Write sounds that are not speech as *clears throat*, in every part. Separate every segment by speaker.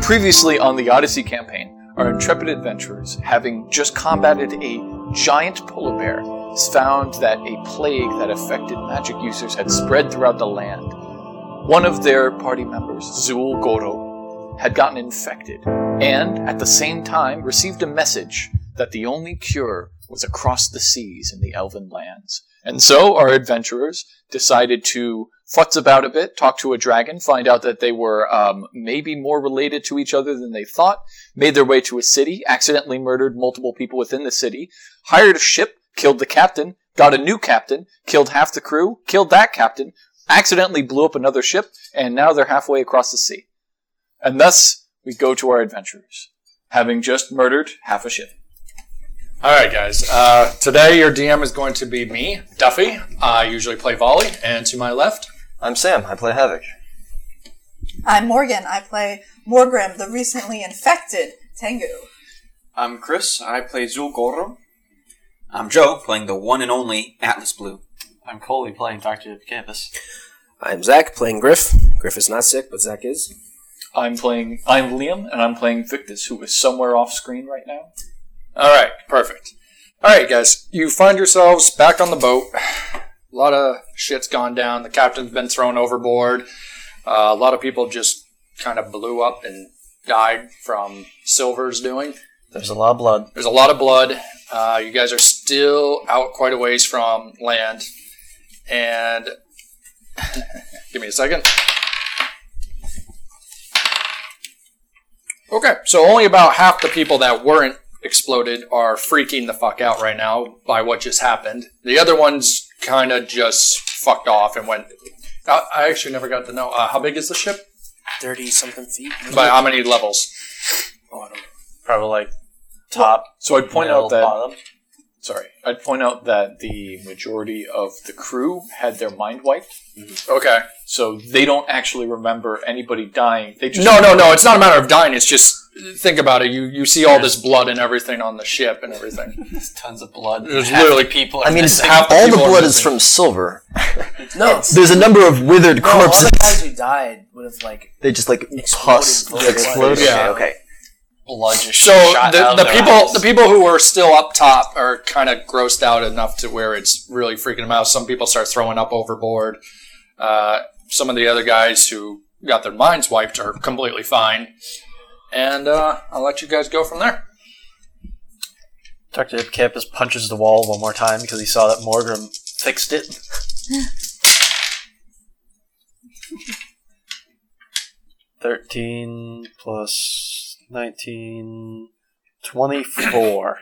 Speaker 1: Previously on the Odyssey campaign, our intrepid adventurers, having just combated a giant polar bear, found that a plague that affected magic users had spread throughout the land. One of their party members, Zul Goro, had gotten infected and, at the same time, received a message that the only cure was across the seas in the Elven lands. And so our adventurers decided to futz about a bit, talk to a dragon, find out that they were um, maybe more related to each other than they thought, made their way to a city, accidentally murdered multiple people within the city, hired a ship, killed the captain, got a new captain, killed half the crew, killed that captain, accidentally blew up another ship, and now they're halfway across the sea. And thus we go to our adventurers, having just murdered half a ship.
Speaker 2: All right, guys. Uh, today, your DM is going to be me, Duffy. I usually play volley, and to my left,
Speaker 3: I'm Sam. I play Havoc.
Speaker 4: I'm Morgan. I play Morgram, the recently infected Tengu.
Speaker 5: I'm Chris. I play Zul Gorum. I'm Joe, playing the one and only Atlas Blue. I'm Coley, playing Dr. Hippocampus.
Speaker 6: I'm Zach playing Griff. Griff is not sick, but Zach is.
Speaker 1: I'm playing. I'm Liam, and I'm playing Victus, who is somewhere off screen right now.
Speaker 2: All right, perfect. All right, guys, you find yourselves back on the boat. A lot of shit's gone down. The captain's been thrown overboard. Uh, a lot of people just kind of blew up and died from Silver's doing.
Speaker 3: There's a lot of blood.
Speaker 2: There's a lot of blood. Uh, you guys are still out quite a ways from land. And *laughs* give me a second. Okay, so only about half the people that weren't exploded are freaking the fuck out right now by what just happened. The other ones kind of just fucked off and went. I I actually never got to know. Uh, how big is the ship?
Speaker 6: Thirty something feet.
Speaker 2: By how many levels?
Speaker 3: Probably like top,
Speaker 1: So I'd point
Speaker 3: middle,
Speaker 1: out that
Speaker 3: bottom.
Speaker 1: sorry, I'd point out that the majority of the crew had their mind wiped,
Speaker 2: Okay.
Speaker 1: so they don't actually remember anybody dying. They just
Speaker 2: No, no, no. It's not a matter of dying. It's just think about it. You you see all this blood and everything on the ship and *laughs* everything.
Speaker 5: There's tons of blood.
Speaker 2: There's literally people.
Speaker 3: I mean, it's
Speaker 2: half the
Speaker 3: all the
Speaker 2: people are
Speaker 3: blood is
Speaker 2: missing.
Speaker 3: from silver.
Speaker 6: No,
Speaker 3: There's a number of withered
Speaker 6: no, all
Speaker 3: corpses.
Speaker 6: the guys who died would have like
Speaker 3: they just like
Speaker 6: Exploded
Speaker 3: pus
Speaker 6: blood.
Speaker 3: exploded.
Speaker 2: Yeah.
Speaker 3: Okay.
Speaker 5: blood just
Speaker 2: So the, the people the people who are still up top are kind of grossed out enough to where it's really freaking them out. Some people start throwing up overboard. Uh, some of the other guys who got their minds wiped are completely fine. And uh, I'll let you guys go from there.
Speaker 7: Dr. Hippocampus punches the wall one more time because he saw that Morgrim fixed
Speaker 6: *laughs*
Speaker 7: it. Thirteen plus nineteen.
Speaker 6: *laughs*
Speaker 7: 24.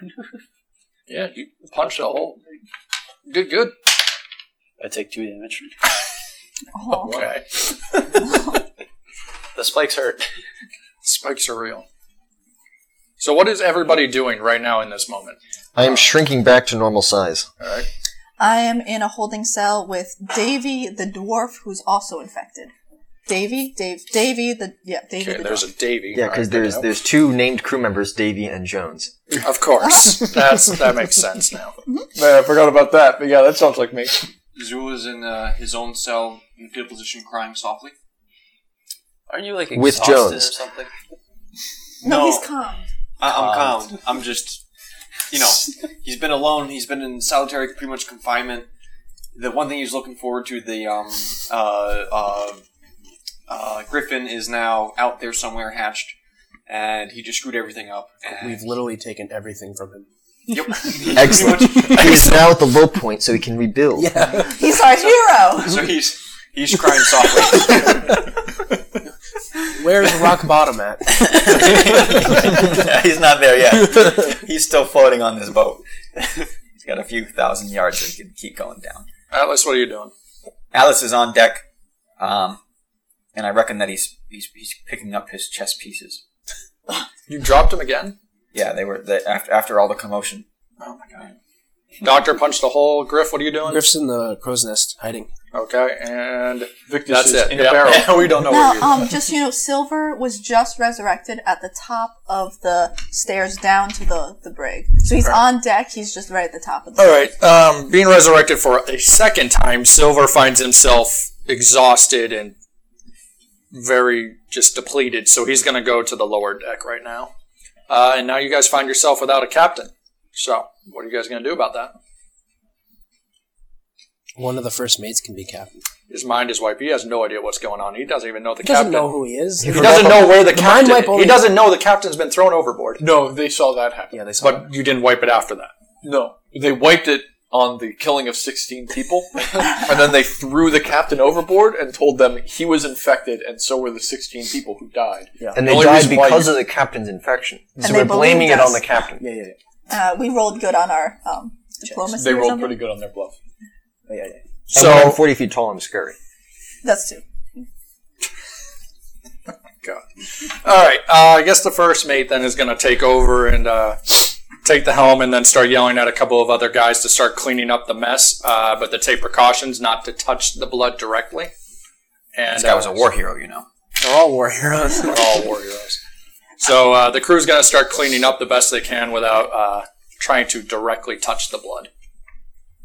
Speaker 2: Yeah, you punched a hole. Good, good.
Speaker 7: I take two damage.
Speaker 4: Oh.
Speaker 2: Okay.
Speaker 7: The spikes hurt.
Speaker 2: Spikes are real. So what is everybody doing right now in this moment?
Speaker 3: I am shrinking back to normal size.
Speaker 2: All right.
Speaker 4: I am in a holding cell with Davy the dwarf, who's also infected. Davy, Dave, Davy the yeah, Davy
Speaker 2: Okay,
Speaker 4: the
Speaker 2: there's
Speaker 4: dwarf.
Speaker 2: a Davy.
Speaker 3: Yeah, because there's there's two named crew members, Davy and Jones.
Speaker 2: Of
Speaker 6: *laughs*
Speaker 2: course. That's that makes sense now.
Speaker 1: Man, I forgot about that. But yeah, that sounds like me.
Speaker 5: Zul is in uh, his own cell in a fetal position crying softly.
Speaker 7: Aren't you like
Speaker 3: With
Speaker 7: exhausted
Speaker 3: Jones.
Speaker 7: or something?
Speaker 4: no,
Speaker 5: No.
Speaker 4: he's calm.
Speaker 5: I- I'm calm. I'm just, you know, he's been alone. He's been in solitary, pretty much confinement. The one thing he's looking forward to, the um, uh, uh, uh, Griffin is now out there somewhere hatched, and he just screwed everything up. And
Speaker 6: we've literally taken everything from him.
Speaker 5: *laughs* Yep.
Speaker 3: Excellent.
Speaker 5: Pretty much-
Speaker 3: He's now at the low point, so he can rebuild.
Speaker 6: Yeah,
Speaker 4: He's our
Speaker 2: *laughs*
Speaker 4: hero.
Speaker 5: so he's he's crying softly.
Speaker 6: *laughs* where's rock bottom at?
Speaker 8: Yeah, *laughs* he's not there yet. he's still floating on this boat. *laughs* he's got a few thousand yards that can keep going down.
Speaker 2: Atlas, what are you doing?
Speaker 8: Alice is on deck, um, and I reckon that he's, he's he's picking up his chess pieces.
Speaker 2: You dropped him again.
Speaker 8: Yeah, they were they, after after all the commotion. Oh
Speaker 2: Doctor punched a hole. Griff, what are you doing?
Speaker 6: Griff's in the crow's nest hiding.
Speaker 2: Okay, and
Speaker 1: Victus
Speaker 2: that's
Speaker 1: is
Speaker 2: it.
Speaker 1: in
Speaker 2: Yep.
Speaker 1: a barrel.
Speaker 2: we don't know
Speaker 4: Now,
Speaker 2: where you
Speaker 4: um, just you know, Silver was just resurrected at the top of the stairs down to the the brig. So he's on deck. He's just right at the top of the.
Speaker 2: All right. Um, being resurrected for a second time, Silver finds himself exhausted and very just depleted, so he's going to go to the lower deck right now. Uh, and now you guys find yourself without a captain. So, what are you guys going to do about that?
Speaker 6: One of the first mates can be captain.
Speaker 2: His mind is wiped. He has no idea what's going on. He doesn't even know the
Speaker 6: He doesn't
Speaker 2: captain.
Speaker 6: know who he is.
Speaker 2: he doesn't know where the,
Speaker 6: The mind
Speaker 2: captain.
Speaker 6: wipe only-
Speaker 2: he doesn't know the captain's been thrown overboard.
Speaker 1: No, they saw that happen.
Speaker 6: Yeah, they saw.
Speaker 2: But you didn't wipe it after that.
Speaker 1: No, they *laughs* wiped it on the killing of 16 people, and then they threw the captain overboard and told them he was infected, and so were the 16 people who died.
Speaker 3: And
Speaker 1: The
Speaker 3: they
Speaker 1: only
Speaker 3: died
Speaker 1: reason why
Speaker 3: because
Speaker 1: you-
Speaker 3: of the captain's infection.
Speaker 4: And
Speaker 3: So
Speaker 4: they
Speaker 3: we're blaming
Speaker 4: believed
Speaker 3: it on
Speaker 4: us.
Speaker 3: the captain.
Speaker 6: Yeah, yeah,
Speaker 4: Uh, we rolled good on our um, diplomacy.
Speaker 1: They
Speaker 4: or
Speaker 1: rolled
Speaker 4: something.
Speaker 1: pretty good on their bluff.
Speaker 6: yeah. yeah, yeah.
Speaker 3: So I'm
Speaker 2: So,
Speaker 3: 40 feet tall. I'm scary.
Speaker 4: That's two.
Speaker 2: all right. Uh, I guess the first mate then is going to take over and uh, take the helm, and then start yelling at a couple of other guys to start cleaning up the mess, uh, but to take precautions not to touch the blood directly. And
Speaker 8: This guy was
Speaker 2: uh,
Speaker 8: a war hero, you know.
Speaker 6: They're all war heroes.
Speaker 2: They're all war heroes. So uh, the crew's going to start cleaning up the best they can without uh, trying to directly touch the blood.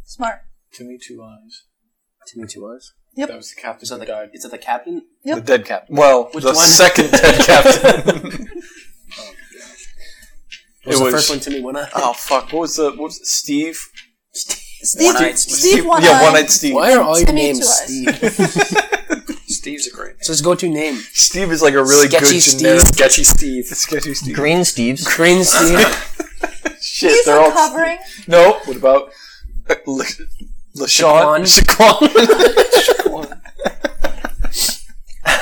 Speaker 4: Smart.
Speaker 1: Timmy Two Eyes.
Speaker 6: Timmy Two Eyes.
Speaker 1: That was the captain
Speaker 6: Is that
Speaker 1: who
Speaker 6: the,
Speaker 1: died.
Speaker 6: is that the captain?
Speaker 1: The dead captain.
Speaker 3: Well,
Speaker 6: Which
Speaker 1: the
Speaker 6: one?
Speaker 1: second dead captain.
Speaker 6: Was
Speaker 1: It
Speaker 6: the
Speaker 1: was-
Speaker 6: first one Timmy One Eye?
Speaker 1: oh, fuck. What was the. What was it? Steve?
Speaker 4: Steve,
Speaker 8: One-eyed
Speaker 4: Steve, one
Speaker 1: yeah, One Eyed Steve.
Speaker 6: Why are all your
Speaker 4: Timmy Two
Speaker 6: names
Speaker 4: Eyes.
Speaker 6: Steve?
Speaker 2: Steve's a great name.
Speaker 6: So his go-to name.
Speaker 1: Steve is like a really
Speaker 6: Sketchy
Speaker 1: good
Speaker 6: Steve.
Speaker 1: generic.
Speaker 2: Sketchy Steve.
Speaker 1: Sketchy Steve.
Speaker 3: Green Steve's.
Speaker 9: *laughs*
Speaker 6: Green Steve.
Speaker 1: Shit,
Speaker 4: He's
Speaker 1: they're all.
Speaker 4: recovering.
Speaker 1: No. What about. Le- LaShawn? Shaquan.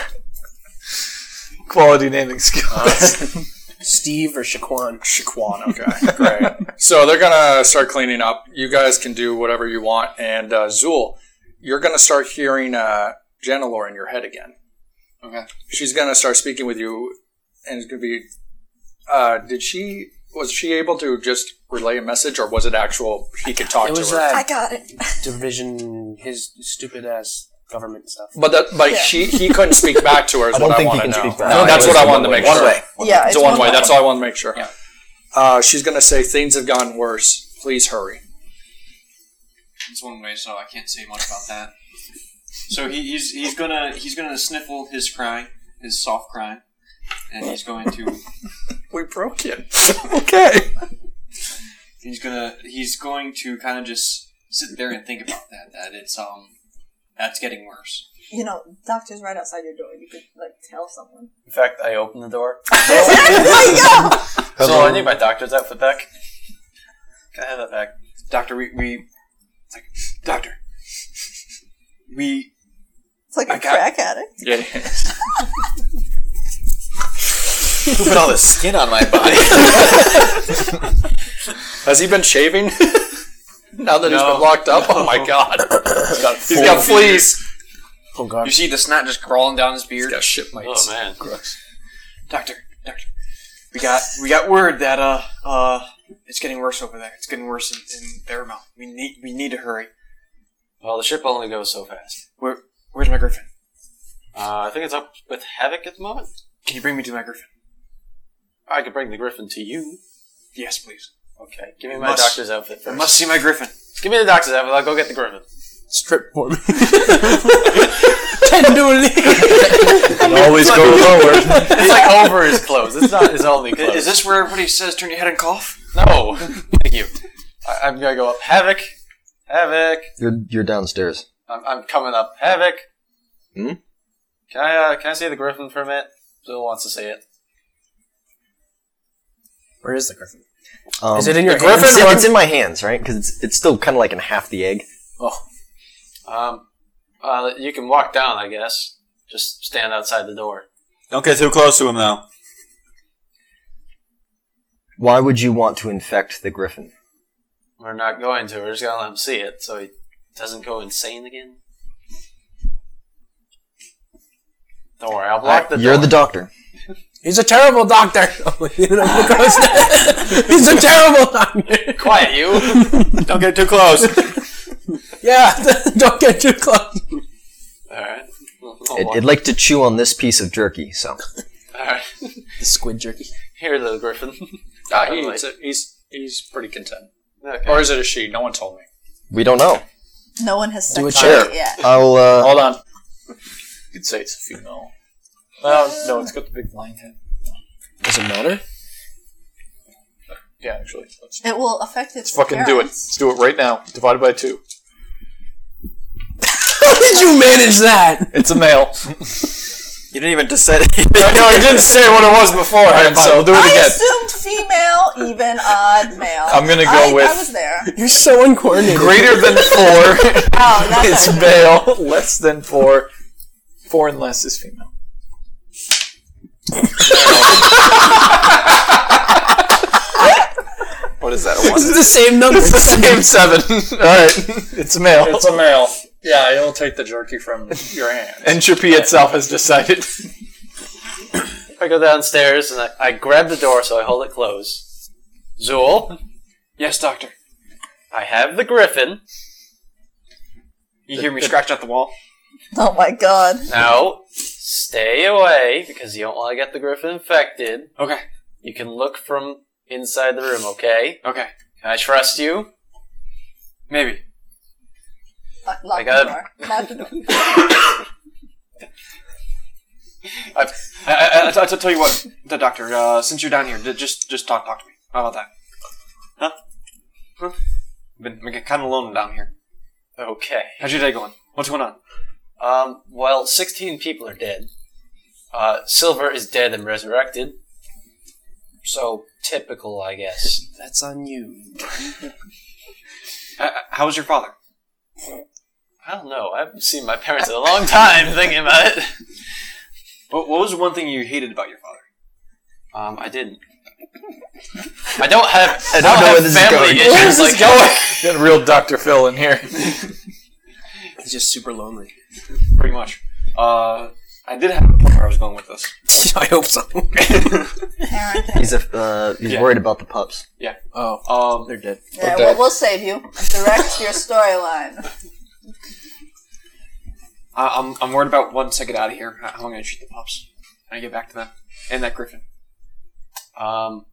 Speaker 1: *laughs* Quality naming skills.
Speaker 9: Uh,
Speaker 6: Steve or Shaquan. Shaquan.
Speaker 2: Okay, great. so they're gonna start cleaning up. You guys can do whatever you want, and uh, Zool, you're gonna start hearing uh, Janilor in your head again.
Speaker 5: Okay.
Speaker 2: She's gonna start speaking with you, and it's gonna be. Uh, did she? Was she able to just relay a message, or was it actual? He could talk
Speaker 6: It
Speaker 2: to
Speaker 6: was uh,
Speaker 2: her.
Speaker 4: I
Speaker 6: that
Speaker 4: got it.
Speaker 6: division. His stupid ass government stuff.
Speaker 2: But that, but
Speaker 4: Yeah.
Speaker 2: she, he couldn't speak back to her. Is
Speaker 3: I don't
Speaker 2: what
Speaker 3: think
Speaker 2: I
Speaker 3: he
Speaker 2: want to
Speaker 3: can
Speaker 2: know.
Speaker 3: speak back.
Speaker 2: No,
Speaker 3: No,
Speaker 2: that's
Speaker 3: it
Speaker 2: what I
Speaker 3: was
Speaker 2: wanted to make
Speaker 8: One
Speaker 2: sure.
Speaker 8: way.
Speaker 4: Yeah,
Speaker 2: It's a one way.
Speaker 4: one-eyed.
Speaker 2: That's all I want to make sure.
Speaker 5: Yeah.
Speaker 2: Uh, she's gonna say things have gone worse. Please hurry.
Speaker 5: It's one way, so I can't say much about that. So he, he's he's gonna he's gonna sniffle his cry, his soft cry, and he's going to
Speaker 2: *laughs* We broke
Speaker 5: *laughs*
Speaker 2: you. okay.
Speaker 5: he's gonna he's going to kind of just sit there and think about that that it's um that's getting worse.
Speaker 4: You know, doctor's right outside your door. You could like tell someone.
Speaker 8: In fact, I opened the door.
Speaker 4: There
Speaker 8: So I need my doctor's outfit back. Can I have that back?
Speaker 5: Doctor, we we it's like doctor. We
Speaker 4: It's like a
Speaker 5: I got-
Speaker 4: crack addict.
Speaker 2: Yeah.
Speaker 8: Who put all this skin on my body?
Speaker 2: Has he been shaving? *laughs* now that he's
Speaker 5: No.
Speaker 2: been locked up? Oh my god.
Speaker 8: He's got
Speaker 2: He's got fleas.
Speaker 6: Oh god.
Speaker 5: you see the snot just crawling down his
Speaker 2: He's
Speaker 5: beard.
Speaker 2: got shit mites.
Speaker 5: man, Doctor, doctor, we got we got word that uh uh it's getting worse over there. It's getting worse in, in their mouth. We need we need to hurry.
Speaker 9: Well, the ship only goes so fast.
Speaker 5: Where where's my griffin?
Speaker 9: Uh, I think it's up with Havoc at the moment.
Speaker 5: Can you bring me to my griffin?
Speaker 9: I could bring the Griffin to you.
Speaker 5: Yes, please.
Speaker 9: Okay, give me
Speaker 5: We
Speaker 9: my
Speaker 5: must-
Speaker 9: doctor's outfit
Speaker 5: I
Speaker 9: first.
Speaker 5: must see my griffin.
Speaker 9: Give me the doctor's outfit. I'll go get the Griffin.
Speaker 6: Strip for me.
Speaker 9: *laughs*
Speaker 6: Tenderly.
Speaker 3: Always go lower.
Speaker 9: It's like over his clothes. It's not his only
Speaker 5: I-
Speaker 9: clothes.
Speaker 5: Is this where everybody says turn your head and cough?
Speaker 9: No. Thank you. I- I'm gonna go up. Havoc. Havoc.
Speaker 3: You're, you're downstairs.
Speaker 9: I'm, I'm coming up. Havoc.
Speaker 3: Hmm?
Speaker 9: Can I uh, can I see the Griffin for a minute? Bill wants to see it.
Speaker 6: Where is the griffin?
Speaker 3: Um,
Speaker 6: Is it in your
Speaker 3: the griffin?
Speaker 6: hands?
Speaker 3: It's, in- it's in my hands, right? Because it's, it's still kind of like in half the egg.
Speaker 9: Um, uh, you can walk down, I guess. Just stand outside the door.
Speaker 8: *laughs* Don't get too close to him, though.
Speaker 3: Why would you want to infect the griffin?
Speaker 9: We're not going to. We're just gonna let him see it, so he doesn't go insane again. Don't worry, I'll block the
Speaker 3: Uh, You're
Speaker 9: door.
Speaker 3: the doctor.
Speaker 6: He's a terrible doctor. *laughs* You know, I'm gross. *laughs* He's a terrible doctor.
Speaker 9: Quiet, you.
Speaker 8: Don't get too close.
Speaker 6: Yeah, *laughs* don't get too close.
Speaker 9: All right. Well, I'll
Speaker 3: It,
Speaker 9: walk-
Speaker 3: it'd like to chew on this piece of jerky, so.
Speaker 9: All right.
Speaker 6: The squid jerky.
Speaker 9: Here, little Griffin.
Speaker 2: Ah, he eats it. He's, he's pretty content.
Speaker 9: Okay.
Speaker 2: Or is it a she? No one told me.
Speaker 3: We don't know.
Speaker 4: No one has
Speaker 6: Do a
Speaker 4: sexually
Speaker 3: chair.
Speaker 4: yet.
Speaker 3: I'll, uh,
Speaker 2: Hold on.
Speaker 1: You'd say it's a female. Oh, no, it's got the big lion head.
Speaker 6: Does it matter?
Speaker 1: Yeah, actually. Let's,
Speaker 4: It will affect its.
Speaker 1: let's fucking do it.
Speaker 4: appearance.
Speaker 1: Let's do it right now. Divided by two.
Speaker 6: How did you manage that?
Speaker 1: It's a male.
Speaker 8: You didn't even just say
Speaker 3: *laughs*
Speaker 8: it.
Speaker 1: I know, I didn't say what it was beforehand, so I'll do it
Speaker 4: I
Speaker 1: again.
Speaker 4: assumed female, even, odd, male.
Speaker 1: I'm gonna go
Speaker 4: I,
Speaker 1: with-
Speaker 4: I was
Speaker 1: *laughs*
Speaker 4: there.
Speaker 6: You're so uncoordinated.
Speaker 1: Greater than four
Speaker 4: Oh, that's
Speaker 1: is male, less than four. Four and less is female. what is that? A
Speaker 8: *laughs*
Speaker 1: one?
Speaker 6: This is the same number.
Speaker 1: It's the same seven.
Speaker 3: *laughs*
Speaker 1: Alright. It's a male.
Speaker 2: It's a male. Yeah, it'll take the jerky from your hand.
Speaker 1: Entropy itself has decided.
Speaker 9: I go downstairs and I, I grab the door, so I hold it closed. Zool,
Speaker 5: Yes, doctor.
Speaker 9: I have the griffin.
Speaker 5: You hear me scratch at the wall?
Speaker 4: Oh my god.
Speaker 9: Now, stay away because you don't want to get the griffin infected.
Speaker 5: Okay.
Speaker 9: You can look from inside the room, okay?
Speaker 5: Okay.
Speaker 9: Can I trust you?
Speaker 5: Maybe.
Speaker 4: Lock,
Speaker 9: I
Speaker 4: lock
Speaker 9: got
Speaker 4: the
Speaker 9: it.
Speaker 4: door. Lock the door.
Speaker 1: *laughs*
Speaker 5: I, I, I, I'll t- tell you what, the doctor. Uh, since you're down here, d- just just talk talk to me. How about that? Huh? Huh? Been, been kind of lonely down here.
Speaker 9: Okay.
Speaker 5: How's your day going? What's going on?
Speaker 9: Um, well, 16 people are dead. Uh, Silver is dead and resurrected. So, typical, I guess.
Speaker 6: That's on you.
Speaker 5: Uh, how was your father?
Speaker 9: I don't know. I haven't seen my parents in a long time thinking about it.
Speaker 5: What, what was one thing you hated about your father?
Speaker 9: Um, I didn't. I don't have. I
Speaker 8: don't know where
Speaker 9: have
Speaker 8: this is
Speaker 9: family
Speaker 8: going.
Speaker 9: issues.
Speaker 8: Where
Speaker 9: like,
Speaker 1: *laughs* Got a real Dr. Phil in here.
Speaker 6: He's just super lonely.
Speaker 5: Pretty much. Uh, I did have a point where I was going with
Speaker 6: *laughs*
Speaker 5: this.
Speaker 6: I hope
Speaker 9: *laughs*
Speaker 6: so.
Speaker 4: Parent.
Speaker 3: He's a, uh, he's
Speaker 5: Yeah.
Speaker 3: worried about the pups.
Speaker 6: Oh,
Speaker 5: Um,
Speaker 6: they're dead.
Speaker 4: Yeah, we'll, we'll save you. Direct your storyline.
Speaker 5: I, I'm, I'm worried about once I get out of here, how how I'm going to treat the pups. When I get back to them. And that griffin. Um,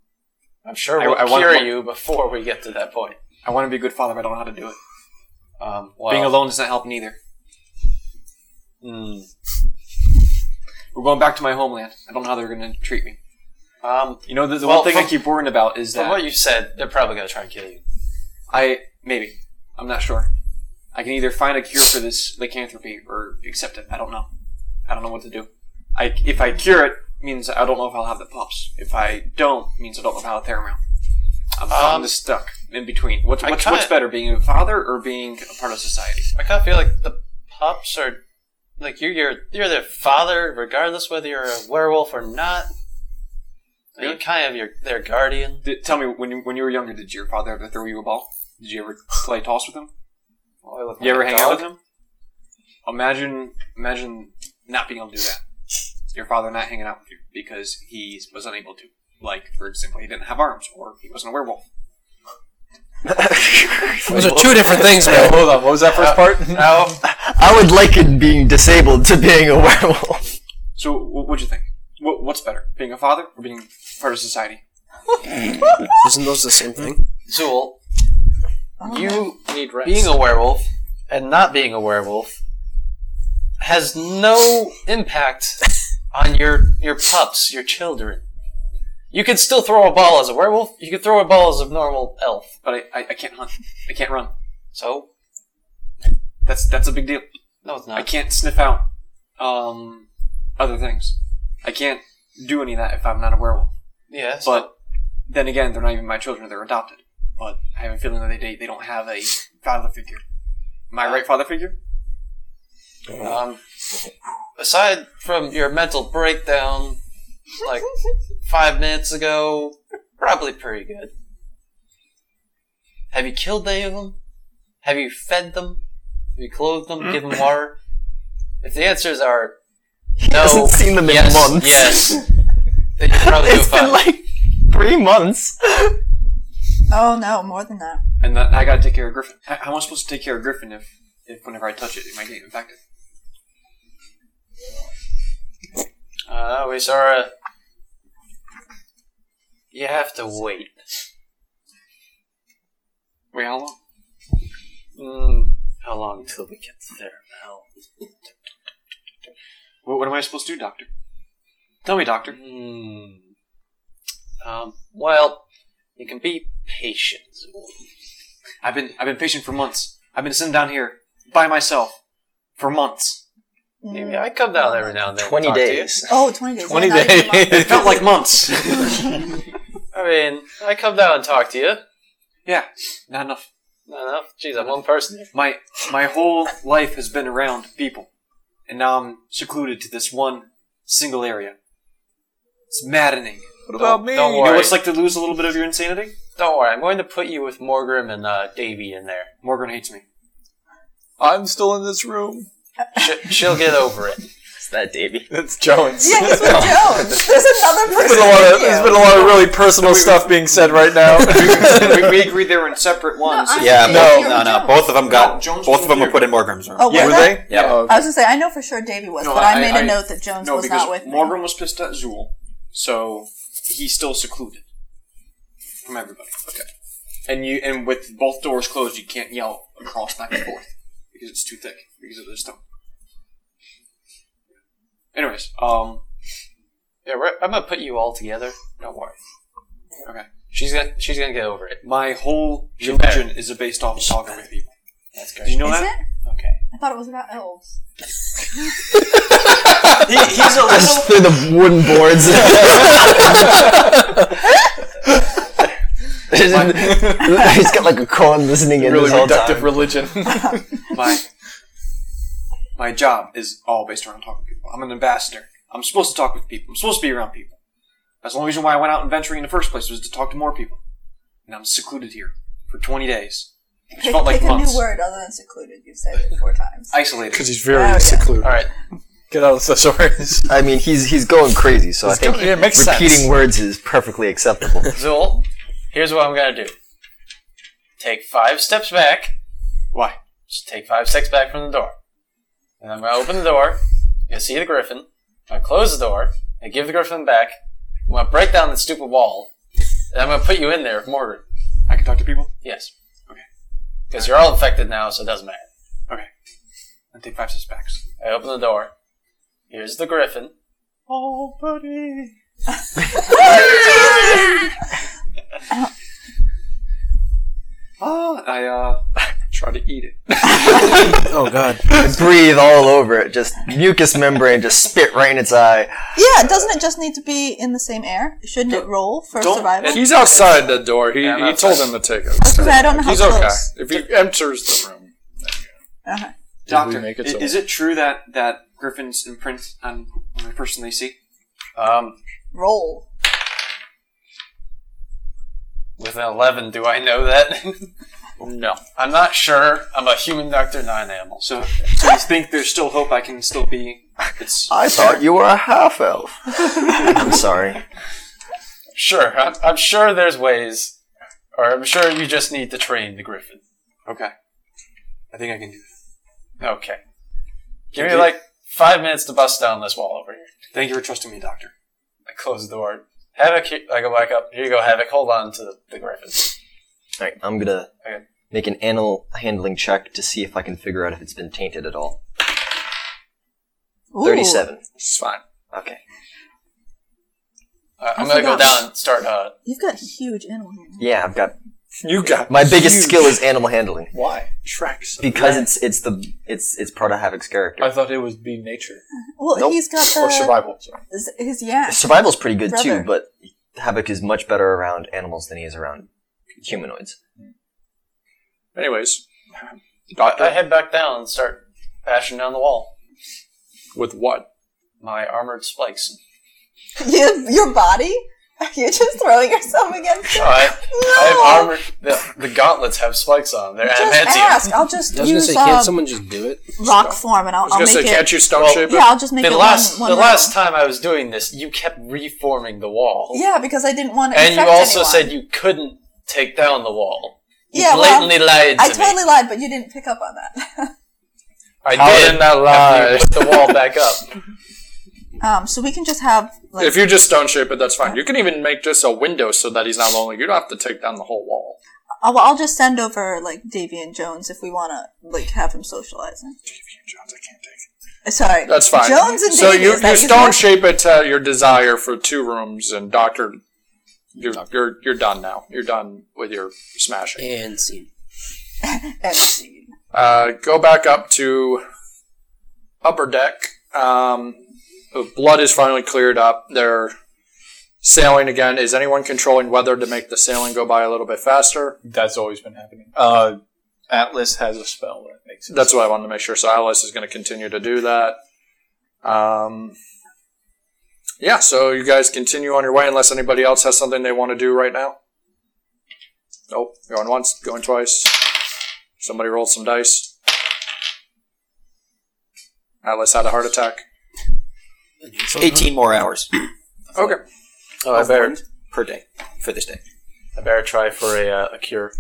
Speaker 9: I'm sure
Speaker 5: I-
Speaker 9: we'll
Speaker 5: I want-
Speaker 9: cure you before we get to that point.
Speaker 5: I want to be a good father, but I don't know how to do it. Um,
Speaker 9: Well- hmm.
Speaker 5: Being alone doesn't help neither. We're going back to my homeland. I don't know how they're going to treat me.
Speaker 9: Um,
Speaker 5: You know, the, the
Speaker 9: Well,
Speaker 5: one thing
Speaker 9: from-
Speaker 5: I keep worrying about is
Speaker 9: from
Speaker 5: that
Speaker 9: what you said, they're probably gonna try and kill you.
Speaker 5: I maybe I'm not sure. I can either find a cure for this lycanthropy or accept it. I don't know. I don't know what to do. I if I cure it means I don't know if I'll have the pups. If I don't means I don't know if I'll have Theramount. I'm, I'm
Speaker 9: Um,
Speaker 5: just stuck in between. What's
Speaker 9: I
Speaker 5: what's,
Speaker 9: kinda-
Speaker 5: what's better, being a father or being a part of society?
Speaker 9: I kind of feel like the pups are like you're your, you're their father, regardless whether you're a werewolf or not. Are You
Speaker 5: Really?
Speaker 9: kind of your their guardian.
Speaker 5: Did, tell me when you when you were younger, did your father ever throw you a ball? Did you ever play toss with him? You ever hang out with him? Imagine, imagine not being able to do that. Your father not hanging out with you because he was unable to. Like, for example, he didn't have arms, or he wasn't a werewolf.
Speaker 6: Those are two different
Speaker 3: *laughs*
Speaker 6: things, man.
Speaker 1: Hold on, what was that first part? oh.
Speaker 3: I would liken being disabled to being a werewolf.
Speaker 5: So, what would you think? What, what's better, being a father or being part of society?
Speaker 6: Isn't those the same thing?
Speaker 9: Zool,
Speaker 4: Oh,
Speaker 9: you need rest. being a werewolf and not being a werewolf has no impact on your your pups, your children. You can still throw a ball as a werewolf. You can throw a ball as a normal elf.
Speaker 5: But I, I, I can't hunt. I can't run.
Speaker 9: So
Speaker 5: That's that's a big deal.
Speaker 9: no, it's not.
Speaker 5: I can't sniff out um, other things. I can't do any of that if I'm not a werewolf.
Speaker 9: Yeah, so-
Speaker 5: But then again, they're not even my children; they're adopted. But I have a feeling that they they don't have a father figure. Am I right, father figure?
Speaker 9: Um, aside from your mental breakdown, like five minutes ago, probably pretty good. Have you killed any of them? Have you fed them? Have you clothed them? Given water? If the answers are no,
Speaker 3: hasn't seen them in
Speaker 9: yes,
Speaker 3: months. *laughs*
Speaker 9: Yes, then you're probably doing
Speaker 3: It's been
Speaker 9: fine.
Speaker 3: like three months.
Speaker 4: Oh no, more than that.
Speaker 5: And that, I gotta take care of Griffin. How, how am I supposed to take care of Griffin if, if whenever I touch it, it might get infected?
Speaker 9: uh, we saw a. You have to wait.
Speaker 5: Wait, how long? Hmm.
Speaker 9: Mm, how long till we get there? Well,
Speaker 5: What, what am I supposed to do, doctor? Tell me, Doctor.
Speaker 9: Hmm. Um, well, you can be patient.
Speaker 5: I've been I've been patient for months. I've been sitting down here by myself for months.
Speaker 3: Mm.
Speaker 9: Maybe I come down every now and then. and
Speaker 3: 20
Speaker 9: talk to you.
Speaker 3: days.
Speaker 4: Oh, 20 days.
Speaker 6: 20
Speaker 4: Yeah, not even a month.
Speaker 1: *laughs*
Speaker 5: It felt like months. *laughs*
Speaker 9: I mean, I come down and talk to you.
Speaker 5: yeah, not enough.
Speaker 9: No, no. Jeez, I'm one person.
Speaker 5: My my whole life has been around people, and now I'm secluded to this one single area. It's maddening.
Speaker 6: What about me?
Speaker 9: Don't
Speaker 5: You know
Speaker 9: worry.
Speaker 5: what it's like to lose a little bit of your insanity?
Speaker 9: Don't worry. I'm going to put you with Morgrim and uh, Davy in there.
Speaker 5: Morgan hates me. *laughs*
Speaker 1: I'm still in this room.
Speaker 9: Sh- she'll get over it.
Speaker 3: It's that, Davy.
Speaker 1: That's Jones.
Speaker 4: Yeah, he's
Speaker 1: *laughs*
Speaker 4: with Jones. There's another person. with you.
Speaker 1: a lot of
Speaker 3: *laughs*
Speaker 1: really personal stuff being said right now.
Speaker 5: we, we agreed they were in separate ones.
Speaker 4: I'm
Speaker 8: Yeah,
Speaker 4: with
Speaker 8: no,
Speaker 4: you.
Speaker 8: no, no.
Speaker 4: Jones.
Speaker 8: Both of them got.
Speaker 5: No, Jones
Speaker 8: both of them
Speaker 5: was
Speaker 8: were put in Morgrim's room.
Speaker 4: Oh, were,
Speaker 1: were
Speaker 4: they?
Speaker 1: they? Yeah.
Speaker 4: I was gonna say I know for sure Davy was,
Speaker 5: No,
Speaker 4: but
Speaker 5: I-
Speaker 4: I, made a
Speaker 5: I-
Speaker 4: note that Jones
Speaker 5: no,
Speaker 4: was not
Speaker 5: because
Speaker 4: with
Speaker 5: Morgan
Speaker 4: me.
Speaker 5: was pissed at Zool, so he's still secluded from everybody. Okay. And you and with both doors closed, you can't yell across back and forth because it's too thick because of the stone. Anyways, um,
Speaker 9: Yeah, we're, I'm gonna put you all together. Don't worry.
Speaker 5: Okay.
Speaker 9: She's gonna she's gonna get over it.
Speaker 5: my whole religion is based off of talking with people.
Speaker 9: That's
Speaker 5: Did
Speaker 9: great.
Speaker 5: you know
Speaker 4: Is
Speaker 5: that?
Speaker 4: it?
Speaker 5: Okay.
Speaker 4: I thought it was about elves.
Speaker 5: He,
Speaker 8: *laughs*
Speaker 5: he's a little.
Speaker 1: *laughs*
Speaker 3: Through the wooden boards. *laughs* *laughs* He's got like a con listening in
Speaker 1: really
Speaker 3: this whole
Speaker 1: reductive
Speaker 3: time.
Speaker 1: religion.
Speaker 5: my my job is all based around talking to people. I'm an ambassador. I'm supposed to talk with people. I'm supposed to be around people. That's the only reason why I went out and venturing in the first place was to talk to more people. And I'm secluded here for 20 days. It
Speaker 4: Pick,
Speaker 5: felt like
Speaker 4: pick a
Speaker 5: months.
Speaker 4: new word other than secluded. You've said it four times.
Speaker 5: Isolated.
Speaker 1: Because he's very
Speaker 4: Oh, yeah.
Speaker 1: secluded.
Speaker 9: All right.
Speaker 1: Get out of the thesaurus.
Speaker 3: I mean, he's he's going crazy, so I think
Speaker 1: Yeah, it makes
Speaker 3: repeating
Speaker 1: sense.
Speaker 3: words is perfectly
Speaker 1: *laughs*
Speaker 3: acceptable.
Speaker 9: Zool, here's what I'm gonna do. Take five steps back.
Speaker 5: Why?
Speaker 9: Just take five steps back from the door. And I'm gonna open the door. You're gonna see the griffin. I'm gonna close the door. I give the griffin back. I'm gonna break down the stupid wall. And I'm gonna put you in there with Morgan.
Speaker 5: I can talk to people?
Speaker 9: Yes.
Speaker 5: Okay.
Speaker 9: Because you're all infected now, so it doesn't matter.
Speaker 5: Okay. I take five steps back.
Speaker 9: I open the door. Here's the griffin.
Speaker 5: Oh, buddy. Ah, I, uh,
Speaker 1: Try to eat it.
Speaker 6: Oh
Speaker 3: *laughs*
Speaker 6: god.
Speaker 3: Breathe all over it, just mucous membrane, just spit right in its eye.
Speaker 4: Yeah, doesn't it just need to be in the same air? Shouldn't it roll for survival?
Speaker 1: He's outside the door. He,
Speaker 9: Yeah, I'm
Speaker 1: he told him to take it.
Speaker 4: Because I don't know how
Speaker 1: He's okay.
Speaker 4: close.
Speaker 1: If he enters the room,
Speaker 4: Uh-huh.
Speaker 1: Did
Speaker 5: Doctor,
Speaker 1: we make it
Speaker 5: i-
Speaker 1: so-
Speaker 5: is it true that that Griffin's imprint on the person they see?
Speaker 9: Um,
Speaker 4: Roll.
Speaker 9: with an 11, do I know that? *laughs* no. I'm not sure. I'm a human doctor, not an animal.
Speaker 5: So, so you think there's still hope? I can still be. It's
Speaker 3: I thought you were a half elf. *laughs* I'm sorry.
Speaker 9: Sure. I'm, I'm sure there's ways. Or I'm sure you just need to train the griffin.
Speaker 5: okay. I think I can do. That.
Speaker 9: Okay. Give me like five minutes to bust down this wall over here.
Speaker 5: Thank you for trusting me, Doctor.
Speaker 9: I close the door. Havoc, here- I go back up. Here you go, Havoc. Hold on to the, the griffin.
Speaker 3: All right, I'm gonna
Speaker 9: Okay.
Speaker 3: make an animal handling check to see if I can figure out if it's been tainted at all.
Speaker 4: Ooh.
Speaker 3: Thirty-seven.
Speaker 1: it's fine.
Speaker 3: Okay.
Speaker 9: Uh, I'm going to go
Speaker 4: forgot.
Speaker 9: down and start. Uh,
Speaker 4: You've got huge animal hands.
Speaker 3: Yeah, I've got
Speaker 1: You got
Speaker 3: my biggest skill is animal handling
Speaker 1: Why? Tracks.
Speaker 3: because it's it's the it's it's part of Havoc's character.
Speaker 1: I thought it would be nature
Speaker 4: Well,
Speaker 3: Nope.
Speaker 4: he's got the
Speaker 1: or survival. Sorry.
Speaker 4: his- his yak.
Speaker 3: Survival's pretty good
Speaker 4: Brother.
Speaker 3: too, but Havoc is much better around animals than he is around humanoids.
Speaker 1: Anyways,
Speaker 9: I head back down and start bashing down the wall.
Speaker 1: with what?
Speaker 9: My armored spikes.
Speaker 4: *laughs* You, your body? *laughs* Are you just throwing yourself against it?
Speaker 9: I, I
Speaker 4: No!
Speaker 9: have armored. The, the gauntlets have spikes on. them. They're
Speaker 4: Just
Speaker 9: adamantium.
Speaker 4: ask. I'll just
Speaker 6: I was gonna
Speaker 4: use
Speaker 6: say,
Speaker 4: um,
Speaker 6: can't someone just do it?
Speaker 4: rock form and I'll,
Speaker 1: I was
Speaker 4: I'll
Speaker 1: gonna
Speaker 4: make
Speaker 1: say,
Speaker 4: it.
Speaker 1: can't you stone shape it?
Speaker 4: yeah, I'll just make
Speaker 9: The
Speaker 4: it
Speaker 9: last,
Speaker 4: one,
Speaker 9: the
Speaker 4: one
Speaker 9: last
Speaker 4: round.
Speaker 9: time I was doing this, you kept reforming the wall.
Speaker 4: Yeah, because I didn't want to.
Speaker 9: And you
Speaker 4: infect
Speaker 9: also
Speaker 4: anyone.
Speaker 9: said you couldn't take down the wall. You
Speaker 4: Yeah, well,
Speaker 9: blatantly lied to
Speaker 4: I
Speaker 9: me.
Speaker 4: totally lied, but you didn't pick up on that. *laughs*
Speaker 1: How
Speaker 9: I did
Speaker 1: did that
Speaker 9: after you
Speaker 1: lie?
Speaker 9: Put the wall back up.
Speaker 4: um, so we can just have like
Speaker 1: *laughs* If you just stone shape it, that's fine. You can even make just a window so that he's not lonely. You don't have to take down the whole wall.
Speaker 4: I'll, I'll just send over like Davy and Jones if we want to like have him socializing.
Speaker 1: Jones, I can't take
Speaker 4: Uh, Sorry.
Speaker 2: That's fine.
Speaker 4: Jones and
Speaker 2: so
Speaker 4: Davies,
Speaker 2: you, you
Speaker 4: that is
Speaker 2: stone
Speaker 4: not-
Speaker 2: shape it to your desire for two rooms, and Doctor, you're, you're you're done now. You're done with your smashing.
Speaker 6: And scene.
Speaker 4: and scene.
Speaker 2: Uh, go back up to upper deck. Um, the blood is finally cleared up. They're sailing again. Is anyone controlling weather to make the sailing go by a little bit faster?
Speaker 1: *laughs* That's always been happening. Uh, Atlas has a spell that makes it.
Speaker 2: That's what I wanted to make sure. So Alice is going to continue to do that. Um, yeah, so you guys continue on your way unless anybody else has something they want to do right now. Nope. Going once, going twice. Somebody rolled some dice. Atlas had a heart attack.
Speaker 8: 18 more hours
Speaker 2: Okay.
Speaker 7: Oh, I better,
Speaker 8: per day for this day.
Speaker 7: I better try for a, uh, a cure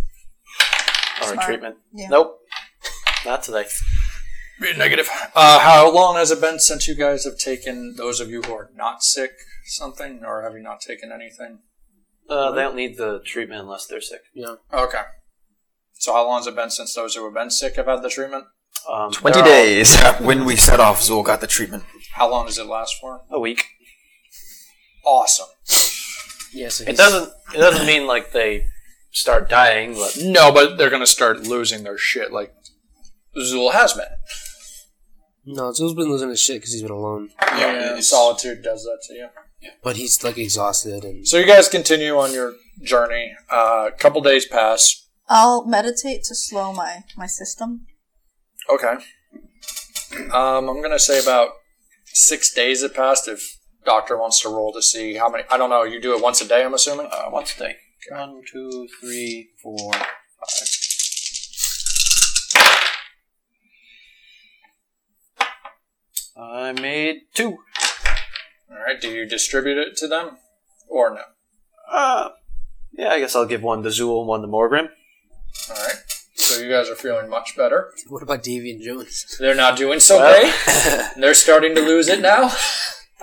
Speaker 7: or a
Speaker 4: Smart.
Speaker 7: treatment.
Speaker 4: Yeah.
Speaker 7: Nope. Not today.
Speaker 2: Be negative. Uh, how long has it been since you guys have taken, those of you who are not sick, something, or have you not taken anything?
Speaker 9: Uh, they don't need the treatment unless they're sick.
Speaker 2: Okay. So how long has it been since those who have been sick have had the treatment?
Speaker 9: Um,
Speaker 8: 20
Speaker 9: they're all-
Speaker 8: days. uh, when we set off, Zool got the treatment.
Speaker 2: How long does it last for?
Speaker 9: A week.
Speaker 2: Awesome.
Speaker 6: Yes,
Speaker 9: It doesn't. It doesn't mean like they start dying, but
Speaker 2: No, but they're gonna start losing their shit like Zool has been.
Speaker 6: No, Zool's been losing his shit because he's been alone.
Speaker 2: Yeah, solitude does that to you.
Speaker 6: But he's like exhausted and
Speaker 2: So you guys continue on your journey. A uh, couple days pass.
Speaker 4: I'll meditate to slow my, my system.
Speaker 2: Okay. Um, I'm gonna say about six days have passed. If Doctor wants to roll to see how many, I don't know. You do it once a day, I'm assuming. Uh, once a day.
Speaker 9: one, two, three, four. I made two.
Speaker 2: All right. Do you distribute it to them, or no?
Speaker 9: Uh, yeah, I guess I'll give one to Zool and one to Morgrim.
Speaker 2: All right. So you guys are feeling much better.
Speaker 6: *laughs* what about Davy and Jones?
Speaker 2: They're not doing so great. They're starting to lose it now.
Speaker 6: *laughs*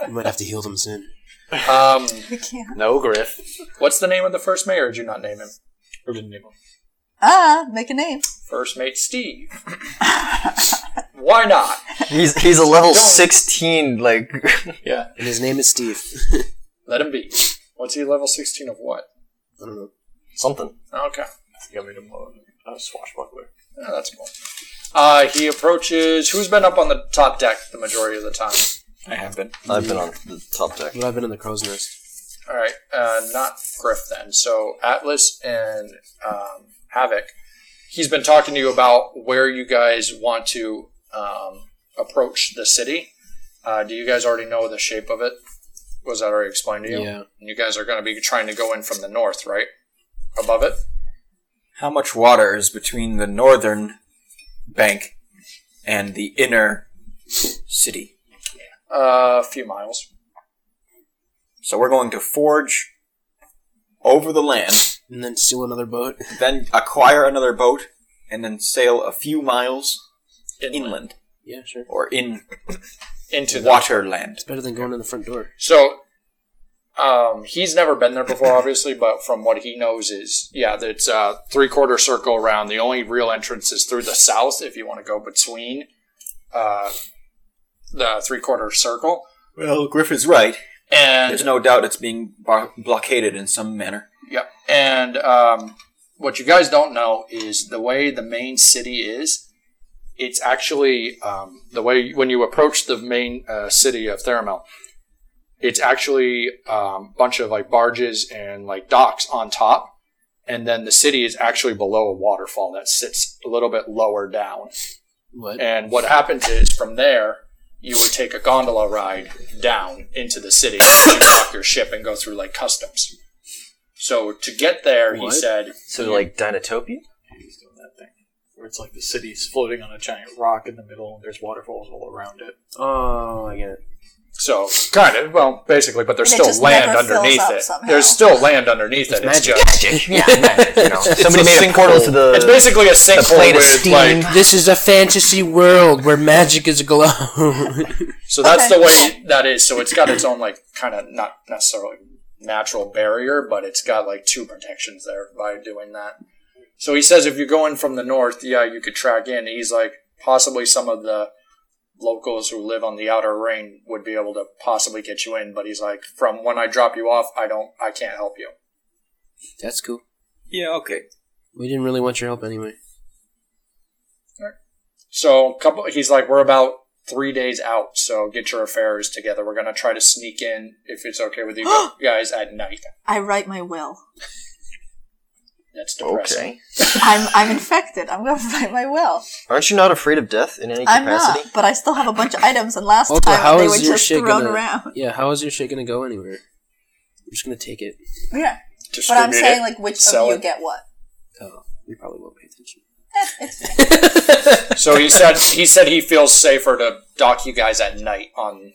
Speaker 6: We might have to heal them soon.
Speaker 2: Um,
Speaker 4: We can't.
Speaker 9: No, Griff.
Speaker 2: what's the name of the first mate, or did you not name him?
Speaker 1: Or didn't even-
Speaker 4: Ah, make a name.
Speaker 2: First mate Steve. Why not?
Speaker 3: He's he's a level sixteen. Like *laughs*
Speaker 6: And his name is *laughs* Steve.
Speaker 2: Let him be. What's he level 16 of what?
Speaker 6: I don't know.
Speaker 7: Something.
Speaker 2: Okay.
Speaker 7: You want me to blow a swashbuckler?
Speaker 2: Yeah, that's cool. Uh, he approaches. Who's been up on the top deck the majority of the time?
Speaker 8: I have been.
Speaker 3: I've been on the top deck.
Speaker 6: But I've been in the crow's nest.
Speaker 2: All right, uh, not Griff then. So Atlas and um, Havoc, he's been talking to you about where you guys want to um, approach the city. Uh, do you guys already know the shape of it? Was that already explained to you?
Speaker 6: Yeah.
Speaker 2: And you guys are going to be trying to go in from the north, right? Above it.
Speaker 8: How much water is between the northern bank and the inner city?
Speaker 2: Uh, a few miles.
Speaker 8: So we're going to forge over the land,
Speaker 6: And then steal another boat.
Speaker 8: then acquire another boat, and then sail a few miles
Speaker 2: Inland.
Speaker 8: inland
Speaker 6: *laughs* Yeah, sure.
Speaker 8: or in
Speaker 2: Into the
Speaker 8: waterland.
Speaker 6: It's better than going in the front door.
Speaker 2: So um, he's never been there before, obviously, but from what he knows is, yeah, that it's a three quarter circle around. The only real entrance is through the south if you want to go between uh, the three quarter circle.
Speaker 8: Well, Griff is right.
Speaker 2: And
Speaker 8: There's no doubt it's being bar- blockaded in some manner.
Speaker 2: Yep. And um, what you guys don't know is the way the main city is. It's actually um, the way when you approach the main uh, city of Theramel. It's actually a um, bunch of like barges and like docks on top, and then the city is actually below a waterfall that sits a little bit lower down.
Speaker 6: What?
Speaker 2: And what happens is from there, you would take a gondola ride down into the city to dock your ship and go through like customs. So to get there, he
Speaker 6: What?
Speaker 2: said,
Speaker 3: So like Dinotopia.
Speaker 7: He's doing that thing where it's like the city's floating on a giant rock in the middle, and there's waterfalls all around it.
Speaker 6: Oh, I get it.
Speaker 2: so kind of, well, basically, but there's
Speaker 4: And it
Speaker 2: still
Speaker 4: just
Speaker 2: land
Speaker 4: never fills
Speaker 2: underneath
Speaker 4: up
Speaker 2: it.
Speaker 4: somehow.
Speaker 2: There's still land underneath it. It's, just,
Speaker 3: *laughs* Somebody made a portal to the.
Speaker 2: it's basically a
Speaker 3: the
Speaker 2: sinkhole
Speaker 3: plate of
Speaker 2: with
Speaker 3: steam.
Speaker 2: like.
Speaker 6: This is a fantasy world where magic is a glow. *laughs*
Speaker 2: So that's
Speaker 4: Okay.
Speaker 2: the way that is. So it's got its own like kind of not necessarily natural barrier, but it's got like two protections there by doing that. So he says if you're going from the north, yeah, you could track in. He's like possibly some of the locals who live on the outer ring would be able to possibly get you in. But he's like, from when I drop you off, I don't, I can't help you.
Speaker 6: That's cool.
Speaker 8: Yeah, okay.
Speaker 6: We didn't really want your help anyway.
Speaker 2: So couple, he's like, we're about three days out, so get your affairs together. We're gonna try to sneak in if it's okay with you guys at night.
Speaker 4: I write my will.
Speaker 2: That's depressing.
Speaker 4: I'm I'm infected. I'm gonna write my will.
Speaker 3: Aren't you not afraid of death in any
Speaker 4: I'm
Speaker 3: capacity?
Speaker 4: not, but I still have a bunch of items, and last
Speaker 6: Also,
Speaker 4: time
Speaker 6: how
Speaker 4: they
Speaker 6: is
Speaker 4: were
Speaker 6: your
Speaker 4: just
Speaker 6: shit
Speaker 4: thrown
Speaker 6: gonna-
Speaker 4: around. *laughs*
Speaker 6: Yeah, how is your shit gonna go anywhere? I'm just gonna take it.
Speaker 4: Yeah, but I'm
Speaker 2: Distribute
Speaker 4: saying
Speaker 2: it.
Speaker 4: like which
Speaker 2: sell
Speaker 4: of you
Speaker 2: it.
Speaker 4: get what.
Speaker 6: Oh, we probably won't pay attention.
Speaker 4: *laughs* Eh, it's fine.
Speaker 2: So he said he said he feels safer to dock you guys at night on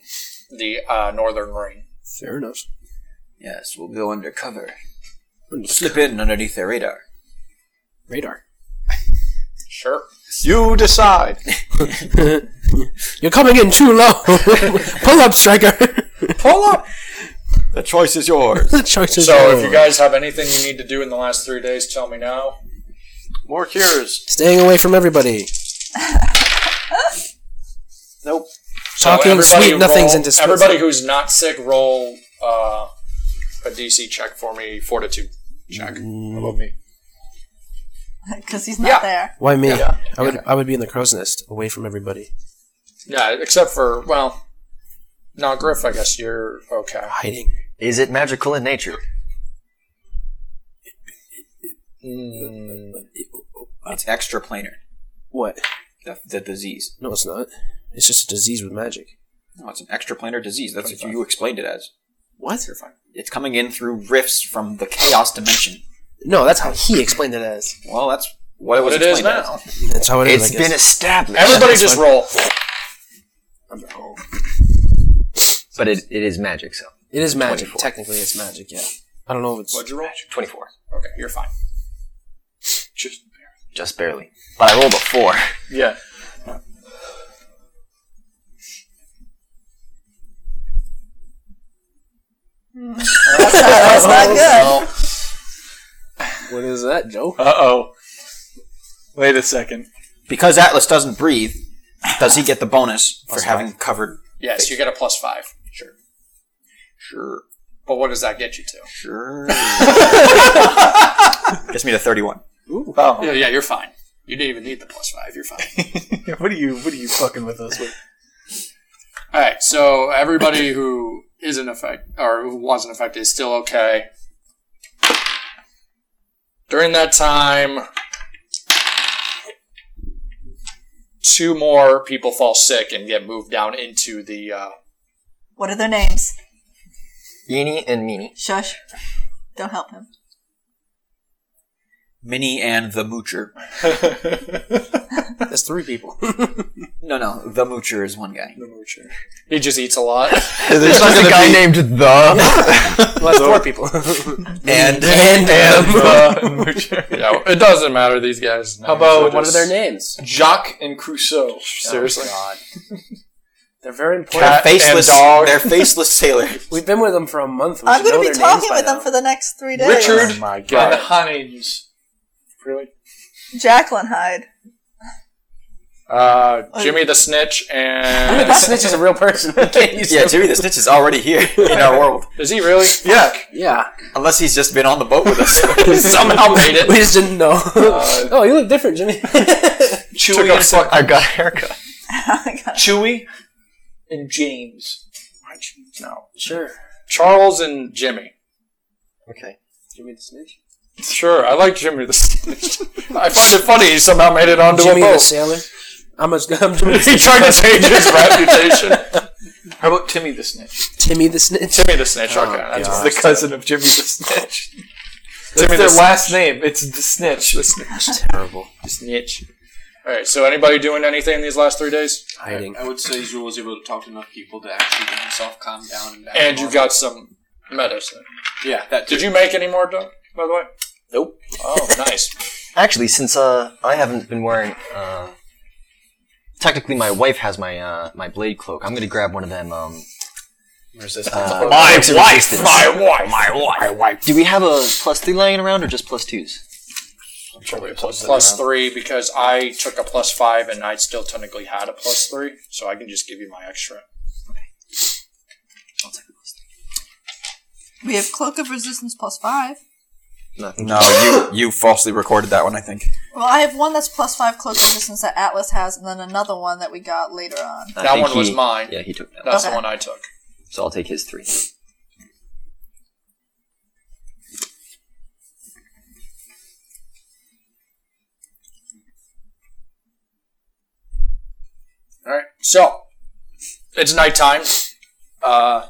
Speaker 2: the uh, northern ring.
Speaker 6: Fair enough.
Speaker 8: Yes, we'll go undercover.
Speaker 6: I'm just
Speaker 8: Slip in underneath their radar.
Speaker 6: radar.
Speaker 2: Sure.
Speaker 1: You
Speaker 9: *laughs*
Speaker 1: decide.
Speaker 6: You're coming in too low. *laughs* Pull up, striker. Pull up.
Speaker 8: The choice is yours.
Speaker 6: *laughs* The choice is
Speaker 2: So if you
Speaker 6: yours.
Speaker 2: guys have anything you need to do in the last three days, tell me now.
Speaker 9: More cures.
Speaker 6: staying away from everybody,
Speaker 9: Nope.
Speaker 2: So
Speaker 6: Talking
Speaker 2: everybody
Speaker 6: sweet nothings
Speaker 2: roll-
Speaker 6: into sweet-
Speaker 2: everybody who's not sick. Roll uh, a DC check for me, fortitude check. Above me.
Speaker 4: Because he's not
Speaker 2: Yeah.
Speaker 4: there.
Speaker 6: why me?
Speaker 2: Yeah.
Speaker 6: I would I would be in the crow's nest, away from everybody,
Speaker 2: Yeah, except for well, not Griff. I guess you're okay.
Speaker 6: hiding.
Speaker 3: Is it magical in nature?
Speaker 2: Mm,
Speaker 8: It's extra planar.
Speaker 6: What?
Speaker 8: The, the disease.
Speaker 6: No, it's not. It's just a disease with magic.
Speaker 8: No, it's an extraplanar disease. That's what you explained it as.
Speaker 6: What?
Speaker 8: It's coming in through rifts from the chaos dimension.
Speaker 6: No, that's how he explained it as.
Speaker 8: Well, that's what it was
Speaker 2: What it is
Speaker 8: explained
Speaker 2: now.
Speaker 8: As.
Speaker 6: That's how it is,
Speaker 3: It's
Speaker 6: I guess.
Speaker 3: been established.
Speaker 2: everybody just roll.
Speaker 3: But it, it is magic, so.
Speaker 6: it is magic.
Speaker 3: 24.
Speaker 6: Technically, it's magic. Yeah. I don't know if it's.
Speaker 2: What'd you roll?
Speaker 3: 24.
Speaker 2: Okay, you're fine. Just
Speaker 3: Just barely. But I rolled a 4.
Speaker 2: yeah.
Speaker 4: That's not
Speaker 2: Oh,
Speaker 4: good.
Speaker 6: What is that, Joe?
Speaker 1: Uh oh. Wait a second.
Speaker 8: Because Atlas doesn't breathe, does he get the *laughs* bonus for having covered?
Speaker 2: Yes, you get a plus five. Sure.
Speaker 8: Sure,
Speaker 2: But what does that get you to?
Speaker 8: sure. *laughs* Gets me to 31.
Speaker 2: Yeah, Oh, yeah, you're fine. You didn't even need the plus five. You're fine.
Speaker 1: *laughs* what are you what are you fucking with us with?
Speaker 2: All right. So everybody who isn't affected or who wasn't affected is still okay. During that time, two more people fall sick and get moved down into the. Uh,
Speaker 4: What are their names?
Speaker 3: Eeny and meeny.
Speaker 4: Shush. Don't help him.
Speaker 8: Minnie and the Moocher.
Speaker 6: That's three people.
Speaker 8: *laughs* No, no, the Moocher is one guy.
Speaker 2: he just eats a lot.
Speaker 1: *laughs*
Speaker 3: There's just a guy named The.
Speaker 6: well, that's four people.
Speaker 8: And
Speaker 6: and
Speaker 2: yeah, it doesn't matter. These guys. How about
Speaker 6: what are their names?
Speaker 1: Jacques and Crusoe.
Speaker 2: Seriously.
Speaker 6: They're very important.
Speaker 2: Cat
Speaker 8: *laughs* faceless,
Speaker 2: and dog.
Speaker 8: they're faceless *laughs* sailors.
Speaker 6: We've been with them for a month. We
Speaker 4: I'm
Speaker 6: should
Speaker 4: gonna
Speaker 6: know
Speaker 4: be
Speaker 6: their
Speaker 4: talking
Speaker 6: names by
Speaker 4: with them
Speaker 6: now.
Speaker 4: for the next three days.
Speaker 1: Richard
Speaker 2: Oh my
Speaker 1: and
Speaker 2: god.
Speaker 1: Hines. Really?
Speaker 4: Jacqueline Hyde. *laughs*
Speaker 2: Uh, Jimmy the Snitch and
Speaker 6: *laughs* That snitch is a real person. *laughs* We can't use
Speaker 8: Yeah,
Speaker 6: him.
Speaker 8: Jimmy the Snitch is already here *laughs* in
Speaker 3: *laughs*
Speaker 8: our world.
Speaker 2: is he
Speaker 1: *laughs*
Speaker 2: really? *laughs*
Speaker 8: Yeah,
Speaker 6: Yeah.
Speaker 8: unless he's just been on the boat with us.
Speaker 1: *laughs*
Speaker 2: Somehow made it.
Speaker 6: We just didn't know. oh, you look different, Jimmy. *laughs*
Speaker 1: Chewy and, fuck,
Speaker 3: I got a haircut.
Speaker 4: I got-
Speaker 1: Chewy and James.
Speaker 2: No.
Speaker 6: sure.
Speaker 2: Charles and Jimmy.
Speaker 3: Okay.
Speaker 6: Jimmy the snitch.
Speaker 2: Sure, I like Jimmy the Snitch. *laughs* I find it funny he somehow made it onto
Speaker 6: Jimmy
Speaker 2: a
Speaker 6: the
Speaker 2: boat.
Speaker 6: sailor. I'm, a, *laughs* I'm
Speaker 2: *laughs*
Speaker 6: Jimmy the
Speaker 2: He
Speaker 6: snitch.
Speaker 2: tried to change
Speaker 1: *laughs*
Speaker 2: his reputation.
Speaker 1: How about Timmy the Snitch?
Speaker 6: Timmy the snitch.
Speaker 2: Jimmy the Snitch.
Speaker 1: Oh,
Speaker 2: Okay, that's
Speaker 1: The cousin of Jimmy the Snitch. That's
Speaker 2: Timmy the
Speaker 1: their
Speaker 2: Snitch.
Speaker 1: last name. It's the Snitch. The Snitch.
Speaker 6: Terrible.
Speaker 1: The Snitch.
Speaker 2: All right. So, anybody doing anything in these last three days?
Speaker 6: Hiding.
Speaker 5: I would say Zul was able to talk to enough people to actually get himself calmed down. And, back to
Speaker 2: And you
Speaker 5: normal.
Speaker 2: got some medicine.
Speaker 5: yeah, that
Speaker 2: Did you make any more, Doug? By the way.
Speaker 3: Nope.
Speaker 2: Oh, nice.
Speaker 3: Actually, since uh, I haven't been wearing. Uh, technically, my wife has my uh, my blade cloak. I'm going to grab one of them. Um,
Speaker 8: Resistance.
Speaker 3: uh, cloaks of resistance.
Speaker 2: wife.
Speaker 3: Do we have a plus three lying around or just plus twos?
Speaker 7: I'm sure we plugged it
Speaker 2: plus
Speaker 7: in.
Speaker 2: three because I took a plus five and I still technically had a plus three, so I can just give you my extra.
Speaker 4: We have Cloak of Resistance plus five.
Speaker 8: *laughs* No, you you falsely recorded that one. I think.
Speaker 4: Well, I have one that's plus five Cloak of Resistance that Atlas has, and then another one that we got later on.
Speaker 3: I
Speaker 2: that
Speaker 3: think
Speaker 2: one was
Speaker 3: he-
Speaker 2: mine.
Speaker 3: Yeah, he took that.
Speaker 2: That's
Speaker 4: Okay.
Speaker 2: the one I took.
Speaker 3: So I'll take his three.
Speaker 2: All right. So it's nighttime. Uh,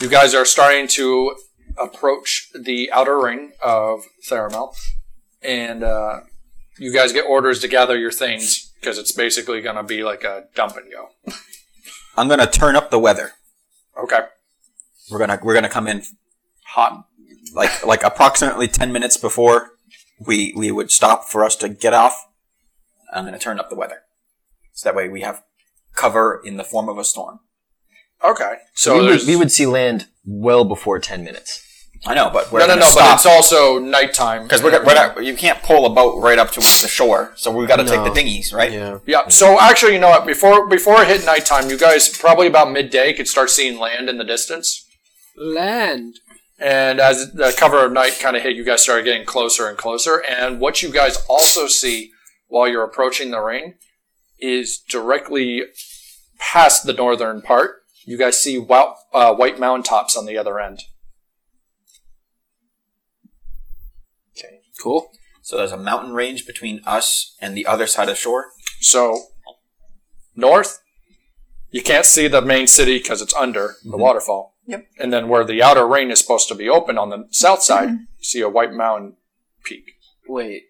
Speaker 2: you guys are starting to approach the outer ring of Theramel, and uh, you guys get orders to gather your things because it's basically going to be like a dump and go.
Speaker 8: I'm gonna turn up the weather.
Speaker 2: Okay.
Speaker 8: We're gonna we're gonna come in hot, like like approximately ten minutes before we we would stop for us to get off. I'm gonna turn up the weather, so that way we have cover in the form of a storm.
Speaker 2: Okay. So
Speaker 3: we, would,
Speaker 2: there's
Speaker 3: we would see land well before ten minutes.
Speaker 8: I know, but we're
Speaker 2: no, no,
Speaker 8: gonna
Speaker 2: no. But
Speaker 8: stop
Speaker 2: it's also nighttime
Speaker 8: because we're, go- we're not. You can't pull a boat right up to the shore, so we've got to take
Speaker 6: No.
Speaker 8: the dinghies, right?
Speaker 6: Yeah.
Speaker 2: Yeah. So actually, you know what? Before before it hit nighttime, you guys probably about midday could start seeing land in the distance.
Speaker 6: Land.
Speaker 2: And as the cover of night kind of hit, you guys started getting closer and closer. And what you guys also see while you're approaching the ring is directly past the northern part. You guys see wow, uh, white mountaintops on the other end.
Speaker 6: Cool.
Speaker 8: So there's a mountain range between us and the other side of the shore.
Speaker 2: So north, you can't see the main city because it's under the waterfall.
Speaker 4: Yep.
Speaker 2: And then where the outer ring is supposed to be open on the south side, you see a white mountain peak.
Speaker 6: Wait.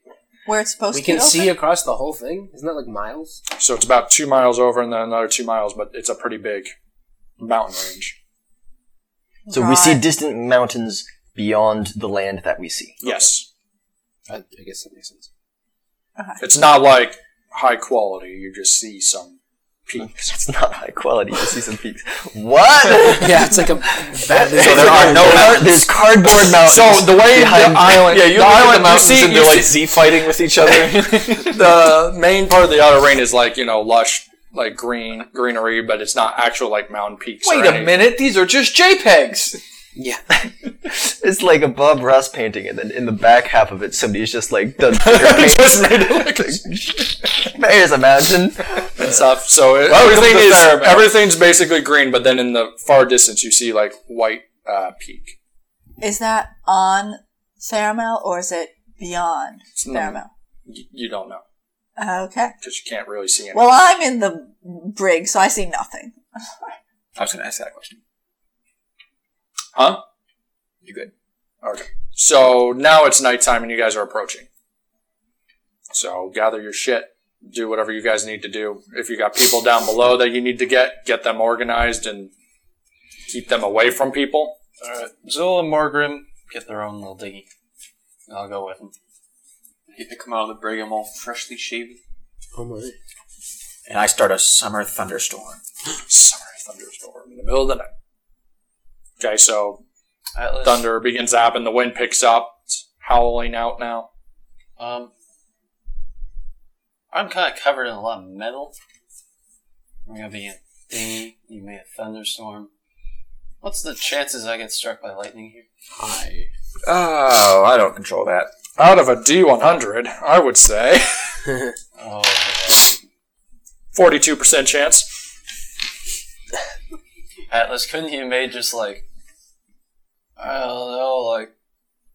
Speaker 4: Where it's supposed
Speaker 6: We
Speaker 4: to
Speaker 6: can
Speaker 4: be open.
Speaker 6: see across the whole thing. Isn't that like miles?
Speaker 2: So it's about two miles over and then another two miles, but it's a pretty big mountain range.
Speaker 3: So we see
Speaker 4: Right.
Speaker 3: distant mountains beyond the land that we see.
Speaker 2: Yes.
Speaker 6: I, I guess that makes sense.
Speaker 2: It's not like high quality. You just see some peaks.
Speaker 3: It's not high quality to see some peaks. What?
Speaker 6: yeah, it's like a badly.
Speaker 8: So there are no mountains.
Speaker 3: There's cardboard
Speaker 2: Oh,
Speaker 3: mountains.
Speaker 2: way *laughs*
Speaker 3: behind-
Speaker 2: yeah, you look at the mountains and they're like
Speaker 1: Z fighting with each other.
Speaker 2: the Uh, main part of the outer ring is like you know lush, like green greenery, but it's not actual like mountain peaks. or
Speaker 1: Wait a
Speaker 2: anything.
Speaker 1: minute, these are just JPEGs.
Speaker 3: *laughs* it's like a Bob Ross painting, and then in the back half of it, somebody is just like done. there's a mountain.
Speaker 2: *laughs* and stuff.
Speaker 1: *laughs*
Speaker 2: So it,
Speaker 3: Welcome
Speaker 2: everything
Speaker 3: to
Speaker 2: is
Speaker 3: Fairbanks.
Speaker 2: everything's basically green, but then in the far distance you see like white uh, peak.
Speaker 4: Is that on Theramel or is it beyond Theramel?
Speaker 2: Y- you don't know
Speaker 4: Okay.
Speaker 2: because you can't really see anything.
Speaker 4: Well, I'm in the brig, so I see nothing.
Speaker 8: I was gonna ask that question.
Speaker 2: huh?
Speaker 8: You good?
Speaker 2: Okay. So now it's nighttime and you guys are approaching. So gather your shit. Do whatever you guys need to do. If you got people down below that you need to get, get them organized and keep them away from people.
Speaker 9: Alright, Zul and Morgrim get their own little dinghy. I'll go with them.
Speaker 5: Get to come out of the brig. I'm all freshly shaven.
Speaker 6: Oh my.
Speaker 8: And I start a summer thunderstorm.
Speaker 2: Summer thunderstorm in the middle of the night. Okay, so
Speaker 9: Atlas,
Speaker 2: Thunder begins to happen. The wind picks up. It's howling out now.
Speaker 9: Um, I'm kind of covered in a lot of metal. I'm gonna be in a dinghy. You made a thunderstorm. What's the chances I get struck by lightning here?
Speaker 6: Hi.
Speaker 8: Oh, I don't control that.
Speaker 2: Out of a D100, I would say
Speaker 9: Oh,
Speaker 2: 42% chance.
Speaker 9: Atlas, couldn't you made just like I don't know, like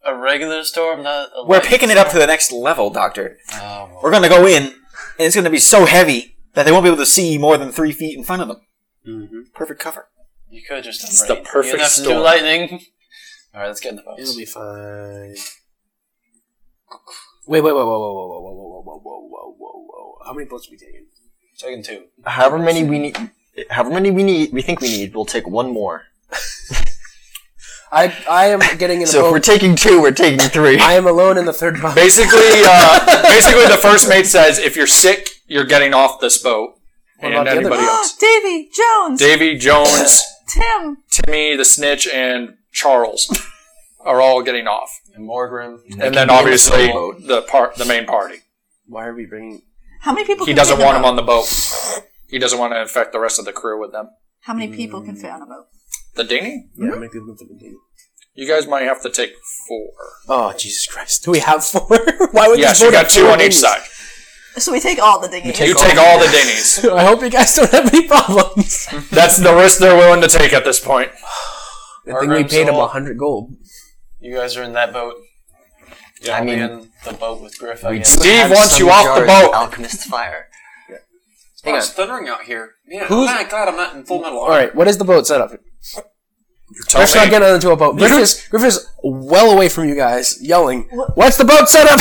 Speaker 9: a regular storm, not a
Speaker 8: We're
Speaker 9: lightning
Speaker 8: picking it up to
Speaker 9: storm?
Speaker 8: the next level, Doctor.
Speaker 9: Oh, well.
Speaker 8: We're gonna go in, and it's gonna be so heavy that they won't be able to see more than three feet in front of them.
Speaker 6: Mm-hmm.
Speaker 8: Perfect cover.
Speaker 9: You could just.
Speaker 2: It's the perfect
Speaker 9: you enough to do
Speaker 2: storm.
Speaker 9: lightning. *laughs* All right, let's get in the boat.
Speaker 6: It'll be fine. Wait, wait, wait, wait, wait, wait, wait, wait, wait, wait, wait, wait, wait, wait. How many boats are we taking?
Speaker 9: Taking two.
Speaker 3: However many we need, however many we need, we think we need. We'll take one more.
Speaker 6: I I am getting in a
Speaker 3: So if we're
Speaker 6: boat.
Speaker 3: taking two, we're taking three.
Speaker 6: *laughs* I am alone in the third boat.
Speaker 2: Basically, uh, basically, the first mate says if you're sick, you're getting off this boat.
Speaker 6: What
Speaker 2: and
Speaker 6: about the other
Speaker 2: anybody
Speaker 4: *gasps*
Speaker 6: guy?
Speaker 2: else.
Speaker 4: Davy, Jones,
Speaker 2: Davy, Jones,
Speaker 4: Tim.
Speaker 2: Timmy, the snitch, and Charles are all getting off.
Speaker 5: and Morgrim.
Speaker 2: and then obviously the part, the main party.
Speaker 9: Why are we bringing?
Speaker 4: How many people?
Speaker 2: He
Speaker 4: can
Speaker 2: doesn't
Speaker 4: fit
Speaker 2: want
Speaker 4: in a
Speaker 2: him
Speaker 4: boat?
Speaker 2: on the boat. He doesn't want to infect the rest of the crew with them.
Speaker 4: How many people can fit on a boat?
Speaker 2: The dinghy?
Speaker 4: Mm-hmm.
Speaker 6: Yeah, make people go for the date.
Speaker 2: You guys might have to take four.
Speaker 6: Oh Jesus Christ! Do we have four? *laughs* Why would
Speaker 2: Yes,
Speaker 6: this
Speaker 2: you
Speaker 6: vote
Speaker 2: got
Speaker 6: have
Speaker 2: two
Speaker 6: four
Speaker 2: on each
Speaker 6: names?
Speaker 2: side.
Speaker 4: So we take all the dinghies.
Speaker 2: You take all the dinghies.
Speaker 6: *laughs* I hope you guys don't have any problems.
Speaker 2: That's the risk they're willing to take at this point.
Speaker 6: Good thing we
Speaker 9: Argrim's
Speaker 6: paid him
Speaker 9: all-
Speaker 6: a hundred gold.
Speaker 9: You guys are in that boat.
Speaker 3: I
Speaker 9: I'll be
Speaker 3: mean,
Speaker 9: in the boat with Griff. I
Speaker 3: we
Speaker 9: guess.
Speaker 2: Steve
Speaker 3: Have
Speaker 2: wants
Speaker 3: some
Speaker 2: you off the
Speaker 3: jars of
Speaker 2: boat.
Speaker 3: Alchemist fire.
Speaker 5: Oh, it's thundering out here. Man,
Speaker 6: Who's-
Speaker 5: I'm not glad I'm not in full metal
Speaker 6: All
Speaker 5: armor.
Speaker 6: right, what is the boat setup?
Speaker 2: Tell
Speaker 6: Griff's not
Speaker 2: me.
Speaker 6: getting onto a boat. Griff is, Griff is well away from you guys, yelling,
Speaker 4: What-
Speaker 6: "What's the boat setup?"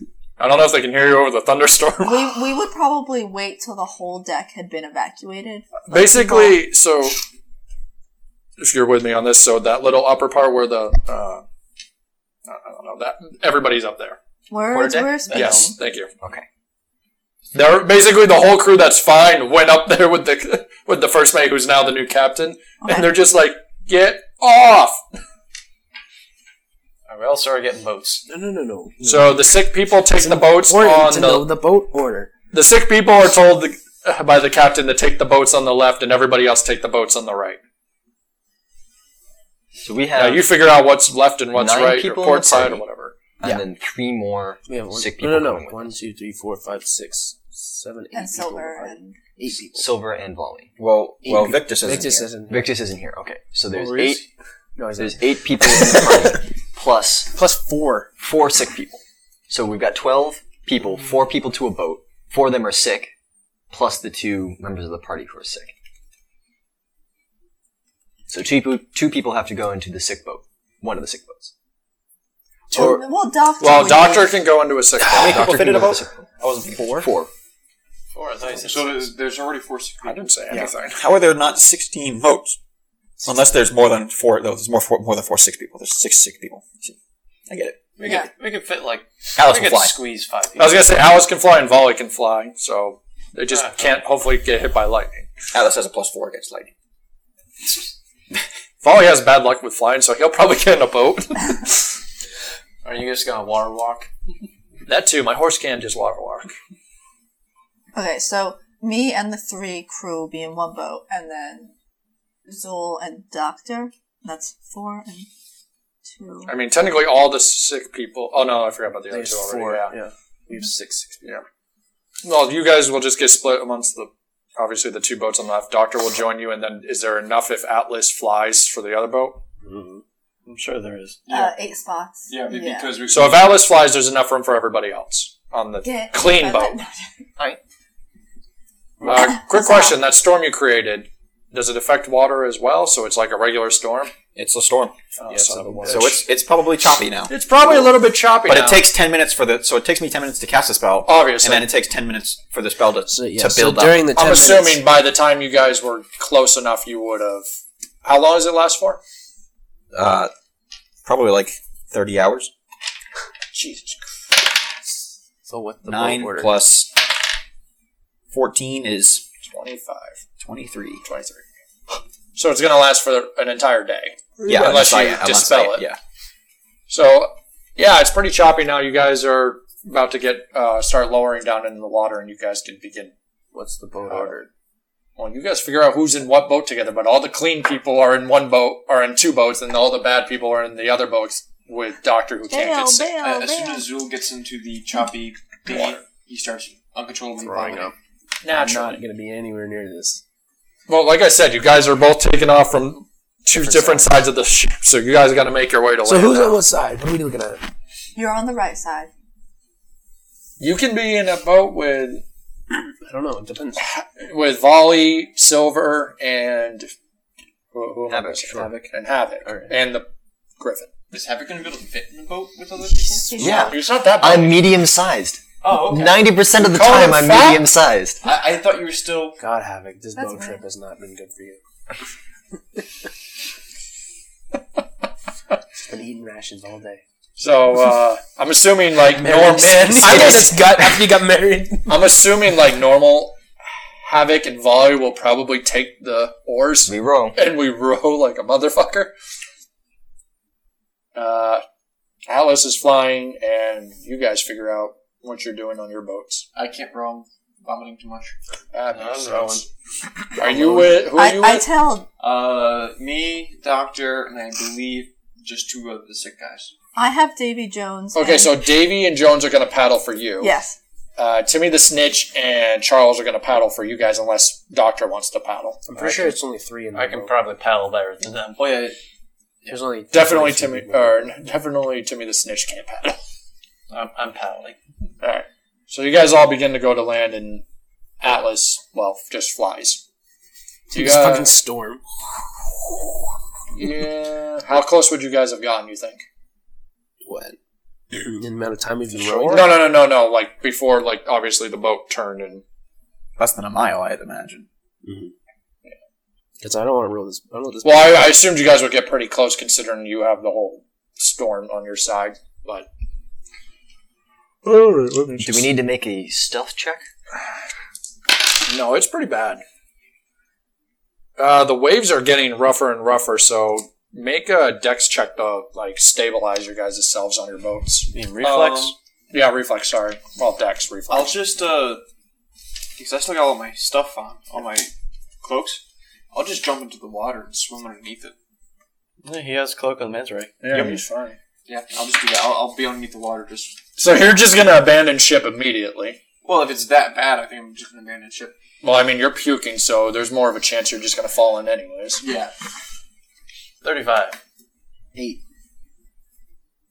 Speaker 6: *laughs*
Speaker 2: I don't know if they can hear you over the *laughs* thunderstorm.
Speaker 4: We, we would probably wait till the whole deck had been evacuated.
Speaker 2: Basically, so if you're with me on this, so that little upper part where the uh, I I don't know that everybody's up there.
Speaker 4: Words
Speaker 8: deck?
Speaker 4: were speaking.
Speaker 2: Yes, thank you.
Speaker 3: Okay.
Speaker 2: They're basically the whole crew that's fine went up there with the *laughs* with the first mate who's now the new captain,
Speaker 4: Okay.
Speaker 2: and they're just like, "Get off!"
Speaker 9: All right, we all started getting boats.
Speaker 6: No, no, no, no.
Speaker 2: So the sick people take the boats
Speaker 6: Important
Speaker 2: on
Speaker 6: to
Speaker 2: the
Speaker 6: know the boat order.
Speaker 2: The sick people are told the, *sighs* uh, by the captain to take the boats on the left, and everybody else take the boats on the right.
Speaker 3: So we
Speaker 2: Now
Speaker 3: have,
Speaker 2: you figure out what's left and what's
Speaker 3: Nine
Speaker 2: right, or
Speaker 3: people
Speaker 2: port
Speaker 3: in the party.
Speaker 2: side, or whatever.
Speaker 3: and
Speaker 6: yeah.
Speaker 3: then three more
Speaker 6: We have one,
Speaker 3: sick
Speaker 6: no,
Speaker 3: people.
Speaker 6: no, no.
Speaker 3: coming with
Speaker 6: One, two, three, four, five, six, seven, eight
Speaker 4: And
Speaker 6: people.
Speaker 4: silver.
Speaker 6: Five,
Speaker 4: And
Speaker 6: Eight
Speaker 3: us.
Speaker 6: people.
Speaker 3: Silver and Volley.
Speaker 8: Well,
Speaker 6: Eight
Speaker 8: well,
Speaker 6: people.
Speaker 8: Victus isn't.
Speaker 6: Victus
Speaker 8: here.
Speaker 6: isn't.
Speaker 3: Victus isn't here. Okay, so there's
Speaker 6: Where
Speaker 3: eight.
Speaker 6: is- No, he's
Speaker 3: There's eight people in the
Speaker 6: *laughs*
Speaker 3: party plus
Speaker 6: plus four.
Speaker 3: four sick people. So we've got twelve people. Four people to a boat. Four of them are sick, plus the two members of the party who are sick. So two people, two people have to go into the sick boat. One of the sick boats.
Speaker 4: Two- well, doctor.
Speaker 2: Well,
Speaker 4: would
Speaker 2: doctor
Speaker 4: wait.
Speaker 2: can go into a
Speaker 3: *sighs*
Speaker 2: sick
Speaker 3: Doctor
Speaker 2: boat.
Speaker 3: can
Speaker 6: fit in
Speaker 3: go to the
Speaker 6: a boat?
Speaker 3: sick boat.
Speaker 6: I was four.
Speaker 3: Four.
Speaker 9: Four, I thought you said
Speaker 5: So there's- there's already four secret
Speaker 2: I didn't say anything.
Speaker 8: How are there not 16 votes? Unless there's more than four, no, there's more, four, more than four sick people. There's six sick people. See, I get it.
Speaker 9: we
Speaker 4: Yeah.
Speaker 9: could we could fit like
Speaker 8: Alice will
Speaker 9: we could
Speaker 8: fly.
Speaker 9: squeeze five people.
Speaker 2: I was gonna say Alice can fly and Volley can fly, so they
Speaker 3: Uh.
Speaker 2: just
Speaker 9: Ah.
Speaker 2: can't hopefully get hit by lightning.
Speaker 8: Alice has a plus four against lightning.
Speaker 2: Volley has bad luck with flying, so he'll probably *laughs* get in a boat.
Speaker 9: Are you guys gonna water walk?
Speaker 2: that too. My horse can just water walk.
Speaker 4: Okay, so me and the three crew be in one boat, and then Zul and Doctor. That's four and two.
Speaker 2: I mean, technically, all the sick people. Oh no, I forgot about the other two already.
Speaker 6: four.
Speaker 2: yeah.
Speaker 6: yeah. We have six. six people.
Speaker 2: Well, you guys will just get split amongst the obviously the two boats on the left. Doctor will join you, and then is there enough if Atlas flies for the other boat?
Speaker 9: I'm sure there is.
Speaker 4: Uh, eight spots.
Speaker 5: Yeah, be- because we
Speaker 2: So if Atlas flies, there's enough room for everybody else on the
Speaker 4: Get-
Speaker 2: clean boat. Uh, quick
Speaker 4: That's
Speaker 2: question: That storm you created, does it affect water as well? So it's like a regular storm.
Speaker 8: It's a storm.
Speaker 2: Oh,
Speaker 6: Yes,
Speaker 2: son of a
Speaker 6: it
Speaker 2: bitch.
Speaker 8: So it's it's probably choppy now.
Speaker 2: it's probably a little bit choppy,
Speaker 8: But
Speaker 2: now.
Speaker 8: it takes 10 minutes for the, so it takes me 10 minutes to cast a spell.
Speaker 2: Obviously.
Speaker 8: And then it takes 10 minutes for the spell to,
Speaker 6: So, yeah,
Speaker 8: to
Speaker 6: so
Speaker 8: build up.
Speaker 6: during the 10
Speaker 2: I'm
Speaker 6: minutes-
Speaker 2: assuming by the time you guys were close enough, you would have. How long does it last for?
Speaker 8: uh, probably like 30 hours.
Speaker 2: Jesus. Christ.
Speaker 6: So what the
Speaker 8: Nine
Speaker 6: boat order?
Speaker 8: plus 14 is
Speaker 2: 25,
Speaker 8: 23.
Speaker 2: 23. So it's going to last for an entire day.
Speaker 8: Yeah,
Speaker 2: Unless you
Speaker 8: unless
Speaker 2: dispel it. *laughs*
Speaker 8: Yeah.
Speaker 2: So, yeah, it's pretty choppy now. You guys are about to get uh, start lowering down into the water, and you guys can begin.
Speaker 6: What's the boat
Speaker 2: Uh,
Speaker 6: order?
Speaker 2: Well, you guys figure out who's in what boat together, but all the clean people are in one boat, are in two boats, and all the bad people are in the other boats with Doctor who can't
Speaker 4: Bail,
Speaker 2: get sick.
Speaker 4: bail,
Speaker 5: Uh, as soon
Speaker 4: bail.
Speaker 5: as Zul gets into the choppy dinghy, he starts uncontrollably
Speaker 6: Throwing
Speaker 5: vomiting.
Speaker 6: up. I'm
Speaker 2: Naturally.
Speaker 6: not going to be anywhere near this.
Speaker 2: Well, like I said, you guys are both taken off from two different, sides of the ship, so you guys got to make your way to
Speaker 6: So
Speaker 2: land.
Speaker 6: who's
Speaker 2: now.
Speaker 6: on what side? What are we looking at?
Speaker 4: *laughs* You're on the right side.
Speaker 2: you can be in a boat with
Speaker 6: I don't know. It depends.
Speaker 2: with Volley, Silver, and who, who am I
Speaker 3: Havoc,
Speaker 2: missing?
Speaker 3: sure.
Speaker 2: Havoc, and Havoc, and the Griffin.
Speaker 5: Is Havoc going to be able to fit in a boat with other people?
Speaker 3: Yeah.
Speaker 2: it's not that bad.
Speaker 3: I'm medium sized.
Speaker 5: Oh, okay.
Speaker 3: Ninety percent of the
Speaker 2: Colin
Speaker 3: time, I'm
Speaker 2: Fat?
Speaker 3: medium sized.
Speaker 5: I, I thought you were still.
Speaker 6: God, Havoc, this
Speaker 4: That's
Speaker 6: boat
Speaker 4: fine.
Speaker 6: trip has not been good for you.
Speaker 2: *laughs*
Speaker 6: Just been eating rations all day.
Speaker 2: So uh, I'm assuming like normal.
Speaker 6: I just got after you got
Speaker 3: *laughs*
Speaker 6: married.
Speaker 2: I'm assuming like normal. Havoc and Volley will probably take the oars.
Speaker 3: We row.
Speaker 2: and we row like a motherfucker. Uh, Alice is flying, and you guys figure out what you're doing on your boats.
Speaker 5: I can't roam. Vomiting too much.
Speaker 2: That
Speaker 9: I'm
Speaker 2: makes sense.
Speaker 4: *laughs*
Speaker 2: Are you with? Who are
Speaker 4: I,
Speaker 2: you
Speaker 4: I
Speaker 2: with?
Speaker 4: tell.
Speaker 5: Uh, me, doctor, and I believe just two of the sick guys.
Speaker 4: I have Davy Jones.
Speaker 2: okay,
Speaker 4: and-
Speaker 2: so Davy and Jones are going to paddle for you.
Speaker 4: yes,
Speaker 2: Uh, Timmy the Snitch and Charles are going to paddle for you guys, unless Doctor wants to paddle.
Speaker 6: I'm pretty sure it's only three in the
Speaker 9: I can
Speaker 6: boat.
Speaker 9: probably paddle better than them.
Speaker 5: Oh yeah,
Speaker 6: There's only
Speaker 2: Definitely
Speaker 6: three
Speaker 2: Timmy,
Speaker 6: people.
Speaker 2: or definitely Timmy the Snitch can't paddle.
Speaker 9: I'm, I'm paddling.
Speaker 2: All right. So you guys all begin to go to land, and Atlas, well, just flies. uh, You
Speaker 6: It's fucking
Speaker 2: guys,
Speaker 6: storm.
Speaker 2: yeah. How close would you guys have gotten? You think?
Speaker 6: What? The amount of time we've been rowing.
Speaker 2: No, no, no, no, no. Like before, like obviously the boat turned and
Speaker 8: Less than a mile, I'd imagine.
Speaker 6: Because I don't want to roll this. I don't want this.
Speaker 2: Well, I, I assumed you guys would get pretty close considering you have the whole storm on your side. But
Speaker 3: Do we need to make a stealth check?
Speaker 2: no, it's pretty bad. Uh, the waves are getting rougher and rougher, so make a dex check to like stabilize your guys' selves on your boats.
Speaker 9: You mean reflex?
Speaker 5: Um,
Speaker 2: Yeah, reflex. Sorry, well, dex
Speaker 5: I'll
Speaker 2: reflex.
Speaker 5: just uh, because I still got all my stuff on, all my cloaks. I'll just jump into the water and swim underneath it.
Speaker 9: Yeah, he has cloak on the man's right.
Speaker 2: yeah, he's fine.
Speaker 5: Yeah, I'll just do that. I'll, I'll be underneath the water. Just
Speaker 2: So you're just gonna abandon ship immediately.
Speaker 5: well, if it's that bad, I think I'm just gonna abandon ship.
Speaker 2: Well, I mean, you're puking, so there's more of a chance you're just gonna fall in anyways.
Speaker 5: Yeah,
Speaker 9: Thirty-five.
Speaker 6: He's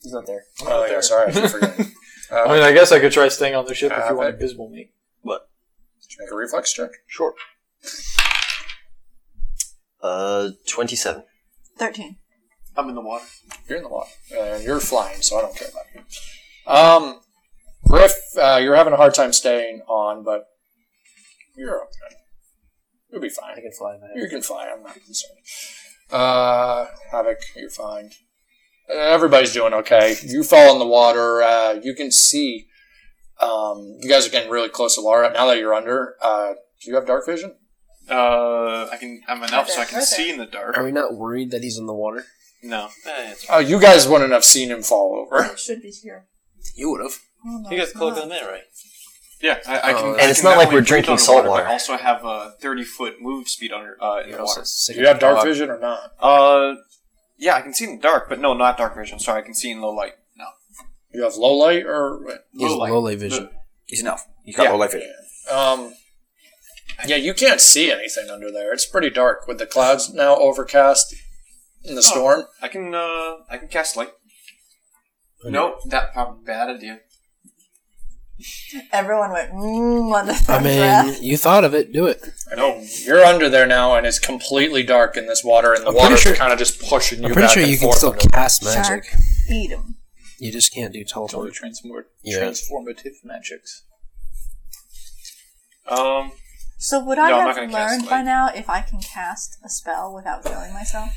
Speaker 6: not there.
Speaker 2: Oh, yeah, sorry, *laughs* I keep forgetting. Uh,
Speaker 7: I mean, I guess I could try staying on the ship if
Speaker 2: Uh,
Speaker 7: you want
Speaker 2: but-
Speaker 7: invisible me.
Speaker 2: Make a reflex check.
Speaker 3: Uh, 27.
Speaker 4: thirteen.
Speaker 5: I'm in the water.
Speaker 2: You're in the water. Uh, you're flying, so I don't care about you. Um, Griff, uh, you're having a hard time staying on, but you're okay. You'll be fine.
Speaker 6: I can fly, man.
Speaker 2: You can fly. I'm not concerned. Uh, Havoc, you're fine. Uh, Everybody's doing okay. You fall in the water. Uh, you can see. Um, you guys are getting really close to Laura now that you're under. Uh, do you have dark vision?
Speaker 5: Uh, I can. I'm enough so I can
Speaker 4: Right there.
Speaker 5: see in the dark.
Speaker 6: Are we not worried that he's in the water?
Speaker 5: No,
Speaker 9: Eh, it's-
Speaker 2: Oh, you guys wouldn't have seen him fall over.
Speaker 4: It should be here.
Speaker 6: You would have.
Speaker 4: Oh, no,
Speaker 9: he has
Speaker 4: it's
Speaker 9: cloak
Speaker 4: not.
Speaker 9: on the man right.
Speaker 5: yeah, I, I can.
Speaker 6: Oh,
Speaker 5: I
Speaker 6: And
Speaker 3: it's
Speaker 5: can
Speaker 3: not like
Speaker 5: only
Speaker 3: we're
Speaker 5: breathe
Speaker 3: drinking
Speaker 5: underwater,
Speaker 3: salt
Speaker 5: but
Speaker 3: water.
Speaker 5: I also have a 30 foot move speed under uh, in the water.
Speaker 2: Do you have dark vision or not?
Speaker 5: Uh, yeah, I can see in the dark, but no, not dark vision. Sorry, I can see in low light. No,
Speaker 2: You have low light or
Speaker 6: He has low light vision.
Speaker 8: He's an elf. He's got
Speaker 5: Yeah.
Speaker 8: low life vision.
Speaker 2: Um, yeah, you can't see anything under there. It's pretty dark with the clouds now overcast in the storm.
Speaker 5: I can uh, I can cast light. Nope, that probably bad idea.
Speaker 4: Everyone went. Mm, on the
Speaker 6: I mean, you thought of it. Do it.
Speaker 2: I know you're under there now, and it's completely dark in this water, and the
Speaker 6: I'm pretty
Speaker 2: water's
Speaker 6: sure-
Speaker 2: kind of just pushing you.
Speaker 6: I'm pretty
Speaker 2: back
Speaker 6: sure
Speaker 2: and
Speaker 6: you can
Speaker 2: forth
Speaker 6: still
Speaker 2: under-
Speaker 6: cast
Speaker 4: Shark,
Speaker 6: magic.
Speaker 4: eat him.
Speaker 6: You just can't do
Speaker 1: Totally
Speaker 6: teleport.
Speaker 1: transform-
Speaker 6: Yeah.
Speaker 1: transformative magics.
Speaker 5: Um,
Speaker 4: So would I
Speaker 5: No, I'm
Speaker 4: have
Speaker 5: not gonna
Speaker 4: learned
Speaker 5: cast
Speaker 4: by
Speaker 5: light.
Speaker 4: now if I can cast a spell without killing myself?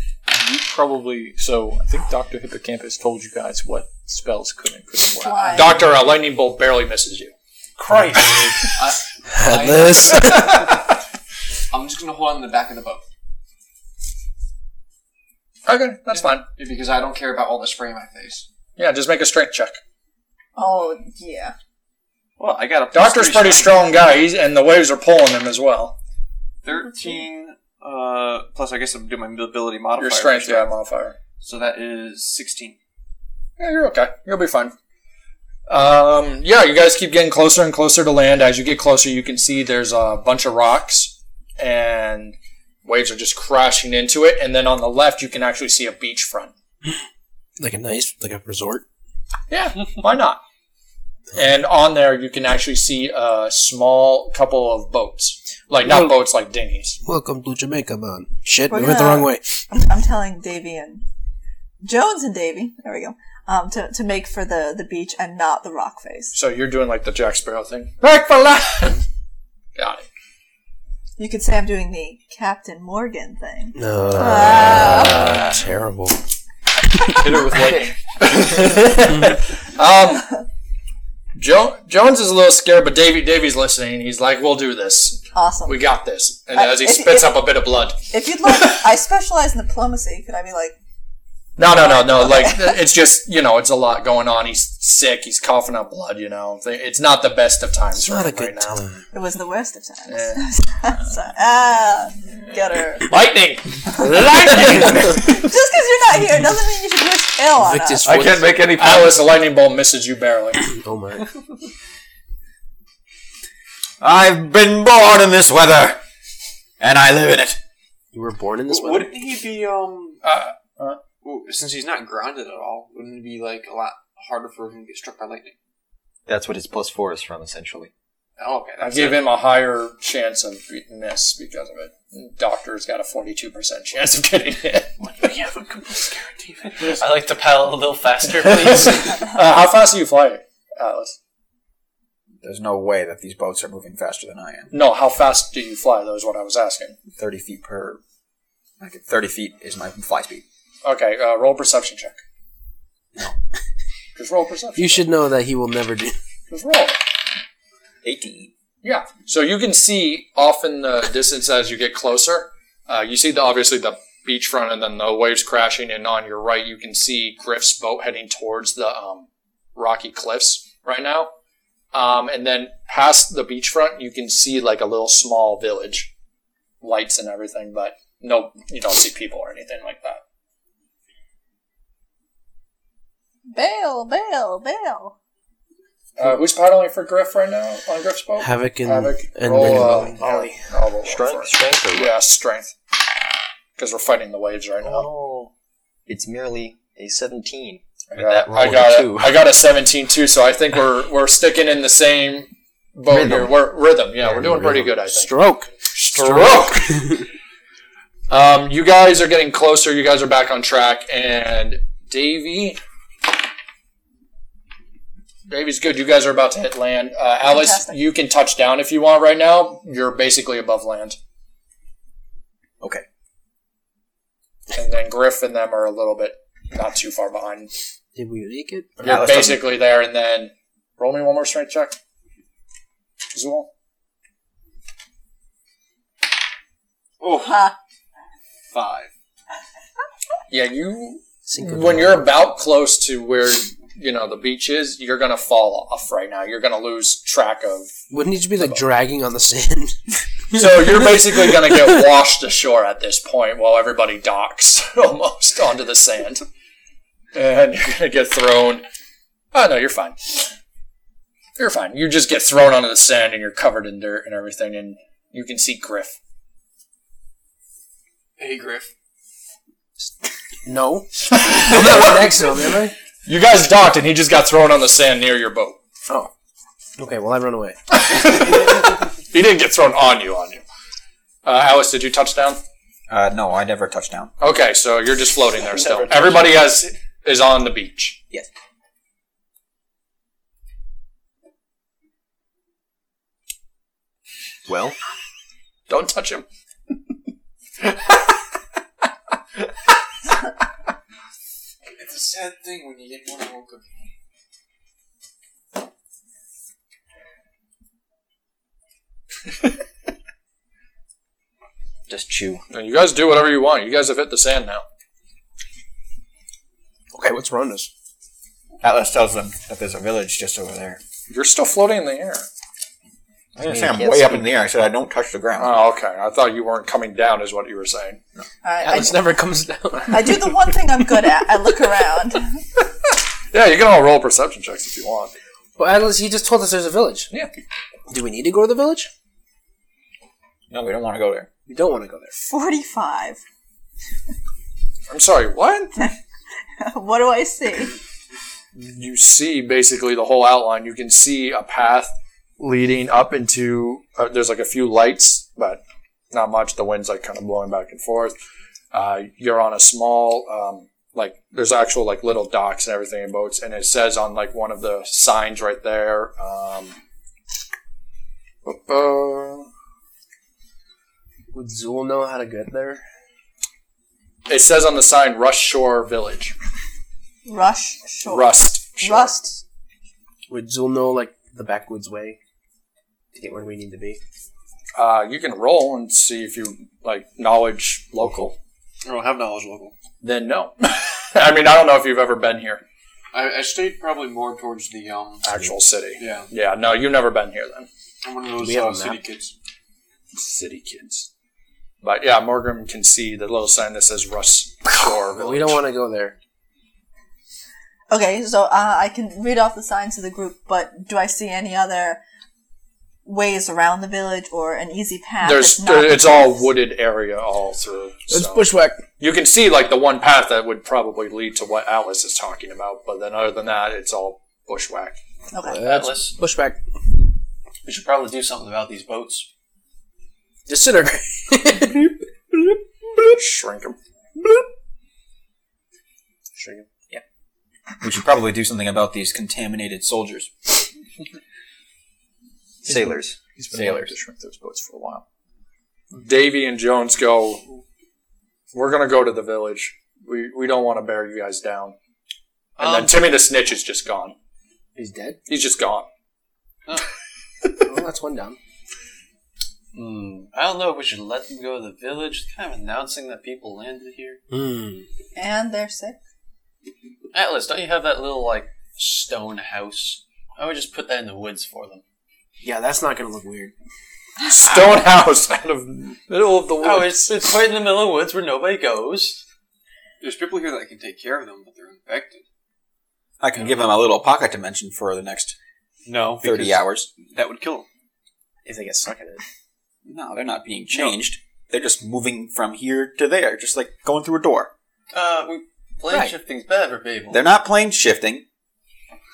Speaker 1: You probably so. I think Doctor Hippocampus told you guys what spells could and couldn't
Speaker 5: Uh,
Speaker 1: work.
Speaker 4: Why?
Speaker 2: Doctor, a lightning bolt barely misses you.
Speaker 6: Headless.
Speaker 5: I'm just gonna hold on to the back of the boat
Speaker 2: Okay, that's fine.
Speaker 5: because I don't care about all the spray in my face.
Speaker 2: Yeah, just make a strength check.
Speaker 4: Oh yeah.
Speaker 5: Well, I got a plus
Speaker 2: Doctor's
Speaker 5: three
Speaker 2: pretty strong guy, he's, and the waves are pulling him as well.
Speaker 5: Thirteen. Uh, plus I guess I'm doing my mobility modifier.
Speaker 2: Your strength,
Speaker 5: so-
Speaker 2: yeah, modifier.
Speaker 5: So that is sixteen.
Speaker 2: Yeah, you're okay. You'll be fine. Um, yeah, you guys keep getting closer and closer to land. As you get closer, you can see there's a bunch of rocks and waves are just crashing into it. And then on the left, you can actually see a beachfront.
Speaker 6: like a nice, like a resort.
Speaker 2: Yeah, *laughs* why not? And on there, you can actually see a small couple of boats. Like, not boats, like dinghies.
Speaker 6: Welcome to Jamaica, man. Shit,
Speaker 4: We're
Speaker 6: we went the
Speaker 4: gonna-
Speaker 6: wrong way.
Speaker 4: I'm, I'm telling Davy and Jones and Davy. There we go. Um, to, to make for the, the beach and not the rock face.
Speaker 2: So you're doing like the Jack Sparrow thing. Back for land! *laughs* Got it.
Speaker 4: You could say I'm doing the Captain Morgan thing.
Speaker 6: No,
Speaker 4: Ah.
Speaker 5: Uh,
Speaker 4: Wow.
Speaker 2: Ah,
Speaker 6: terrible.
Speaker 2: Hit her with lightning. um, jo- Jones is a little scared, but Davy Davy's listening. He's like, "We'll do this.
Speaker 4: Awesome.
Speaker 2: We got this." And
Speaker 4: Uh,
Speaker 2: as he
Speaker 4: if-
Speaker 2: spits
Speaker 4: if-
Speaker 2: up a bit of blood,
Speaker 4: if you'd like, I specialize in diplomacy. Could I be like,
Speaker 2: No, no, no, no. Like it's just you know, it's a lot going on. He's sick. He's coughing up blood. You know, it's not the best of times.
Speaker 6: It's
Speaker 2: for
Speaker 6: not a
Speaker 2: him right
Speaker 6: good
Speaker 2: now.
Speaker 6: time.
Speaker 4: It was the worst of times.
Speaker 2: Yeah.
Speaker 4: *laughs* So- ah, get her.
Speaker 2: Lightning.
Speaker 4: Just because you're not here doesn't mean you should wish ill on us.
Speaker 6: Victor's
Speaker 1: I can't make any
Speaker 2: Alice, a lightning bolt misses you barely.
Speaker 6: Oh my.
Speaker 8: I've been born in this weather, and I live in it.
Speaker 6: You were born in this
Speaker 5: W-
Speaker 6: weather?
Speaker 5: Wouldn't he be um?
Speaker 2: Uh,
Speaker 5: w- Since he's not grounded at all, wouldn't it be like a lot harder for him to get struck by lightning?
Speaker 3: *laughs* That's what his plus four is from, essentially.
Speaker 5: Oh, okay,
Speaker 2: I
Speaker 5: that's
Speaker 2: give
Speaker 5: it.
Speaker 2: him a higher chance of be- miss because of it. Doctor's got a forty-two percent chance of getting *laughs* hit.
Speaker 5: We have a complete guarantee. of it.
Speaker 9: I like to paddle a
Speaker 8: *laughs*
Speaker 9: little faster, please.
Speaker 2: Uh, how fast do you fly, Alice?
Speaker 8: There's no way that these boats are moving faster than I am.
Speaker 2: No, how fast do you fly? That was what I was asking.
Speaker 8: Thirty feet per. I could, Thirty feet is my fly speed.
Speaker 2: Okay, uh, roll perception check. Just roll perception.
Speaker 6: You should know that he will never do. *laughs*
Speaker 2: Just roll.
Speaker 8: Eighteen.
Speaker 2: Yeah. So you can see off in the distance as you get closer. Uh, you see the obviously the beachfront and then the waves crashing, and on your right you can see Griff's boat heading towards the um, rocky cliffs right now. Um, and then past the beachfront, you can see like a little small village, lights and everything, but no, you don't see people or anything like that.
Speaker 4: Bail, bail, bail.
Speaker 2: Uh, who's paddling for Griff right now on Griff's boat?
Speaker 6: Havoc and- and
Speaker 2: roll,
Speaker 6: Ring
Speaker 2: uh,
Speaker 6: and
Speaker 2: Molly. I'll roll
Speaker 3: Strength,
Speaker 2: for it.
Speaker 3: strength, or
Speaker 2: Yeah, strength. Because we're fighting the waves right now.
Speaker 3: Oh, it's merely a seventeen.
Speaker 2: I
Speaker 3: With that
Speaker 2: got,
Speaker 3: roll
Speaker 2: I
Speaker 3: of
Speaker 2: got,
Speaker 3: two.
Speaker 2: a, I got a 17 too, so I think we're we're sticking in the same boat
Speaker 3: Rhythm.
Speaker 2: here. We're, rhythm, yeah, we're doing pretty good, I think.
Speaker 6: Stroke.
Speaker 2: Stroke. *laughs* um, you guys are getting closer. You guys are back on track, and Davy. Davy's good. You guys are about to hit land. Uh, Alice,
Speaker 4: Fantastic.
Speaker 2: you can touch down if you want right now. You're basically above land.
Speaker 8: Okay.
Speaker 2: And then Griff and them are a little bit not too far behind.
Speaker 6: Did we make it?
Speaker 2: You're
Speaker 8: Alice doesn't-
Speaker 2: basically there, and then roll me one more strength check. Zool.
Speaker 4: Ha.
Speaker 5: Five.
Speaker 2: Yeah, you. When you're about close to where you know the beach is, you're gonna fall off right now. You're gonna lose track of.
Speaker 6: Wouldn't he just be like dragging on the sand? *laughs*
Speaker 2: So you're basically gonna get washed ashore at this point, while everybody docks *laughs* almost onto the sand, and you're gonna get thrown. Oh no, you're fine. You're fine. You just get thrown onto the sand, and you're covered in dirt and everything, and you can see Griff.
Speaker 5: Hey, Griff.
Speaker 2: *laughs*
Speaker 6: No. I'm not right next to him, am I?
Speaker 2: You guys docked, and he just got thrown on the sand near your boat.
Speaker 6: Oh. Okay, well, I run away.
Speaker 2: He didn't get thrown on you, on you. Uh, Alice, did you touch down?
Speaker 8: Uh, no, I never touched down.
Speaker 2: Okay, so you're just floating there still. Everybody has is on the beach.
Speaker 8: Yes.
Speaker 3: Well,
Speaker 2: Don't touch him.
Speaker 5: It's a sad thing when you get one whole cookie.
Speaker 3: just chew.
Speaker 2: You guys do whatever you want. You guys have hit the sand now.
Speaker 6: Okay, what's around us?
Speaker 8: Atlas tells them that there's a village just over there.
Speaker 2: You're still floating in the air.
Speaker 8: I didn't say I'm
Speaker 3: Yes.
Speaker 8: way up in the air. I said I don't touch the ground.
Speaker 2: Oh, okay. I thought you weren't coming down, is what you were saying.
Speaker 4: I, I,
Speaker 6: Alice never comes down.
Speaker 4: I
Speaker 6: *laughs*
Speaker 4: do the one thing I'm good at. I look around. *laughs*
Speaker 2: Yeah, you can all roll perception checks if you want.
Speaker 6: Well, Atlas, he just told us there's a village.
Speaker 2: Yeah.
Speaker 6: Do we need to go to the village?
Speaker 8: No, we don't want to go there.
Speaker 6: We don't want to go there.
Speaker 4: 45.
Speaker 2: I'm sorry. What?
Speaker 4: *laughs* What do I see?
Speaker 2: you see basically the whole outline. You can see a path leading up into. Uh, there's like a few lights, but not much. The wind's like kind of blowing back and forth. Uh, you're on a small, um, like there's actual like little docks and everything in boats, and it says on like one of the signs right there. Um, ba-ba.
Speaker 6: Would Zool know how to get there?
Speaker 2: it says on the sign Rush Shore Village.
Speaker 4: Rush short.
Speaker 2: Rust. Shore.
Speaker 4: Rust.
Speaker 6: Would Zool know, like, the backwoods way to get where we need to be?
Speaker 2: Uh, you can roll and see if you like knowledge local.
Speaker 5: I don't have knowledge local.
Speaker 2: Then no. *laughs* I mean, I don't know if you've ever been here,
Speaker 5: I, I stayed probably more towards the um.
Speaker 2: actual city.
Speaker 5: Yeah,
Speaker 2: Yeah, no, you've never been here then.
Speaker 5: I'm one of those
Speaker 3: We have
Speaker 5: uh,
Speaker 3: a
Speaker 5: city
Speaker 3: map.
Speaker 5: kids.
Speaker 2: City kids. But yeah, Morgan can see the little sign that says Russ Shore.
Speaker 6: We don't want to go there.
Speaker 4: Okay, so uh, I can read off the signs to the group, but do I see any other ways around the village or an easy path?
Speaker 2: There's,
Speaker 4: that's not the
Speaker 2: it's all
Speaker 4: path?
Speaker 2: wooded area all through.
Speaker 6: Let's
Speaker 2: so-
Speaker 6: bushwhack.
Speaker 2: you can see like the one path that would probably lead to what Atlas is talking about, but then other than that, it's all bushwhack. Uh,
Speaker 4: Okay.
Speaker 9: Atlas,
Speaker 6: Bushwhack.
Speaker 9: we should probably do something about these boats.
Speaker 6: Disintegrate.
Speaker 2: Shrink them.
Speaker 8: We should probably do something about these contaminated soldiers. Sailors.
Speaker 1: He's been wanting
Speaker 8: Sailors.
Speaker 1: to shrink those boats for a while.
Speaker 2: Davy and Jones go. We're gonna go to the village. We we don't want to bear you guys down. And
Speaker 9: Um,
Speaker 2: then Timmy the Snitch is just gone.
Speaker 6: *laughs* He's dead.
Speaker 2: He's just gone.
Speaker 6: Well, that's one down.
Speaker 9: Hmm, I don't know if we should let them go to the village. Kind of announcing that people landed here.
Speaker 6: Hmm.
Speaker 4: And they're sick.
Speaker 9: Atlas, don't you have that little like stone house? I would just put that in the woods for them.
Speaker 6: Yeah, that's not gonna look weird.
Speaker 2: Stone house out of middle of the
Speaker 9: Oh,
Speaker 2: woods.
Speaker 9: *laughs* it's it's right in the middle of the woods where nobody goes.
Speaker 5: There's people here that can take care of them, but they're infected.
Speaker 8: I can give them a little pocket dimension for the next
Speaker 5: No,
Speaker 8: 30 hours.
Speaker 5: That would kill them.
Speaker 8: If they get stuck in it. No, they're not being changed. They're just moving from here to there, just like going through a door.
Speaker 9: Uh, we plane
Speaker 8: Right.
Speaker 9: shifting's bad for people.
Speaker 8: They're not plane shifting.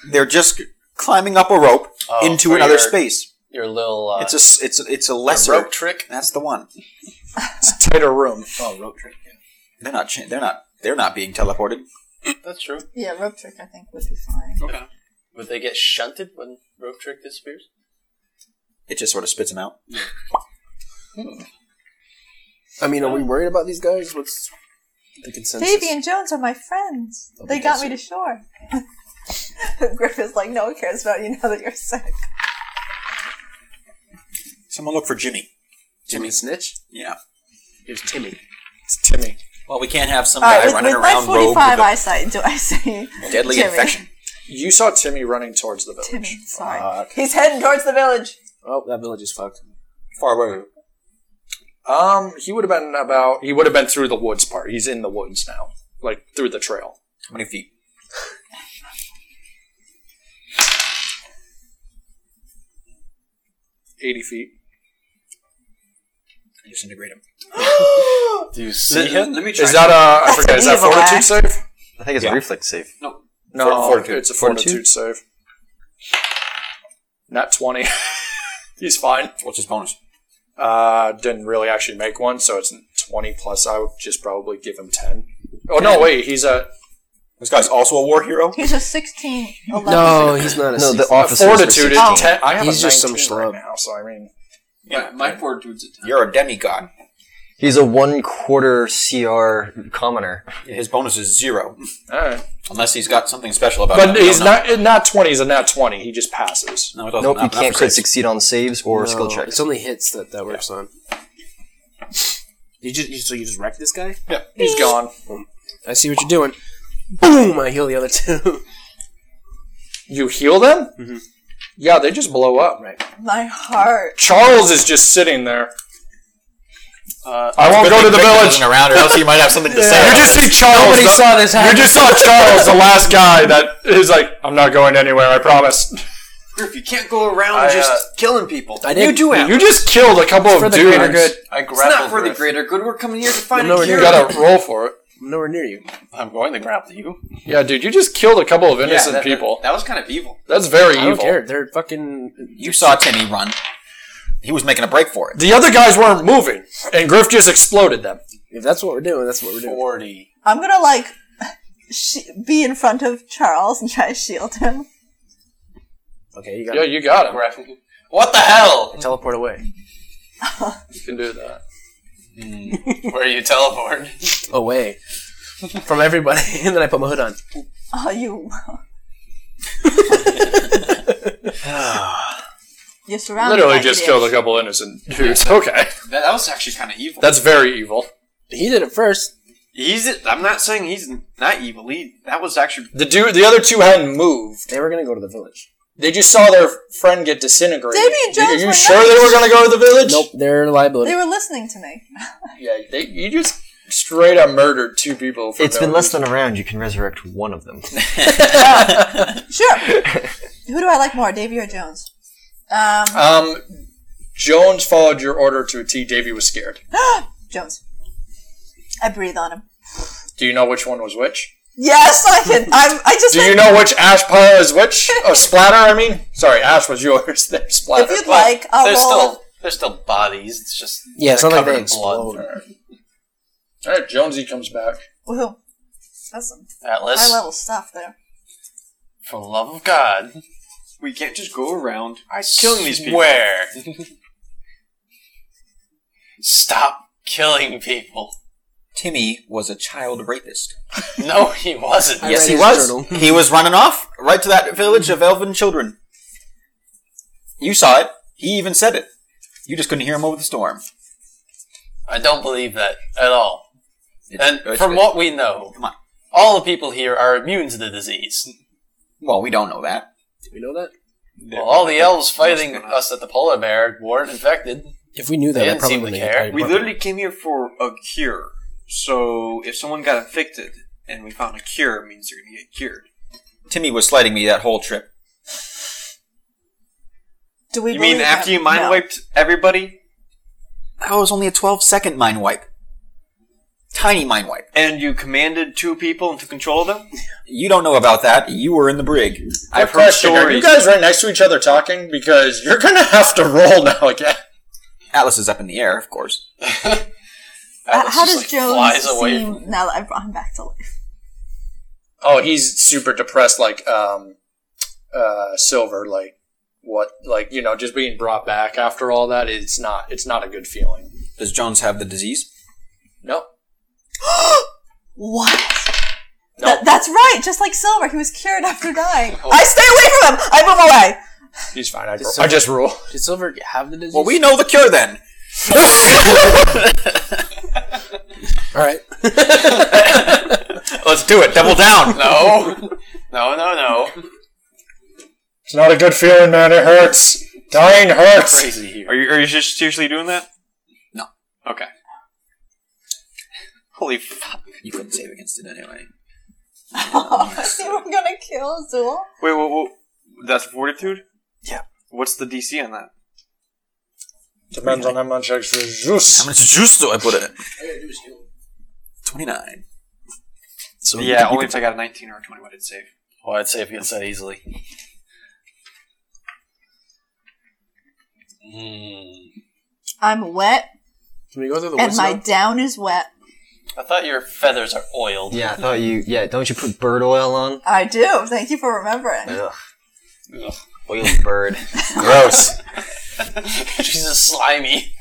Speaker 8: They're just climbing up a rope
Speaker 9: Oh,
Speaker 8: into
Speaker 9: for
Speaker 8: another
Speaker 9: your-
Speaker 8: space.
Speaker 9: Your little uh,
Speaker 8: It's a s- it's a, it's a lesser
Speaker 9: rope trick.
Speaker 8: That's the one.
Speaker 2: It's tighter room.
Speaker 8: Oh, road trip. They're not. Cha- they're not. They're not being teleported.
Speaker 9: That's true.
Speaker 4: Yeah, rope trick I think would be fine.
Speaker 9: Would they get shunted when rope trick disappears?
Speaker 8: It just sort of spits them out.
Speaker 6: I mean, are we worried about these guys? What's the consensus?
Speaker 4: Davy and Jones are my friends. They got me to shore. *laughs* Griffith's like, no one cares about you now that you're sick.
Speaker 8: Someone look for Jimmy.
Speaker 6: Jimmy the Snitch.
Speaker 8: Yeah.
Speaker 6: Here's Timmy.
Speaker 2: It's Timmy.
Speaker 8: Well, we can't have some
Speaker 4: All
Speaker 8: guy
Speaker 4: right, with,
Speaker 8: running
Speaker 4: with my
Speaker 8: around rogue
Speaker 4: 45
Speaker 8: with
Speaker 4: eyesight, do I see
Speaker 8: a *laughs* deadly
Speaker 4: Jimmy.
Speaker 8: infection.
Speaker 2: You saw Timmy running towards the village.
Speaker 4: Timmy? Sorry, he's heading towards the village.
Speaker 6: Oh, that village is fucked.
Speaker 8: Far away.
Speaker 2: Um, he would have been about. He would have been through the woods part. He's in the woods now, like through the trail.
Speaker 8: How many feet?
Speaker 2: Eighty feet.
Speaker 8: Disintegrate
Speaker 4: *gasps*
Speaker 8: him.
Speaker 9: Do you see him?
Speaker 5: Let me try.
Speaker 2: Is that a? I forget. Is that
Speaker 4: Evil
Speaker 2: fortitude save?
Speaker 3: I think it's
Speaker 8: Yeah.
Speaker 3: a reflex save.
Speaker 5: no,
Speaker 2: No,
Speaker 8: fortitude.
Speaker 2: it's a fortitude, save. Not twenty. *laughs* He's fine.
Speaker 8: What's his bonus?
Speaker 2: Uh, didn't really actually make one, so it's twenty plus. I would just probably give him ten. Oh no, wait. He's a
Speaker 8: This guy's also a war hero.
Speaker 4: He's a 16, 11.
Speaker 6: No, he's not a.
Speaker 3: No, the
Speaker 6: six-
Speaker 2: a
Speaker 3: officer.
Speaker 2: fortitude.
Speaker 4: Oh.
Speaker 2: Is ten. I have
Speaker 6: He's
Speaker 2: a
Speaker 6: just some
Speaker 2: 19
Speaker 6: schlub.
Speaker 2: right now. So I mean,
Speaker 5: my, my fortitude's a ten.
Speaker 8: You're a demigod.
Speaker 3: He's a one quarter CR commoner.
Speaker 8: His bonus is zero,
Speaker 2: all right.
Speaker 8: unless he's got something special about him.
Speaker 2: But
Speaker 8: I don't
Speaker 2: he's
Speaker 8: know.
Speaker 2: not not twenty. He's a not twenty. He just passes.
Speaker 8: No, it doesn't
Speaker 3: Nope,
Speaker 8: not-
Speaker 3: you
Speaker 8: not
Speaker 3: can't
Speaker 8: for
Speaker 3: crit
Speaker 8: saves.
Speaker 3: succeed on saves or
Speaker 6: No,
Speaker 3: skill checks.
Speaker 6: It's only hits that that works on. You just, you, so you just wreck this guy?
Speaker 2: Yeah, he's gone.
Speaker 6: I see what you're doing. Boom! I heal the other two. *laughs*
Speaker 2: You heal them? Yeah, they just blow up.
Speaker 4: My heart.
Speaker 2: Charles is just sitting there.
Speaker 5: Uh,
Speaker 2: I won't go to the village.
Speaker 8: around, or else you might have
Speaker 4: *laughs*
Speaker 8: something to say.
Speaker 2: You just see Charles.
Speaker 6: Nobody
Speaker 2: the-
Speaker 6: saw this
Speaker 2: You
Speaker 6: happen.
Speaker 2: just saw Charles, the last guy that is like, I'm not going anywhere. I promise.
Speaker 5: Griff, you can't go around
Speaker 2: I,
Speaker 5: just
Speaker 2: uh,
Speaker 5: killing people.
Speaker 6: I did. You do
Speaker 2: You just killed a couple of
Speaker 6: for the
Speaker 2: dudes.
Speaker 6: greater good.
Speaker 9: I
Speaker 5: it's
Speaker 9: grapple.
Speaker 5: not for the
Speaker 9: Griff.
Speaker 5: greater good. We're coming here to find
Speaker 6: No,
Speaker 5: a
Speaker 6: we're
Speaker 5: cure.
Speaker 2: You gotta roll for it.
Speaker 6: Nowhere near you.
Speaker 9: I'm going to grapple you.
Speaker 2: Yeah, dude, you just killed a couple of
Speaker 5: Yeah,
Speaker 2: innocent
Speaker 5: that- that-
Speaker 2: people.
Speaker 5: That, was kind of evil.
Speaker 2: That's very
Speaker 6: I
Speaker 2: evil.
Speaker 6: don't care. They're fucking.
Speaker 8: You saw Timmy run. He was making a break for it.
Speaker 2: The other guys weren't moving, and Griff just exploded them.
Speaker 6: If that's what we're doing, that's what we're doing.
Speaker 9: Forty.
Speaker 4: I'm gonna like sh- be in front of Charles and try to shield him.
Speaker 6: Okay, you got
Speaker 2: Yeah, you got him.
Speaker 9: Grapple. What the hell?
Speaker 6: teleport away.
Speaker 2: You can do that. *laughs*
Speaker 9: Where you teleport?
Speaker 6: Away from everybody, *laughs* and then I put my hood on.
Speaker 4: Oh,
Speaker 8: *sighs*
Speaker 4: you. *laughs* You're surrounded.
Speaker 2: Literally
Speaker 4: by
Speaker 2: just
Speaker 4: idiots.
Speaker 2: killed a couple innocent dudes. *laughs* Okay,
Speaker 5: That, that was actually kind of evil.
Speaker 2: that's very evil.
Speaker 6: He did it first.
Speaker 5: He's. I'm not saying he's not evil. He, that was actually.
Speaker 2: The dude, the other two hadn't moved.
Speaker 6: They were gonna go to the village.
Speaker 2: They just saw their friend get disintegrated.
Speaker 4: Davy and Jones
Speaker 2: Are you
Speaker 4: were
Speaker 2: sure
Speaker 4: nice.
Speaker 2: they were going to go to the village?
Speaker 6: Nope, they're liability.
Speaker 4: They were listening to me.
Speaker 2: Yeah, they, you just straight up murdered two people. For
Speaker 3: It's
Speaker 2: no
Speaker 3: been less than a round. You can resurrect one of them.
Speaker 2: *laughs*
Speaker 4: Sure. Who do I like more, Davy or Jones? Um,
Speaker 2: reason. Um, Jones followed your order to a T. Davy was scared.
Speaker 4: *gasps* Jones. I breathe on him.
Speaker 2: Do you know which one was which?
Speaker 4: Yes, I can. I'm. I
Speaker 9: *laughs*
Speaker 4: just.
Speaker 2: Do you
Speaker 4: think
Speaker 2: know which ash pile is which? Oh, splatter, I mean. Sorry, ash was yours. *laughs* There, splatter.
Speaker 4: if you'd like, I'll
Speaker 9: There's
Speaker 4: roll.
Speaker 9: still there's still bodies. It's just
Speaker 6: yeah, it's not like
Speaker 9: covered
Speaker 6: they
Speaker 9: in blood.
Speaker 6: explode.
Speaker 2: All right, Jonesy comes back.
Speaker 4: Woohoo! That's some
Speaker 9: Atlas,
Speaker 4: high level stuff there.
Speaker 9: for the love of God,
Speaker 5: We can't just go around.
Speaker 9: I
Speaker 5: Killing these people. *laughs*
Speaker 9: Where? Stop killing people.
Speaker 8: Timmy was a child rapist.
Speaker 9: No, he wasn't.
Speaker 6: I
Speaker 8: yes,
Speaker 6: read
Speaker 8: he
Speaker 6: his
Speaker 8: was.
Speaker 6: journal.
Speaker 8: he was running off right to that village of elven children. You saw it. He even said it. You just couldn't hear him over the storm.
Speaker 9: I don't believe that at all.
Speaker 8: It's-
Speaker 9: And
Speaker 8: it's-
Speaker 9: from what we know,
Speaker 8: Come on.
Speaker 9: all the people here are immune to the disease.
Speaker 8: Well, we don't know that.
Speaker 6: We know that.
Speaker 9: Well, all the elves fighting us at the polar bear weren't infected.
Speaker 6: If we knew that,
Speaker 9: They
Speaker 6: I
Speaker 9: didn't
Speaker 6: probably
Speaker 9: seem to
Speaker 6: wouldn't
Speaker 9: care.
Speaker 6: have
Speaker 5: We literally came here for a cure. So if someone got infected and we found a cure, it means they're going to get cured.
Speaker 8: Timmy was slighting me that whole trip.
Speaker 4: Do we?
Speaker 5: You mean
Speaker 4: believe
Speaker 5: after
Speaker 4: him?
Speaker 5: you mind
Speaker 4: No.
Speaker 5: wiped everybody
Speaker 8: That was only a 12 second mind wipe. Tiny mind wipe.
Speaker 5: and you commanded two people into control of them?
Speaker 8: You don't know about that. You were in the brig.
Speaker 5: I've heard
Speaker 2: Question, are you
Speaker 5: stories.
Speaker 2: guys right next to each other talking? Because you're going to *laughs* have to roll now again.
Speaker 8: Atlas is up in the air, of course.
Speaker 4: Uh,
Speaker 9: Atlas
Speaker 4: how
Speaker 9: just,
Speaker 4: does
Speaker 9: like,
Speaker 4: Jones
Speaker 9: flies away
Speaker 4: seem
Speaker 9: from-
Speaker 4: now that I brought him back to life?
Speaker 2: Oh, he's super depressed, like um, uh, Silver, like what, like you know, just being brought back after all that. It's not, it's not a good feeling.
Speaker 8: Does Jones have the disease?
Speaker 2: No,
Speaker 4: What?
Speaker 2: no.
Speaker 4: That, that's right. Just like Silver, he was cured after
Speaker 9: *laughs*
Speaker 4: dying. I stay away from him. I move away. *laughs*
Speaker 2: He's fine. I,
Speaker 6: Just
Speaker 2: I just rule.
Speaker 6: Did Silver have the disease?
Speaker 8: Well, we know the cure then.
Speaker 6: All right.
Speaker 8: Let's do it. Double down.
Speaker 9: No, no, no, no.
Speaker 2: It's not a good feeling, man. It hurts. Dying hurts.
Speaker 9: Crazy here.
Speaker 5: Are you, are you just seriously doing that?
Speaker 8: No.
Speaker 5: Okay. Holy fuck.
Speaker 8: *laughs* you couldn't save against it anyway.
Speaker 9: *laughs*
Speaker 4: you were gonna kill Zool.
Speaker 5: Wait, wait, wait. That's fortitude?
Speaker 8: Yeah.
Speaker 5: What's the DC on that?
Speaker 2: Depends on how much extra
Speaker 8: How
Speaker 2: juice.
Speaker 8: much juice do I put in it? 29. So you
Speaker 5: yeah,
Speaker 8: can- you
Speaker 5: only
Speaker 8: can-
Speaker 5: if I got a 19 or a 20 would it save.
Speaker 9: Well, I'd say if you gets that easily.
Speaker 4: I'm wet,
Speaker 6: Can we go through the
Speaker 4: and
Speaker 6: woods
Speaker 4: my
Speaker 6: now?
Speaker 4: down is wet.
Speaker 9: I thought your feathers are
Speaker 3: *laughs*
Speaker 9: oiled.
Speaker 3: Yeah, I thought you. Yeah, don't you put bird oil on?
Speaker 4: I do. Thank you for remembering.
Speaker 3: Ugh. Oily *laughs* bird.
Speaker 8: gross.
Speaker 9: She's a slimy.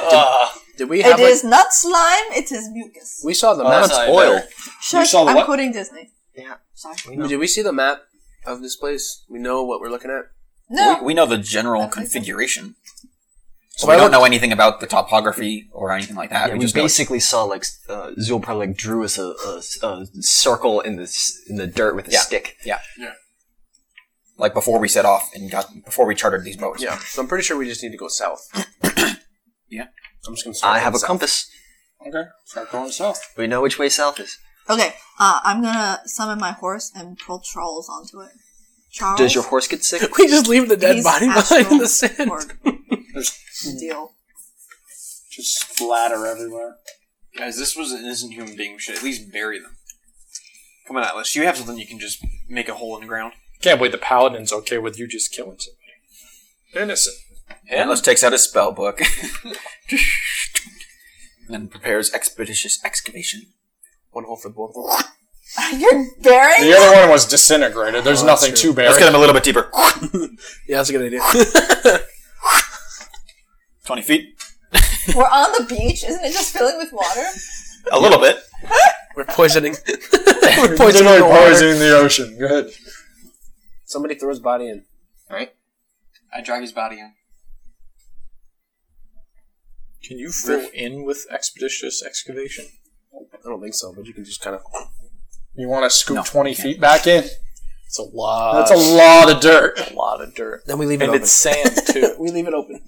Speaker 9: Ugh.
Speaker 6: Did we
Speaker 4: It
Speaker 6: have? Like,
Speaker 4: is not slime. It is mucus.
Speaker 6: we saw the
Speaker 2: Oh,
Speaker 9: that's
Speaker 6: map.
Speaker 9: not
Speaker 8: Oil.
Speaker 9: better.
Speaker 4: Shush,
Speaker 2: saw the
Speaker 4: I'm
Speaker 2: what?
Speaker 4: quoting Disney.
Speaker 3: Yeah.
Speaker 4: Sorry.
Speaker 6: Did we see the map of this place? We know what we're looking at.
Speaker 4: No.
Speaker 8: We, we know the general
Speaker 4: That's okay.
Speaker 8: configuration. So
Speaker 6: So I
Speaker 8: we don't
Speaker 6: looked-
Speaker 8: know anything about the topography or anything like that.
Speaker 3: Yeah,
Speaker 8: we,
Speaker 3: we,
Speaker 8: just know it's-
Speaker 3: basically saw like uh, Zool probably like drew us a, a, a circle in the s- in the dirt with a
Speaker 8: Yeah.
Speaker 3: stick.
Speaker 8: like before we set off and got before we chartered these boats.
Speaker 6: Yeah, so I'm pretty sure we just need to go south.
Speaker 8: Yeah.
Speaker 6: I'm just gonna. Start
Speaker 3: I have a
Speaker 6: south.
Speaker 3: compass.
Speaker 2: Okay, start going south.
Speaker 3: We know which way south is.
Speaker 4: Okay. Uh, I'm gonna summon my horse and pull Charles onto it. Charles.
Speaker 3: Does your horse get *laughs* sick?
Speaker 6: *laughs* We just leave the dead
Speaker 4: he's
Speaker 6: body behind
Speaker 4: astral
Speaker 6: in the sand.
Speaker 4: orb Deal. *laughs*
Speaker 2: Just splatter everywhere.
Speaker 5: Guys, this was an innocent human being. We should at least bury them. Come on, Atlas. You have something you can just make a hole in the ground.
Speaker 2: Can't believe the paladin's okay with you just killing somebody. Innocent.
Speaker 8: Atlas takes out his spell book and prepares expeditious excavation.
Speaker 6: One hole for the both. of us.
Speaker 4: You're burying.
Speaker 2: The other one was disintegrated. There's nothing
Speaker 6: true.
Speaker 2: to bear.
Speaker 8: Let's get him a little bit deeper.
Speaker 6: *laughs* Yeah, that's a good idea. *laughs*
Speaker 8: Twenty feet,
Speaker 4: We're on the beach. Isn't it just filling with water?
Speaker 8: a little bit.
Speaker 6: *laughs* We're poisoning. *laughs* We're poisoning the water.
Speaker 2: the ocean. Go ahead.
Speaker 6: Somebody throw his body in.
Speaker 5: I drag his body in.
Speaker 2: Can you fill in with expeditious excavation?
Speaker 6: I don't think so, but you can just kind of.
Speaker 2: You want to scoop 20 feet back in?
Speaker 7: It's a lot.
Speaker 6: Uh,
Speaker 2: That's a lot of dirt.
Speaker 7: a lot of dirt.
Speaker 6: Then we leave it
Speaker 1: And
Speaker 6: open.
Speaker 1: it's
Speaker 6: *laughs*
Speaker 1: sand too.
Speaker 6: we leave it open.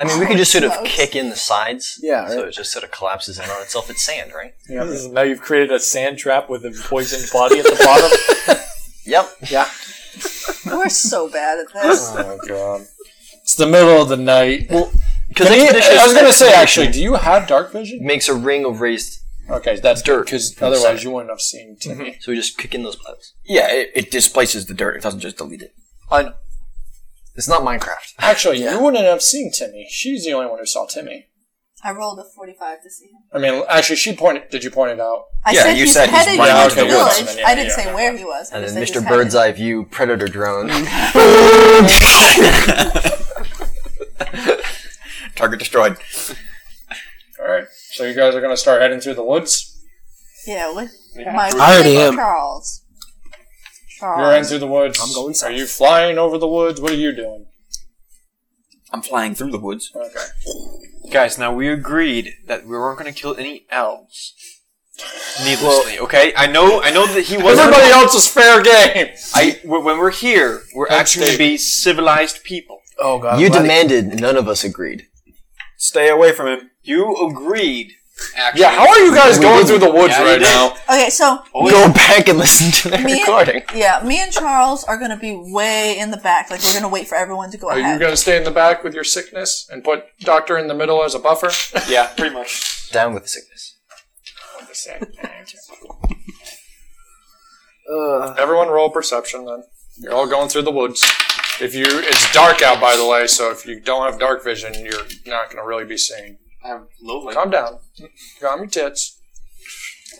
Speaker 3: I mean, we could just sort of
Speaker 4: Close.
Speaker 3: kick in the sides.
Speaker 6: Yeah, right.
Speaker 3: So it just sort of collapses in on itself. It's sand, right?
Speaker 1: *laughs* Now you've created a sand trap with a poisoned body at the
Speaker 3: *laughs*
Speaker 1: bottom.
Speaker 3: Yep.
Speaker 4: We're so bad at this.
Speaker 6: Oh god.
Speaker 2: It's the middle of the night. Well,
Speaker 3: Because
Speaker 2: I was going to say, actually, do you have dark vision?
Speaker 3: makes a ring of raised.
Speaker 2: Okay, that's dirt. Because otherwise, you wouldn't have seen.
Speaker 3: So we just kick in those plebs.
Speaker 8: Yeah, it, it displaces the dirt. It doesn't just delete it.
Speaker 3: It's not Minecraft.
Speaker 2: Actually, you wouldn't have seen Timmy. She's the only one who saw Timmy.
Speaker 4: I rolled a 45 to see him.
Speaker 2: I mean, actually, she pointed. Did you point it out?
Speaker 4: I
Speaker 8: Yeah,
Speaker 4: said
Speaker 8: you
Speaker 4: he's
Speaker 8: said he's
Speaker 4: headed
Speaker 8: running
Speaker 4: towards
Speaker 2: into
Speaker 4: the
Speaker 2: the woods.
Speaker 4: village.
Speaker 2: Yeah,
Speaker 4: I didn't
Speaker 2: yeah,
Speaker 4: say where he was. I
Speaker 3: And
Speaker 4: just
Speaker 3: then
Speaker 4: said he's
Speaker 3: Mr. Bird's
Speaker 4: headed.
Speaker 3: Eye View Predator
Speaker 4: *laughs*
Speaker 3: Drone.
Speaker 8: Target destroyed.
Speaker 2: All right. So you guys are going to start heading through the woods.
Speaker 4: Yeah, with my
Speaker 6: I already
Speaker 4: friend
Speaker 6: am.
Speaker 4: Charles.
Speaker 2: You're heading
Speaker 4: Charles.
Speaker 2: through the woods.
Speaker 6: I'm going south.
Speaker 2: Are you flying over the woods? What are you doing?
Speaker 8: I'm flying through the woods.
Speaker 6: Oh,
Speaker 2: Okay.
Speaker 9: Guys, now we agreed that we weren't going to kill any elves. Needlessly, okay? I know, I know that he wasn't.
Speaker 2: Everybody else is fair game.
Speaker 9: I, when when we're here, we're actually going to be civilized people.
Speaker 6: Oh god.
Speaker 3: You
Speaker 6: Let it-
Speaker 3: demanded, none of us agreed.
Speaker 8: Stay away from him.
Speaker 9: You agreed. Actually,
Speaker 2: Yeah. How are you guys going through the woods
Speaker 9: Yeah, you
Speaker 2: right
Speaker 9: did.
Speaker 2: now?
Speaker 4: Okay, so
Speaker 3: Go back and listen to the
Speaker 4: Me-
Speaker 3: recording.
Speaker 4: yeah, me and Charles are gonna be way in the back. Like we're gonna wait for everyone to go
Speaker 2: Are you
Speaker 4: ahead.
Speaker 2: going to stay in the back with your sickness and put doctor in the middle as a buffer?
Speaker 5: Yeah, pretty much.
Speaker 3: Down with the sickness.
Speaker 2: Everyone roll perception then. You're all going through the woods. If you, it's dark out by the way, so if you don't have dark vision, you're not going to really be seeing.
Speaker 5: I'm low light.
Speaker 2: Calm down. Calm your tits.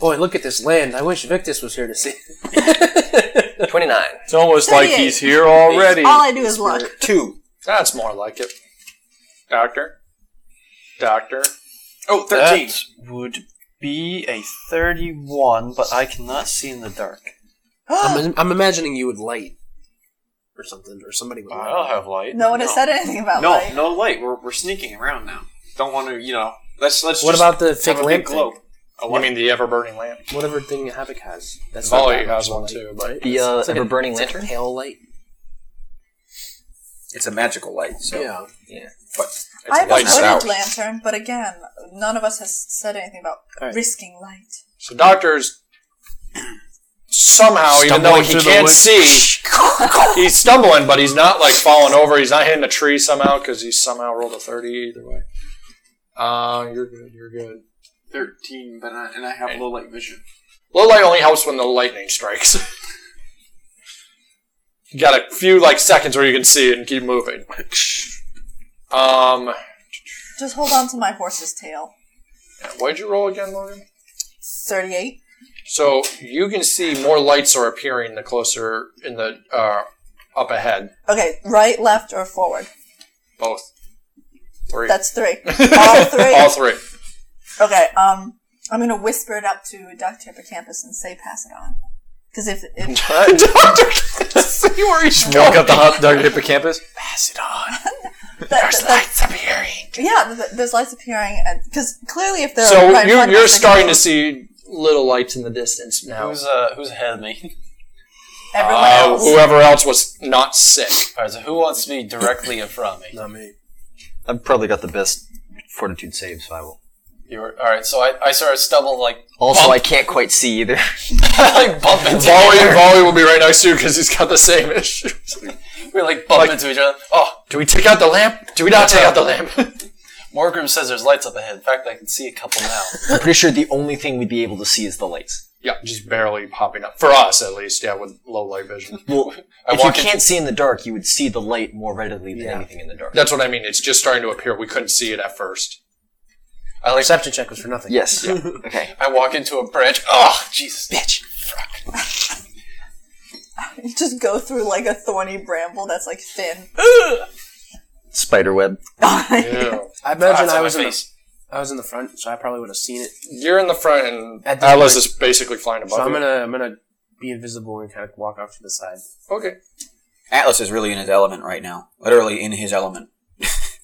Speaker 6: Boy, look at this land. I wish Victus was here to see. *laughs*
Speaker 3: 29.
Speaker 1: It's almost like he's
Speaker 4: 38.
Speaker 1: here already.
Speaker 4: All I do is look.
Speaker 8: Two.
Speaker 2: That's more like it. Doctor. Doctor.
Speaker 5: Oh, 13.
Speaker 9: That would be a thirty-one, but I cannot see in the dark.
Speaker 6: I'm, I'm imagining you would light or something, or somebody would light.
Speaker 9: have light.
Speaker 4: No one has said anything about
Speaker 5: No,
Speaker 4: light.
Speaker 5: no light. We're, we're sneaking around now. Don't want to, you know. Let's let's.
Speaker 6: What
Speaker 5: just
Speaker 6: about the
Speaker 5: have
Speaker 6: fake
Speaker 5: a big
Speaker 6: lamp
Speaker 5: glow?
Speaker 6: thing?
Speaker 2: You mean the ever burning lamp?
Speaker 6: Whatever thing Havoc has. That's not
Speaker 2: Volley
Speaker 6: that much
Speaker 2: has one
Speaker 6: light.
Speaker 2: too, but
Speaker 3: The uh,
Speaker 6: It's like a-
Speaker 3: ever burning
Speaker 6: it's like a
Speaker 3: lantern?
Speaker 6: pale light.
Speaker 8: It's a magical light. So.
Speaker 6: Yeah.
Speaker 4: I have a
Speaker 8: lights
Speaker 4: hooded
Speaker 8: out.
Speaker 4: lantern, but again, none of us has said anything about risking light.
Speaker 2: so doctor's somehow, even though he can't see, he's stumbling, but he's not like falling over. He's not hitting a tree somehow because he somehow rolled a thirty either way. Uh, you're good. You're good.
Speaker 5: 13, but I, and I have low light vision.
Speaker 2: Low light only helps when the lightning strikes. *laughs* you got a few like seconds where you can see it and keep moving. Um,
Speaker 4: Just hold on to my horse's tail.
Speaker 2: why'd you roll again, Logan?
Speaker 4: 38.
Speaker 2: So you can see more lights are appearing the closer in the uh, up ahead.
Speaker 4: Okay, right, left, or forward.
Speaker 2: Both. Three.
Speaker 4: That's three. All three.
Speaker 2: All three.
Speaker 4: Okay, um, I'm gonna whisper it up to Dr. Hippocampus and say pass it on. Because if, if
Speaker 1: Walk up the hot dog hippocampus.
Speaker 4: that, there's lights appearing, yeah, th- th- there's lights appearing, and because clearly if they're
Speaker 2: So
Speaker 4: right in
Speaker 2: you're,
Speaker 4: front of
Speaker 2: you're
Speaker 4: us, they
Speaker 2: starting to
Speaker 4: can-
Speaker 2: see little lights in the distance now.
Speaker 9: Who's uh, who's ahead of me? *laughs*
Speaker 4: everyone
Speaker 2: Uh,
Speaker 4: else.
Speaker 2: whoever else was not sick.
Speaker 9: All right, so who wants to be directly in front of me?
Speaker 6: Not me.
Speaker 3: I've probably got the best fortitude save, so I will.
Speaker 9: You were, all right, so I, I sort of stumble like *laughs*
Speaker 3: Also, I can't quite see either. *laughs*
Speaker 9: I, like bump into
Speaker 2: Volley, Volley will be right next to you because he's got the same issues.
Speaker 9: we like bump into each other. Oh,
Speaker 2: Do we take out the lamp? Do we not take out the lamp?
Speaker 9: Morgrim says there's lights up ahead. In fact, I can see a
Speaker 5: *laughs*
Speaker 9: couple now.
Speaker 3: I'm pretty sure the only thing we'd be able to see is the lights.
Speaker 2: yeah, just barely popping up. For us, at least, yeah, with low light vision.
Speaker 3: Well,
Speaker 2: *laughs* I
Speaker 3: if you
Speaker 2: walk in-
Speaker 3: can't see in the dark, you would see the light more readily than anything in
Speaker 2: *laughs*
Speaker 3: the dark.
Speaker 2: That's what I mean. It's just starting to appear. We couldn't see it at first.
Speaker 9: I like
Speaker 6: Perception check was for nothing.
Speaker 3: Yes. okay.
Speaker 9: I walk into a branch. Oh, Jesus, bitch!
Speaker 4: *laughs* Just go through like a thorny bramble that's like thin. *laughs*
Speaker 3: Spider web.
Speaker 2: Ew.
Speaker 6: I imagine
Speaker 9: That's
Speaker 6: I
Speaker 9: on
Speaker 6: was
Speaker 9: my
Speaker 6: in
Speaker 9: face.
Speaker 6: the, I was in the front, so I probably would have seen it.
Speaker 2: You're in the front, and
Speaker 6: At this
Speaker 2: Atlas
Speaker 6: point-
Speaker 2: is basically flying above
Speaker 6: So I'm
Speaker 2: you.
Speaker 6: gonna I'm gonna be invisible and kind of walk off to the side.
Speaker 2: Okay.
Speaker 8: Atlas is really in his element right now. Literally in his element.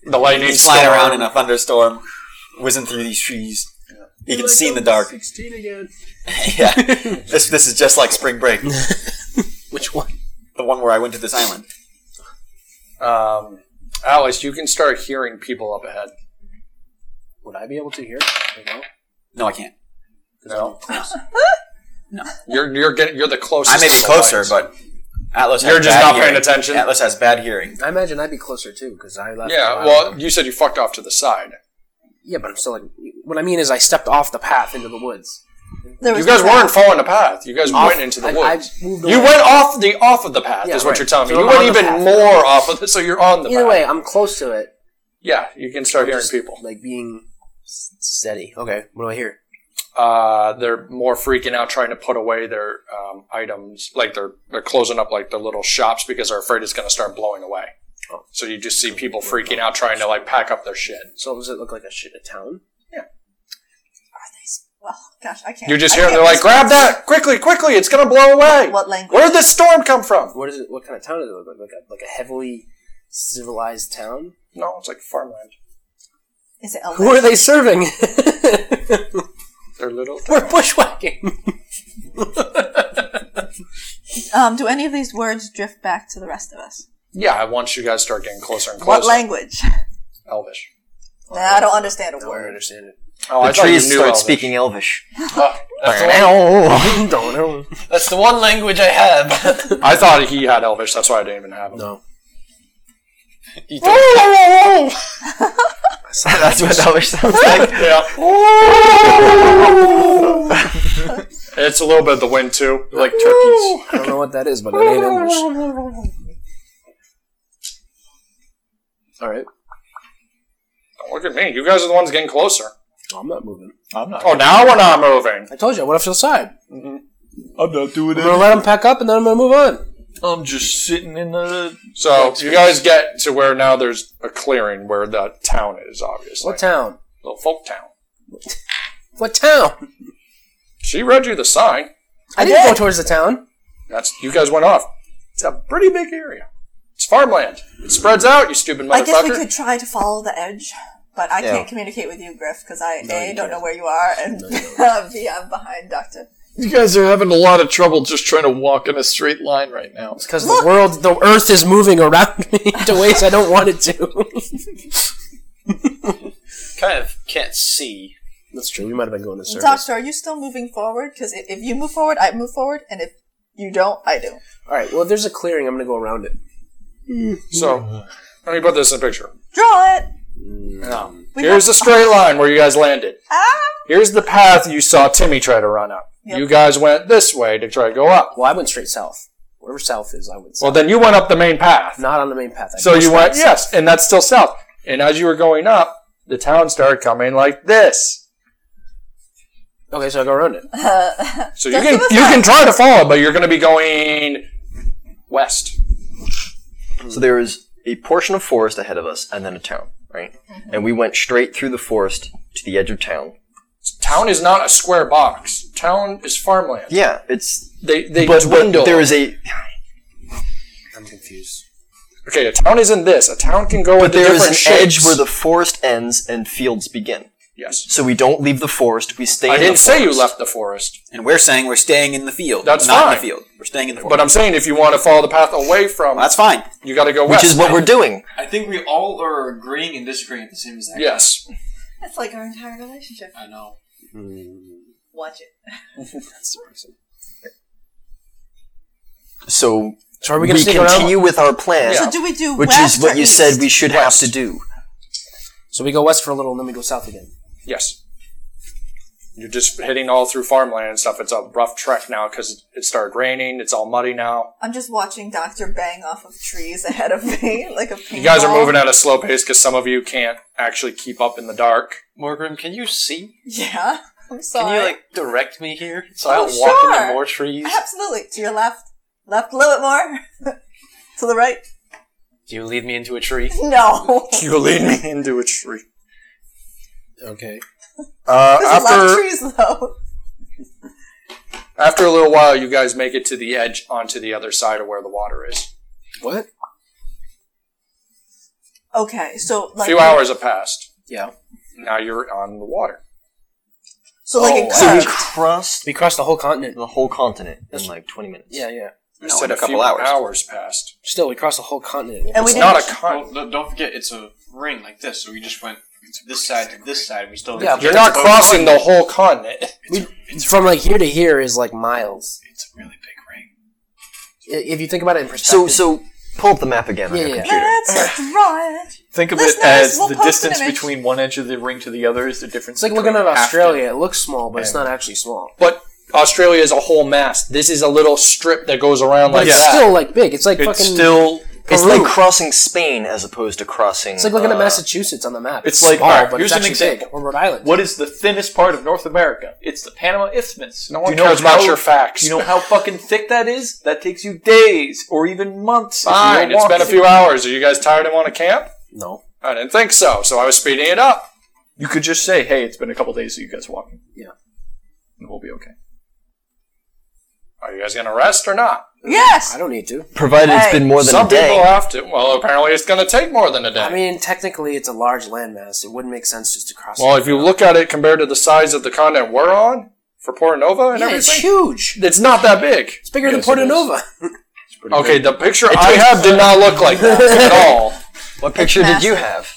Speaker 2: The lightning
Speaker 8: He's flying around in a thunderstorm, whizzing through these trees. He can see in the dark.
Speaker 7: Sixteen again.
Speaker 8: *laughs*
Speaker 6: *laughs*
Speaker 8: yeah. This this is just like spring break, the
Speaker 6: Which one?
Speaker 8: one where I went to this island.
Speaker 2: Um, Alice, you can start hearing people up ahead.
Speaker 7: Would I be able to hear? You know?
Speaker 8: No, I can't.
Speaker 2: No, you're you're getting you're the closest.
Speaker 8: I may
Speaker 2: to
Speaker 8: be
Speaker 2: the
Speaker 8: closer,
Speaker 2: lines.
Speaker 8: but Atlas. Has
Speaker 2: You're just
Speaker 8: bad
Speaker 2: not paying
Speaker 8: hearing.
Speaker 2: attention?
Speaker 8: Atlas has bad hearing.
Speaker 6: I imagine I'd be closer too because I left. a
Speaker 2: yeah.
Speaker 6: while
Speaker 2: Well,
Speaker 6: ago.
Speaker 2: you said you fucked off to the side.
Speaker 6: yeah, but I'm still like. What I mean is, I stepped off the path into the woods.
Speaker 4: There
Speaker 2: You
Speaker 4: was
Speaker 2: guys
Speaker 4: no-
Speaker 2: weren't following the path. You guys
Speaker 6: Off-
Speaker 2: went into the
Speaker 6: I- I
Speaker 2: woods.
Speaker 6: moved
Speaker 2: you
Speaker 6: away.
Speaker 2: went off the off of the path,
Speaker 6: Yeah,
Speaker 2: is what
Speaker 6: right.
Speaker 2: you're telling me.
Speaker 6: So
Speaker 2: you
Speaker 6: I'm
Speaker 2: went
Speaker 6: on the
Speaker 2: even
Speaker 6: path.
Speaker 2: more off of this, so you're on the
Speaker 6: Either
Speaker 2: path.
Speaker 6: way, I'm close to it.
Speaker 2: Yeah, you can start hearing
Speaker 6: Just,
Speaker 2: people.
Speaker 6: like being s- steady. Okay, what do I hear?
Speaker 2: Uh, they're more freaking out trying to put away their um, items. Like they're they're closing up like their little shops because they're afraid it's going to start blowing away.
Speaker 6: Oh.
Speaker 2: So you just see people freaking out trying to like pack up their shit.
Speaker 6: So does it look like a shit a town?
Speaker 4: Are they s- Oh gosh, I can't.
Speaker 2: You're just
Speaker 4: I
Speaker 2: hearing
Speaker 4: can't
Speaker 2: they're like,
Speaker 4: describe
Speaker 2: grab that quickly, quickly! It's going to blow away.
Speaker 4: What language?
Speaker 2: Where did this storm come from?
Speaker 6: What is it? What kind of town does it look like? Like a, like a heavily civilized town?
Speaker 2: No, it's like farmland.
Speaker 4: Is it? Elvish?
Speaker 6: Who are they serving? *laughs*
Speaker 2: They're little.
Speaker 6: We're bushwhacking.
Speaker 4: Um, do any of these words drift back to the rest of us?
Speaker 2: Yeah, once you guys start getting closer and
Speaker 4: What
Speaker 2: closer,
Speaker 4: language?
Speaker 2: Elvish.
Speaker 4: Nah, I don't understand a
Speaker 6: I
Speaker 4: word.
Speaker 6: understand it.
Speaker 2: Oh,
Speaker 3: The
Speaker 2: I thought you
Speaker 3: trees
Speaker 2: knew
Speaker 3: start
Speaker 2: Elvish.
Speaker 3: speaking
Speaker 2: *laughs*
Speaker 3: Elvish.
Speaker 6: don't know.
Speaker 9: That's the one language I have.
Speaker 2: I thought he had Elvish. That's why I didn't even have him.
Speaker 6: No.
Speaker 3: That's what Elvish sounds like.
Speaker 2: Yeah. *laughs* it's a little bit of the wind too, like turkeys.
Speaker 6: I don't know what that is, but it ain't English. All right,
Speaker 2: Don't look at me. You guys are the ones getting closer.
Speaker 6: I'm not moving.
Speaker 7: I'm not.
Speaker 2: Oh, now we're not moving.
Speaker 6: I told you I went off to the side.
Speaker 7: I'm not doing
Speaker 6: I'm gonna let them pack up, and then I'm gonna move on.
Speaker 7: I'm just sitting in the.
Speaker 2: So you guys get to where now there's a clearing where the town is, obviously.
Speaker 6: What town?
Speaker 2: Little folk town.
Speaker 6: What town?
Speaker 2: She read you the sign.
Speaker 6: I didn't go towards the town.
Speaker 2: That's you guys went off. It's a pretty big area. It's farmland. It spreads out, you stupid motherfucker.
Speaker 4: I guess we could try to follow the edge, but I
Speaker 3: Yeah.
Speaker 4: can't communicate with you, Griff, because I a don't know where you are, and *laughs* b I'm behind Doctor.
Speaker 1: You guys are having a lot of trouble just trying to walk in a straight line right now.
Speaker 6: It's because the world, the earth is moving around *laughs* me to ways I don't want it to.
Speaker 9: kind of can't see.
Speaker 6: That's true. We might have been going to service.
Speaker 4: Doctor, are you still moving forward? Because if you move forward, I move forward, and if you don't, I do.
Speaker 6: All right. Well, if there's a clearing, I'm gonna go around it.
Speaker 2: So let me put this in picture.
Speaker 4: Draw it.
Speaker 2: No.
Speaker 4: We
Speaker 2: Here's
Speaker 4: have-
Speaker 2: the straight line where you guys landed.
Speaker 4: Ah!
Speaker 2: Here's the path you saw Timmy try to run up.
Speaker 4: Yep.
Speaker 2: You guys went this way to try to go up.
Speaker 6: Well, I went straight south. Wherever south is, I went south.
Speaker 2: Well, then you went up the main path.
Speaker 6: Not on the main path. I
Speaker 2: So you
Speaker 6: just
Speaker 2: went,
Speaker 6: south.
Speaker 2: yes, and that's still south. And as you were going up, the town started coming like this.
Speaker 6: Okay, so I go around it.
Speaker 2: So you can
Speaker 4: Just give us
Speaker 2: you
Speaker 4: that.
Speaker 2: can try to follow, but you're going to be going west.
Speaker 3: So there is a portion of forest ahead of us, and then a town, right? And we went straight through the forest to the edge of town.
Speaker 2: Town is not a square box. Town is farmland.
Speaker 3: Yeah, it's
Speaker 2: They they
Speaker 3: but, but
Speaker 2: dwindle.
Speaker 3: there is a
Speaker 2: okay, a town isn't this. A town can go
Speaker 3: but
Speaker 2: into
Speaker 3: there is
Speaker 2: different
Speaker 3: an
Speaker 2: shapes.
Speaker 3: edge where the forest ends and fields begin.
Speaker 2: yes.
Speaker 3: So we don't leave the forest; we stay.
Speaker 2: I
Speaker 3: in the
Speaker 2: didn't say you
Speaker 3: forest.
Speaker 2: left the forest.
Speaker 8: And we're saying we're staying in the field.
Speaker 2: That's
Speaker 8: not in
Speaker 2: fine.
Speaker 8: the field. We're staying in the forest.
Speaker 2: But I'm saying if you want to follow the path away from,
Speaker 8: That's fine.
Speaker 2: you got to go
Speaker 3: which
Speaker 2: west.
Speaker 3: is what we're doing.
Speaker 5: I think we all are agreeing and disagreeing at the same exact
Speaker 2: Yes.
Speaker 4: That's like our entire relationship.
Speaker 5: time. I know.
Speaker 4: Watch it.
Speaker 3: So
Speaker 6: So are we
Speaker 3: we,
Speaker 6: gonna sneak
Speaker 3: continue
Speaker 6: around?
Speaker 3: with our plan,
Speaker 4: So do we do
Speaker 3: which
Speaker 4: west
Speaker 3: is what
Speaker 4: or
Speaker 3: you
Speaker 4: east?
Speaker 3: said we should have to do.
Speaker 6: So we go west for a little, and then we go south again.
Speaker 2: Yes. You're just hitting all through farmland and stuff. It's a rough trek now because it started raining. It's all muddy now.
Speaker 4: I'm just watching Doctor bang off of trees ahead of me *laughs* like a.
Speaker 2: You guys are moving at a slow pace because some of you can't actually keep up in the dark. *laughs*
Speaker 9: Morgrim, can you see?
Speaker 4: Yeah, I'm sorry.
Speaker 9: Can you like direct me here so I
Speaker 4: Oh,
Speaker 9: don't walk
Speaker 4: sure.
Speaker 9: into more trees?
Speaker 4: Absolutely. To your left. Left a little bit more. *laughs* to the right.
Speaker 9: Do you lead me into a tree?
Speaker 4: No. *laughs*
Speaker 2: You lead me into a tree.
Speaker 6: Okay.
Speaker 2: Uh,
Speaker 4: There's a lot of
Speaker 2: after
Speaker 4: trees though.
Speaker 2: after a little while, you guys make it to the edge onto the other side of where the water is.
Speaker 6: What?
Speaker 4: Okay, so
Speaker 2: A
Speaker 4: like
Speaker 2: few hours have passed.
Speaker 6: Yeah.
Speaker 2: Now you're on the water.
Speaker 4: So like
Speaker 2: Oh,
Speaker 4: it
Speaker 3: So we
Speaker 4: curved.
Speaker 3: crossed
Speaker 6: We crossed the whole continent.
Speaker 3: the whole continent in like 20 minutes.
Speaker 6: Yeah, yeah.
Speaker 2: You
Speaker 8: No,
Speaker 2: said
Speaker 8: in a couple
Speaker 2: few
Speaker 8: hours.
Speaker 2: passed.
Speaker 6: Still, we crossed the whole continent.
Speaker 4: and we
Speaker 2: It's
Speaker 4: didn't,
Speaker 2: not a con.
Speaker 5: Well, no, don't forget, it's a ring like this, so we just went this side to this side. We still
Speaker 6: Yeah,
Speaker 2: You're not crossing the whole continent.
Speaker 6: From like here to here is like miles.
Speaker 5: It's a really big ring.
Speaker 6: I- If you think about it in
Speaker 3: So
Speaker 6: perspective.
Speaker 3: so pull up the map again on
Speaker 6: Yeah,
Speaker 3: your
Speaker 6: yeah.
Speaker 3: computer.
Speaker 4: Let's draw it.
Speaker 1: Think of
Speaker 4: Listeners,
Speaker 1: it as
Speaker 4: we'll
Speaker 1: the
Speaker 4: post an
Speaker 1: distance
Speaker 4: image.
Speaker 1: between one edge of the ring to the other is the difference.
Speaker 6: it's like
Speaker 1: between
Speaker 6: looking at
Speaker 1: half the-
Speaker 6: Australia. It looks small, but it's not actually small.
Speaker 2: But Australia is a whole mass. This is a little strip that goes around like
Speaker 6: But it's
Speaker 2: that.
Speaker 6: still like big. It's like
Speaker 1: It's
Speaker 6: fucking.
Speaker 1: still
Speaker 3: It's
Speaker 6: Peru.
Speaker 3: like crossing Spain as opposed to crossing.
Speaker 6: it's like looking at
Speaker 3: uh,
Speaker 6: Massachusetts on the map.
Speaker 1: it's like-
Speaker 6: small,
Speaker 1: alright,
Speaker 6: but
Speaker 1: here's
Speaker 6: it's
Speaker 1: an
Speaker 6: actually big.
Speaker 1: example.
Speaker 6: Or Rhode Island.
Speaker 1: What is the thinnest part of North America? It's the Panama Isthmus.
Speaker 2: no
Speaker 1: Do
Speaker 2: one
Speaker 1: you know
Speaker 2: cares about
Speaker 1: how-
Speaker 2: your facts.
Speaker 1: Do you know how fucking thick that is? That takes you days or even months. if you
Speaker 2: Fine.
Speaker 1: don't
Speaker 2: It's been a
Speaker 1: walk it.
Speaker 2: few hours. Are you guys tired and want to camp?
Speaker 6: No.
Speaker 2: I didn't think so. So I was speeding it up.
Speaker 1: You could just say, "Hey, it's been a couple days of you guys walking."
Speaker 6: Yeah.
Speaker 1: and we'll be okay.
Speaker 2: Are you guys gonna rest or not?
Speaker 4: Yes.
Speaker 6: I don't need to.
Speaker 3: Provided it's
Speaker 4: Hey.
Speaker 3: been more than
Speaker 2: Some
Speaker 3: a day.
Speaker 2: people have to. Well, apparently it's gonna take more than a day.
Speaker 6: I mean, technically, it's a large landmass. It wouldn't make sense just to cross.
Speaker 2: well,
Speaker 6: it.
Speaker 2: if you look at it compared to the size of the continent we're on for Porta Nova and
Speaker 6: yeah, it's
Speaker 2: everything,
Speaker 6: huge.
Speaker 2: it's not that big.
Speaker 6: It's bigger
Speaker 3: Yes, it
Speaker 6: than Porta
Speaker 3: is.
Speaker 6: Nova.
Speaker 2: Okay, the picture I have did not look like that at
Speaker 1: *laughs*
Speaker 2: all.
Speaker 3: What picture did you have?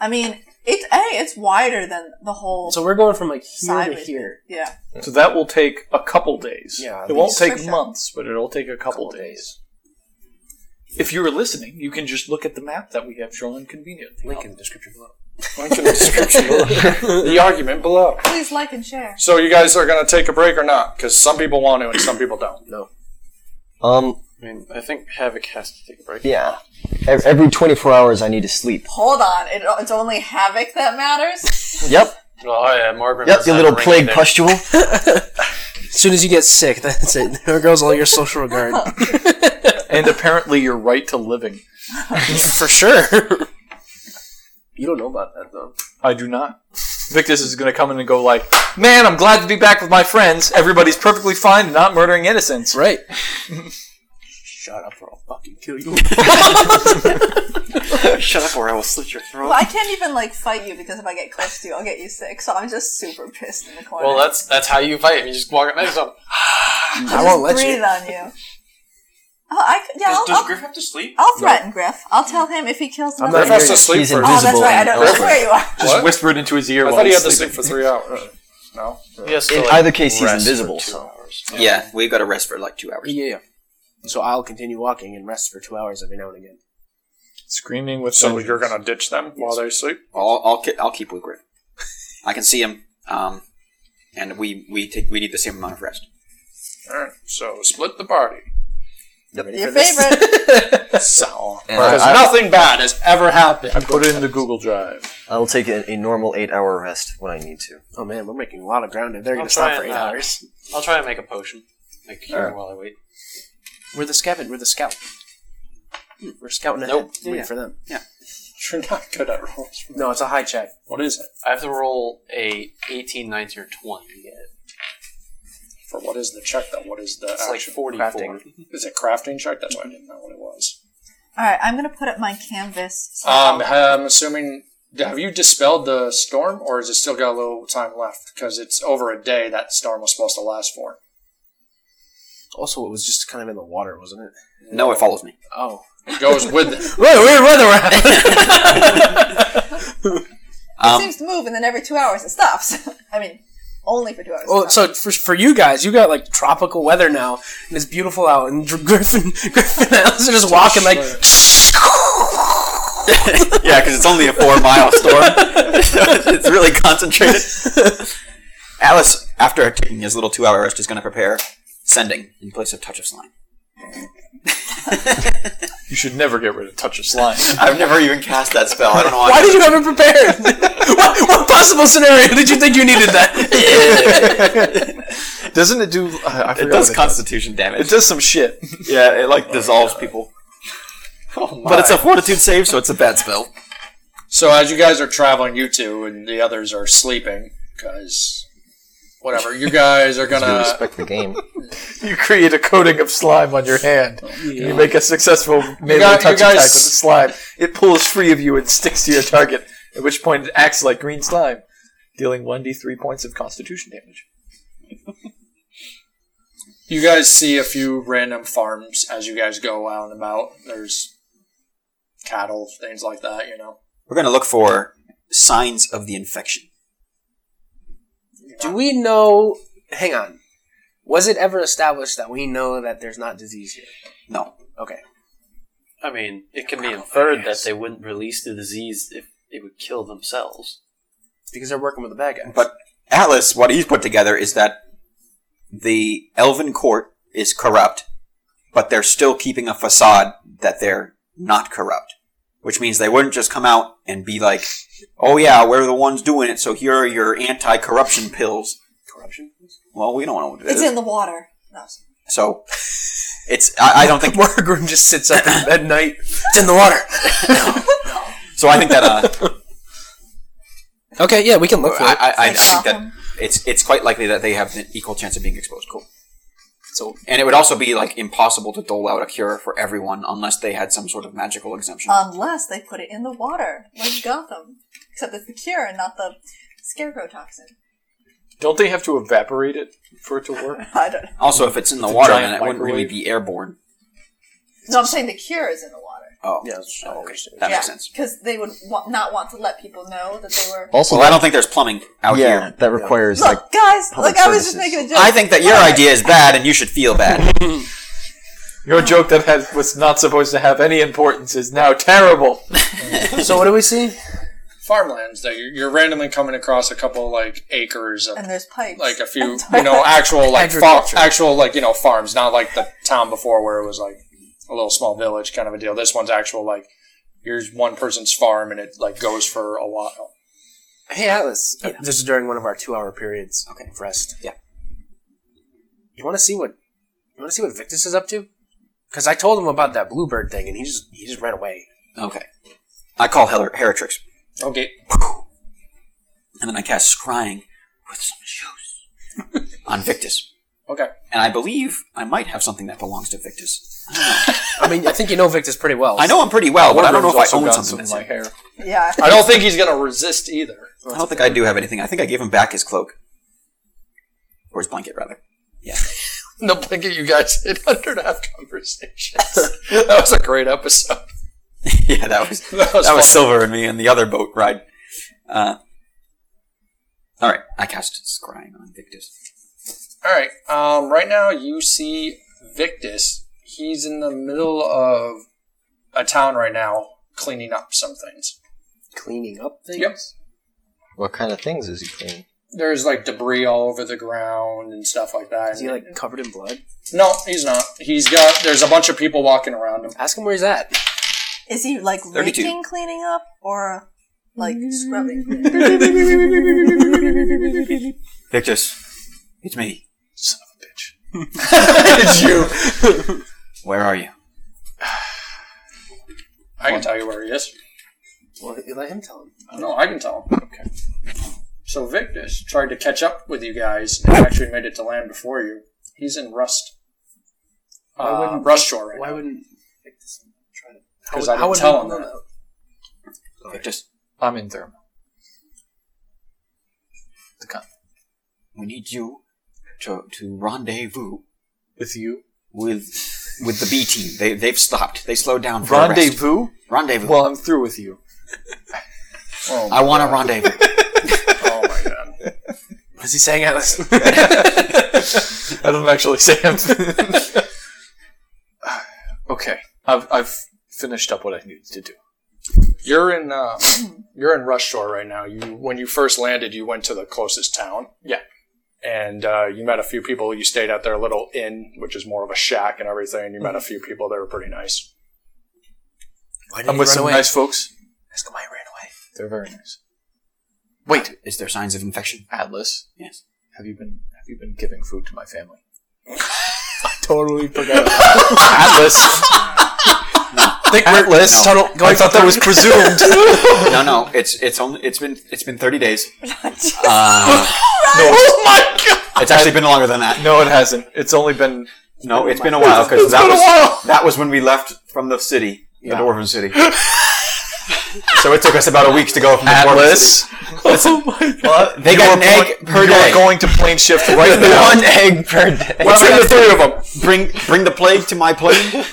Speaker 4: I mean, it. Hey, it's wider than the whole
Speaker 6: So we're going from like here to
Speaker 4: sideways.
Speaker 6: here.
Speaker 4: Yeah.
Speaker 1: So that will take a couple days.
Speaker 6: Yeah,
Speaker 1: it won't
Speaker 6: these-
Speaker 1: take
Speaker 4: for sure.
Speaker 1: months, but it'll take a couple, days. If you were listening, you can just look at the map that we have shown conveniently.
Speaker 6: Link in the description below.
Speaker 2: Link in the description
Speaker 1: *laughs*
Speaker 2: below. The argument below.
Speaker 4: Please like and share.
Speaker 2: So you guys are gonna take a break or not? Because some people want to and some people don't.
Speaker 3: Um,
Speaker 5: I mean, I think Havoc has to take a break.
Speaker 3: yeah. Ev- Every 24 hours, I need to sleep.
Speaker 4: Hold on. It, it's only havoc that matters.
Speaker 3: Yep,
Speaker 9: Oh yeah, Margaret.
Speaker 3: yep,
Speaker 9: must
Speaker 3: you
Speaker 9: have
Speaker 3: little
Speaker 9: a ring
Speaker 3: plague
Speaker 9: there.
Speaker 3: pustule.
Speaker 6: As soon as you get sick, *laughs* that's it. There goes all your social regard.
Speaker 1: And apparently, your right to living.
Speaker 6: *laughs* For sure. you don't know about that, though.
Speaker 1: I do not. Victus is going to come in and go like, "Man, I'm glad to be back with my friends. Everybody's perfectly fine, and not murdering innocents."
Speaker 6: Right.
Speaker 5: Shut up, or I will slit your throat.
Speaker 4: Well, I can't even like fight you because if I get close to you, I'll get you sick. So I'm just super pissed in the corner.
Speaker 9: Well, that's that's how you fight. You just walk up next
Speaker 4: *sighs*
Speaker 9: to him.
Speaker 6: I won't let
Speaker 4: breathe
Speaker 6: you.
Speaker 4: on you. Oh, I could, yeah,
Speaker 5: Does,
Speaker 4: I'll,
Speaker 5: does
Speaker 4: I'll-
Speaker 5: Griff have to sleep?
Speaker 4: I'll threaten Griff. I'll tell him if he kills
Speaker 3: I'm
Speaker 4: another.
Speaker 3: not
Speaker 2: Griff has
Speaker 3: hearing
Speaker 2: to sleep
Speaker 3: He's
Speaker 2: first.
Speaker 4: oh, that's
Speaker 3: invisible
Speaker 4: right. I
Speaker 3: and
Speaker 4: don't know
Speaker 3: elsewhere.
Speaker 4: where you are.
Speaker 1: Just whisper it into his ear.
Speaker 2: I
Speaker 1: while
Speaker 2: thought he
Speaker 1: he's
Speaker 2: had to
Speaker 1: sleeping.
Speaker 2: sleep for three hours.
Speaker 1: *laughs*
Speaker 2: No.
Speaker 9: He has to,
Speaker 3: In
Speaker 9: like,
Speaker 3: either case, he's
Speaker 9: rest for
Speaker 3: invisible.
Speaker 9: two
Speaker 3: So
Speaker 9: hours.
Speaker 8: Yeah, we've got to rest for like two hours.
Speaker 6: Yeah, yeah. So I'll continue walking and rest for two hours every now and again.
Speaker 1: Screaming with
Speaker 2: So
Speaker 1: vengeance.
Speaker 2: you're gonna ditch them while they sleep?
Speaker 8: I'll I'll, ki- I'll keep with Griff. I can see him, um, and we we take we need the same amount of rest.
Speaker 2: All right. So split the party.
Speaker 4: Your favorite.
Speaker 2: So
Speaker 3: And I-
Speaker 2: because
Speaker 3: I-
Speaker 2: nothing bad has ever happened.
Speaker 1: I put it in the Google Drive.
Speaker 3: I will take a, a normal eight-hour rest when I need to.
Speaker 6: Oh man, we're making a lot of ground, and they're going
Speaker 9: I'll
Speaker 6: to stop
Speaker 9: try
Speaker 6: for
Speaker 9: it
Speaker 6: eight
Speaker 9: now.
Speaker 6: hours.
Speaker 9: I'll try to make a potion. Like here while I wait.
Speaker 6: We're the scout. We're the scout. We're scouting ahead.
Speaker 9: Nope.
Speaker 6: Wait
Speaker 9: Yeah.
Speaker 6: for them.
Speaker 2: *laughs* You're not good at rolls.
Speaker 6: No, it's a high check.
Speaker 2: What is it?
Speaker 9: I have to roll a 18, 19, or 20 to get it.
Speaker 2: For what is the check though? What is the
Speaker 9: It's like
Speaker 2: action?
Speaker 9: 44.
Speaker 2: Is it crafting check? That's why I didn't know what it was.
Speaker 4: All right, I'm gonna put up my canvas. so-
Speaker 2: Um, I'm assuming. Have you dispelled the storm, or has it still got a little time left? Because it's over a day that storm was supposed to last for.
Speaker 6: Also, it was just kind of in the water, wasn't it?
Speaker 8: No, it follows me. *laughs*
Speaker 6: Oh.
Speaker 2: It goes with it.
Speaker 6: What weird weather we're *laughs* having.
Speaker 4: it
Speaker 8: Um,
Speaker 4: seems to move, and then every two hours it stops. *laughs* I mean, only for two hours. it
Speaker 6: well,
Speaker 4: stops.
Speaker 6: so for, for you guys, you got like tropical weather now, and it's beautiful out, and Dr- *laughs* Griffin, Griffin and Alice are just walking like,
Speaker 8: yeah, because it's only a four mile storm. *laughs* it's really concentrated.
Speaker 3: *laughs*
Speaker 8: Alice, after taking his little two hour rest, is going to prepare sending in place of touch of slime.
Speaker 1: *laughs* You should never get rid of touch of slime.
Speaker 8: I've never even cast that spell. I don't know why.
Speaker 6: why did you have it
Speaker 8: *laughs*
Speaker 6: prepared? what, what possible scenario did you think you needed that?
Speaker 1: Doesn't it do? I, I
Speaker 8: it
Speaker 1: forgot
Speaker 8: does
Speaker 1: what
Speaker 8: constitution
Speaker 1: It
Speaker 8: damage.
Speaker 1: does some shit.
Speaker 8: yeah, it like dissolves people. But it's a fortitude save, so it's a bad spell.
Speaker 2: So as you guys are traveling, you two and the others are sleeping because whatever. You guys are
Speaker 8: Uh,
Speaker 2: gonna
Speaker 3: Respect the game.
Speaker 1: You create a coating of slime on your hand. and You make a successful melee
Speaker 2: got-
Speaker 1: touch
Speaker 2: you guys-
Speaker 1: attack with the slime. It pulls free of you and sticks to your target. At which point, it acts like green slime. dealing 1d3 points of constitution damage.
Speaker 2: You guys see a few random farms as you guys go out and about. There's cattle, things like that, you know.
Speaker 8: We're going to look for signs of the infection.
Speaker 6: Do we know? Hang on. Was it ever established that we know that there's not disease here?
Speaker 8: No.
Speaker 6: Okay.
Speaker 9: I mean, it can be inferred that they wouldn't release the disease if it would kill themselves.
Speaker 6: Because they're working with the bad guys.
Speaker 8: But Atlas, what he's put together is that the Elven court is corrupt, but they're still keeping a facade that they're not corrupt. Which means they wouldn't just come out and be like, oh yeah, we're the ones doing it, so here are your anti corruption pills.
Speaker 6: Corruption?
Speaker 8: Well, we don't know what it is.
Speaker 4: It's in the water. No,
Speaker 8: so it's, I, I don't
Speaker 6: *laughs*
Speaker 8: think,
Speaker 6: Morgrim just sits up in bed night. It's in
Speaker 8: *laughs*
Speaker 6: the water.
Speaker 8: so I think that,
Speaker 6: *laughs*
Speaker 8: uh,
Speaker 6: *sniffs* Okay, yeah, we can look for it.
Speaker 8: I, I, I, I
Speaker 4: Like
Speaker 8: think that
Speaker 4: Gotham.
Speaker 8: it's it's quite likely that they have an equal chance of being exposed. Cool. So, and it would also be like impossible to dole out a cure for everyone unless they had some sort of magical exemption.
Speaker 4: Uh, unless they put it in the water, like Gotham. Except it's the cure and not the scarecrow toxin. *laughs*
Speaker 1: Don't they have to evaporate it for it to work?
Speaker 4: I don't know.
Speaker 8: also, if it's in the
Speaker 1: It's a
Speaker 8: water,
Speaker 1: giant
Speaker 8: then it wouldn't really
Speaker 1: microwave.
Speaker 8: be airborne.
Speaker 4: No, I'm saying the cure is in the water.
Speaker 8: Oh,
Speaker 6: Yeah,
Speaker 8: Oh, okay, that makes sense.
Speaker 4: Because they would wa- not want to let people know that they were.
Speaker 3: Also,
Speaker 8: Well, I don't think there's plumbing out
Speaker 3: yeah,
Speaker 8: here.
Speaker 3: that requires like
Speaker 4: Look, guys,
Speaker 3: public
Speaker 4: like I was just
Speaker 3: services.
Speaker 4: making a joke.
Speaker 8: I think that your
Speaker 4: Alright.
Speaker 8: idea is bad, and you should feel bad.
Speaker 1: Your joke that had, was not supposed to have any importance is now terrible.
Speaker 6: so what do we see?
Speaker 2: Farmlands that you're, you're randomly coming across a couple like acres of
Speaker 4: And there's pipes.
Speaker 2: like a few,
Speaker 4: And
Speaker 2: you know, actual like far,
Speaker 6: Agriculture.
Speaker 2: actual like you know farms, not like the town before where it was like a little small village kind of a deal. This one's actual like here's one person's farm and it like goes for a while.
Speaker 6: Hey, Atlas. This is during one of our two-hour periods okay. of rest.
Speaker 8: Yeah.
Speaker 6: You want to see what you want to see what Victus is up to? Because I told him about that bluebird thing, and he just he just ran away.
Speaker 8: okay, I call Heller Heratrix,
Speaker 2: Okay,
Speaker 8: and then I cast scrying with some shoes
Speaker 2: *laughs*
Speaker 8: on Victus.
Speaker 2: okay.
Speaker 8: And I believe I might have something that belongs to Victus.
Speaker 6: I mean, I think you know Victus pretty well.
Speaker 8: I know him pretty well, but I don't know if I
Speaker 1: Morgan's also
Speaker 8: own
Speaker 1: got
Speaker 8: something.
Speaker 1: some
Speaker 8: that's
Speaker 1: of my
Speaker 8: his.
Speaker 1: hair.
Speaker 4: yeah.
Speaker 2: I don't think he's gonna resist either.
Speaker 8: I don't think I do have anything. I think I gave him back his cloak. Or his blanket, rather. *laughs*
Speaker 2: No blanket, you guys *laughs* hit under to have conversations. *laughs* that was a great episode.
Speaker 8: yeah, that was
Speaker 2: *laughs* That was,
Speaker 8: that was
Speaker 2: fun.
Speaker 8: Silver and me and the other boat ride. Uh, all right, I cast scrying on Victus.
Speaker 2: All right. Um, right now, you see Victus. He's in the middle of a town right now, cleaning up some things.
Speaker 6: Cleaning up things.
Speaker 2: Yep.
Speaker 3: what kind of things is he cleaning?
Speaker 2: There's like debris all over the ground and stuff like that.
Speaker 6: Is he like covered in blood?
Speaker 2: no, he's not. He's got. There's a bunch of people walking around
Speaker 6: *laughs*
Speaker 2: him.
Speaker 6: Ask him where he's at.
Speaker 4: Is he like
Speaker 8: 32.
Speaker 4: raking cleaning up or like scrubbing?
Speaker 8: Victus, it's me.
Speaker 2: it's you.
Speaker 8: Where are you?
Speaker 2: I can tell you where he is.
Speaker 6: Well, you let him tell him.
Speaker 2: No, I can tell him. Okay. So Victus tried to catch up with you guys and actually made it to land before you. He's in Rust.
Speaker 6: Why
Speaker 2: Uh,
Speaker 6: wouldn't-
Speaker 2: Rust Shore right
Speaker 6: Why
Speaker 2: now.
Speaker 6: wouldn't Victus try to?
Speaker 2: Because
Speaker 6: how
Speaker 2: I didn't
Speaker 6: would
Speaker 2: tell
Speaker 6: we
Speaker 2: him
Speaker 6: know
Speaker 2: that.
Speaker 8: Victus,
Speaker 1: I'm in thermal.
Speaker 8: we need you to to rendezvous
Speaker 1: With you?
Speaker 8: with with the B team. They they've stopped. They slowed down for a rest.
Speaker 1: Rendezvous?
Speaker 8: Rendezvous.
Speaker 1: Well, I'm through with you.
Speaker 8: I want a rendezvous.
Speaker 2: Oh my god.
Speaker 6: Was
Speaker 2: *laughs*
Speaker 6: he saying Atlas?
Speaker 1: I don't actually say him.
Speaker 2: *laughs*
Speaker 1: okay, I've, I've finished up what I needed to do.
Speaker 2: You're in uh, you're in Rush Shore right now. You when you first landed, you went to the closest town.
Speaker 1: Yeah.
Speaker 2: And uh, you met a few people. You stayed at their little inn, which is more of a shack and everything. You met a few people. They were pretty nice.
Speaker 6: Why did
Speaker 1: I'm
Speaker 6: he
Speaker 1: with
Speaker 6: run
Speaker 1: some
Speaker 6: away?
Speaker 1: nice folks.
Speaker 6: Ask him why he ran away.
Speaker 1: They're very nice.
Speaker 8: Wait, is there signs of infection?
Speaker 1: Atlas,
Speaker 8: Yes.
Speaker 1: have you been have you been giving food to my family? *laughs*
Speaker 6: Totally forgot.
Speaker 8: *laughs*
Speaker 1: Atlas,
Speaker 6: Think we're
Speaker 1: Atlas.
Speaker 6: tunnel.
Speaker 1: I thought that was presumed.
Speaker 8: *laughs* no, no. It's it's only it's been it's been thirty days. Uh,
Speaker 1: no,
Speaker 8: it's actually been longer than that.
Speaker 1: Oh no, it hasn't. It's only been
Speaker 8: No, it's been a
Speaker 1: *laughs*
Speaker 8: while because that was that was when we left from the city, the dwarven city. so it took us about a week to go from the
Speaker 1: Atlas, Oh
Speaker 8: Well, they got an egg per
Speaker 1: you are
Speaker 8: day.
Speaker 1: going to plane
Speaker 8: *laughs*
Speaker 1: shift right now.
Speaker 8: One egg per day.
Speaker 1: What's in the three of them?
Speaker 8: Bring bring the plague to my
Speaker 1: *laughs*
Speaker 8: plane.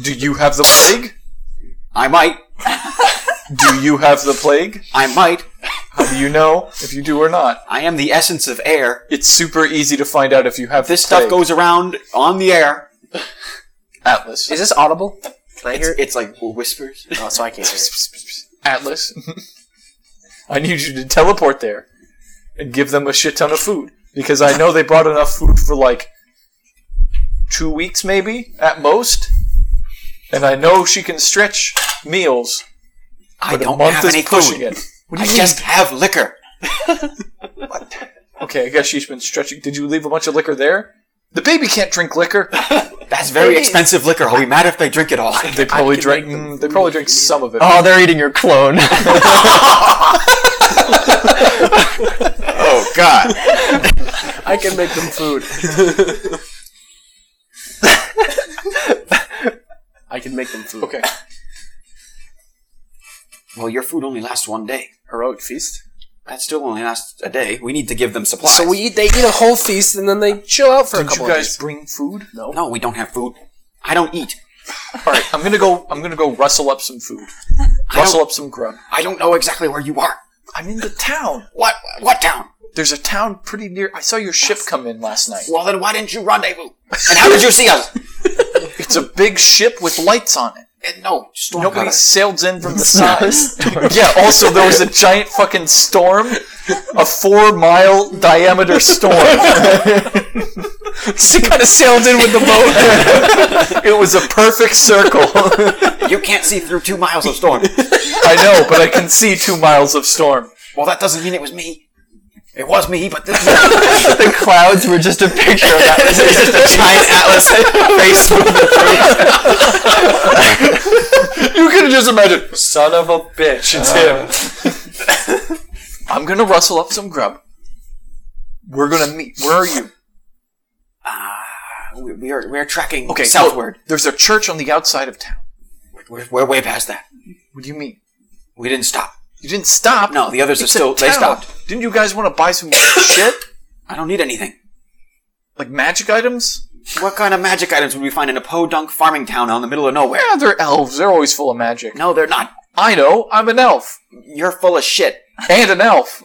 Speaker 1: Do you have the plague?
Speaker 8: I might.
Speaker 1: Do you have the plague?
Speaker 8: I might.
Speaker 1: How do you know if you do or not?
Speaker 8: I am the essence of air.
Speaker 1: It's super easy to find out if you have
Speaker 8: This
Speaker 1: the
Speaker 8: stuff
Speaker 1: plague.
Speaker 8: goes around on the air.
Speaker 1: Atlas.
Speaker 6: Is this audible? Can I hear it?
Speaker 8: It's like whispers.
Speaker 6: Oh, so I can't hear it.
Speaker 1: Atlas. I need you to teleport there and give them a shit ton of food because I know they brought enough food for like two weeks, maybe at most. And I know she can stretch meals.
Speaker 8: I
Speaker 1: but a
Speaker 8: don't
Speaker 1: month
Speaker 8: have
Speaker 1: is
Speaker 8: any
Speaker 1: pushing
Speaker 8: food.
Speaker 1: it.
Speaker 8: I just have liquor.
Speaker 1: Okay, I guess she's been stretching. Did you leave a bunch of liquor there? The baby can't drink
Speaker 2: *laughs*
Speaker 1: liquor.
Speaker 8: That's very expensive liquor. I'll be mad if they drink it all.
Speaker 1: *laughs* They probably drank. mm, They probably drank some of it.
Speaker 2: Um,
Speaker 3: Oh, they're eating your clone.
Speaker 8: Oh God!
Speaker 6: I can make them food. I can make them food.
Speaker 1: Okay.
Speaker 8: *laughs* Well, your food only lasts one day.
Speaker 6: Heroic feast.
Speaker 8: That still only lasts a day. We need to give them supplies.
Speaker 6: So we eat, they eat a whole feast and then they chill out for a
Speaker 1: Did
Speaker 6: couple
Speaker 1: you
Speaker 6: of
Speaker 1: guys
Speaker 6: days.
Speaker 1: bring food? No.
Speaker 8: No, we don't have food. I don't eat.
Speaker 1: *laughs* All right, I'm gonna go. I'm gonna go rustle up some food.
Speaker 8: I
Speaker 1: Rustle
Speaker 8: don't,
Speaker 1: up some grub.
Speaker 8: I don't know exactly where you are.
Speaker 1: I'm in the town.
Speaker 8: What? What town?
Speaker 1: There's a town pretty near. I saw your ship come in last night.
Speaker 8: Well, then why didn't you rendezvous? And how did you see us?
Speaker 1: It's a big ship with lights on it.
Speaker 8: And no, storm
Speaker 1: Nobody
Speaker 8: cutter.
Speaker 1: sailed in *laughs* from the side. yeah. Also, there was a giant fucking storm, a four-mile diameter storm. *laughs* She kind of sailed in with the boat. *laughs* it was a perfect circle. *laughs*
Speaker 8: You can't see through two miles of storm.
Speaker 1: I know, but I can see two miles of storm.
Speaker 8: well, that doesn't mean it was me. It was me, but this *laughs*
Speaker 3: the *laughs* clouds were just a picture of that. It's just a giant atlas face.
Speaker 1: You could have just imagined, son of a bitch, it's
Speaker 2: Uh,
Speaker 1: him. I'm gonna rustle up some grub. We're gonna meet. Where are you?
Speaker 8: we we are we are tracking
Speaker 1: Okay,
Speaker 8: southward.
Speaker 1: look, there's a church on the outside of town.
Speaker 8: We're, we're way past that.
Speaker 1: What do you mean?
Speaker 8: We didn't stop.
Speaker 1: You didn't stop.
Speaker 8: No, the others are
Speaker 1: It's
Speaker 8: still.
Speaker 1: a
Speaker 8: They
Speaker 1: town.
Speaker 8: stopped.
Speaker 1: Didn't you guys want to buy some shit,
Speaker 8: I don't need anything.
Speaker 1: like magic items?
Speaker 8: What kind of magic items would we find in a podunk farming town out in the middle of nowhere?
Speaker 1: Yeah, they're elves. They're always full of magic.
Speaker 8: No, they're not.
Speaker 1: I know. I'm an elf
Speaker 8: You're full of shit.
Speaker 1: and an elf.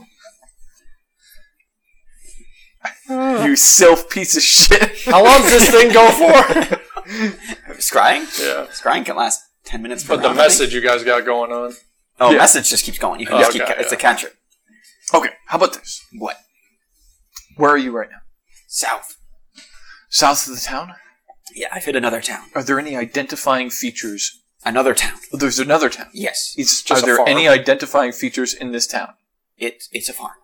Speaker 1: you self piece of *laughs* shit.
Speaker 9: How long does this thing
Speaker 8: *laughs*
Speaker 9: go for?
Speaker 8: Scrying?
Speaker 2: Yeah.
Speaker 8: Scrying can last 10 minutes. per
Speaker 2: But the
Speaker 8: round, I think.
Speaker 2: message you guys got going on.
Speaker 8: Oh,
Speaker 1: Yeah.
Speaker 8: message just keeps going. You can just
Speaker 2: Okay,
Speaker 8: keep. It's a
Speaker 2: yeah.
Speaker 8: catcher.
Speaker 1: *laughs* Okay, how about this?
Speaker 8: What?
Speaker 1: Where are you right now?
Speaker 8: South.
Speaker 1: South of the town?
Speaker 8: Yeah, I've hit another town.
Speaker 1: Are there any identifying features?
Speaker 8: Another town.
Speaker 1: Oh, there's another town.
Speaker 8: Yes.
Speaker 1: It's
Speaker 2: just a
Speaker 1: Are there
Speaker 2: farm.
Speaker 1: any identifying features in this town?
Speaker 8: It, it's a farm.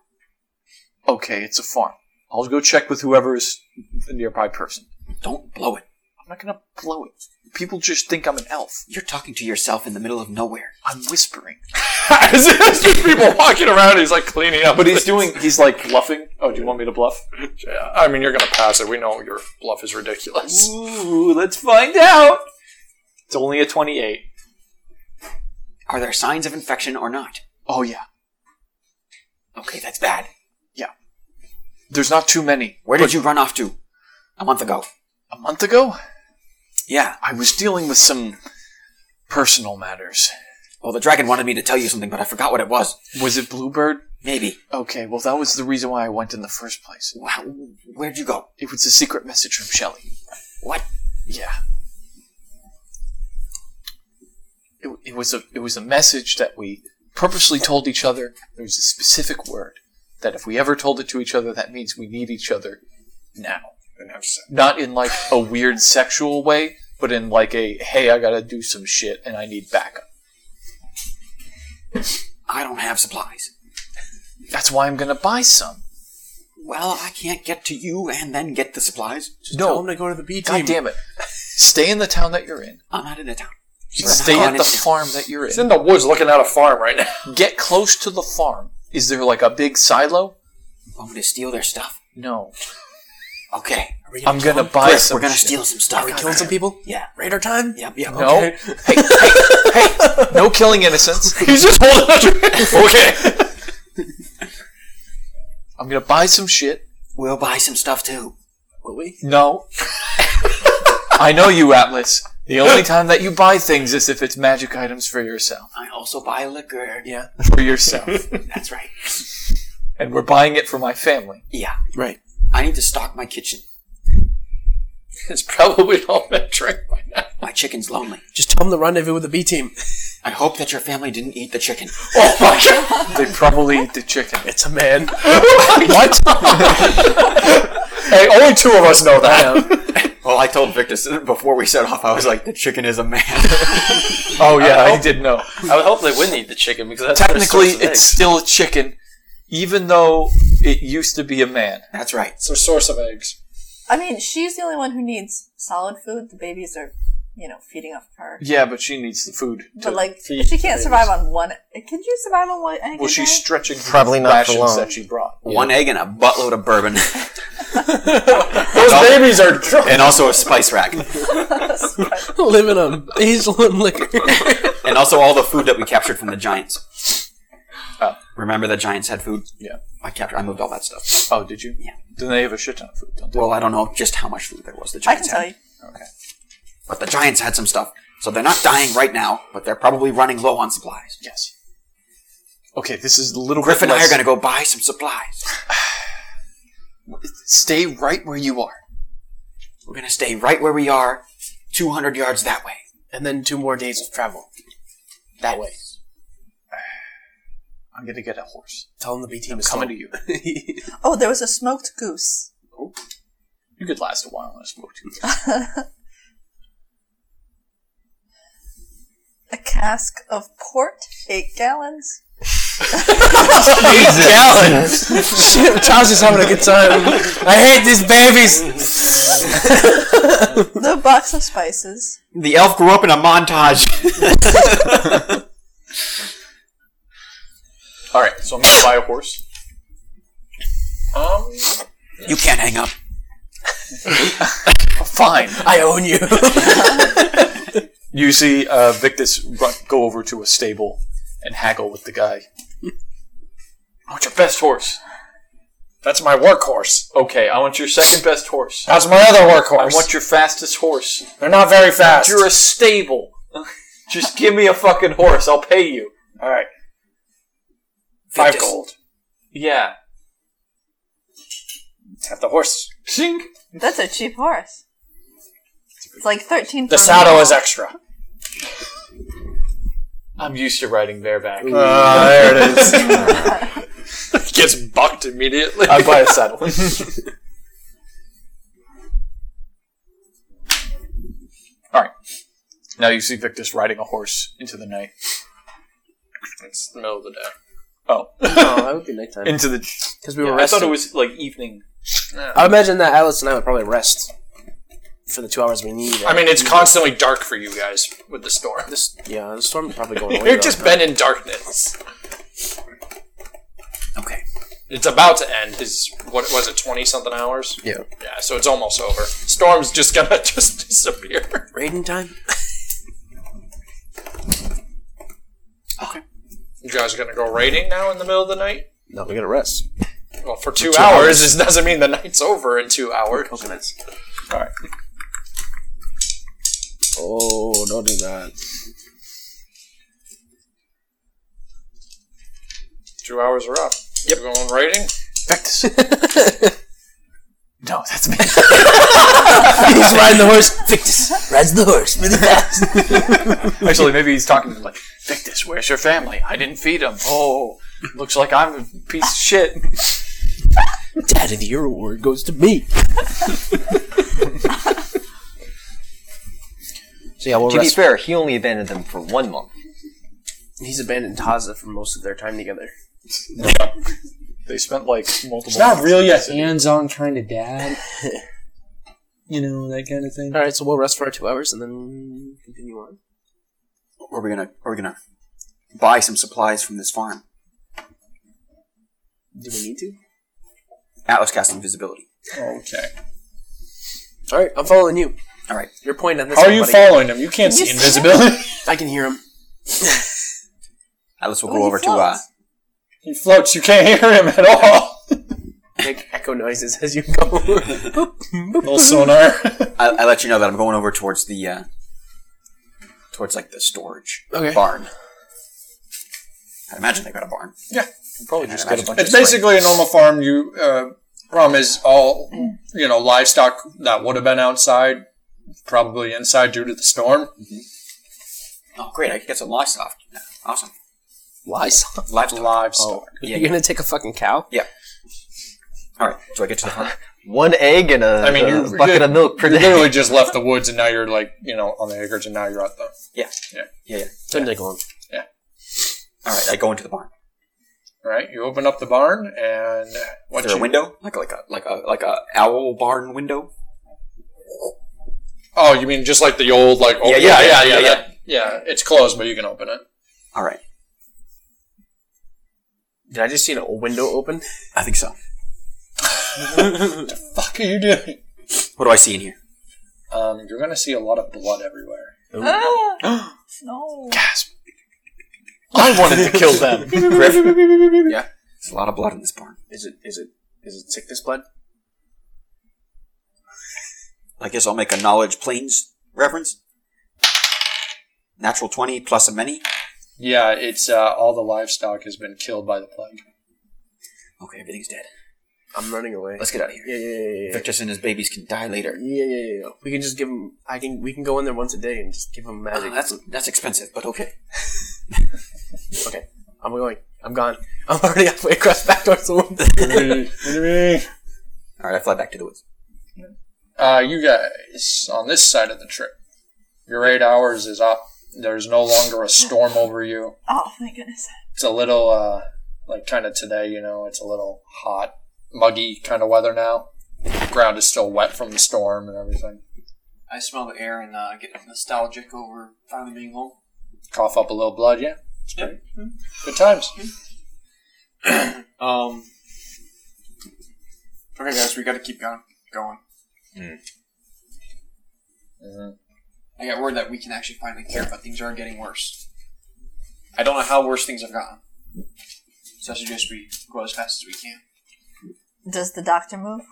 Speaker 1: Okay, it's a farm. I'll go check with whoever is the nearby person.
Speaker 8: Don't blow it.
Speaker 1: I'm not gonna blow it. People just think I'm an elf.
Speaker 8: You're talking to yourself in the middle of nowhere.
Speaker 1: I'm whispering. *laughs*
Speaker 2: As if there's just people walking around, he's like cleaning up.
Speaker 1: But he's doing, he's like bluffing. Oh, do you want me to bluff?
Speaker 2: Yeah, I mean, you're going to pass it. We know your bluff is ridiculous.
Speaker 1: Ooh, let's find out! *laughs* It's only a 28.
Speaker 8: Are there signs of infection or not?
Speaker 1: Oh, yeah.
Speaker 8: Okay, that's bad.
Speaker 1: There's not too many.
Speaker 8: Where did you run off to? A month ago.
Speaker 1: A month ago?
Speaker 8: Yeah.
Speaker 1: I was dealing with some personal matters.
Speaker 8: Well, the dragon wanted me to tell you something, but I forgot what it was.
Speaker 1: Was it Bluebird?
Speaker 8: Maybe.
Speaker 1: Okay, well, that was the reason why I went in the first place.
Speaker 8: Wow. Where'd you go?
Speaker 1: It was a secret message from Shelley.
Speaker 8: What?
Speaker 1: Yeah. It, it was a it was a message that we purposely told each other. There was a specific word that if we ever told it to each other, that means we need each other now. Not in like a weird sexual way, but in like a hey, I gotta do some shit and I need backup.
Speaker 8: I don't have supplies.
Speaker 1: That's why I'm gonna buy some.
Speaker 8: Well, I can't get to you and then get the supplies.
Speaker 1: no,
Speaker 6: I'm gonna go to the B
Speaker 1: god
Speaker 6: team.
Speaker 1: damn it! Stay in the town that you're in.
Speaker 8: I'm out of the town. We're
Speaker 1: Stay
Speaker 8: not
Speaker 1: at
Speaker 8: going
Speaker 1: the
Speaker 8: into-
Speaker 1: farm that you're
Speaker 2: He's
Speaker 1: in.
Speaker 2: in the woods looking at a farm right now. *laughs*
Speaker 1: Get close to the farm. Is there like a big silo?
Speaker 8: Want me to steal their stuff?
Speaker 1: No.
Speaker 8: Okay.
Speaker 6: we
Speaker 1: I'm gonna buy some.
Speaker 8: we're gonna
Speaker 1: shit.
Speaker 8: steal some stuff.
Speaker 6: Are we killing some people?
Speaker 8: Yeah.
Speaker 6: Radar time?
Speaker 8: Yep, yep.
Speaker 1: No. Hey, hey, hey! No
Speaker 2: *laughs*
Speaker 1: killing innocents. He's just holding *laughs* Okay. I'm gonna buy some shit.
Speaker 8: We'll buy some stuff too.
Speaker 1: No. *laughs* I know you, Atlas. The only time that you buy things is if it's magic items for yourself.
Speaker 8: I also buy liquor.
Speaker 1: Yeah.
Speaker 2: *laughs*
Speaker 1: For yourself.
Speaker 8: That's right.
Speaker 1: and we're buying it for my family.
Speaker 8: Yeah.
Speaker 6: Right.
Speaker 8: I need to stock my *laughs* kitchen.
Speaker 2: It's probably all that drink by now.
Speaker 8: My chicken's lonely.
Speaker 6: Just tell them the rendezvous with the B team. *laughs*
Speaker 8: I hope that your family didn't eat the chicken.
Speaker 1: Oh my god! They probably eat the chicken.
Speaker 6: It's a
Speaker 1: *laughs*
Speaker 6: man.
Speaker 1: what? hey, only two of us know that.
Speaker 8: Well, I told Victor before we set off, I was like, the chicken is a man.
Speaker 1: Oh yeah, I did know.
Speaker 9: I would hope they wouldn't eat the chicken because that's
Speaker 1: Technically,
Speaker 9: their source of
Speaker 1: it's still a chicken, even though it used to be a man.
Speaker 8: *laughs* That's right.
Speaker 2: It's their source of eggs.
Speaker 4: I mean, she's the only one who needs solid food. The babies are, you know, feeding off her.
Speaker 1: Yeah, but she needs the food.
Speaker 4: But like, if she can't survive on one. Can you survive on one? egg
Speaker 1: Well,
Speaker 4: a
Speaker 1: she's
Speaker 4: day?
Speaker 1: stretching the
Speaker 3: Probably not for
Speaker 1: rations
Speaker 3: long.
Speaker 1: that she brought.
Speaker 8: One egg and a buttload of *laughs* bourbon,
Speaker 2: Those babies are drunk.
Speaker 8: and also a spice rack,
Speaker 6: Living on basil and liquor.
Speaker 8: and also all the food that we captured from the giants. Oh. Remember the giants had food?
Speaker 1: Yeah.
Speaker 8: I captured. I moved all that stuff.
Speaker 1: Oh, did you?
Speaker 8: Yeah.
Speaker 1: Then they have a shit ton of food, don't they?
Speaker 8: Well, I don't know just how much food there was. The
Speaker 4: I can
Speaker 8: giants
Speaker 4: tell
Speaker 8: had,
Speaker 4: you.
Speaker 8: but the giants had some stuff, so they're not dying right now, but they're probably running low on supplies.
Speaker 1: yes. Okay, this is a little
Speaker 8: Griff and
Speaker 1: bit
Speaker 8: I are
Speaker 1: less-
Speaker 8: going to go buy some supplies.
Speaker 1: stay right where you are.
Speaker 8: We're going to stay right where we are, 200 yards that way.
Speaker 6: and then two more days of travel.
Speaker 8: That way.
Speaker 1: I'm gonna get a horse.
Speaker 6: Tell them the B team is
Speaker 1: Coming
Speaker 6: coming.
Speaker 1: to you.
Speaker 4: Oh, there was a smoked goose.
Speaker 1: You could last a while on a smoke too. *laughs*
Speaker 4: A cask of port, eight
Speaker 6: *laughs*
Speaker 4: gallons.
Speaker 6: Shit, Charles is having a good time. I hate these babies.
Speaker 4: *laughs* The box of spices.
Speaker 8: The elf grew up in a
Speaker 6: *laughs*
Speaker 8: montage.
Speaker 1: All right, so I'm gonna buy a horse. Um,
Speaker 8: you can't hang up.
Speaker 1: fine.
Speaker 6: I own you.
Speaker 1: *laughs* You see uh, Victus run, go over to a stable and haggle with the guy. I want your best horse.
Speaker 2: That's my workhorse.
Speaker 1: Okay, I want your second best horse.
Speaker 2: That's my other
Speaker 1: I
Speaker 2: workhorse.
Speaker 1: want your fastest horse.
Speaker 2: They're not very fast.
Speaker 1: You're a stable. *laughs* Just give me a fucking horse. I'll pay you.
Speaker 2: All right. Five
Speaker 8: Victus.
Speaker 2: gold.
Speaker 1: Yeah.
Speaker 2: Have the horse.
Speaker 1: Zing.
Speaker 4: That's a cheap horse. It's like thirteen.
Speaker 2: The
Speaker 4: for a
Speaker 2: saddle
Speaker 4: mule.
Speaker 2: is extra.
Speaker 1: I'm used to riding bareback.
Speaker 2: Uh, there it is. *laughs* Gets bucked immediately.
Speaker 1: I buy a saddle. All right. Now you see Victus riding a horse into the night.
Speaker 2: It's the middle of the day.
Speaker 1: Oh,
Speaker 6: oh, that would be nighttime.
Speaker 1: into the.
Speaker 6: Because we were
Speaker 1: I thought
Speaker 6: resting.
Speaker 1: it was like evening.
Speaker 6: I imagine that Alice and I would probably rest for the two hours we need.
Speaker 2: I mean, it's constantly dark for you guys with the storm.
Speaker 6: this, yeah, the storm's probably
Speaker 2: *laughs*
Speaker 6: going away.
Speaker 2: You've
Speaker 6: though.
Speaker 2: just been in darkness.
Speaker 8: Okay.
Speaker 2: It's about to end. Is what was it? Twenty something hours.
Speaker 3: Yeah.
Speaker 2: Yeah. So it's almost over. Storm's just gonna *laughs* just disappear.
Speaker 6: raiding time.
Speaker 2: You guys are gonna go raiding now in the middle of the night.
Speaker 6: No, we gotta rest.
Speaker 2: Well, for two, hours, it doesn't mean the night's over in two hours.
Speaker 6: Coconuts.
Speaker 1: All right.
Speaker 6: Oh, don't do that.
Speaker 2: Two hours are up. Yep. You're going raiding.
Speaker 1: Victus. no, that's me.
Speaker 6: *laughs* He's riding the horse. Victus rides the horse really fast.
Speaker 1: Actually, maybe he's talking to him like, Victus, where's your family? I didn't feed him. Oh, looks like I'm a piece of shit.
Speaker 6: Dad of the year award goes to me. so yeah, we'll
Speaker 3: To be
Speaker 6: rest.
Speaker 3: fair, he only abandoned them for one month.
Speaker 6: He's abandoned Taza for most of their time together.
Speaker 1: They spent like multiple.
Speaker 2: really a hand.
Speaker 10: hands-on kind of dad. you know that kind of thing.
Speaker 6: All right, so we'll rest for our two hours and then continue on.
Speaker 8: Are we gonna? Are we gonna buy some supplies from this farm?
Speaker 6: Do we need to?
Speaker 8: Atlas cast invisibility.
Speaker 2: Okay.
Speaker 6: All right, I'm following you.
Speaker 8: All right.
Speaker 6: Your point on this.
Speaker 2: How are
Speaker 6: one,
Speaker 2: you
Speaker 6: buddy.
Speaker 2: following him? You can't
Speaker 4: Can
Speaker 2: see
Speaker 4: you see
Speaker 2: invisibility.
Speaker 6: I can hear him.
Speaker 8: Alice will
Speaker 4: Oh,
Speaker 8: go
Speaker 4: he
Speaker 8: over to uh,
Speaker 4: floats.
Speaker 2: he floats. You can't *laughs* hear him at all.
Speaker 6: Make echo noises as you *laughs* go.
Speaker 2: Little *laughs* sonar.
Speaker 8: I, I let you know that I'm going over towards the uh, towards like the storage
Speaker 6: Okay.
Speaker 8: barn. I imagine they got a barn.
Speaker 2: Yeah,
Speaker 8: probably just got a bunch
Speaker 2: it's
Speaker 8: of
Speaker 2: basically a normal farm. You uh, problem is all you know livestock that would have been outside, probably inside due to the storm.
Speaker 8: spray. Oh, great! I can get some livestock. Yeah, awesome.
Speaker 6: Livestock.
Speaker 8: Livestock.
Speaker 2: Livestock.
Speaker 8: Yeah,
Speaker 6: *laughs* You're
Speaker 8: yeah.
Speaker 6: gonna take a fucking cow.
Speaker 8: All right. So I get to the
Speaker 6: *laughs*
Speaker 8: farm.
Speaker 3: One egg and a,
Speaker 2: I mean,
Speaker 3: a
Speaker 2: you-
Speaker 3: bucket of milk per
Speaker 2: You
Speaker 3: day.
Speaker 2: literally just left the woods, and now you're like you know on the acres, and now you're at the.
Speaker 8: Yeah, yeah.
Speaker 6: Doesn't take long.
Speaker 8: All right. I go into the barn.
Speaker 2: Right, you open up the barn, and
Speaker 8: Is
Speaker 2: what
Speaker 8: there
Speaker 2: you
Speaker 8: a window? Like like a like a like a owl barn window?
Speaker 2: Oh, you mean just like the old like oh,
Speaker 8: Yeah, yeah, yeah, yeah, yeah.
Speaker 2: that- yeah, It's closed, but you can open it.
Speaker 8: All right.
Speaker 6: Did I just see an old window open?
Speaker 8: I think so.
Speaker 2: Fuck are you doing?
Speaker 8: What do I see in here?
Speaker 2: Um, you're gonna see a lot of blood everywhere.
Speaker 4: Ah! no.
Speaker 7: I wanted to kill them.
Speaker 8: Griff? yeah. There's a lot of blood in this barn.
Speaker 6: Is it? Is it? Is it sickness blood?
Speaker 8: I guess I'll make a knowledge planes reference. Natural twenty plus a many.
Speaker 2: Yeah, it's uh, all the livestock has been killed by the plague.
Speaker 8: Okay, everything's dead.
Speaker 6: I'm running away.
Speaker 8: Let's get out of here.
Speaker 6: Yeah, yeah, yeah, yeah, yeah.
Speaker 8: Victor's and his babies can die later.
Speaker 6: Yeah, yeah, yeah, yeah. We can just give him. I can. We can go in there once a day and just give him
Speaker 8: Oh,
Speaker 6: magic.
Speaker 8: that's that's expensive, but okay.
Speaker 6: okay. I'm going. I'm gone. *laughs* I'm already halfway across back towards the *laughs* window.
Speaker 8: All right, I fly back to the woods.
Speaker 2: Uh, you guys on this side of the trip, your eight hours is up. There's no longer a storm over you.
Speaker 4: Oh, thank goodness.
Speaker 2: It's a little uh, like kind of today, you know. It's a little hot, muggy kind of weather now. The ground is still wet from the storm and everything.
Speaker 5: I smell the air and uh, get nostalgic over finally being home.
Speaker 2: Cough up a little blood, yeah. It's great. Good times.
Speaker 5: Um. Okay, guys, we got to keep going. Going.
Speaker 2: Mhm.
Speaker 5: I got word that we can actually finally care, but things are getting worse. I don't know how worse things have gotten. So I suggest we go as fast as we can.
Speaker 4: Does the doctor move?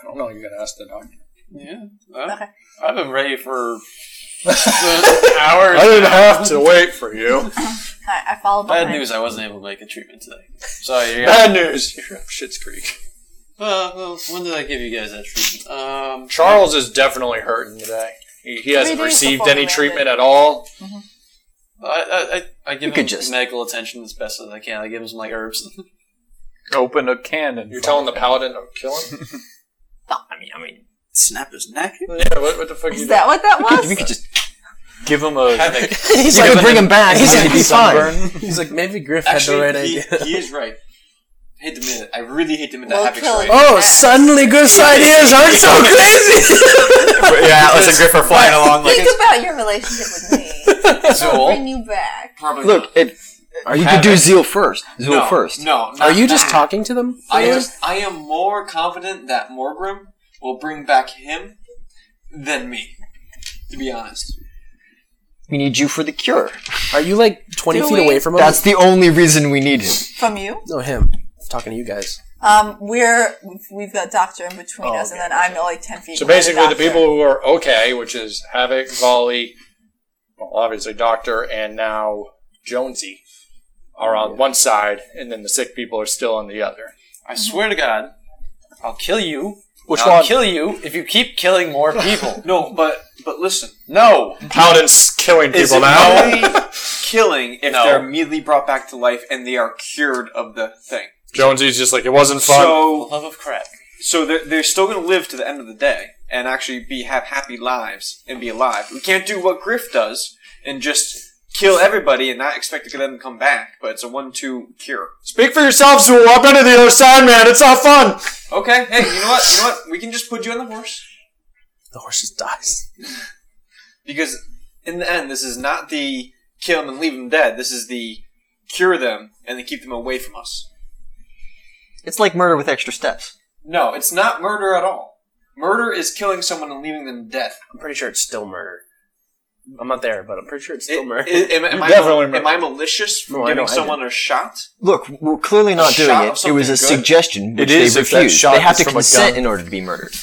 Speaker 2: I don't know. You gotta ask the doctor.
Speaker 9: Yeah. I, I've been ready for hours.
Speaker 2: have to wait for you.
Speaker 4: Alright, I follow
Speaker 9: Bad
Speaker 4: behind.
Speaker 9: news, I wasn't able to make a treatment today. Sorry, *laughs*
Speaker 2: *laughs*
Speaker 9: you guys.
Speaker 2: Bad news. *laughs* You're up Shit's Creek.
Speaker 9: Uh, well, when did I give you guys that treatment? Um,
Speaker 2: Charles is definitely hurting today. He, he hasn't
Speaker 4: days
Speaker 2: received
Speaker 4: before we
Speaker 2: any
Speaker 4: landed.
Speaker 2: treatment at all.
Speaker 9: I, I, I, I give
Speaker 3: could
Speaker 9: him
Speaker 3: just-
Speaker 9: medical attention as best as I can. I give him some like herbs. *laughs*
Speaker 1: Open a cannon.
Speaker 2: You're telling the paladin to kill him?
Speaker 3: I mean, I mean,
Speaker 8: Snap his neck.
Speaker 2: *laughs* yeah. What, what the fuck?
Speaker 4: Is that what that was?
Speaker 3: we could just
Speaker 1: Give him a
Speaker 3: you could bring him back. He's
Speaker 1: like,
Speaker 3: be fine.
Speaker 1: sunburn.
Speaker 6: He's like, maybe Griff
Speaker 5: Actually,
Speaker 6: had the right
Speaker 5: he,
Speaker 6: idea.
Speaker 9: *laughs*
Speaker 5: he is right. I hate to admit it. I really hate to admit
Speaker 4: We'll
Speaker 5: that. Havic's
Speaker 4: kill
Speaker 5: right.
Speaker 4: him.
Speaker 6: Oh, suddenly Griff's *laughs* ideas aren't so crazy.
Speaker 8: yeah, Atlas and Griff are flying along *laughs*
Speaker 4: *laughs*
Speaker 8: like
Speaker 4: Think about your relationship with me. I'll bring you back.
Speaker 5: Probably
Speaker 3: Look,
Speaker 5: not.
Speaker 3: it, or you could do Zeal first. Zeal
Speaker 5: no,
Speaker 3: first.
Speaker 5: No,
Speaker 6: Are
Speaker 5: not
Speaker 6: you just
Speaker 5: that.
Speaker 6: talking to them?
Speaker 5: I am, I am more confident that Morgrim will bring back him than me. To be honest.
Speaker 3: We need you for the cure.
Speaker 6: Are you like 20
Speaker 4: Do
Speaker 6: feet
Speaker 4: we-
Speaker 6: away from him?
Speaker 3: That's the only reason we need him.
Speaker 4: From you?
Speaker 6: no him. I'm talking to you guys.
Speaker 4: Um, we're we've got doctor in between us, and then I'm like ten feet.
Speaker 2: So
Speaker 4: away
Speaker 2: basically, the
Speaker 4: doctor.
Speaker 2: people who are okay, which is Havoc, Volley, well, obviously Doctor, and now Jonesy, are on one side, and then the sick people are still on the other.
Speaker 9: I swear to God, I'll kill you.
Speaker 2: Which
Speaker 9: I'll
Speaker 2: one?
Speaker 9: kill you if you keep killing more
Speaker 2: *laughs*
Speaker 9: people.
Speaker 5: No, but but listen.
Speaker 9: no.
Speaker 2: Paladin's killing
Speaker 5: Is
Speaker 2: people
Speaker 5: it
Speaker 2: now. *laughs*
Speaker 5: only killing if
Speaker 9: No.
Speaker 5: they're immediately brought back to life and they are cured of the thing?
Speaker 2: Jonesy's just like it wasn't fun.
Speaker 5: So
Speaker 9: Love of crack.
Speaker 5: so they're, they're still going to live to the end of the day and actually be have happy lives and be alive. We can't do what Griff does and just kill everybody and not expect to get them to come back. But it's a one-two cure.
Speaker 2: Speak for yourself, Zool. I've been to the other side, man. It's not fun.
Speaker 5: Okay, hey, you know what? You know what? We can just put you on the horse
Speaker 6: The horse just dies.
Speaker 5: because in the end, this is not the kill them and leave them dead. This is the cure them and then keep them away from us.
Speaker 3: It's like murder with extra steps.
Speaker 5: No, it's not murder at all. Murder is killing someone and leaving them dead.
Speaker 6: I'm pretty sure it's still murder. I'm not there, but I'm pretty sure it's still
Speaker 5: It-
Speaker 6: murder.
Speaker 5: it- am, am I,
Speaker 6: Definitely
Speaker 5: am I malicious
Speaker 6: No,
Speaker 5: for
Speaker 6: I know,
Speaker 5: giving
Speaker 6: I
Speaker 5: someone a shot?
Speaker 3: Look, we're clearly not
Speaker 5: A
Speaker 3: doing
Speaker 5: shot
Speaker 3: it.
Speaker 5: of
Speaker 3: It was a
Speaker 5: something good?
Speaker 3: suggestion, which
Speaker 1: It is
Speaker 3: they
Speaker 1: if that
Speaker 3: refused.
Speaker 1: shot
Speaker 3: They have
Speaker 1: is
Speaker 3: to
Speaker 1: from a
Speaker 3: consent
Speaker 1: gun.
Speaker 3: in order to be murdered.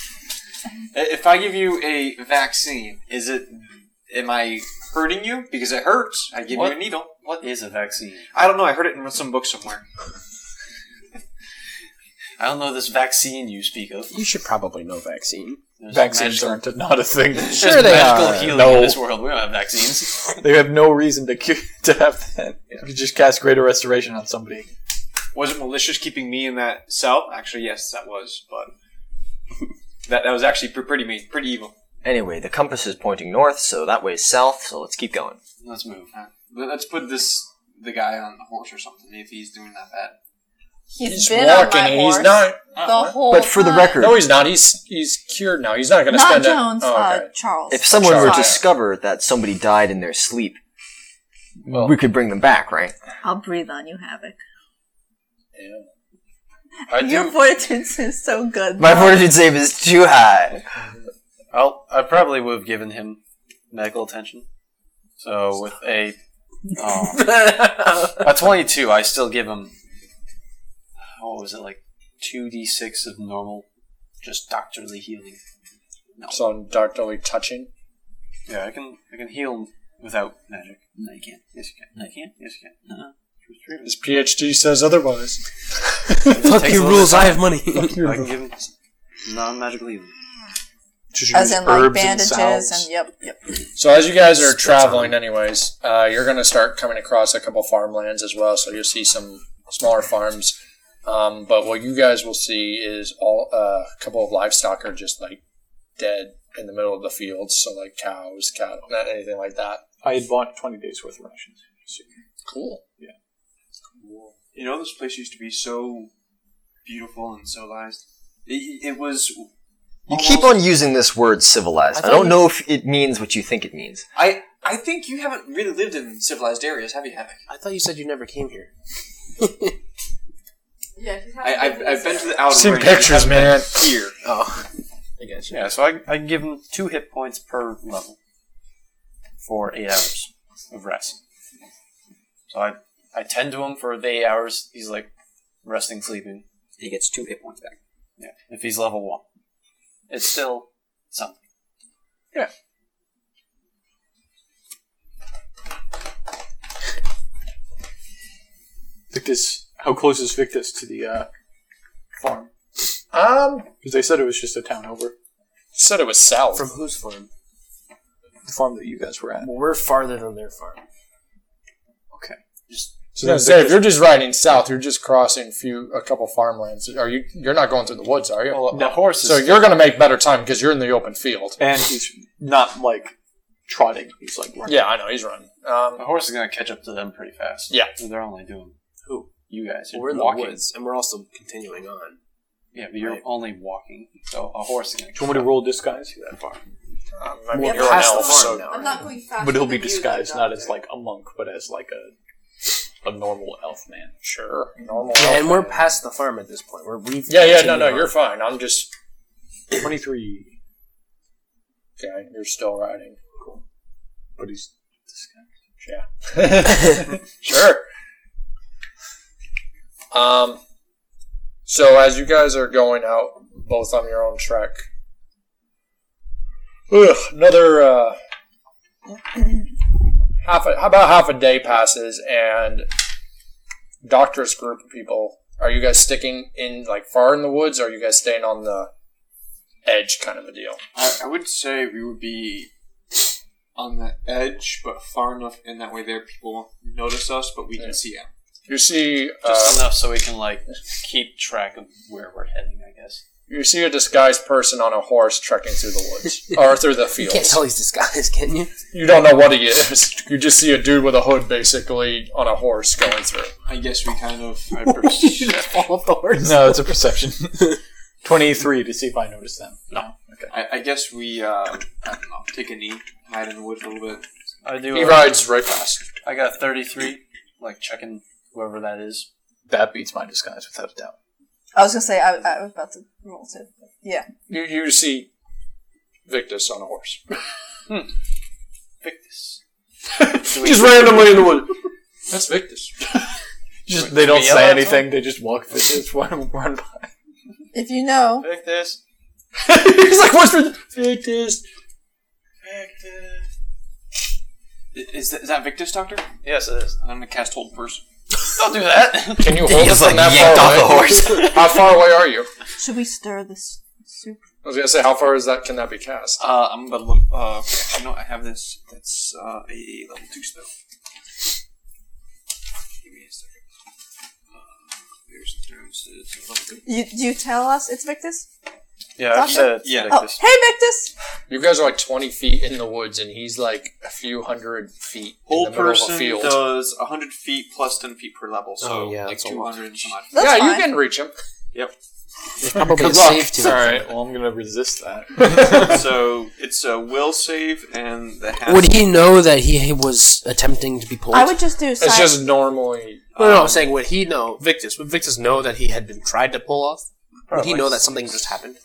Speaker 5: I- If I give you a vaccine, is it? Am I hurting you because it hurts? I give
Speaker 9: What?
Speaker 5: you a needle.
Speaker 9: What is a vaccine?
Speaker 5: I don't know. I heard it in some book somewhere.
Speaker 9: *laughs* I don't know this vaccine you speak of.
Speaker 6: You should probably know vaccine.
Speaker 9: There's
Speaker 1: Vaccines
Speaker 9: magical-
Speaker 1: aren't not a thing.
Speaker 9: There's magical healing
Speaker 1: No.
Speaker 9: in this world. We don't have vaccines.
Speaker 7: *laughs*
Speaker 1: They have no reason to cure, to have that. You could just cast greater restoration on somebody.
Speaker 5: Was it malicious keeping me in that cell? Actually, yes, that was. But *laughs* that that was actually pre- pretty mean, pretty evil.
Speaker 3: Anyway, the compass is pointing north, so that way is south. So let's keep going.
Speaker 5: Let's move. Huh? Let- Uh, Let's put this the guy on the horse or something if he's doing that bad.
Speaker 2: He's
Speaker 4: been
Speaker 2: walking
Speaker 4: on my
Speaker 2: and
Speaker 4: horse
Speaker 2: he's not.
Speaker 4: the whole
Speaker 3: But for the
Speaker 4: time.
Speaker 1: Oh,
Speaker 3: record,
Speaker 2: No, he's not. He's he's cured now. He's not going to
Speaker 4: not
Speaker 2: spend
Speaker 4: Jones,
Speaker 2: it. Oh, okay.
Speaker 4: uh, Charles.
Speaker 3: if someone were to
Speaker 4: Sorry.
Speaker 3: discover that somebody died in their sleep, we could bring them back, right?
Speaker 4: I'll breathe on you, Havoc.
Speaker 2: I
Speaker 4: Your
Speaker 2: do.
Speaker 4: fortitude is so good.
Speaker 3: My fortitude save is too high.
Speaker 9: Well, I probably would have given him medical attention. So with a *laughs* uh, a twenty-two, I still give him. What was it like? Two d six of normal, just doctorly healing.
Speaker 2: So doctorly touching.
Speaker 9: Yeah, I can I can heal without magic. No, you can't. Yes, you can. No, you can't. Uh-huh. Yes, you can. No.
Speaker 2: His PhD says *laughs* otherwise.
Speaker 6: Fuck your rules. I have money.
Speaker 9: I can give him non-magical healing.
Speaker 4: As in like
Speaker 1: Herbs and
Speaker 4: bandages and,
Speaker 1: salves.
Speaker 4: yep, yep.
Speaker 2: So as you guys are traveling, anyways, uh, you're going to start coming across a couple farmlands as well. So you'll see some smaller farms. Um, but what you guys will see is all uh, a couple of livestock are just like dead in the middle of the fields. So like cows, cattle, not anything like that.
Speaker 7: I had bought 20 days worth of rations.
Speaker 2: Cool.
Speaker 5: You know, this place used to be so beautiful and civilized. It, it was.
Speaker 3: You keep on using this word civilized. I, don't know if it means what you think it means.
Speaker 5: I I think you haven't really lived in civilized areas, have you, Havoc?
Speaker 6: I thought you said you never came here.
Speaker 4: Yeah,
Speaker 5: I, I've, I've been to the outer
Speaker 2: Seen
Speaker 5: range, I
Speaker 2: pictures,
Speaker 5: haven't been
Speaker 2: man.
Speaker 5: Here,
Speaker 6: Oh, I guess.
Speaker 9: Yeah, so I, I can give him two hit points per level for eight hours of rest. So I, I tend to him for the eight hours. He's like resting, sleeping.
Speaker 8: He gets two hit points back.
Speaker 9: Yeah, if he's level one, it's still something.
Speaker 7: Victus, how close is Victus to the uh, farm?
Speaker 2: Um,
Speaker 7: Because they said it was just a town over
Speaker 2: said it was south.
Speaker 6: From whose farm?
Speaker 7: the farm that you guys were at.
Speaker 6: Well, we're farther than their farm.
Speaker 7: Okay.
Speaker 2: So then say if you're just riding south, you're just crossing few a couple farmlands. Are you? You're not going through the woods, are you?
Speaker 9: The horse is
Speaker 2: so you're going to make better time because you're in the open field.
Speaker 7: And he's not like trotting. He's like running.
Speaker 2: Yeah, I know he's running.
Speaker 9: the
Speaker 2: Um,
Speaker 9: horse is gonna catch up to them pretty fast.
Speaker 2: Yeah. Um,
Speaker 9: they're only doing
Speaker 6: Who?
Speaker 9: you guys.
Speaker 6: Well,
Speaker 9: You're
Speaker 6: we're in
Speaker 9: walking.
Speaker 6: the woods, and we're also continuing on.
Speaker 9: Yeah, but you're
Speaker 6: Right.
Speaker 9: only walking. So a horse is gonna.
Speaker 7: Do you want me to roll disguise? That far.
Speaker 2: um, I mean,
Speaker 4: Yeah,
Speaker 2: you're an
Speaker 4: past the
Speaker 2: elf,
Speaker 4: farm
Speaker 2: so
Speaker 6: now.
Speaker 4: I'm not going fast.
Speaker 7: But he'll be disguised not as like a monk, but as like a a normal elf man.
Speaker 2: sure, normal.
Speaker 6: Yeah, *laughs* and
Speaker 2: elf.
Speaker 6: we're past the farm at this point. We're we've
Speaker 2: yeah, yeah, no,
Speaker 6: continued
Speaker 2: no,
Speaker 6: on.
Speaker 2: you're fine. I'm just
Speaker 7: Twenty three,
Speaker 2: okay. You're still riding.
Speaker 7: but he's
Speaker 2: Yeah. *laughs* sure. Um, so as you guys are going out, both on your own trek, ugh, another uh, half a, about half a day passes, and doctor's group of people. Are you guys sticking in like far in the woods? Or are you guys staying on the edge, kind of a deal?
Speaker 5: I, I would say we would be on the edge, but far enough in that way there people won't notice us, but we
Speaker 2: Yeah.
Speaker 5: can see him.
Speaker 2: You see, uh,
Speaker 9: Just enough so we can like keep track of where we're heading. I guess.
Speaker 2: you see a disguised person on a horse trekking through the woods or through the
Speaker 6: You
Speaker 2: fields.
Speaker 6: can't tell he's disguised, *laughs* can you?
Speaker 2: You don't know what he is. You just see a dude with a hood basically on a horse going through.
Speaker 5: I guess we kind
Speaker 9: *laughs*
Speaker 5: of. I perceive,
Speaker 6: All of the horse. Oh,
Speaker 7: no, it's a perception.
Speaker 6: *laughs*
Speaker 7: Twenty three to see if I notice them.
Speaker 5: I, I guess we. Uh, I don't know. Take a knee, hide in the woods a little bit.
Speaker 9: I do.
Speaker 2: He
Speaker 9: uh,
Speaker 2: rides right past.
Speaker 9: I got 33, like checking whoever that is.
Speaker 7: That beats my disguise without a doubt.
Speaker 4: I was gonna say I, I was about to roll too. Yeah.
Speaker 2: You, you see Victus on a horse.
Speaker 5: Victus.
Speaker 2: Just randomly in the wood. That's Victus.
Speaker 1: Just they don't
Speaker 9: we yell at
Speaker 1: say anything. They just walk.
Speaker 7: *laughs*
Speaker 1: They just run, run by.
Speaker 4: If you know,
Speaker 5: Victus.
Speaker 2: *laughs* He's like, what's with Victus?
Speaker 5: Victus. I- Is that, is that Victus, Doctor?
Speaker 9: Yes, it is.
Speaker 5: I'm gonna cast hold person.
Speaker 9: Don't do that.
Speaker 2: Can you hold
Speaker 3: He's
Speaker 2: it from
Speaker 3: like
Speaker 2: that
Speaker 3: yanked
Speaker 2: far
Speaker 3: off the
Speaker 2: away?
Speaker 9: *laughs*
Speaker 2: *laughs*
Speaker 3: horse.
Speaker 2: How far away are you?
Speaker 4: *laughs* should we stir this soup?
Speaker 2: I was gonna say, how far is that? Can that be cast?
Speaker 5: Uh, I'm about to look. Uh, okay, you know, I have this. That's uh, a level two spell. Give me a second. Uh, there's the terms. It's level two.
Speaker 4: You do you tell us it's Victus?
Speaker 9: Yeah, I've said it.
Speaker 5: Yeah.
Speaker 9: Like this.
Speaker 4: Oh, hey Victus!
Speaker 2: You guys are like 20 feet in the woods, and he's like a few hundred feet
Speaker 5: Whole
Speaker 2: in the middle of a
Speaker 5: person
Speaker 2: field.
Speaker 5: does 100 feet plus 10 feet per level, so
Speaker 10: Oh, yeah,
Speaker 5: like
Speaker 10: that's a lot.
Speaker 5: 200 and some
Speaker 9: *laughs*
Speaker 5: odd.
Speaker 4: That's
Speaker 2: yeah,
Speaker 4: fine.
Speaker 2: you can reach him.
Speaker 10: It's probably
Speaker 2: Good
Speaker 10: a
Speaker 2: luck.
Speaker 10: save to
Speaker 7: All
Speaker 10: it.
Speaker 7: right. Well, I'm gonna resist that.
Speaker 6: *laughs*
Speaker 5: so it's a will save and the half.
Speaker 10: Would he know that he was attempting to be pulled?
Speaker 4: I would just do
Speaker 2: It's
Speaker 4: side.
Speaker 2: just normally.
Speaker 6: No, no, I'm saying would he know Victus? Would Victus know that he had been tried to pull off? Would he know that something just happened?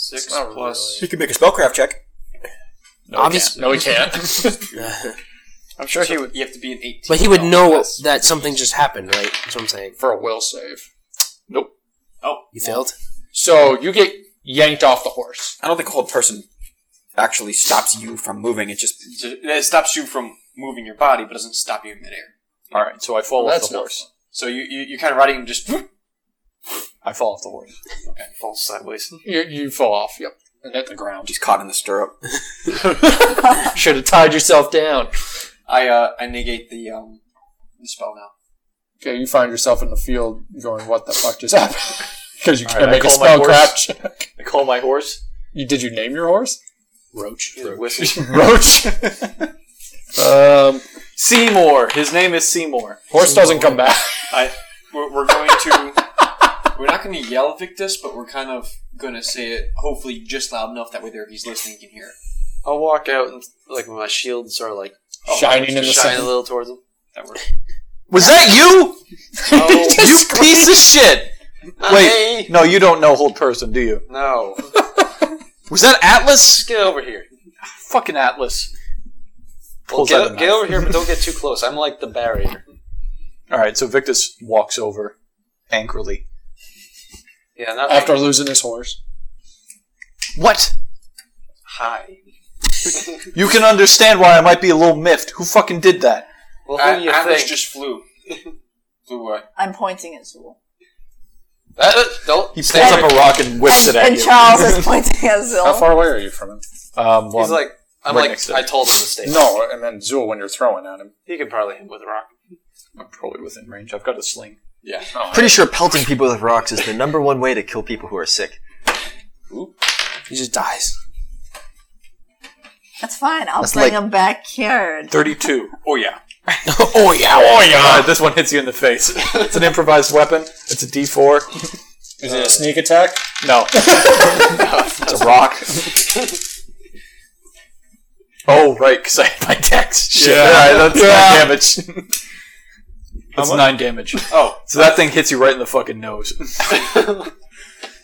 Speaker 5: six
Speaker 2: not
Speaker 5: plus.
Speaker 8: You can make a spellcraft check.
Speaker 2: No, Obviously. No, he can't.
Speaker 9: I'm sure he
Speaker 5: So
Speaker 9: would.
Speaker 5: you have to be an 18.
Speaker 6: But he would
Speaker 5: Oh,
Speaker 6: know
Speaker 5: yes.
Speaker 6: that something just happened, right? That's what I'm saying.
Speaker 2: For a will save. Nope.
Speaker 5: Oh,
Speaker 6: You failed.
Speaker 2: So you get yanked off the horse.
Speaker 8: I don't think a whole person actually stops you from moving. It just
Speaker 5: ju- it stops you from moving your body, but doesn't stop you in midair.
Speaker 1: All right, so I fall off
Speaker 2: That's
Speaker 1: the horse.
Speaker 5: So you, you you're kind of riding and just *laughs*
Speaker 1: I fall off the horse.
Speaker 5: falls sideways.
Speaker 2: You, you fall off. Yep. And hit the ground.
Speaker 8: he's caught in the stirrup.
Speaker 2: Should have tied yourself down.
Speaker 5: I uh I negate the um the spell now.
Speaker 2: Okay, you find yourself in the field going, "What the fuck just *laughs* happened?" Because you
Speaker 1: All
Speaker 2: can't
Speaker 1: right, I
Speaker 2: make a
Speaker 1: call my
Speaker 2: spell crap
Speaker 1: horse.
Speaker 2: check.
Speaker 1: I call my horse.
Speaker 2: You did you name your horse?
Speaker 1: *laughs*
Speaker 6: Roach.
Speaker 5: Whistle.
Speaker 2: *laughs* Roach.
Speaker 1: Oh,
Speaker 2: um,
Speaker 1: Seymour. His name is Seymour.
Speaker 2: horse doesn't come back.
Speaker 6: *laughs*
Speaker 5: I we're, we're going to we're not going to yell Victus, but we're kind of going to say it hopefully just loud enough that way there if he's listening he can hear it.
Speaker 9: I'll walk out and like my shields are like
Speaker 2: Shining in the
Speaker 9: shine a
Speaker 2: sun.
Speaker 9: little towards him.
Speaker 5: That works.
Speaker 10: was that you?
Speaker 6: *laughs*
Speaker 10: you piece of shit!
Speaker 9: Wait,
Speaker 1: No, you don't know hold person, do you?
Speaker 9: no,
Speaker 10: Was that Atlas?
Speaker 9: get over here.
Speaker 1: Fucking Atlas.
Speaker 9: Well,
Speaker 1: Pulls out a
Speaker 9: get, get
Speaker 1: knife.
Speaker 9: over here, but don't get too close. I'm like the barrier.
Speaker 1: All right, so Victus walks over angrily.
Speaker 9: Yeah, not
Speaker 2: After losing his horse,
Speaker 1: What?
Speaker 9: high.
Speaker 1: You can understand why I might be a little miffed. Who fucking did that?
Speaker 9: Well, who do
Speaker 5: At-
Speaker 9: you
Speaker 5: Atlas
Speaker 9: think?
Speaker 5: just flew. flew away.
Speaker 4: I'm pointing at Zool.
Speaker 2: that, that- don't
Speaker 1: He pulls up a rock and whips
Speaker 4: And,
Speaker 1: it at
Speaker 4: and
Speaker 1: you.
Speaker 4: Charles is pointing at
Speaker 2: How
Speaker 4: Zool.
Speaker 2: far away are you from him?
Speaker 1: Um, well,
Speaker 9: He's like, I'm
Speaker 1: right next to
Speaker 9: like, I told him to stay.
Speaker 2: No, and then Zool when you're throwing at him.
Speaker 9: he could probably hit him with a rock. Oh.
Speaker 1: I'm probably within range. I've got a sling.
Speaker 5: Yeah.
Speaker 3: Pretty sure pelting people with rocks is the number one way to kill people who are sick.
Speaker 10: He just dies.
Speaker 4: That's fine. I'll
Speaker 3: That's
Speaker 4: bring
Speaker 3: like-
Speaker 4: him
Speaker 3: *laughs*
Speaker 4: back cured.
Speaker 1: Thirty-two.
Speaker 5: Oh yeah.
Speaker 10: oh yeah, oh yeah.
Speaker 1: God, this one hits you in
Speaker 2: *laughs*
Speaker 1: the face. it's an improvised weapon. It's a D4.
Speaker 2: Is it a sneak attack?
Speaker 1: No.
Speaker 2: *laughs*
Speaker 1: it's a rock. oh, right, because I had my dex. Shit. Yeah. that's nine damage. That's nine damage.
Speaker 5: Oh,
Speaker 1: So that thing hits you right in the fucking nose. *laughs* that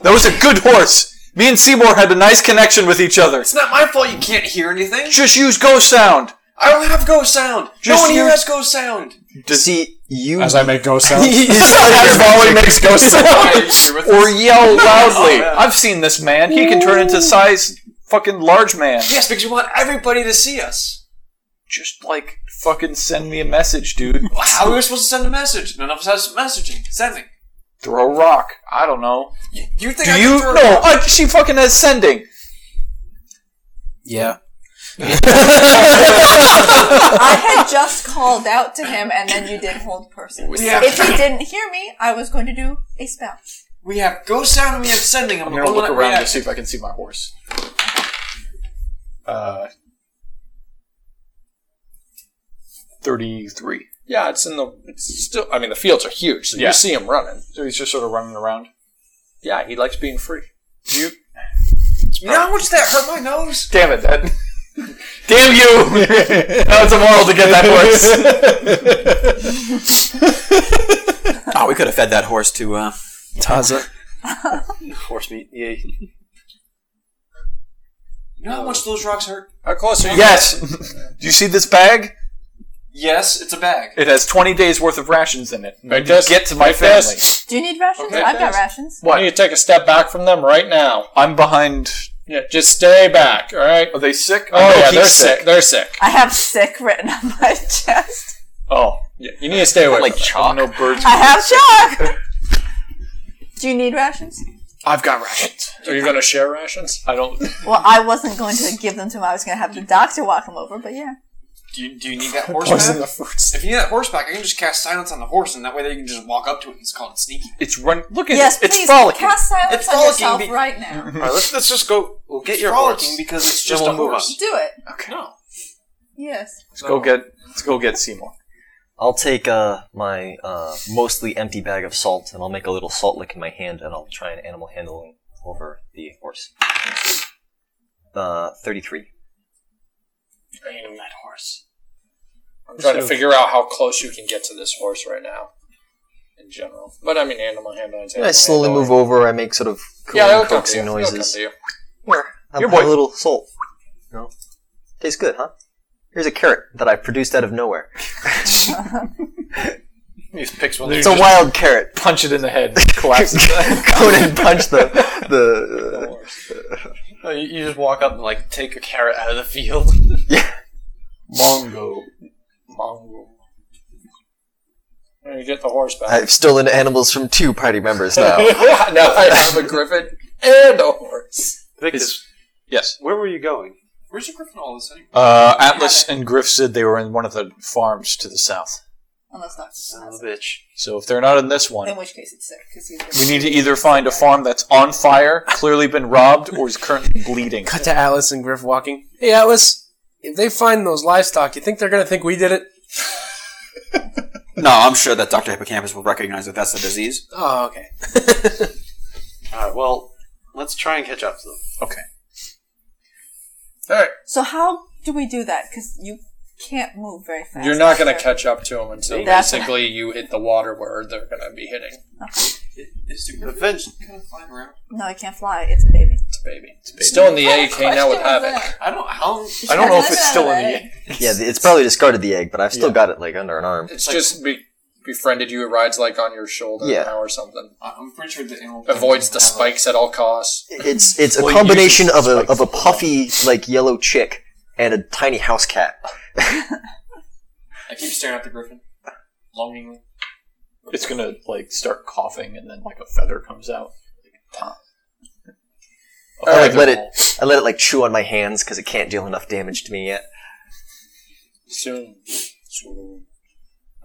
Speaker 1: was a good horse. Me and Seymour had a nice connection with each other.
Speaker 5: it's not my fault you can't hear anything.
Speaker 1: Just use ghost sound.
Speaker 5: I don't have ghost sound. no
Speaker 1: Just
Speaker 5: one here
Speaker 1: use-
Speaker 5: has ghost sound.
Speaker 3: See, you.
Speaker 2: As I make ghost sounds.
Speaker 1: *laughs* Volley makes ghost sounds.
Speaker 5: You're with
Speaker 1: Or *laughs* yell loudly.
Speaker 5: yeah.
Speaker 1: I've seen this Oh, man. He can turn into size fucking large man.
Speaker 5: Yes, because we want everybody to see us.
Speaker 1: Just like fucking send me a message, dude.
Speaker 5: How are we supposed to send a message? None of us has messaging. Sending.
Speaker 1: Throw a rock. I don't know.
Speaker 5: You think
Speaker 1: Do
Speaker 5: I
Speaker 1: you?
Speaker 5: Can throw
Speaker 1: No, uh, she fucking has sending.
Speaker 10: Yeah.
Speaker 4: I had just called out to him, and then you did hold person.
Speaker 5: Yeah.
Speaker 4: If he didn't hear me, I was going to do a spell.
Speaker 5: We have ghost sound and we have sending. I'm,
Speaker 1: I'm gonna look
Speaker 5: at
Speaker 1: around to
Speaker 5: react.
Speaker 1: see if I can see my horse. Uh, thirty-three.
Speaker 2: Yeah, it's in the. It's still. I mean, the fields are huge, so
Speaker 1: Yeah.
Speaker 2: you see him running.
Speaker 1: So he's just sort of running *laughs* around.
Speaker 2: Yeah, he likes being free.
Speaker 1: You
Speaker 5: You know how much that hurt my nose?
Speaker 1: damn it, that. damn you! now it's immoral to get that horse.
Speaker 8: Oh, we could have fed that horse to uh,
Speaker 6: Taza.
Speaker 5: Horse meat. Yay. You know how much those rocks hurt?
Speaker 2: How close are you?
Speaker 1: *laughs* Yes. Do you see this bag?
Speaker 5: Yes, it's a bag.
Speaker 1: It has 20 days worth of rations in it.
Speaker 2: I just-
Speaker 1: get to my
Speaker 2: I
Speaker 1: family.
Speaker 2: just-
Speaker 4: Do you need rations?
Speaker 2: Okay,
Speaker 4: I've
Speaker 2: thanks.
Speaker 4: got rations.
Speaker 1: What?
Speaker 2: You need to take a step back from them right now.
Speaker 1: I'm behind.
Speaker 2: Yeah, just stay back. All right.
Speaker 1: Are they sick? I
Speaker 2: Oh
Speaker 1: know
Speaker 2: yeah,
Speaker 1: he's
Speaker 2: they're sick. They're sick.
Speaker 4: I have sick written on my *laughs* chest.
Speaker 1: Oh,
Speaker 2: Yeah, you need to stay away.
Speaker 3: Like
Speaker 2: from
Speaker 1: I
Speaker 3: chalk.
Speaker 1: know birds. *laughs*
Speaker 4: I have chalk. Do you need rations?
Speaker 1: I've got rations.
Speaker 2: them. Are you gonna share rations?
Speaker 1: I don't.
Speaker 4: Well, I wasn't going to give them to him. I was going to have the doctor walk him over, but yeah.
Speaker 5: Do you, do you need *laughs* that horseback? If you need that horseback, I can just cast silence on the horse, and that way they can just walk up to it and it's called sneaky.
Speaker 1: It's run. Look at
Speaker 4: Yes,
Speaker 1: it. It's
Speaker 4: please
Speaker 1: frolicking.
Speaker 4: cast silence
Speaker 5: It's
Speaker 4: on
Speaker 5: frolicking
Speaker 4: yourself
Speaker 5: be-
Speaker 4: right
Speaker 1: *laughs*
Speaker 4: now.
Speaker 7: All right, let's let's just go. We'll get your
Speaker 5: frolicking
Speaker 7: horse.
Speaker 5: because it's just
Speaker 7: we'll
Speaker 5: a
Speaker 7: move
Speaker 5: horse.
Speaker 4: Do it.
Speaker 1: Okay.
Speaker 4: Yes.
Speaker 1: Let's go get. Let's go get Seymour.
Speaker 3: I'll take uh, my uh, mostly empty bag of salt and I'll make a little salt lick in my hand and I'll try an animal handling over the horse. Uh, 33.
Speaker 2: I'm trying to figure out how close you can get to this horse right now, in general. But I mean, animal handling. is
Speaker 3: I
Speaker 2: animal
Speaker 3: slowly
Speaker 2: handling.
Speaker 3: move over, I make sort of cool
Speaker 2: Yeah, they'll come to you.
Speaker 3: coaxing
Speaker 2: They'll
Speaker 3: noises.
Speaker 2: come to you.
Speaker 3: I'll
Speaker 1: Your
Speaker 3: have
Speaker 1: boy.
Speaker 3: a little salt. No. Tastes good, huh? Here's a carrot that I produced out of
Speaker 2: *laughs*
Speaker 3: nowhere.
Speaker 7: He just picks one.
Speaker 3: It's a wild carrot.
Speaker 2: *laughs*
Speaker 1: Punch it in the head.
Speaker 3: *laughs*
Speaker 1: Collapses.
Speaker 3: Conan punched the the. Uh,
Speaker 9: Uh, You you just walk up and like take a carrot out of the field.
Speaker 2: Mongo. Mongo. And you get the horse back. *laughs*
Speaker 3: I've stolen animals from two party members now.
Speaker 2: now I have a griffin and a horse.
Speaker 1: It's- yes.
Speaker 9: Where were you going?
Speaker 5: Where's your griffin all of a sudden?
Speaker 1: Uh, Atlas and Griff said they were in one of the farms to the south.
Speaker 4: Unless Doctor has it.
Speaker 9: bitch.
Speaker 1: So if they're not in this one,
Speaker 4: In which case it's sick. 'cause he's
Speaker 1: we need to either find a farm that's on fire, clearly been robbed, or is currently bleeding.
Speaker 6: Cut to Alice and Griff walking. Hey, Alice. If they find those livestock, you think they're gonna think we did it?
Speaker 8: No, I'm sure that Dr. Hippocampus will recognize that that's a disease.
Speaker 6: Oh, okay.
Speaker 9: All right. Well, let's try and catch up to them.
Speaker 4: So how do we do that? Because you can't move very fast.
Speaker 2: You're not going to
Speaker 4: Sure.
Speaker 2: catch up to them until
Speaker 4: That's-
Speaker 2: basically you hit the water where they're going to be hitting.
Speaker 5: Is the griffin
Speaker 9: Eventually,
Speaker 5: kind of flying around?
Speaker 4: No, it can't fly. It's a baby.
Speaker 2: It's a baby. Still in the
Speaker 4: What
Speaker 2: egg,
Speaker 4: kind
Speaker 2: came
Speaker 4: of
Speaker 2: out with
Speaker 4: question was
Speaker 2: havoc.
Speaker 4: that?
Speaker 5: I don't. How?
Speaker 1: I don't know if
Speaker 4: Living
Speaker 1: it's
Speaker 4: out
Speaker 1: still
Speaker 4: of
Speaker 1: in the
Speaker 4: egg.
Speaker 3: yeah, it's probably discarded the egg, but I've still got it like under an arm.
Speaker 2: It's just be- befriended you. It rides like on your shoulder
Speaker 3: Yeah.
Speaker 2: now or something.
Speaker 5: I'm pretty sure the animal
Speaker 2: Avoids the spikes at all costs.
Speaker 3: It's it's a
Speaker 1: Well,
Speaker 3: combination
Speaker 1: usually
Speaker 3: of a
Speaker 1: spikes
Speaker 3: of a
Speaker 1: the whole
Speaker 3: puffy like yellow chick and a tiny house cat.
Speaker 5: I keep staring at the griffin, longingly.
Speaker 1: It's gonna like start coughing, and then like a feather comes out.
Speaker 3: I like let it I let it like chew on my hands because it can't deal enough damage to me yet.
Speaker 2: Soon. Soon.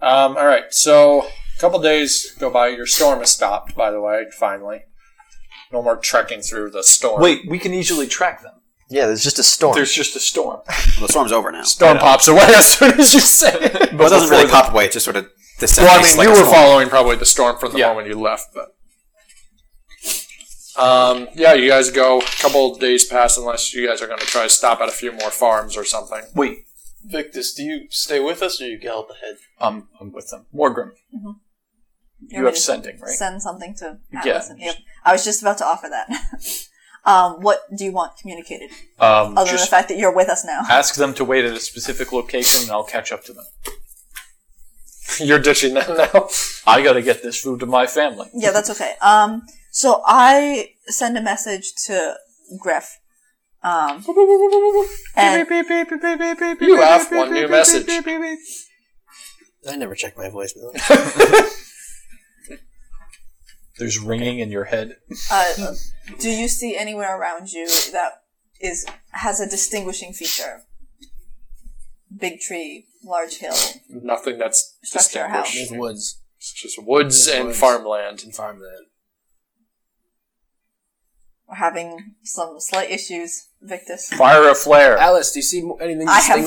Speaker 2: Um, all right. So a couple days go by. Your storm is stopped, by the way, finally. No more trekking through the storm.
Speaker 1: Wait, we can easily track them.
Speaker 3: Yeah, there's just a storm.
Speaker 1: There's just a storm.
Speaker 8: Well, the storm's over now.
Speaker 2: Storm pops *laughs* away as soon as you say it.
Speaker 8: Well, it doesn't really pop away. It just sort of
Speaker 2: Well, I mean,
Speaker 8: disintegrates like
Speaker 2: you
Speaker 8: a
Speaker 2: were
Speaker 8: storm.
Speaker 2: following probably the storm from the moment you left, but. Um, yeah, you guys go. A couple days pass unless you guys are going to try to stop at a few more farms or something. *laughs*
Speaker 1: Wait,
Speaker 9: Victus, do you stay with us or you gallop ahead?
Speaker 1: I'm um, I'm with them. Morgrim, you
Speaker 4: want
Speaker 1: have
Speaker 4: me to
Speaker 1: sending, right?
Speaker 4: Send something to
Speaker 1: Yeah.
Speaker 4: Atlas. and- Yep. I was just about to offer that. *laughs* um, what do you want communicated?
Speaker 1: Um,
Speaker 4: Other than the
Speaker 1: just
Speaker 4: fact that you're with us
Speaker 1: *laughs*
Speaker 4: now.
Speaker 1: ask them to wait at a specific location, and I'll catch up to them.
Speaker 2: You're ditching them now.
Speaker 1: I gotta get this food to my family.
Speaker 4: Yeah, that's okay. Um, so I send a message to Griff.
Speaker 1: *laughs*
Speaker 4: Um, and
Speaker 2: You have one new message.
Speaker 6: I never check my voicemail.
Speaker 1: There's ringing in your head.
Speaker 4: uh, do you see anywhere around you that is has a distinguishing feature? Big tree, large hill,
Speaker 2: Nothing that's
Speaker 4: structure, house.
Speaker 2: distinguished.
Speaker 6: woods
Speaker 2: It's just woods and
Speaker 6: Woods.
Speaker 2: farmland.
Speaker 6: and farmland.
Speaker 4: We're having some slight issues, Victus.
Speaker 1: Fire a flare.
Speaker 6: Alice, do you see mo- anything
Speaker 4: I have the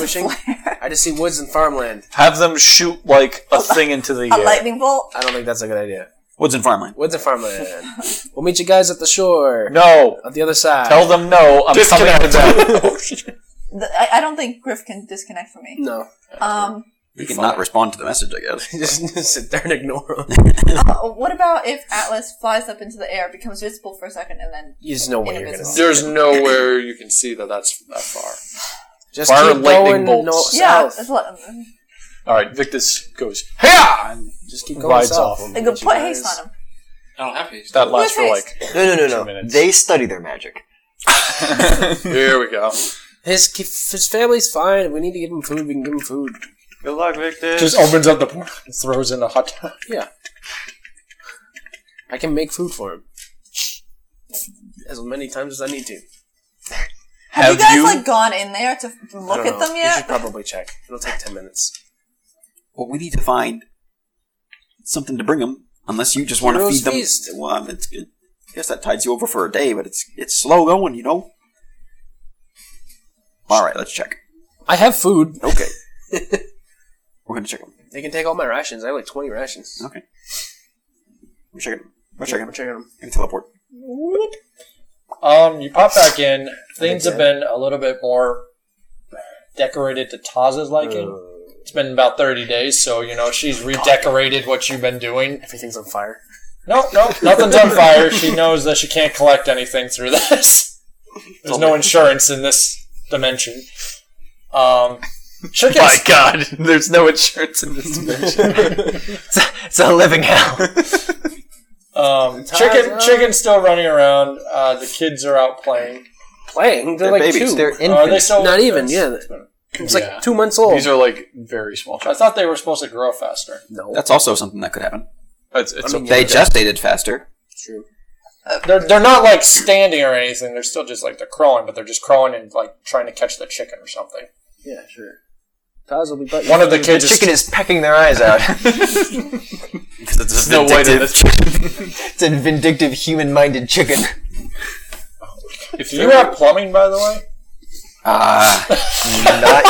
Speaker 4: *laughs*
Speaker 6: distinguishing?
Speaker 4: flare.
Speaker 6: I just see woods and farmland.
Speaker 1: Have them shoot like
Speaker 4: *laughs*
Speaker 1: a thing into the
Speaker 4: a
Speaker 1: air.
Speaker 4: lightning bolt.
Speaker 6: I don't think that's a good idea.
Speaker 8: Woods and farmland.
Speaker 6: Woods and farmland. we'll meet you guys at the shore.
Speaker 1: No,
Speaker 6: On the other side.
Speaker 1: tell them no. I'm coming to them.
Speaker 4: The- I, I don't think Griff can disconnect from me.
Speaker 6: no.
Speaker 4: Um,
Speaker 8: You can not respond to the message, I guess. *laughs*
Speaker 6: just sit there and ignore him.
Speaker 4: Uh, what about if Atlas flies up into the air, becomes visible for a second, and then
Speaker 6: There's no way you're gonna.
Speaker 4: Invisible.
Speaker 6: See.
Speaker 11: There's nowhere you can see that that's that far.
Speaker 6: Just
Speaker 11: Fire
Speaker 6: keep
Speaker 11: lightning
Speaker 6: going
Speaker 11: bolts.
Speaker 6: north,
Speaker 4: yeah,
Speaker 6: south.
Speaker 4: it's li-
Speaker 1: All right, Victus goes.
Speaker 11: Yeah.
Speaker 6: Just keep going
Speaker 1: Rides
Speaker 6: south.
Speaker 1: off.
Speaker 4: they could put haste on him.
Speaker 12: I don't have haste.
Speaker 1: That lasts for
Speaker 4: Where's
Speaker 1: like
Speaker 3: No, no,
Speaker 1: Two
Speaker 3: no, no.
Speaker 1: minutes.
Speaker 3: They study their magic.
Speaker 11: Here we go.
Speaker 6: His ki- his family's fine. We need to give him food. We can give him food.
Speaker 13: Good luck, Victor.
Speaker 2: Just opens up the portal and throws in a hot dog.
Speaker 6: I can make food for him as many times as I need to.
Speaker 4: Have, you
Speaker 1: Have
Speaker 4: guys
Speaker 1: you-
Speaker 4: like gone in there to
Speaker 6: I
Speaker 4: look
Speaker 6: don't
Speaker 4: at
Speaker 6: know.
Speaker 4: them
Speaker 6: You
Speaker 4: yet?
Speaker 6: should probably check. It'll take ten minutes.
Speaker 8: Well, we need to find something to bring them, unless you just want to
Speaker 6: Hero's
Speaker 8: feed them.
Speaker 6: feast.
Speaker 8: Well, um, it's good. I guess that tides you over for a day, but it's it's slow going, you know. All right, let's check.
Speaker 6: I have food.
Speaker 8: *laughs* Okay, we're gonna check them.
Speaker 6: They can take all my rations. I have like twenty rations.
Speaker 8: Okay, we're checking. 'em. We're checking.
Speaker 6: I'm checking them.
Speaker 8: Gonna teleport.
Speaker 2: Um, you pop back in. Things have been a little bit more decorated to Taz's liking. it's been about thirty days, so you know she's redecorated what you've been doing.
Speaker 6: Everything's on fire.
Speaker 2: No, no, nothing's on fire. She knows that she can't collect anything through this. There's no insurance in this dimension. Um, she'll get
Speaker 13: My God,
Speaker 6: *laughs*
Speaker 1: *laughs*
Speaker 13: there's no insurance in this dimension. it's, a, it's a living
Speaker 3: *laughs*
Speaker 13: hell.
Speaker 2: um, chicken. Chicken's still running around. Uh, the kids are out playing.
Speaker 6: Playing.
Speaker 8: They're
Speaker 6: They're, like
Speaker 8: babies.
Speaker 6: two.
Speaker 14: They're
Speaker 2: Are they
Speaker 14: infants.
Speaker 2: still
Speaker 6: Not even. Yeah, it's like two months old.
Speaker 1: these are like very small.
Speaker 2: I
Speaker 1: Children.
Speaker 2: thought they were supposed to grow faster.
Speaker 6: no,
Speaker 8: That's also something that could happen.
Speaker 1: It's, it's
Speaker 6: I mean,
Speaker 8: They gestated faster.
Speaker 6: true.
Speaker 2: They're they're not like standing or anything. They're still just like they're crawling, but they're just crawling and like trying to catch the chicken or something.
Speaker 6: Yeah, sure. Taz will be biting.
Speaker 2: One of the
Speaker 3: The
Speaker 2: kids
Speaker 3: chicken
Speaker 2: is
Speaker 3: is pecking their eyes out.
Speaker 8: Because it's
Speaker 1: no way to this.
Speaker 3: it's a vindictive, human-minded chicken.
Speaker 2: If you have plumbing, by the way,
Speaker 8: Ah,
Speaker 3: Not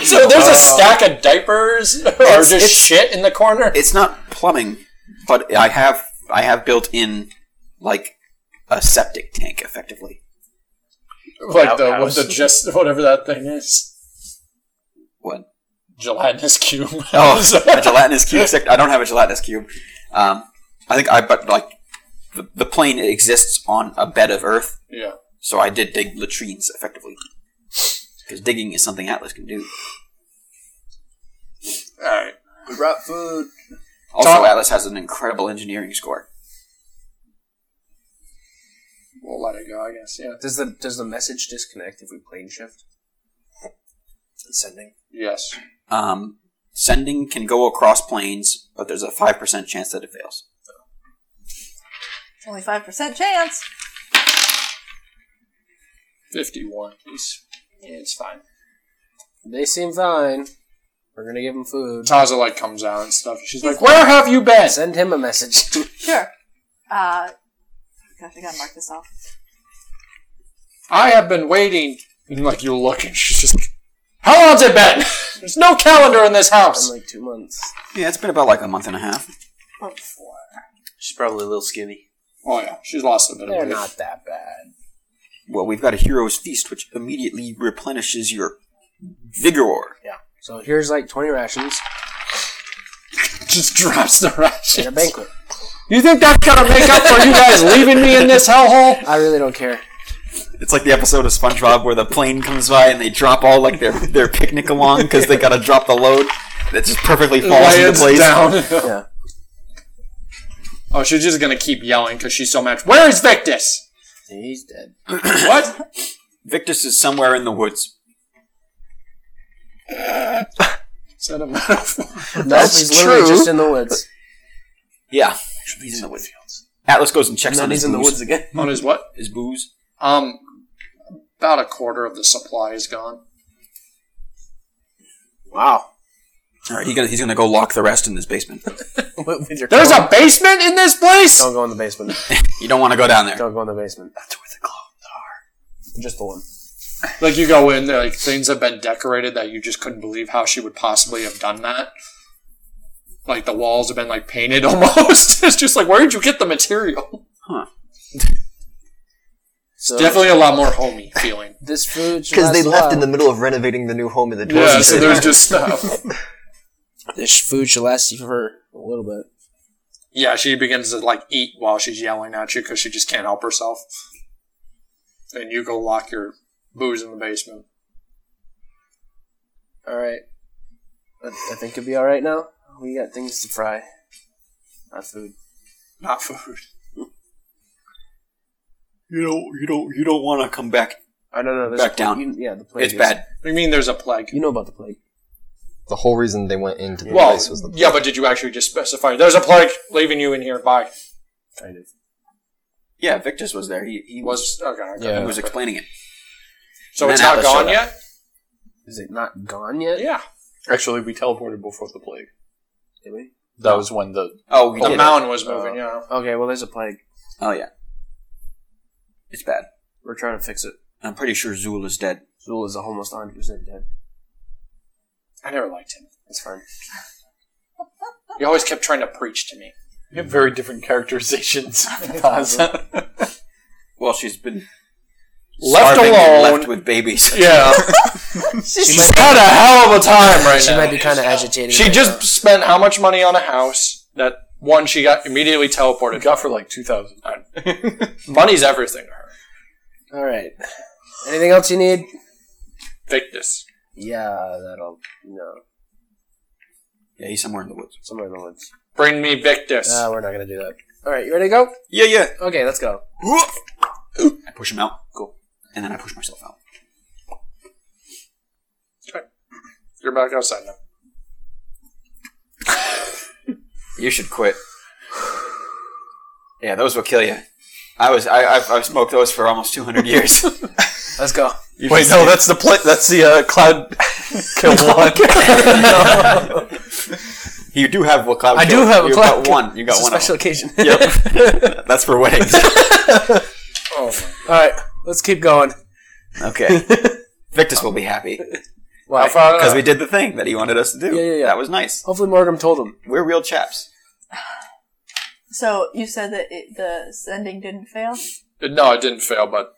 Speaker 3: yet.
Speaker 2: so there's a stack of *laughs* diapers or just
Speaker 8: it's-
Speaker 2: shit in the corner.
Speaker 8: it's not plumbing, but I have I have built in like a septic tank, effectively.
Speaker 2: like the, with the just whatever that thing is,
Speaker 8: What?
Speaker 2: gelatinous cube. *laughs*
Speaker 8: Oh,
Speaker 2: So-
Speaker 8: *laughs* a gelatinous cube. sect- I don't have a gelatinous cube. Um, I think I, but like the, the plane exists on a bed of earth,
Speaker 2: yeah.
Speaker 8: so I did dig latrines effectively. Because digging is something Atlas can do.
Speaker 2: All right.
Speaker 6: brought food.
Speaker 8: Also,
Speaker 2: Tom-
Speaker 8: Atlas has an incredible engineering score.
Speaker 2: We'll let it go, I guess. Yeah.
Speaker 6: Does the does the message disconnect if we plane shift? It's sending.
Speaker 2: Yes.
Speaker 8: Um, sending can go across planes, but there's a five percent chance that it fails.
Speaker 4: Only five percent chance.
Speaker 2: Fifty-one. He's, yeah, it's fine.
Speaker 6: They seem fine. We're gonna give him food.
Speaker 2: Taza like comes out and stuff. She's like, "Where have you been?"
Speaker 6: Send him a message. *laughs*
Speaker 4: Sure. Uh, gosh, I gotta mark this off.
Speaker 2: I have been waiting. And like you look, and she's just, like, "How long's it been? *laughs* There's no calendar in this
Speaker 6: In
Speaker 2: house."
Speaker 6: like two months.
Speaker 8: Yeah, it's been about like a month and a half.
Speaker 4: Or before.
Speaker 12: She's probably a little skinny.
Speaker 2: Oh yeah, she's lost a bit
Speaker 6: They're
Speaker 2: of weight.
Speaker 6: not that bad.
Speaker 8: Well, we've got a hero's feast, which immediately replenishes your vigor.
Speaker 6: Yeah. So here's like twenty rations
Speaker 2: *laughs* Just drops the *laughs*
Speaker 6: and a
Speaker 2: ratchet.
Speaker 6: banquet.
Speaker 2: You think that's gonna make up for you guys leaving me in this hellhole?
Speaker 6: I really don't care.
Speaker 8: It's like the episode of SpongeBob where the plane comes by and they drop all like their, their picnic along because they gotta drop the load. That just perfectly falls into
Speaker 2: Lands
Speaker 8: place.
Speaker 2: down.
Speaker 6: *laughs* Yeah.
Speaker 2: *laughs* Oh, she's just gonna keep yelling because she's so mad. Where is Victus?
Speaker 6: He's dead.
Speaker 2: *clears throat*
Speaker 6: *clears throat*
Speaker 2: what?
Speaker 8: Victus is somewhere in the woods.
Speaker 2: Set him out of-
Speaker 6: No, he's literally just in the woods.
Speaker 8: Yeah, he's in the woods. Atlas goes and checks
Speaker 6: No,
Speaker 8: on his
Speaker 6: he's in the
Speaker 8: booze.
Speaker 6: woods again.
Speaker 2: *laughs* on his what?
Speaker 8: His booze.
Speaker 2: Um, about a quarter of the supply is gone.
Speaker 6: Wow.
Speaker 8: All right, he gonna, he's gonna go lock the rest in his basement.
Speaker 6: With with your
Speaker 2: There's
Speaker 6: claw.
Speaker 2: a basement in this place.
Speaker 6: Don't go in the basement.
Speaker 8: you don't want to go down there.
Speaker 6: Don't go in the basement. That's where the clothes are. Just the one.
Speaker 2: Like you go in there, like things have been decorated that you just couldn't believe how she would possibly have done that. Like the walls have been like painted *laughs* almost. it's just like where did you get the material?
Speaker 6: So
Speaker 2: Definitely a lot more homey
Speaker 15: *laughs*
Speaker 2: feeling.
Speaker 6: this food
Speaker 3: Because they left in the middle of renovating the new home in the dwarves.
Speaker 2: yeah, so there's just stuff.
Speaker 16: This food should last you for a little bit.
Speaker 2: Yeah, she begins to like eat while she's yelling at you because she just can't help herself. And you go lock your booze in the basement.
Speaker 6: All right. I, I think it'll be all right now. We got things to fry, not food.
Speaker 2: Not food.
Speaker 8: You don't. You don't. You don't want to come back.
Speaker 6: Oh no, no, there's
Speaker 8: Back
Speaker 6: a
Speaker 8: down.
Speaker 6: You, yeah, the plague.
Speaker 8: It's
Speaker 6: is-
Speaker 8: bad.
Speaker 2: I mean, there's a plague.
Speaker 6: You know about the plague.
Speaker 15: The whole reason they went into the
Speaker 2: Well,
Speaker 15: place was the
Speaker 2: yeah, but did you actually just specify? There's a plague leaving you in here. Bye.
Speaker 6: Kind of.
Speaker 8: Yeah, Victus was there. He he was
Speaker 2: Was okay. okay.
Speaker 8: he
Speaker 15: yeah.
Speaker 8: was explaining it.
Speaker 2: So
Speaker 8: And
Speaker 2: it's
Speaker 8: then
Speaker 2: not
Speaker 8: Atlas showed
Speaker 2: gone
Speaker 8: up.
Speaker 2: yet.
Speaker 6: Is it not gone yet?
Speaker 2: Yeah,
Speaker 1: Actually, we teleported before the plague.
Speaker 6: Did we?
Speaker 1: That was when the
Speaker 8: Oh, he
Speaker 2: the
Speaker 8: did.
Speaker 2: mound was moving. yeah.
Speaker 6: Okay, well, there's a plague.
Speaker 8: Oh yeah. It's bad.
Speaker 6: We're trying to fix it.
Speaker 8: I'm pretty sure Zool is dead.
Speaker 6: Zool is almost 100 percent dead.
Speaker 2: I never liked him.
Speaker 6: It's fine.
Speaker 2: He always kept trying to preach to me.
Speaker 1: we have very different
Speaker 6: *laughs*
Speaker 1: characterizations. *laughs* of Taza.
Speaker 8: Well, she's been
Speaker 2: Left
Speaker 8: starving and
Speaker 2: alone.
Speaker 8: left with babies. *laughs*
Speaker 2: Yeah, *laughs*
Speaker 4: She's
Speaker 2: she's had a hell of a time right
Speaker 6: She
Speaker 2: now.
Speaker 6: might be kind of agitated.
Speaker 2: She
Speaker 6: right
Speaker 2: just spent how much money on a house? That one she got immediately teleported. Got for like two thousand.
Speaker 6: *laughs*
Speaker 2: Money's everything to her.
Speaker 6: now. All right. Anything else you need?
Speaker 2: Victus.
Speaker 6: Yeah, that'll no.
Speaker 8: Yeah, he's somewhere in the woods.
Speaker 6: Somewhere in the woods.
Speaker 2: Bring me Victus.
Speaker 6: Uh, we're not gonna do that. All right, you ready to go?
Speaker 8: Yeah, yeah.
Speaker 6: Okay, let's go.
Speaker 8: I push him out. Cool. And then I push myself out.
Speaker 2: You're back outside now.
Speaker 8: You should quit. Yeah, those will kill you. I was I I've, I've smoked those for almost 200 *laughs* years.
Speaker 6: Let's go.
Speaker 1: Wait, no, that's the pla- that's the uh, cloud
Speaker 8: *laughs*
Speaker 1: kill one. *laughs*
Speaker 8: *laughs* you do have what cloud?
Speaker 6: I do
Speaker 8: kill.
Speaker 6: have a
Speaker 8: You've
Speaker 6: cloud
Speaker 8: got
Speaker 6: kill.
Speaker 8: one. You got
Speaker 6: it's
Speaker 8: one.
Speaker 6: a
Speaker 8: of
Speaker 6: special occasion. *laughs*
Speaker 8: them. Yep. That's for weddings.
Speaker 6: All right, let's keep going.
Speaker 8: Okay. Victus will be happy
Speaker 6: Why?
Speaker 8: because we did the thing that he wanted us to do.
Speaker 6: Yeah, yeah, yeah.
Speaker 8: That was nice.
Speaker 6: Hopefully, Morgan told him.
Speaker 8: We're real chaps.
Speaker 4: So you said that it, the sending didn't fail.
Speaker 2: No, it didn't fail, but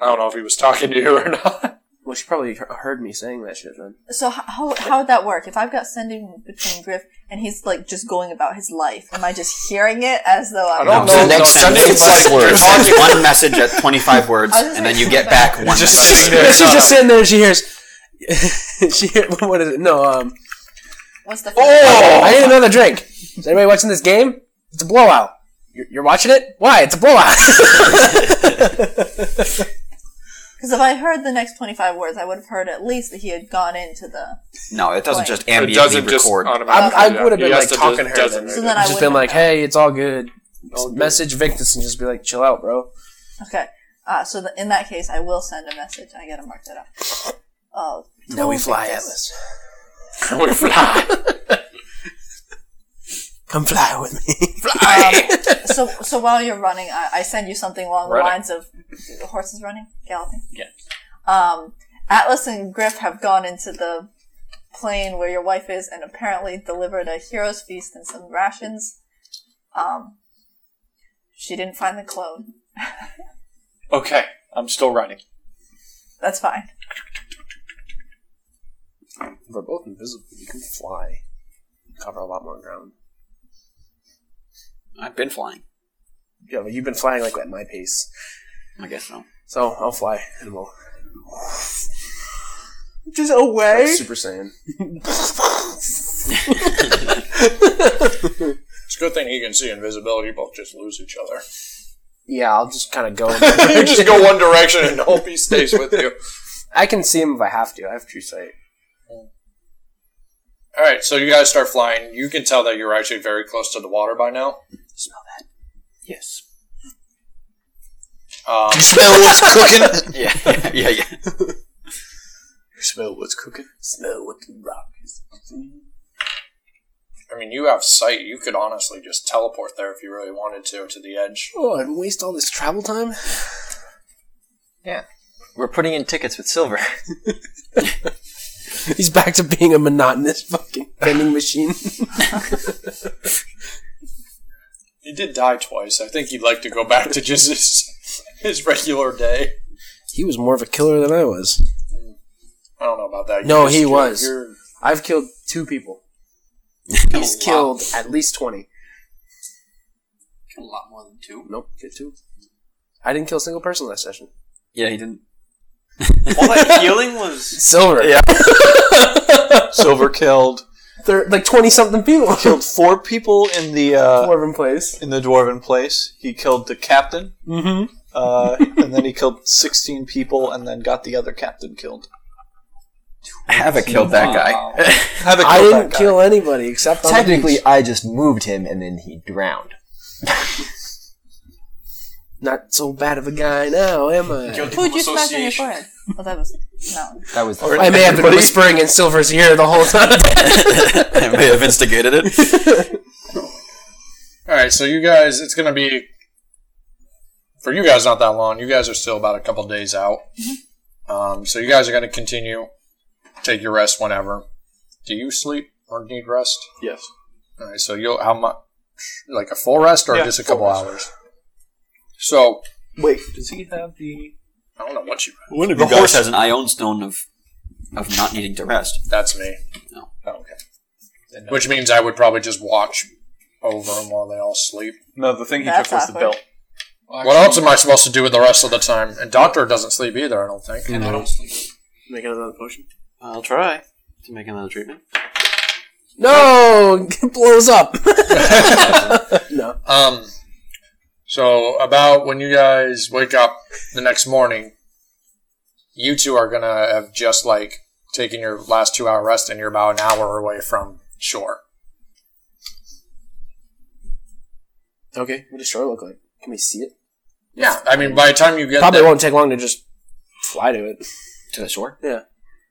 Speaker 2: I don't know if he was talking to you or not.
Speaker 6: Well, she probably he- heard me saying that shit then.
Speaker 4: So h- how how would that work? If I've got sending between Griff and he's like just going about his life, am I just hearing it as though I'm?
Speaker 2: I don't know.
Speaker 8: No, so next
Speaker 2: no,
Speaker 8: time
Speaker 2: send
Speaker 8: it's
Speaker 2: it like
Speaker 8: It's one message at 25 words,
Speaker 4: I was
Speaker 8: and then
Speaker 4: like-
Speaker 8: you get back one.
Speaker 2: just
Speaker 8: message.
Speaker 2: sitting there.
Speaker 6: She's just sitting there. and She hears. *laughs* she hears. What is it? No. Um.
Speaker 4: What's the
Speaker 6: I need another drink. Is anybody watching this game? It's a blowout. You're, you're watching it? Why? It's a blowout.
Speaker 4: Because if I heard the next twenty five words, I would have heard at least that he had gone into the.
Speaker 8: No, it doesn't just
Speaker 2: It
Speaker 8: ambiently
Speaker 2: doesn't just
Speaker 8: record.
Speaker 2: automatically.
Speaker 6: I- I
Speaker 2: yeah.
Speaker 6: would have been,
Speaker 2: He has
Speaker 6: like,
Speaker 2: to just
Speaker 6: talking to her then.
Speaker 2: designate
Speaker 4: So
Speaker 2: it.
Speaker 4: then I
Speaker 6: just
Speaker 4: would
Speaker 6: been like,
Speaker 4: have known.
Speaker 6: hey, it's all good. Message Victus and just be like, chill out, bro.
Speaker 4: Okay. Uh, so th in that case, I will send a message. I gotta mark that up. Oh,
Speaker 6: Now we
Speaker 4: don't
Speaker 6: fly,
Speaker 4: think this-
Speaker 6: *laughs* Atlas.
Speaker 2: We fly.
Speaker 6: *laughs* Come fly with me.
Speaker 4: Um, *laughs* so, so while you're running, I, I send you something along
Speaker 2: Running.
Speaker 4: the lines of horses running, galloping. Yes. Um, Atlas and Griff have gone into the plane where your wife is, and apparently delivered a hero's feast and some rations. Um, she didn't find the clone. *laughs*
Speaker 1: Okay, I'm still running.
Speaker 4: That's fine.
Speaker 6: We're both invisible. You can fly. Cover a lot more ground.
Speaker 8: I've been flying.
Speaker 6: Yeah, but you've been flying like at my pace.
Speaker 8: I guess so.
Speaker 6: So I'll fly and we'll. Just away? Super Saiyan.
Speaker 2: It's a good thing he can see invisibility. You both just lose each other.
Speaker 6: Yeah, I'll just kind of
Speaker 2: *laughs*
Speaker 6: go. *laughs*
Speaker 2: you just go one direction *laughs* and hope he stays with you.
Speaker 6: I can see him if I have to. I have true sight.
Speaker 2: *laughs* All right, so you guys start flying. You can tell that you're actually very close to the water by now.
Speaker 8: Yes.
Speaker 2: Um,
Speaker 8: Smell what's cooking. yeah, *laughs* yeah, yeah, yeah.
Speaker 1: Smell what's cooking.
Speaker 6: Smell what the rock is.
Speaker 2: I mean, you have sight. You could honestly just teleport there if you really wanted to to the edge.
Speaker 6: Oh, and waste all this travel time?
Speaker 3: We're putting in tickets with *laughs* silver.
Speaker 6: *laughs* He's back to being a monotonous fucking vending machine.
Speaker 2: He did die twice. I think he'd like to go back to just *laughs* his, his regular day.
Speaker 6: he was more of a killer than I was.
Speaker 2: I don't know about that. You
Speaker 6: No,
Speaker 2: just-
Speaker 6: he
Speaker 2: you're-
Speaker 6: was.
Speaker 2: you're-
Speaker 6: I've killed two people. He's killed at least 20.
Speaker 5: Killed a lot more than two.
Speaker 6: Nope, get two. I didn't kill a single person last session.
Speaker 8: Yeah, he *laughs* didn't.
Speaker 17: All that healing
Speaker 8: *laughs*
Speaker 17: was
Speaker 6: Silver. Yeah.
Speaker 1: Silver killed
Speaker 6: They're like 20 something people. *laughs*
Speaker 1: killed four people in the uh,
Speaker 6: Dwarven place.
Speaker 1: in the dwarven place. He killed the captain,
Speaker 6: Mm hmm.
Speaker 1: uh, and then he killed sixteen people, and then got the other captain killed.
Speaker 8: Havoc killed that guy.
Speaker 1: Havoc
Speaker 6: I
Speaker 1: killed that
Speaker 6: didn't
Speaker 1: guy.
Speaker 6: kill anybody except on the
Speaker 3: Uh, Technically,
Speaker 6: beach.
Speaker 3: I just moved him and then he drowned.
Speaker 6: Not so bad of a guy now, am I?
Speaker 5: Guilty
Speaker 4: Who'd
Speaker 5: from
Speaker 4: you smash on your
Speaker 5: association.
Speaker 4: forehead? Oh, that was no.
Speaker 3: That was
Speaker 6: I may have been whispering in Silver's ear the whole time. *laughs*
Speaker 8: I *laughs* may have instigated it.
Speaker 2: All right, so you guys, it's going to be for you guys not that long. You guys are still about a couple days out, um, so you guys are going to continue. Take your rest whenever. Do you sleep or need rest?
Speaker 1: Yes.
Speaker 2: All right, so you'll how much? Like a full rest or
Speaker 1: Yeah,
Speaker 2: just a
Speaker 1: full
Speaker 2: couple
Speaker 1: rest.
Speaker 2: hours? So
Speaker 1: Wait, does he have the?
Speaker 2: I don't know what you.
Speaker 8: One of the
Speaker 1: you guys-
Speaker 8: horse has an ion stone of of not needing to rest.
Speaker 2: That's me.
Speaker 8: No.
Speaker 2: Oh, okay. Which means I would probably just watch over them while they all sleep.
Speaker 1: No, the thing he
Speaker 4: That's
Speaker 1: took was the
Speaker 4: awkward.
Speaker 1: belt.
Speaker 2: What else am I supposed to do with the rest of the time? And Doctor doesn't sleep either, I don't think.
Speaker 5: And I don't sleep.
Speaker 6: Make another potion.
Speaker 17: I'll try to make another treatment.
Speaker 6: No! It blows up. *laughs* no.
Speaker 2: Um, so about when you guys wake up the next morning, you two are gonna have just like taken your last two hour rest, and you're about an hour away from shore.
Speaker 6: Okay, what does shore look like? Can we see it?
Speaker 2: Yeah, I mean, by the time you get
Speaker 6: Probably
Speaker 2: there,
Speaker 6: won't take long to just fly to it.
Speaker 8: To the shore?
Speaker 6: Yeah.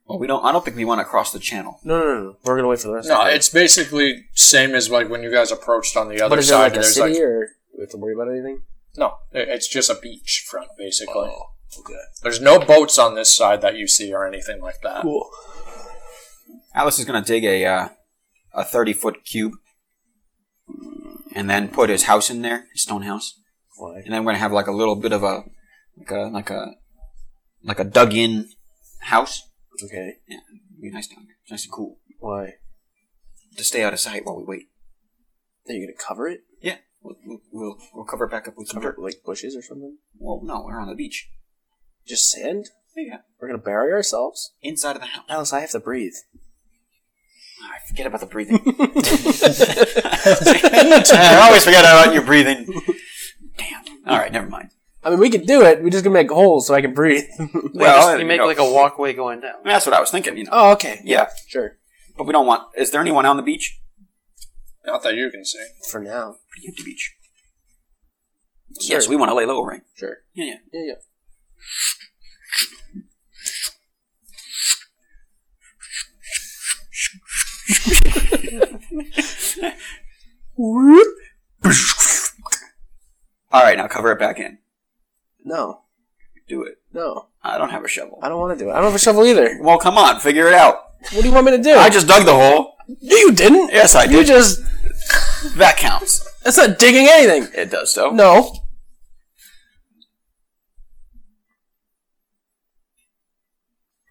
Speaker 8: Well, we don't. I don't think we want to cross the channel.
Speaker 6: No, no, no. no. We're gonna wait for the rest.
Speaker 2: no, it's basically same as like when you guys approached on the other
Speaker 6: but is there
Speaker 2: side.
Speaker 6: like a
Speaker 2: there's
Speaker 6: city
Speaker 2: like
Speaker 6: or we have to worry about anything?
Speaker 2: no, it- it's just a beach front basically.
Speaker 6: okay.
Speaker 2: There's no boats on this side that you see or anything like that.
Speaker 6: Cool.
Speaker 8: Alice is going to dig a uh, a thirty foot cube, and then put his house in there, his stone house,
Speaker 6: Why?
Speaker 8: and then we're going to have like a little bit of a like a like a like a dug in house.
Speaker 6: Okay.
Speaker 8: Be nice down there, nice and cool,
Speaker 6: Why?
Speaker 8: to stay out of sight while we wait.
Speaker 6: Are you gonna cover it?
Speaker 8: Yeah, we'll we'll, we'll, we'll cover it back up with some
Speaker 6: Cover it
Speaker 8: dirt.
Speaker 6: with, like bushes or something?
Speaker 8: Well, no, we're on the beach.
Speaker 6: Just sand?
Speaker 8: Yeah,
Speaker 6: We're gonna bury ourselves?
Speaker 8: inside of the house.
Speaker 6: Alice, I have to breathe.
Speaker 8: I forget about the breathing. *laughs* I always forget about your breathing. Damn. All right, never mind.
Speaker 6: I mean, we could do it. We're just gonna make holes so I can breathe. *laughs*
Speaker 8: Well,
Speaker 17: you make
Speaker 8: know,
Speaker 17: like a walkway going down.
Speaker 8: that's what I was thinking. You know.
Speaker 6: oh, okay.
Speaker 8: Yeah,
Speaker 6: Sure.
Speaker 8: but we don't want. Is there anyone on the beach?
Speaker 2: Not that you can see.
Speaker 6: For now.
Speaker 8: Pretty empty beach.
Speaker 6: Sure.
Speaker 8: Yes, we want to lay low, right?
Speaker 6: Sure.
Speaker 8: Yeah, yeah.
Speaker 6: Yeah, yeah.
Speaker 8: All right, now cover it back in.
Speaker 6: No.
Speaker 8: Do it.
Speaker 6: No.
Speaker 8: I don't have a shovel.
Speaker 6: I don't want to do it. I don't have a shovel either.
Speaker 8: Well, come on, figure it out.
Speaker 6: What do you want me to do?
Speaker 8: I just dug the hole.
Speaker 6: No, you didn't.
Speaker 8: Yes, I
Speaker 6: You
Speaker 8: did.
Speaker 6: just.
Speaker 8: That counts.
Speaker 6: That's not digging anything.
Speaker 8: It does so.
Speaker 6: No.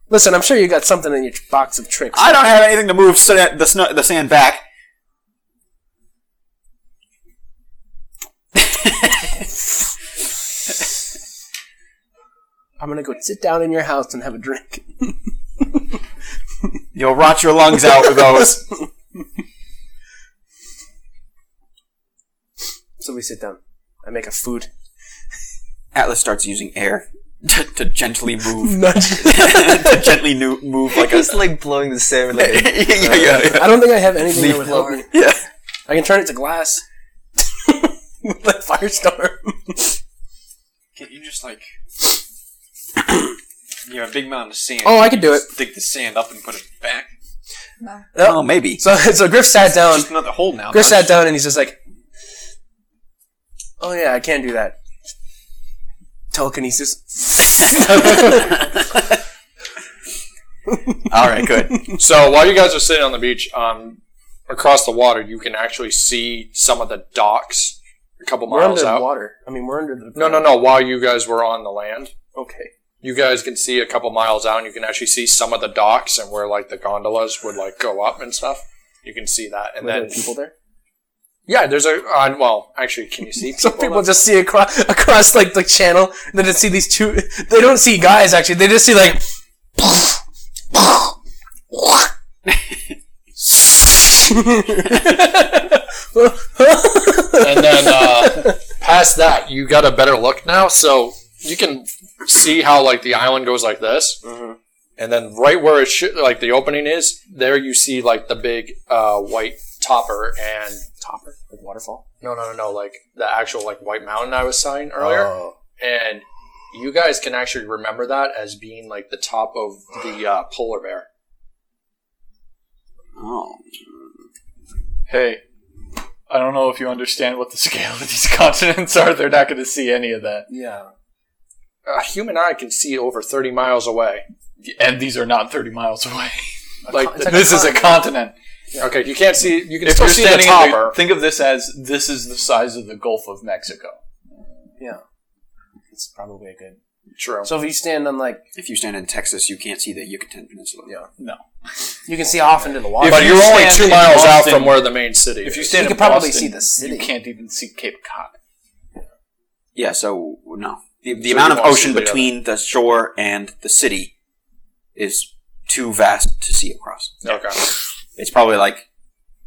Speaker 6: Listen, I'm sure you got something in your box of tricks.
Speaker 8: I don't have anything to move sa- the snow- the sand back.
Speaker 6: I'm gonna go sit down in your house and have a drink. *laughs*
Speaker 8: You'll rot your lungs out with
Speaker 17: *laughs*
Speaker 8: those.
Speaker 6: So we sit down. I make a food.
Speaker 8: Atlas starts using air *laughs* to, to gently
Speaker 17: *laughs*
Speaker 8: move, *laughs*
Speaker 6: Nudge.
Speaker 8: to gently nu- move
Speaker 3: *laughs*
Speaker 8: like a.
Speaker 3: just like blowing the salmon. Like,
Speaker 8: *laughs* yeah, yeah, yeah.
Speaker 6: I don't think I have anything that would help
Speaker 8: blower.
Speaker 6: me.
Speaker 8: Yeah.
Speaker 6: I can turn it to glass. *laughs* With the firestorm.
Speaker 5: Can you just like *coughs* you have a big mountain of sand?
Speaker 6: Oh, I could do it.
Speaker 5: Dig the sand up and put it back.
Speaker 8: Oh,
Speaker 6: *laughs*
Speaker 8: maybe.
Speaker 6: So, so Griff sat down.
Speaker 5: Just another hole now.
Speaker 6: Griff
Speaker 5: not-
Speaker 6: sat down and he's just like, "Oh yeah, I can do that." *laughs* Telekinesis.
Speaker 8: All right, good.
Speaker 2: So while you guys are sitting on the beach, um, across the water, you can actually see some of the docks a couple
Speaker 6: we're
Speaker 2: miles
Speaker 6: under
Speaker 2: out.
Speaker 6: water. I mean, we're under the
Speaker 2: No, no, no. While you guys were on the land,
Speaker 6: Okay.
Speaker 2: you guys can see a couple miles out, and you can actually see some of the docks and where like the gondolas would like go up and stuff.
Speaker 7: You can see that. And
Speaker 6: Were
Speaker 7: then
Speaker 6: there people there?
Speaker 7: Yeah, there's a
Speaker 2: uh,
Speaker 7: on. Well, actually, can you see?
Speaker 6: *laughs* Some people just see across *laughs* across like the channel. And then they see these two. They don't see guys actually. They just see *laughs* like.
Speaker 2: and then uh, past that, you got a better look now, so you can see how like the island goes like this,
Speaker 1: Mm-hmm.
Speaker 2: and then right where it should, like the opening is, there you see like the big uh, white topper and topper, like waterfall. No, no, no, no, like the actual like white mountain I was saying earlier,
Speaker 1: Oh.
Speaker 2: and you guys can actually remember that as being like the top of the uh, polar bear.
Speaker 1: Oh. Hey, I don't know if you understand what the scale of these *laughs* continents are. They're not going to see any of that.
Speaker 2: Yeah. A human eye can see over 30 miles away.
Speaker 1: And these are not 30 miles away.
Speaker 2: Like
Speaker 1: It's like this is a continent.
Speaker 2: Okay, you can't see. You can
Speaker 1: If
Speaker 2: still
Speaker 1: you're
Speaker 2: see the
Speaker 1: standing, in the,
Speaker 2: topper.
Speaker 1: think of this as this is the size of the Gulf of Mexico.
Speaker 6: Yeah, it's probably a good.
Speaker 2: True.
Speaker 6: So if you stand on like,
Speaker 5: If you stand in Texas, you can't see the Yucatan Peninsula.
Speaker 6: Yeah.
Speaker 1: No.
Speaker 6: you can see off into the water.
Speaker 2: but
Speaker 1: you
Speaker 2: you're only
Speaker 1: stand
Speaker 2: two
Speaker 1: in
Speaker 2: miles out
Speaker 1: Boston-
Speaker 2: from where the main city.
Speaker 1: If you
Speaker 2: is.
Speaker 1: stand,
Speaker 6: You
Speaker 1: in
Speaker 6: could probably
Speaker 1: Boston,
Speaker 6: see the city.
Speaker 1: You can't even see Cape Cod.
Speaker 8: Yeah, so no. The, the
Speaker 2: So
Speaker 8: amount
Speaker 2: you
Speaker 8: of
Speaker 2: won't see
Speaker 8: ocean
Speaker 2: the other.
Speaker 8: between the shore and the city is too vast to see across.
Speaker 1: *laughs*
Speaker 2: okay,
Speaker 8: It's probably like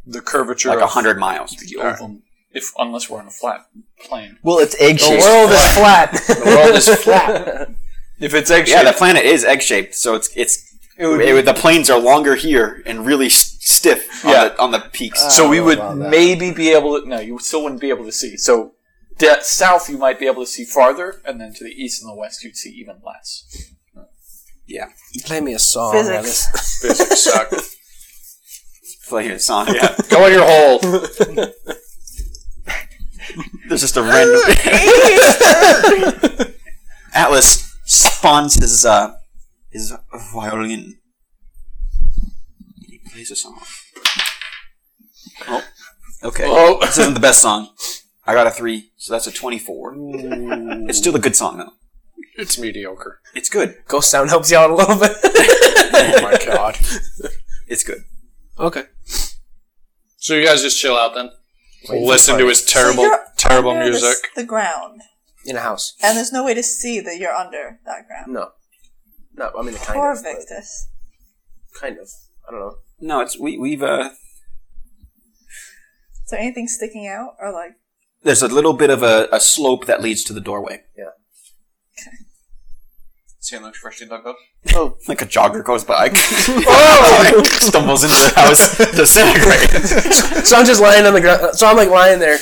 Speaker 1: The curvature
Speaker 8: like
Speaker 1: of
Speaker 8: a hundred miles.
Speaker 1: the ovum, if unless we're on a flat plane.
Speaker 18: Well, it's egg
Speaker 6: The
Speaker 18: shaped.
Speaker 6: world is
Speaker 1: *laughs*
Speaker 6: flat.
Speaker 2: the world is flat.
Speaker 1: If it's actually
Speaker 8: Yeah, the planet is egg shaped, so it's it's it would- the planes are longer here and really s- stiff on,
Speaker 1: Yeah.
Speaker 8: the, on the peaks.
Speaker 1: so we
Speaker 18: know
Speaker 1: would
Speaker 18: about that.
Speaker 1: maybe be able to. No, you still wouldn't be able to see. So de- south, you might be able to see farther, and then to the east and the west, you'd see even less.
Speaker 6: Play me a song.
Speaker 4: Physics.
Speaker 2: Physics suck.
Speaker 8: play a song. *laughs* Yeah.
Speaker 2: Go in your hole.
Speaker 8: There's just a random. Atlas spawns his uh, his violin. He plays a song. Oh, okay.
Speaker 2: Oh.
Speaker 8: This isn't the best song. I got a three, so that's a twenty-four. it's still a good song though.
Speaker 2: *laughs* It's mediocre.
Speaker 8: It's good.
Speaker 6: *laughs* Ghost Sound helps you out a little bit. *laughs*
Speaker 2: Oh my god.
Speaker 8: It's good.
Speaker 6: okay.
Speaker 2: So you guys just chill out then.
Speaker 6: Wait,
Speaker 2: Listen to his terrible,
Speaker 4: you're
Speaker 2: terrible
Speaker 4: under this-
Speaker 2: music.
Speaker 4: The, ground,
Speaker 6: In a house.
Speaker 4: and there's no way to see that you're under that ground.
Speaker 6: No. No, I mean kind
Speaker 4: Poor
Speaker 6: of. but
Speaker 4: Victus.
Speaker 6: Kind of. I don't know.
Speaker 8: No, it's we we've uh.
Speaker 4: Is there anything sticking out, or like
Speaker 8: There's a little bit of a, a slope that leads to the doorway,
Speaker 5: Sand looks freshly dug up.
Speaker 8: like a jogger goes by, *laughs* oh! stumbles into the house, disintegrates.
Speaker 6: *laughs* So I'm just lying on the ground. So I'm like lying there.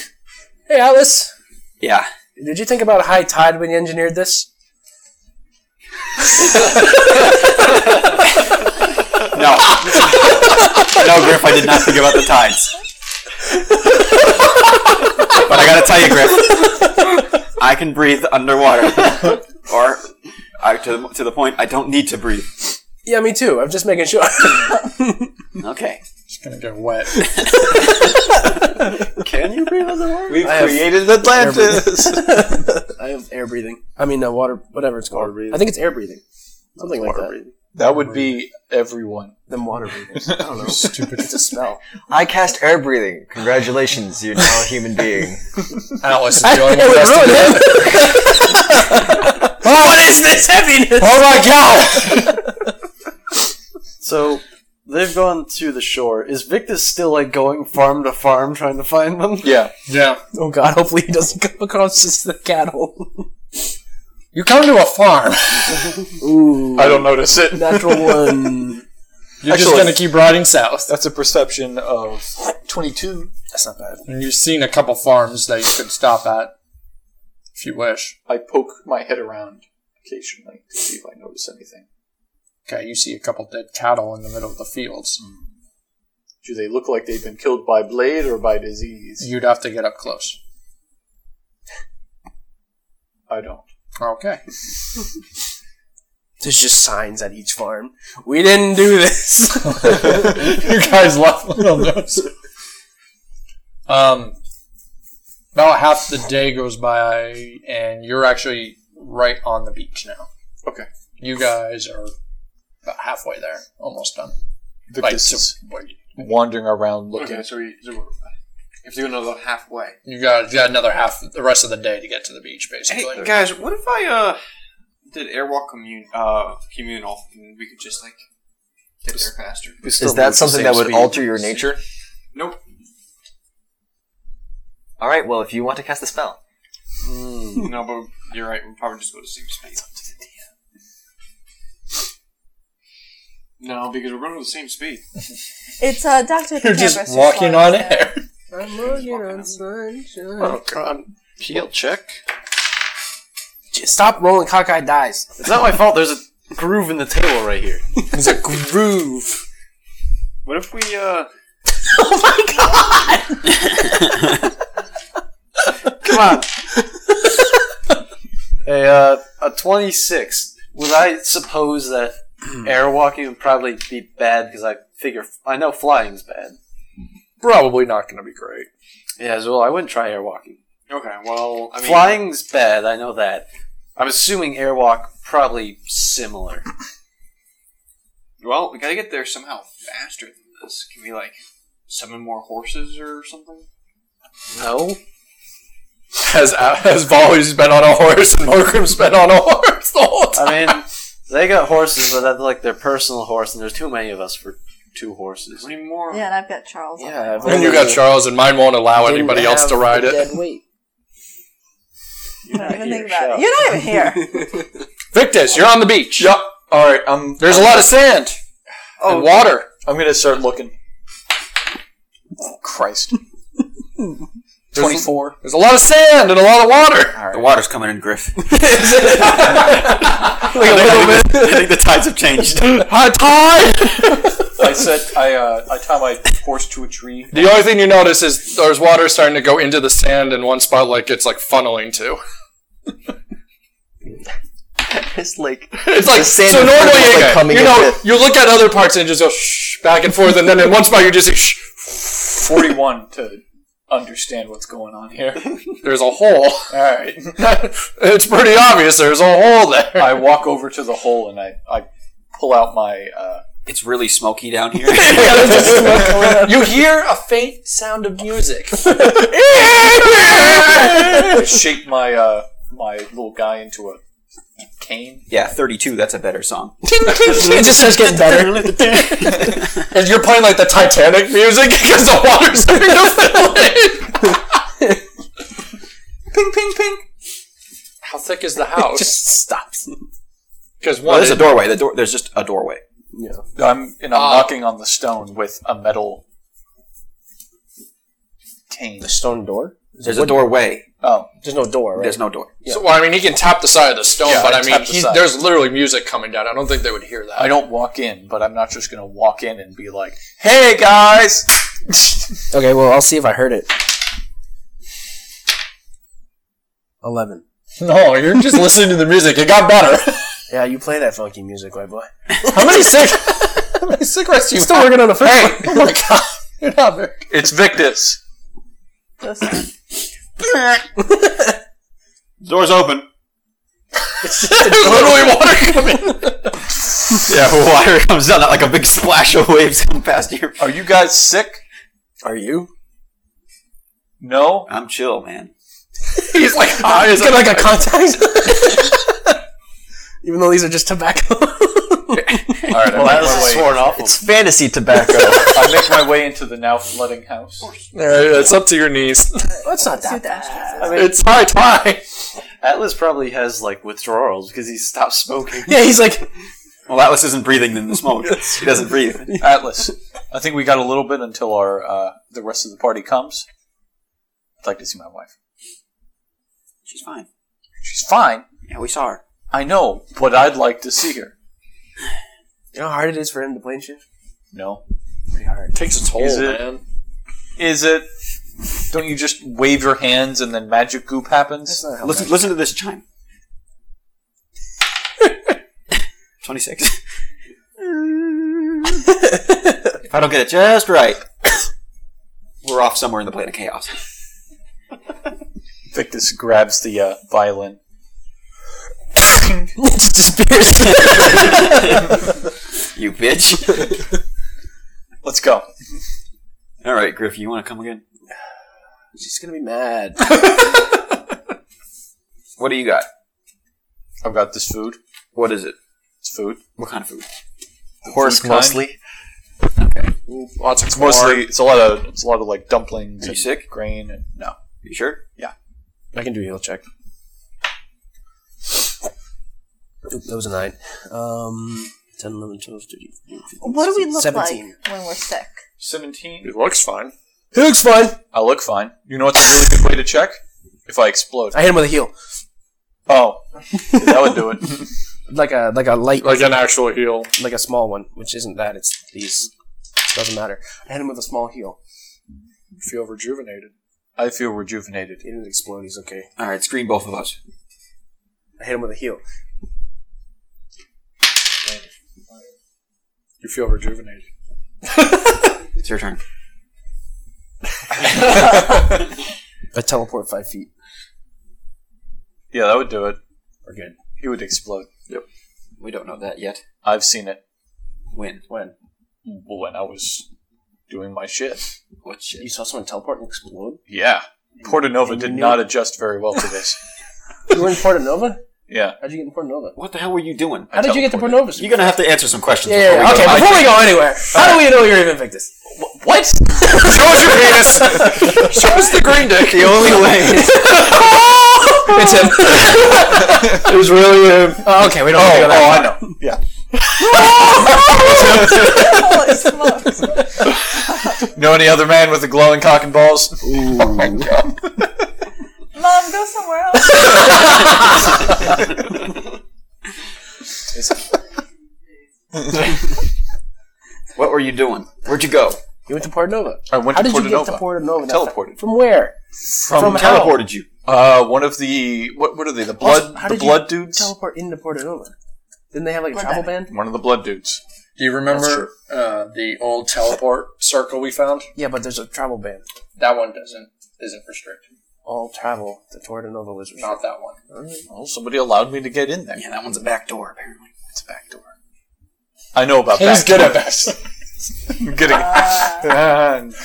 Speaker 6: Hey, Alice,
Speaker 8: *laughs* yeah.
Speaker 6: did you think about high tide when you engineered this?
Speaker 8: No. no, Griff, I did not think about the tides. but I gotta tell you, Griff, I can breathe underwater. or, I, to, the, to the point, I don't need to breathe.
Speaker 6: Yeah, me too. I'm just making sure. *laughs*
Speaker 8: Okay.
Speaker 7: It's gonna get wet.
Speaker 8: Can you breathe underwater? We've
Speaker 6: I have-
Speaker 8: created Atlantis.
Speaker 6: I have air breathing. I mean, uh, water, whatever it's called. I think it's air breathing. Something like that.
Speaker 1: That would be everyone.
Speaker 6: Them water breathers. I don't know. Stupid. It's a spell.
Speaker 18: I cast air breathing. Congratulations, you're now a human being.
Speaker 2: *laughs* Alice is the only
Speaker 6: *laughs*
Speaker 2: one. that's-
Speaker 8: what is this heaviness?
Speaker 2: Oh my god!
Speaker 9: So they've gone to the shore. Is Victus still like going farm to farm trying to find
Speaker 5: *laughs*
Speaker 9: them?
Speaker 1: Yeah.
Speaker 7: Yeah.
Speaker 6: *laughs* Oh God! Hopefully he doesn't come across as the cattle.
Speaker 7: You come to a farm.
Speaker 6: Ooh,
Speaker 1: I don't notice it.
Speaker 6: natural one.
Speaker 7: You're just
Speaker 1: Actually-
Speaker 7: gonna keep riding south.
Speaker 1: That's a perception of 22.
Speaker 6: That's not bad.
Speaker 7: And you've seen a couple farms that you could stop at if you wish.
Speaker 1: I poke my head around occasionally to see if I notice anything.
Speaker 7: Okay, you see a couple dead cattle in the middle of the fields.
Speaker 2: Mm.
Speaker 1: Do they look like they've been killed by blade or by disease?
Speaker 7: You'd have to get up close.
Speaker 1: I don't.
Speaker 7: Okay.
Speaker 6: There's just signs at each farm. We didn't do
Speaker 2: *laughs*
Speaker 6: this.
Speaker 7: you guys love little notes. Um, about half the day goes by, and you're actually right on the beach now.
Speaker 1: Okay.
Speaker 7: You guys are about halfway there, almost done.
Speaker 1: Victus
Speaker 7: Like, to
Speaker 1: is
Speaker 7: where you-
Speaker 1: wandering around looking.
Speaker 5: Okay, so you, so you have to go another halfway.
Speaker 2: You got, you got another half, the rest of the day to get to the beach,
Speaker 5: Hey,
Speaker 2: basically.
Speaker 5: guys, what if I uh did airwalk commun uh communal and we could just like get there faster?
Speaker 3: Is that something that would alter your nature?
Speaker 5: Nope.
Speaker 3: All right. Well, if you want to cast a spell,
Speaker 5: no, but you're right. We'll probably just go to same space. No, because we're going to the same speed.
Speaker 4: It's uh, Doctor.
Speaker 2: You're just walking on air.
Speaker 6: I'm looking on sunshine.
Speaker 2: Oh, God.
Speaker 9: Heal check.
Speaker 6: Stop rolling cockeyed dies.
Speaker 9: It's not my fault. There's a groove in the table right here.
Speaker 6: There's a *laughs* groove.
Speaker 5: What if we uh?
Speaker 6: Oh
Speaker 9: Come on. a, uh, a 26. Would I suppose that
Speaker 2: Hmm.
Speaker 9: airwalking would probably be bad because I figure I know flying's bad.
Speaker 2: Probably not going to be great.
Speaker 9: Yeah, so I wouldn't try airwalking.
Speaker 5: Okay, well, I mean,
Speaker 9: flying's bad. I know that. I'm assuming airwalk probably similar.
Speaker 5: Well, we gotta get there somehow faster than this. Can we like summon more horses or something?
Speaker 9: No.
Speaker 2: Has, has Volley's been on a horse and Morgrim's been on a horse the whole time. *laughs*
Speaker 9: I mean, they got horses, but that's like their personal horse, and there's too many of us for two horses.
Speaker 5: How many
Speaker 4: *laughs*
Speaker 5: more?
Speaker 4: Yeah, and I've got Charles. on
Speaker 9: Yeah,
Speaker 4: that
Speaker 9: but-
Speaker 4: one.
Speaker 2: And you got Charles, and mine won't allow
Speaker 19: Didn't
Speaker 2: anybody else
Speaker 19: have
Speaker 2: to ride
Speaker 19: the
Speaker 2: it.
Speaker 19: Dead weight.
Speaker 4: I don't even think about it. You're not even here.
Speaker 2: Victus, you're on the beach. Yup.
Speaker 8: All right, um,
Speaker 2: There's a lot of
Speaker 6: *laughs*
Speaker 2: sand and water.
Speaker 1: I'm gonna start looking. Oh, Christ. Twenty-four.
Speaker 2: There's a lot of sand and a lot of water.
Speaker 8: the water's coming in, Griff.
Speaker 2: I think-
Speaker 8: *laughs* I think the tides have changed.
Speaker 2: High tide.
Speaker 1: I set. I uh, I tie my horse to a tree.
Speaker 2: The only thing you notice is there's water starting to go into the sand in one spot, like it's like funneling to.
Speaker 3: *laughs* it's like
Speaker 2: It's like
Speaker 3: sand
Speaker 2: so
Speaker 3: is
Speaker 2: normally
Speaker 3: like
Speaker 2: you-
Speaker 3: coming
Speaker 2: you
Speaker 3: in
Speaker 2: *laughs* know
Speaker 3: with-
Speaker 2: you look at other parts and just go shh back and forth, and then in one spot you just shh.
Speaker 1: Forty-one to understand what's going on *laughs* here.
Speaker 2: There's a hole. *laughs*
Speaker 1: All right.
Speaker 2: it's pretty obvious. There's a hole there.
Speaker 1: I walk over to the hole and I I pull out my. Uh,
Speaker 8: It's really smoky down *laughs* here.
Speaker 1: you hear a faint sound of
Speaker 6: *laughs*
Speaker 1: music. I shape my uh, my little guy into a cane.
Speaker 8: yeah, 32. That's a better song. *laughs*
Speaker 2: it just starts getting better. *laughs* and you're playing like the Titanic music *laughs* because the water's starting to fill in.
Speaker 3: *laughs*
Speaker 8: Ping, ping, ping.
Speaker 2: How thick is the house?
Speaker 8: stops.
Speaker 2: Because
Speaker 8: Well,
Speaker 2: one
Speaker 8: there's
Speaker 2: is
Speaker 8: a doorway. The door. There's just a doorway.
Speaker 1: I'm and I'm
Speaker 2: Ah.
Speaker 1: knocking on the stone with a metal cane.
Speaker 6: The stone door?
Speaker 8: There's a doorway.
Speaker 1: Oh,
Speaker 6: There's no door, right?
Speaker 8: There's no door.
Speaker 2: So, well, I mean, he can tap the side of the stone,
Speaker 1: Yeah,
Speaker 2: but
Speaker 1: I
Speaker 2: I mean,
Speaker 1: tapped the
Speaker 2: he,
Speaker 1: side.
Speaker 2: there's literally music coming down. I don't think they would hear that.
Speaker 1: I don't walk in, but I'm not just gonna walk in and be like, "Hey guys."
Speaker 6: Okay, well, I'll see if I heard it. 11.
Speaker 2: *laughs* No, you're just listening to the music. It got better.
Speaker 6: Yeah, you play that funky music, white boy.
Speaker 2: *laughs* How many sick? How many cigarettes you? Still working on a first *laughs* hey. Oh my god, you're not very.
Speaker 1: It's Victus.
Speaker 4: Listen,
Speaker 5: Door's open.
Speaker 2: literally water coming.
Speaker 8: Yeah, water comes down like a big splash of waves *laughs* come past here.
Speaker 1: Are you guys sick?
Speaker 6: Are you?
Speaker 8: *laughs*
Speaker 1: No.
Speaker 8: I'm chill, man.
Speaker 2: He's like, high as a-
Speaker 6: like a contact? *laughs* Even though these are just tobacco.
Speaker 1: All right.
Speaker 8: *laughs*
Speaker 1: I, make my way,
Speaker 9: off.
Speaker 3: it's fantasy tobacco.
Speaker 1: *laughs* I make my way into the now flooding house.
Speaker 2: Yeah, it's up to your knees.
Speaker 6: That's not
Speaker 4: do
Speaker 6: that
Speaker 2: *laughs*
Speaker 4: that.
Speaker 2: It's high tide.
Speaker 9: Atlas probably has like withdrawals because he
Speaker 6: *laughs*
Speaker 9: stopped smoking.
Speaker 6: Yeah, he's like,
Speaker 8: Well, Atlas isn't breathing in the
Speaker 6: *laughs*
Speaker 8: smoke. he doesn't breathe.
Speaker 1: Atlas, I think we got a little bit until our uh, the rest of the party comes. I'd like to see my wife.
Speaker 8: She's fine.
Speaker 1: She's fine.
Speaker 8: Yeah, we saw her.
Speaker 1: I know, but I'd like to see her.
Speaker 6: you know how hard it is for him to plane shift?
Speaker 1: No.
Speaker 6: Pretty hard.
Speaker 2: Takes a toll,
Speaker 1: Is it- Is it? Don't you just wave your hands and then magic goop happens?
Speaker 6: That's not how
Speaker 8: Listen, listen
Speaker 6: listen,
Speaker 8: to this
Speaker 6: *laughs*
Speaker 8: chime. 26. if I don't get it just right, we're off somewhere in the plane of
Speaker 6: *laughs*
Speaker 8: chaos.
Speaker 1: Victus grabs the uh, violin.
Speaker 6: just disappears.
Speaker 8: You bitch.
Speaker 1: Let's go.
Speaker 8: All right, Griff, you want to come again?
Speaker 6: She's gonna be mad.
Speaker 8: *laughs* What do you got?
Speaker 1: I've got this food.
Speaker 8: What is it?
Speaker 1: It's food.
Speaker 8: What kind of food?
Speaker 1: Horse mostly. Okay. Lots of it's mostly it's a lot of it's a lot of like dumplings and sick? grain and no.
Speaker 8: You sure?
Speaker 1: Yeah.
Speaker 6: I can do a heal check. Oop, That was a nine. Um, 10, 11, 12, 13, 14, 15,
Speaker 4: What do we look
Speaker 6: 17.
Speaker 4: like when we're sick?
Speaker 1: Seventeen. It looks fine.
Speaker 6: He looks fine.
Speaker 1: I look fine. You know what's a really good way to check? If I explode.
Speaker 6: I hit him with a heel,
Speaker 1: Oh. that would do it.
Speaker 6: like a like a light,
Speaker 7: Like an actual
Speaker 2: *laughs*
Speaker 7: heel.
Speaker 6: like a small one, which isn't that. It's these. It doesn't matter. I hit him with a small heel.
Speaker 1: feel rejuvenated. I feel rejuvenated.
Speaker 6: He didn't explode. He's okay.
Speaker 8: All right, screen both of us.
Speaker 6: I hit him with a heel.
Speaker 1: You feel rejuvenated.
Speaker 8: It's your turn.
Speaker 6: I teleport five feet.
Speaker 1: Yeah, that would do it.
Speaker 6: We're good.
Speaker 1: He would explode.
Speaker 8: We don't know that yet.
Speaker 1: I've seen it
Speaker 8: When?
Speaker 6: When
Speaker 1: when I was doing my shit.
Speaker 8: What shit?
Speaker 6: you saw someone teleport and explode,
Speaker 1: Yeah. Portanova did
Speaker 6: knew-
Speaker 1: not adjust very well
Speaker 8: *laughs*
Speaker 1: to this.
Speaker 6: you were in Porta Nova.
Speaker 1: Yeah.
Speaker 6: How'd you get in Porta Nova?
Speaker 8: What the hell were you doing?
Speaker 6: How did you get to Porta Nova?
Speaker 8: You're gonna have to answer some questions.
Speaker 6: Yeah, yeah,
Speaker 8: before we
Speaker 6: okay.
Speaker 8: go.
Speaker 6: Before we go anywhere, how do we know you're in Invictus?
Speaker 1: What?
Speaker 7: Show us your
Speaker 2: *laughs*
Speaker 7: penis. Show us the green dick. The only way.
Speaker 2: *laughs*
Speaker 6: It's him.
Speaker 7: it was really him.
Speaker 6: Oh, okay, we don't. have to go that far.
Speaker 1: know. Yeah.
Speaker 4: Holy smokes.
Speaker 1: Know any other man with a glowing cock and balls?
Speaker 4: Mom, go somewhere else.
Speaker 8: What were you doing? Where'd you go?
Speaker 6: *laughs* You went to Porta Nova.
Speaker 1: I went
Speaker 6: How
Speaker 1: to
Speaker 6: did you get to
Speaker 1: Portanova.
Speaker 6: Porta Nova? that
Speaker 1: Teleported.
Speaker 6: fast? From where? From, how?
Speaker 8: Teleported you.
Speaker 1: Uh, one of the what? What are they? The blood?
Speaker 6: how
Speaker 1: the
Speaker 6: did
Speaker 1: blood
Speaker 6: you
Speaker 1: dudes?
Speaker 6: Teleport into Porta Nova. Didn't they have like a
Speaker 4: Blood
Speaker 6: travel
Speaker 4: diamond.
Speaker 6: band?
Speaker 1: one of the blood dudes.
Speaker 7: Do you remember uh, the old teleport circle we found?
Speaker 6: Yeah, but there's a travel band.
Speaker 2: That one doesn't isn't restricted.
Speaker 6: All travel to Porta Nova was
Speaker 8: Oh,
Speaker 2: Not that one.
Speaker 1: Well, somebody allowed me to get in there.
Speaker 8: Yeah, that one's a back door apparently.
Speaker 1: It's a back door. I know about that.
Speaker 7: good at this.
Speaker 1: *laughs* I'm getting it.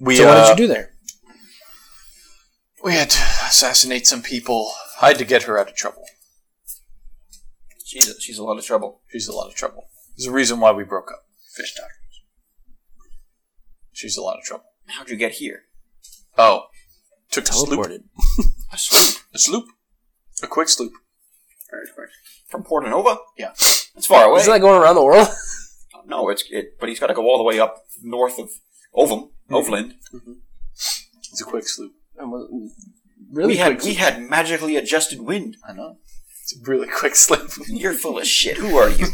Speaker 1: we
Speaker 6: So what
Speaker 1: uh,
Speaker 6: did you do there?
Speaker 1: We had to assassinate some people. I had to get her out of trouble.
Speaker 8: She's a, she's a lot of trouble.
Speaker 1: She's a lot of trouble. There's a reason why we broke up. Fish tacos. She's a lot of trouble.
Speaker 8: How'd you get here?
Speaker 1: Oh, took a sloop.
Speaker 8: A swoop.
Speaker 1: A sloop. A quick sloop.
Speaker 8: Very quick. From Portanova?
Speaker 1: Yeah.
Speaker 8: It's far away.
Speaker 6: Isn't that going around the world?
Speaker 8: No, it's it, but he's got to go all the way up north of Ovum, Overland.
Speaker 1: It's a quick sloop.
Speaker 6: And was- really
Speaker 8: we had
Speaker 6: quick.
Speaker 8: we had magically adjusted wind.
Speaker 1: I know. It's a really *laughs* quick sloop.
Speaker 8: You're full of shit. Who are you?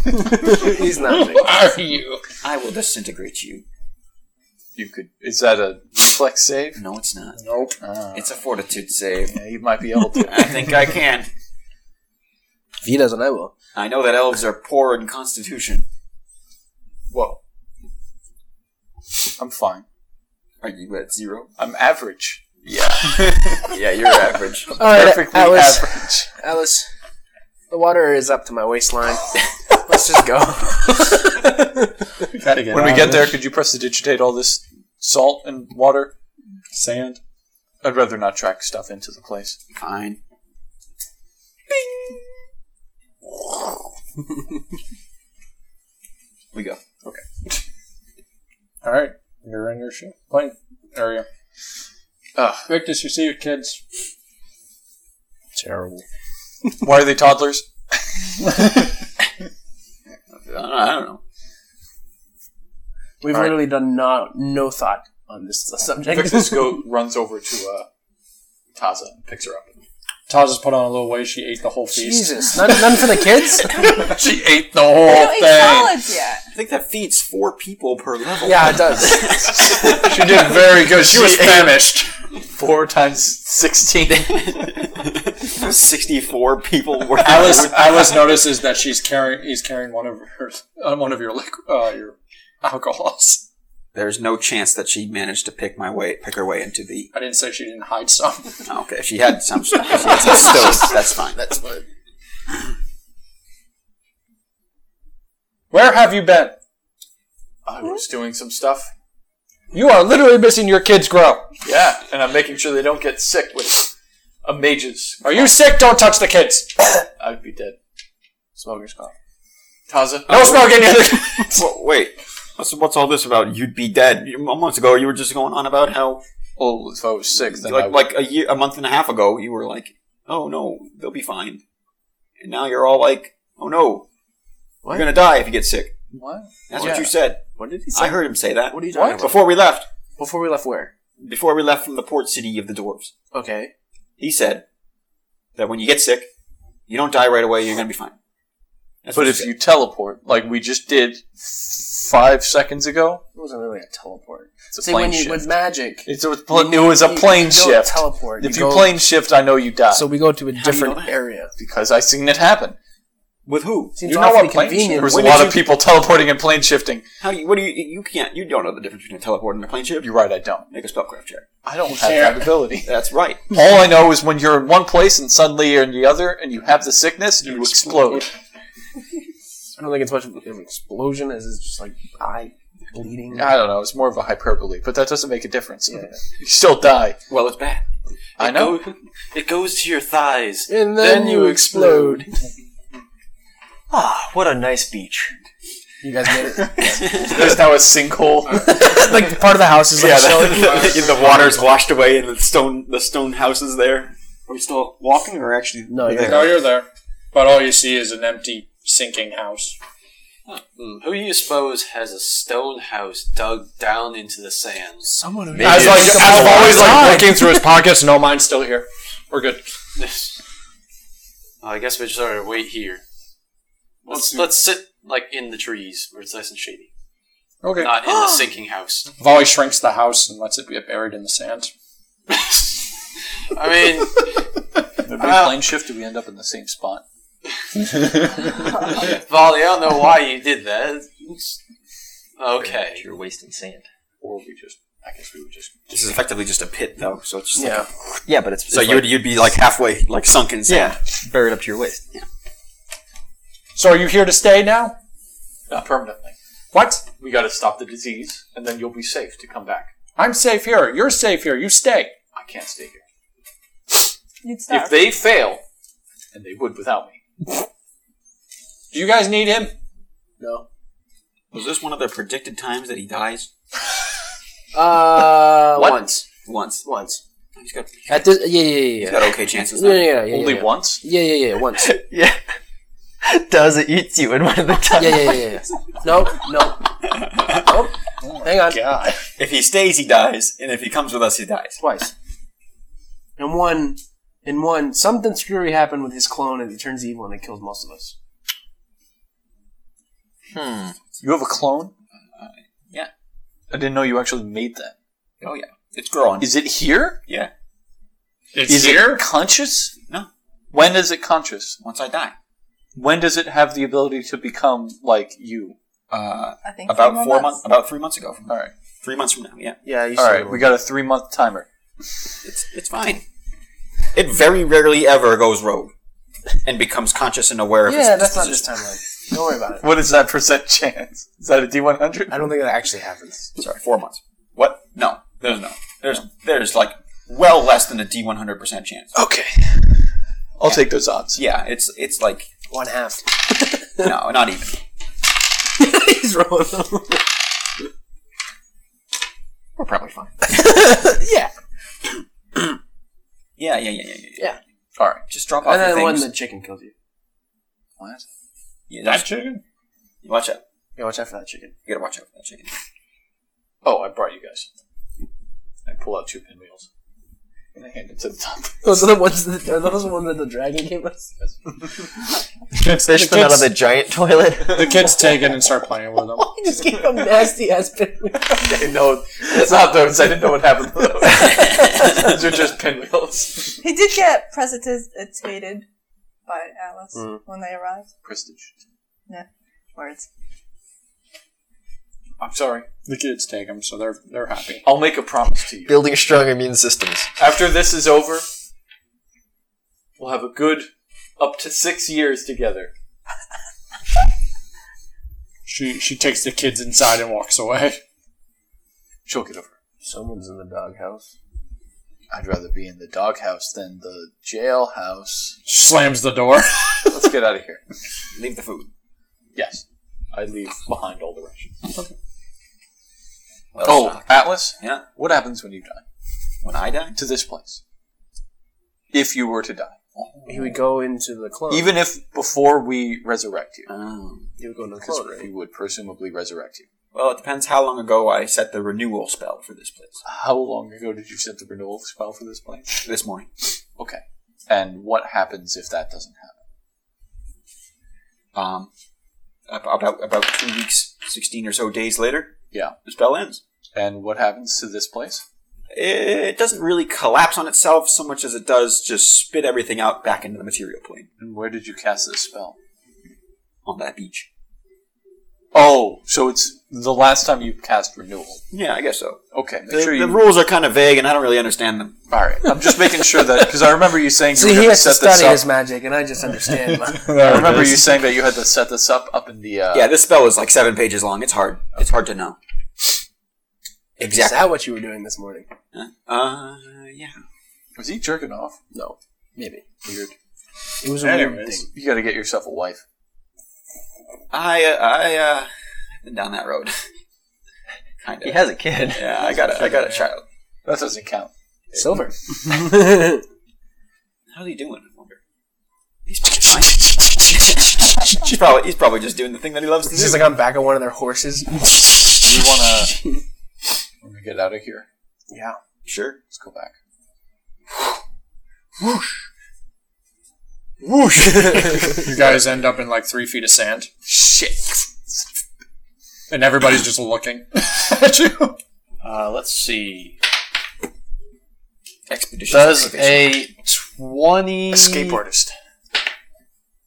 Speaker 6: He's not. big.
Speaker 2: Are you?
Speaker 8: I will disintegrate you.
Speaker 1: You could. Is that a reflex save?
Speaker 8: No, it's not.
Speaker 1: Nope. Uh,
Speaker 8: It's a fortitude save.
Speaker 1: yeah, you might be able to.
Speaker 8: I think I can.
Speaker 6: If he doesn't, I will.
Speaker 8: I know that elves are poor in constitution.
Speaker 1: Whoa. I'm fine.
Speaker 8: Are you at zero?
Speaker 1: I'm average.
Speaker 8: Yeah, you're average.
Speaker 6: All right,
Speaker 1: Perfectly
Speaker 6: Alice.
Speaker 1: average.
Speaker 6: *laughs* Alice, the water is up to my waistline. *laughs* Let's just go.
Speaker 1: When we get there, could you press to digitate all this salt and water? Sand? I'd rather not track stuff into the place.
Speaker 8: Fine. we go.
Speaker 7: All right, you're in your ship. plane area.
Speaker 1: Ugh.
Speaker 7: Victus, you see your kids.
Speaker 6: Terrible.
Speaker 1: Why are they toddlers?
Speaker 8: I don't, I don't know.
Speaker 6: We've
Speaker 1: All right.
Speaker 6: literally done no, no thought on this subject.
Speaker 1: Vixis go runs over to uh, Taza and picks her up.
Speaker 7: Taz has put on a little weight. She ate the whole feast.
Speaker 6: Jesus, none, none for the kids.
Speaker 1: *laughs* she ate
Speaker 7: *laughs*
Speaker 1: the
Speaker 4: I
Speaker 1: whole
Speaker 4: don't eat
Speaker 1: thing.
Speaker 4: solids yet.
Speaker 8: I think that feeds four people per level.
Speaker 6: *laughs*
Speaker 8: *laughs*
Speaker 6: Yeah, it does.
Speaker 1: She did very good. She, was famished. Four times sixteen.
Speaker 8: 64 people
Speaker 6: *laughs*
Speaker 8: were
Speaker 7: Alice, Alice notices that she's carrying. He's carrying one of her, *laughs* uh, one of your liquor, uh, your alcohols.
Speaker 8: There's no chance that she managed to pick my way, pick her way into the.
Speaker 7: I didn't say she didn't hide some.
Speaker 8: Oh, okay, she had some. She had some stones. That's fine. That's fine.
Speaker 7: Where have you been?
Speaker 1: I was doing some stuff.
Speaker 2: You are literally missing your kids grow.
Speaker 1: Yeah, and I'm making sure they don't get sick with a mage's.
Speaker 2: Are you sick? Don't touch the kids.
Speaker 1: *coughs* I'd be dead. Smoker's cough. Taza?
Speaker 2: No smoking in the
Speaker 8: Wha- wait, what's, what's all this about? You'd be dead. You- Moments ago, you were just going on about how,
Speaker 1: Well, if I was sick, then I
Speaker 8: like,
Speaker 1: would-
Speaker 8: like a year, a month and a half ago, you were like, "Oh no, they'll be fine," and now you're all like, "Oh no,
Speaker 1: What?
Speaker 8: you're gonna die if you get sick."
Speaker 1: What?
Speaker 8: That's
Speaker 1: Yeah.
Speaker 8: what you said.
Speaker 6: What did he
Speaker 8: I heard him say that.
Speaker 6: What are you talking about?
Speaker 8: Before we left,
Speaker 6: Before we left where?
Speaker 8: before we left from the port city of the dwarves,
Speaker 6: Okay.
Speaker 8: he said that when you get sick, you don't die right away. You're gonna be fine. That's
Speaker 1: But
Speaker 8: what he
Speaker 1: if
Speaker 8: said.
Speaker 1: you teleport, like we just did five seconds ago,
Speaker 6: It wasn't really a teleport.
Speaker 1: it's a
Speaker 6: See,
Speaker 1: plane
Speaker 6: when you
Speaker 1: shift.
Speaker 6: with magic,
Speaker 1: It's a pl- it was a
Speaker 6: you-
Speaker 1: plane
Speaker 6: you don't
Speaker 1: shift.
Speaker 6: teleport,
Speaker 1: If
Speaker 6: you
Speaker 1: you
Speaker 6: go-
Speaker 1: plane shift, I know you die.
Speaker 6: so we go to a
Speaker 8: know
Speaker 6: different
Speaker 8: that?
Speaker 6: area.
Speaker 1: because I seen it happen.
Speaker 8: with who?
Speaker 6: Seems
Speaker 1: you know
Speaker 6: awfully
Speaker 1: what plane
Speaker 6: convenient.
Speaker 1: There was
Speaker 8: When
Speaker 1: a lot
Speaker 8: did
Speaker 1: of
Speaker 8: you-
Speaker 1: people *laughs* teleporting and plane shifting.
Speaker 8: How do you? What do you? You can't. You don't know the difference between a teleport and a plane ship.
Speaker 1: You're right, I don't.
Speaker 8: Make a spellcraft check.
Speaker 1: I don't have that ability.
Speaker 8: That's right.
Speaker 1: All I know is when you're in one place and suddenly you're in the other, and you have the sickness, you explode.
Speaker 6: I don't think it's much of an explosion as it's just like eye bleeding.
Speaker 1: I don't know. It's more of a hyperbole, *laughs* but that doesn't make a difference. You still die.
Speaker 8: Well, it's bad.
Speaker 1: I know.
Speaker 9: Go- it goes to your thighs.
Speaker 6: and then, you explode.
Speaker 3: Ah, what a nice beach.
Speaker 6: You guys get
Speaker 1: *laughs*
Speaker 6: it?
Speaker 1: There's now a sinkhole.
Speaker 6: like part of the house is like
Speaker 8: Yeah, *laughs*
Speaker 6: shelling.
Speaker 8: the, the water's washed away, and the stone the stone house is there. Are we still walking, or actually?
Speaker 6: No, you're
Speaker 7: No, Oh, you're there. But all you see is an empty, sinking house.
Speaker 9: Hmm. Who do you suppose has a stone house dug down into the sand?
Speaker 10: Someone
Speaker 7: I was like, I was always like looking through his pockets. No, mine's still here. We're good.
Speaker 9: Well, *laughs* I guess we just ought to wait here. Let's let's sit like in the trees where it's nice and shady,
Speaker 7: Okay.
Speaker 9: not in the sinking house. *laughs*
Speaker 7: Volley shrinks the house and lets it get buried in the sand.
Speaker 9: I mean, uh,
Speaker 1: If we plane shift, do we end up in the same spot?
Speaker 9: Volley, I don't know why you did that. It's- Okay.
Speaker 3: *laughs* You're wasting sand.
Speaker 1: Or we just? I guess we would just.
Speaker 8: This is effectively just a pit, though. So it's just like,
Speaker 6: Yeah.
Speaker 3: Yeah, but it's,
Speaker 8: so
Speaker 3: it's
Speaker 8: you'd
Speaker 3: like,
Speaker 8: you'd be like halfway, like sunk in sand.
Speaker 3: yeah buried up to your waist.
Speaker 2: So are you here to stay now?
Speaker 1: Not permanently.
Speaker 2: What?
Speaker 1: We got to stop the disease, and then you'll be safe to come back.
Speaker 2: I'm safe here. You're safe here. You stay.
Speaker 1: I can't stay here.
Speaker 4: You'd starve.
Speaker 1: If they fail, and they would without me,
Speaker 2: Do you guys need him?
Speaker 6: No.
Speaker 8: Was this one of the predicted times that he dies?
Speaker 6: Uh,
Speaker 1: What?
Speaker 6: once,
Speaker 8: Once. Oh,
Speaker 6: once.
Speaker 8: He's got,
Speaker 6: At this, yeah, yeah, yeah,
Speaker 8: he's
Speaker 6: yeah,
Speaker 8: got okay chances.
Speaker 6: yeah, yeah,
Speaker 8: Now.
Speaker 6: yeah, yeah,
Speaker 1: only
Speaker 6: yeah.
Speaker 1: once.
Speaker 6: Yeah, yeah, yeah, once. Yeah,
Speaker 3: *laughs* Yeah. Does it eats you in one of the *laughs* times?
Speaker 6: yeah,
Speaker 1: *laughs*
Speaker 6: yeah, yeah. yeah. No, no. Nope. Hang on.
Speaker 7: God.
Speaker 8: If he stays, he dies, and if he comes with us, he dies.
Speaker 6: Twice. And one, and one, something screwy happened with his clone, and he turns evil, and it kills most of us.
Speaker 1: You have a clone?
Speaker 7: Uh,
Speaker 8: yeah.
Speaker 1: I didn't know you actually made that.
Speaker 8: Oh yeah, it's growing.
Speaker 1: Is it here?
Speaker 8: yeah.
Speaker 7: It's
Speaker 1: Is
Speaker 7: here.
Speaker 1: it conscious?
Speaker 8: No.
Speaker 1: When is it conscious?
Speaker 8: Once I die,
Speaker 1: When does it have the ability to become like you?
Speaker 8: uh,
Speaker 4: I think
Speaker 8: about
Speaker 4: three more
Speaker 8: four months, about three months ago. From
Speaker 1: All right.
Speaker 8: Three months from now. Yeah.
Speaker 6: Yeah, you
Speaker 1: All right. We got a three month timer.
Speaker 8: It's it's fine. It very rarely ever goes rogue and becomes conscious and aware of its
Speaker 6: Yeah, that's not
Speaker 8: disposition.
Speaker 6: this timeline. Don't worry about it.
Speaker 1: What is that percent *laughs* chance? Is that a D one hundred?
Speaker 6: I don't think that actually happens.
Speaker 8: Sorry, four months. What? No, there's no. There's there's like well less than a D one hundred percent chance.
Speaker 1: Okay. I'll take those odds.
Speaker 8: Yeah, it's it's like
Speaker 6: One *laughs* half.
Speaker 8: no, not even.
Speaker 6: *laughs* He's rolling.
Speaker 8: We're probably fine.
Speaker 6: *laughs* yeah.
Speaker 8: Yeah, yeah, yeah, yeah, yeah.
Speaker 6: Yeah.
Speaker 8: All right, just drop off
Speaker 6: And then
Speaker 8: your
Speaker 6: one,
Speaker 8: things.
Speaker 6: the chicken kills you.
Speaker 8: What? Yeah,
Speaker 7: That
Speaker 8: that's,
Speaker 7: chicken?
Speaker 8: watch out.
Speaker 6: Yeah, watch out for that chicken.
Speaker 8: You gotta watch out for that chicken.
Speaker 1: Oh, I brought you guys. something. I pull out two pinwheels and I hand it to the top.
Speaker 6: *laughs* Those are the ones that are those the ones that the dragon gave us.
Speaker 1: *laughs*
Speaker 7: Kids,
Speaker 3: Fish
Speaker 7: the,
Speaker 3: them out of
Speaker 7: kids,
Speaker 3: the giant toilet. *laughs*
Speaker 7: the kids take it and start playing with them.
Speaker 6: I just gave them nasty ass pinwheels.
Speaker 1: I know it's not those. I didn't know what happened to those. those are just pinwheels.
Speaker 4: He did get presentated by Alice
Speaker 6: Mm.
Speaker 4: when they arrived.
Speaker 1: Prestige.
Speaker 4: Words.
Speaker 1: I'm sorry.
Speaker 7: The kids take them, so they're they're happy.
Speaker 1: I'll make a promise to you.
Speaker 3: Building strong immune systems.
Speaker 1: After this is over, we'll have a good up to six years together.
Speaker 7: She she takes the kids inside and walks away.
Speaker 1: She'll get over.
Speaker 6: Someone's in the doghouse.
Speaker 1: I'd rather be in the doghouse than the jailhouse.
Speaker 7: Slams the door.
Speaker 1: Let's get out of here.
Speaker 8: Leave the food.
Speaker 1: Yes. I leave behind all the rations.
Speaker 8: Well,
Speaker 1: oh,
Speaker 8: stocked.
Speaker 1: Atlas?
Speaker 8: Yeah.
Speaker 1: What happens when you die?
Speaker 8: When I die?
Speaker 1: To this place. If you were to die.
Speaker 6: He would go into the clone.
Speaker 1: Even if before we resurrect you.
Speaker 6: he would go into the
Speaker 1: Because
Speaker 6: clone. Right?
Speaker 1: we would presumably resurrect you.
Speaker 8: Well, it depends how long ago I set the renewal spell for this place.
Speaker 1: How long ago did you set the renewal spell for this place?
Speaker 8: This morning.
Speaker 1: Okay. And what happens if that doesn't happen?
Speaker 8: Um, ab- about about two weeks, sixteen or so days later,
Speaker 1: Yeah.
Speaker 8: the spell ends.
Speaker 1: And what happens to this place?
Speaker 8: It doesn't really collapse on itself so much as it does just spit everything out back into the material plane
Speaker 1: And where did you cast this spell?
Speaker 8: on that beach.
Speaker 1: Oh, so it's the last time you cast renewal.
Speaker 8: Yeah, I guess so.
Speaker 1: Okay, make
Speaker 8: The,
Speaker 1: sure
Speaker 8: the
Speaker 1: you.
Speaker 8: rules are kind of vague, and I don't really understand them.
Speaker 1: All right, I'm just making sure that because I remember you saying
Speaker 6: See,
Speaker 1: you were
Speaker 6: he
Speaker 1: going to
Speaker 6: has to
Speaker 1: set this
Speaker 6: study
Speaker 1: up.
Speaker 6: his magic, and I just understand. My-
Speaker 1: *laughs* I remember you saying that you had to set this up up in the.
Speaker 8: *laughs*
Speaker 1: Uh,
Speaker 8: Yeah, this spell is like seven pages long. It's hard. It's hard to know.
Speaker 6: Is
Speaker 8: Exactly.
Speaker 6: that what you were doing this morning?
Speaker 8: Uh, yeah.
Speaker 1: Was he jerking off?
Speaker 6: No, maybe.
Speaker 1: Weird.
Speaker 6: It was a weird
Speaker 7: Anyways,
Speaker 6: thing.
Speaker 1: You got to get yourself a wife.
Speaker 8: I uh, I uh, I've been down that road. *laughs* kind
Speaker 3: He
Speaker 8: of.
Speaker 3: has a kid.
Speaker 8: Yeah, I got a, I got a child.
Speaker 1: That doesn't count.
Speaker 6: Silver.
Speaker 8: How's he doing? I wonder. He's probably fine. *laughs* he's probably he's probably just doing the thing that he loves to
Speaker 6: He's just
Speaker 8: do.
Speaker 6: like on back on one of their horses.
Speaker 1: Do you want to? When we get out of here,
Speaker 6: Yeah.
Speaker 8: Sure.
Speaker 1: let's go back.
Speaker 7: you guys end up in like three feet of sand.
Speaker 1: Shit.
Speaker 7: And everybody's just looking *laughs* at you.
Speaker 9: Uh, let's see.
Speaker 8: Expedition.
Speaker 9: Does a twenty
Speaker 1: Escape artist.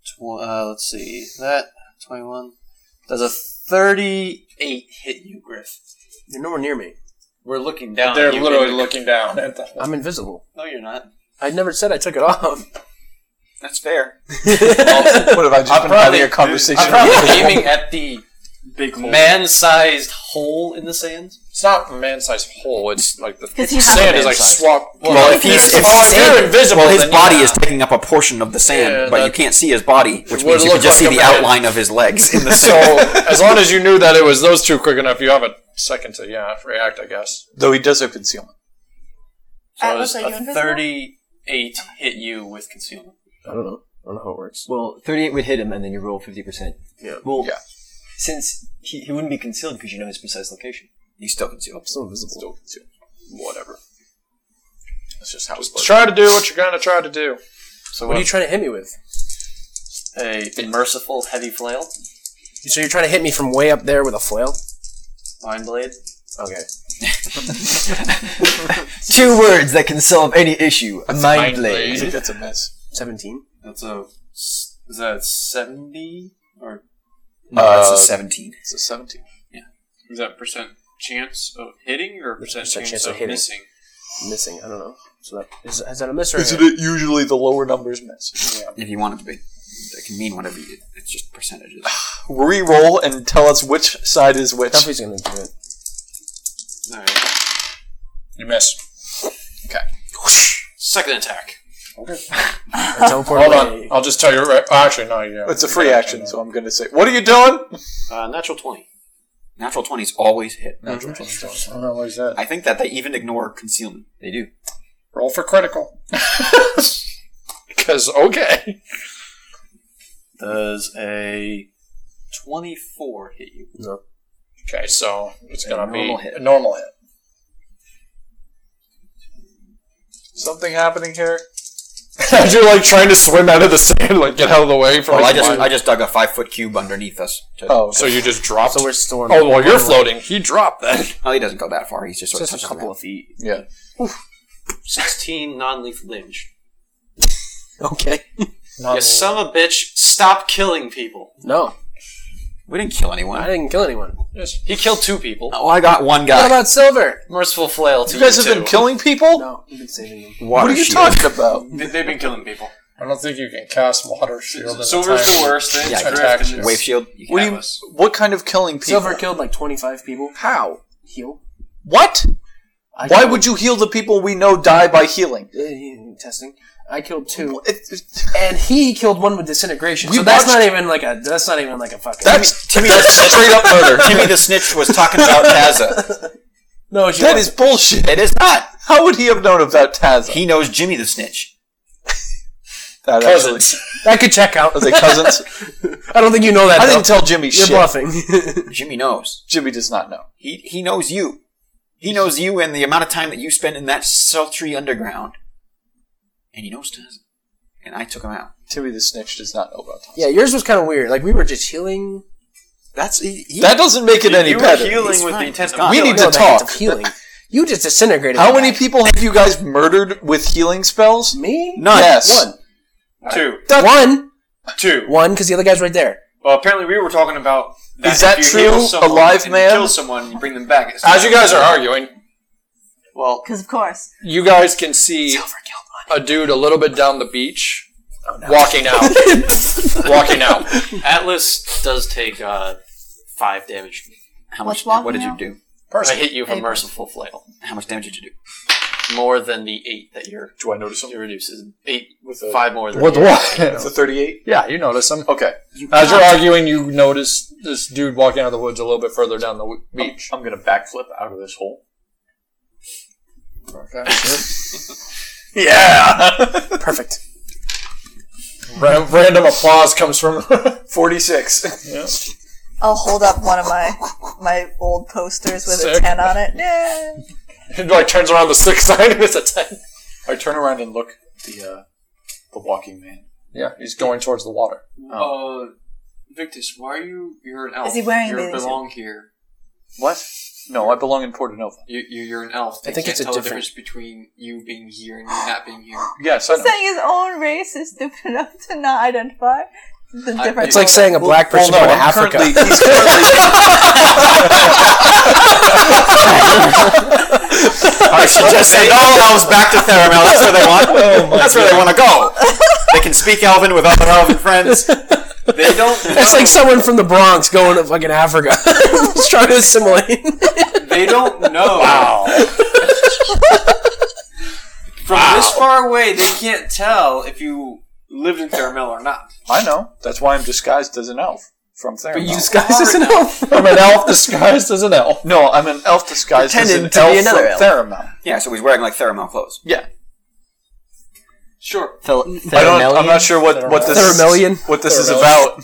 Speaker 9: Tw- uh, let's see that twenty-one. Does a thirty-eight hit you, Griff?
Speaker 6: You're nowhere near me.
Speaker 9: We're looking down.
Speaker 7: They're
Speaker 9: at you,
Speaker 7: literally
Speaker 9: Griff.
Speaker 7: looking down at the
Speaker 6: I'm invisible.
Speaker 9: No, you're not.
Speaker 6: I never said I took it off.
Speaker 8: That's fair.
Speaker 1: what have I just been having
Speaker 9: probably-
Speaker 1: a conversation?
Speaker 9: I'm probably aiming at the big man-sized hole in the sand.
Speaker 7: It's not a man-sized hole. It's like the
Speaker 4: Because he's not
Speaker 7: sand is like
Speaker 4: man-sized.
Speaker 7: swap.
Speaker 8: Well, if he's if,
Speaker 7: well,
Speaker 8: he's
Speaker 7: if you're
Speaker 8: in-
Speaker 7: invisible,
Speaker 8: well, his
Speaker 7: then you
Speaker 8: body
Speaker 7: have-
Speaker 8: is taking up a portion of the sand,
Speaker 7: Yeah,
Speaker 8: but you
Speaker 7: that-
Speaker 8: can't see his body, which means
Speaker 7: would
Speaker 8: you can
Speaker 7: look
Speaker 8: just
Speaker 7: like
Speaker 8: see
Speaker 7: a
Speaker 8: the
Speaker 7: man.
Speaker 8: outline of his legs in the
Speaker 7: So
Speaker 8: sand.
Speaker 7: as long as you knew that it was those two quick enough, you have a second to yeah react. I guess.
Speaker 1: Though he does have concealment.
Speaker 4: Atlas,
Speaker 9: Does
Speaker 4: are you
Speaker 9: a
Speaker 4: invisible?
Speaker 9: thirty-eight hit you with concealment?
Speaker 6: I don't know. I don't know how it works.
Speaker 3: Well, 38 would hit him, and then you roll 50%.
Speaker 6: Yeah.
Speaker 3: Well,
Speaker 1: Yeah.
Speaker 3: since he, he wouldn't be concealed because you know his precise location.
Speaker 8: He's still concealed.
Speaker 6: Still invisible.
Speaker 1: Still concealment. Whatever. That's just how it works.
Speaker 7: Try to do what you're gonna try to do.
Speaker 9: So
Speaker 6: What
Speaker 9: what?
Speaker 6: are you trying to hit me with?
Speaker 9: a merciful heavy flail,
Speaker 6: So you're trying to hit me from way up there with a flail?
Speaker 9: vine blade.
Speaker 6: Okay.
Speaker 3: Two words that can solve any issue. A mind
Speaker 1: I
Speaker 3: blade.
Speaker 1: think that's a miss.
Speaker 6: Seventeen.
Speaker 9: That's a s- is that seventy or
Speaker 8: No, that's
Speaker 1: Uh,
Speaker 8: a seventeen.
Speaker 1: It's a 17.
Speaker 20: Is that percent chance of hitting or percent,
Speaker 6: Percent
Speaker 20: chance,
Speaker 6: chance of
Speaker 20: of,
Speaker 6: hitting.
Speaker 20: missing?
Speaker 6: Missing. I don't know. So that is, is that a miss or a
Speaker 1: Isn't
Speaker 6: hit?
Speaker 1: it usually the lower numbers miss?
Speaker 8: If you want it to be, it can mean whatever you. It's just percentages. *sighs*
Speaker 1: Reroll and tell us which side is which.
Speaker 6: Duffy's gonna do it.
Speaker 9: all right.
Speaker 7: You miss.
Speaker 9: second attack?
Speaker 6: I teleport
Speaker 7: Hold
Speaker 6: away.
Speaker 7: on. I'll just tell you. Right, actually, no. Yeah.
Speaker 1: It's a free action, so I'm going to say, What are you doing?
Speaker 9: Uh, natural twenty.
Speaker 8: Natural twenties always hit. Natural
Speaker 7: I don't know what is that.
Speaker 8: I think that they even ignore concealment.
Speaker 3: They do.
Speaker 7: Roll for critical. *laughs* Because okay.
Speaker 9: Does a twenty-four hit you?
Speaker 7: Okay, so it's
Speaker 3: A
Speaker 7: gonna
Speaker 3: normal
Speaker 7: be
Speaker 3: hit.
Speaker 7: a normal hit. *laughs*
Speaker 1: Something happening here?
Speaker 7: As you're like trying to swim out of the sand, like get out of the way from.
Speaker 8: Well, I
Speaker 7: like,
Speaker 8: just
Speaker 7: mine.
Speaker 8: I just dug a five foot cube underneath us. To,
Speaker 1: Oh,
Speaker 7: so you just dropped.
Speaker 6: So we're storming.
Speaker 7: oh, well, you're floating. He dropped then.
Speaker 8: oh, he doesn't go that far. He's just sort
Speaker 6: It's
Speaker 8: of
Speaker 6: just a
Speaker 8: touches
Speaker 6: couple
Speaker 8: around.
Speaker 6: of feet.
Speaker 1: yeah.
Speaker 9: Sixteen non-lethal damage.
Speaker 6: *laughs* Okay.
Speaker 9: You son of a bitch! Stop killing people.
Speaker 6: No,
Speaker 8: We didn't kill
Speaker 6: I
Speaker 8: anyone.
Speaker 6: didn't kill anyone.
Speaker 9: He killed two people.
Speaker 8: Oh, I got one
Speaker 6: What
Speaker 8: guy.
Speaker 6: about Silver?
Speaker 9: Merciful flail. To
Speaker 1: You guys have been killing people?
Speaker 6: No, we've been saving him.
Speaker 8: Water
Speaker 1: What are you
Speaker 8: shield.
Speaker 1: talking about?
Speaker 20: They, they've been killing people.
Speaker 7: I don't think you can cast water shield. in a
Speaker 5: Silver's the
Speaker 7: time
Speaker 5: worst, then it's
Speaker 7: attack
Speaker 5: Griff,
Speaker 7: you.
Speaker 5: and it's-
Speaker 1: What, do you, what kind of killing people?
Speaker 6: Silver killed like 25 people. How? Heal.
Speaker 1: What?
Speaker 6: I
Speaker 1: Why
Speaker 6: don't-
Speaker 1: would you heal the people we know die by healing?
Speaker 6: Uh, testing. I killed two, and he killed one with disintegration.
Speaker 1: We
Speaker 6: so that's
Speaker 1: watched-
Speaker 6: not even like a. That's not even like a fucking.
Speaker 1: That's-
Speaker 8: Timmy, that's straight up murder. Timmy the snitch was talking about Taza.
Speaker 1: *laughs*
Speaker 6: No,
Speaker 1: that is bullshit. It is not. How would he have known about Taza? He
Speaker 8: knows Jimmy the snitch.
Speaker 1: *laughs* That
Speaker 6: Cousins. I could check out.
Speaker 1: Are
Speaker 8: *laughs*
Speaker 1: they cousins?
Speaker 6: *laughs* I don't think you know that.
Speaker 1: I
Speaker 6: though.
Speaker 1: didn't tell Jimmy
Speaker 6: You're
Speaker 1: shit.
Speaker 6: bluffing.
Speaker 8: *laughs*
Speaker 1: *laughs*
Speaker 8: Jimmy knows.
Speaker 1: Jimmy does not know.
Speaker 8: He he knows you. He knows you and the amount of time that you spent in that sultry underground. And he knows Taza. And I took him out.
Speaker 1: Timmy the snitch does not know about Taza.
Speaker 6: yeah, yours was kind of weird. Like we were just healing.
Speaker 8: That's he, he-
Speaker 1: That doesn't make it
Speaker 6: You-
Speaker 1: any
Speaker 6: you were
Speaker 1: better.
Speaker 6: healing
Speaker 1: It's
Speaker 6: with
Speaker 1: fine.
Speaker 6: the intent
Speaker 1: It's
Speaker 6: of
Speaker 1: We
Speaker 6: healing.
Speaker 1: need to
Speaker 6: No, the intent
Speaker 1: talk.
Speaker 6: of healing. You just disintegrated.
Speaker 1: How many people have you guys murdered with healing spells?
Speaker 6: Me?
Speaker 1: None. Yes.
Speaker 6: One.
Speaker 5: Two.
Speaker 6: One.
Speaker 5: Two.
Speaker 6: One, because the other guy's right there.
Speaker 5: Well, apparently we were talking about that
Speaker 6: Is that
Speaker 5: if you heal
Speaker 6: true?
Speaker 5: someone
Speaker 6: A live
Speaker 5: and
Speaker 6: man?
Speaker 5: You kill someone, you bring them back. It's
Speaker 2: As you guys are
Speaker 5: not-
Speaker 2: arguing,
Speaker 5: well,
Speaker 4: Because of course.
Speaker 2: you guys can see a dude a little bit down the beach walking out. walking out.
Speaker 9: Atlas does take uh, five damage.
Speaker 8: How
Speaker 4: What's walking
Speaker 8: what did you
Speaker 4: out?
Speaker 8: do?
Speaker 9: I hit you with a
Speaker 4: Hey.
Speaker 9: merciful flail.
Speaker 8: How much damage did you do?
Speaker 9: More than the eight that you're.
Speaker 1: Do I notice him?
Speaker 9: You reduces eight with five more than
Speaker 7: With
Speaker 9: the eight.
Speaker 7: what?
Speaker 1: It's a 38.
Speaker 7: Yeah, you notice him.
Speaker 1: Okay.
Speaker 7: As you're arguing, you notice this dude walking out of the woods a little bit further down the w- beach.
Speaker 1: I'm going to backflip out of this hole.
Speaker 7: Okay.
Speaker 1: Yeah.
Speaker 6: Perfect.
Speaker 7: Ra- random applause comes from. *laughs*
Speaker 1: 46.
Speaker 4: I'll hold up one of my my old posters with a
Speaker 7: Sick.
Speaker 4: ten on it. Yeah.
Speaker 7: He like turns around the *laughs* six sign and it's a ten.
Speaker 1: I turn around and look at the, uh, the walking man.
Speaker 7: Yeah, he's going towards the water.
Speaker 9: Oh.
Speaker 5: Uh, Victus, why are you? You're an elf.
Speaker 4: Is he wearing a
Speaker 5: You
Speaker 4: bathing suit?
Speaker 5: belong here.
Speaker 1: What? No, I belong in Porto Nova.
Speaker 5: You, you, you're an elf. They
Speaker 1: I think
Speaker 5: can't
Speaker 1: it's a
Speaker 5: tell the
Speaker 1: different-
Speaker 5: difference between you being here and you not being
Speaker 9: *laughs*
Speaker 5: here.
Speaker 1: Yes, I know.
Speaker 4: Saying his own race is stupid enough to not identify the
Speaker 5: I-
Speaker 4: difference.
Speaker 6: It's like saying a black person
Speaker 1: well, no,
Speaker 6: going to
Speaker 1: I'm
Speaker 6: Africa.
Speaker 1: currently- he's
Speaker 8: *laughs* I suggest send all elves back to Theramel. That's where they want.
Speaker 1: Oh
Speaker 8: that's where they want to go. They can speak Elven with other Elven friends.
Speaker 1: *laughs*
Speaker 5: They don't. *laughs*
Speaker 6: That's
Speaker 5: know-
Speaker 6: like someone from the Bronx going to fucking Africa. *laughs* Just trying to assimilate.
Speaker 5: They don't know.
Speaker 1: Oh.
Speaker 5: From this far away, they can't tell if you lived in Fairmel or not.
Speaker 1: I know. That's why I'm disguised as an elf from there.
Speaker 6: But
Speaker 1: *laughs*
Speaker 6: you disguise as an
Speaker 5: Alright.
Speaker 6: elf.
Speaker 7: I'm an elf disguised as an elf.
Speaker 1: No, I'm an elf disguised as an
Speaker 8: Pretending
Speaker 1: elf
Speaker 8: to be another
Speaker 1: from
Speaker 8: elf.
Speaker 1: Theramel.
Speaker 8: Yeah, so he's wearing like Theramel clothes.
Speaker 1: Yeah.
Speaker 5: Sure.
Speaker 1: I don't, I'm not sure what, what this
Speaker 6: Theramelian?
Speaker 1: what this is
Speaker 7: Theramelic.
Speaker 1: about.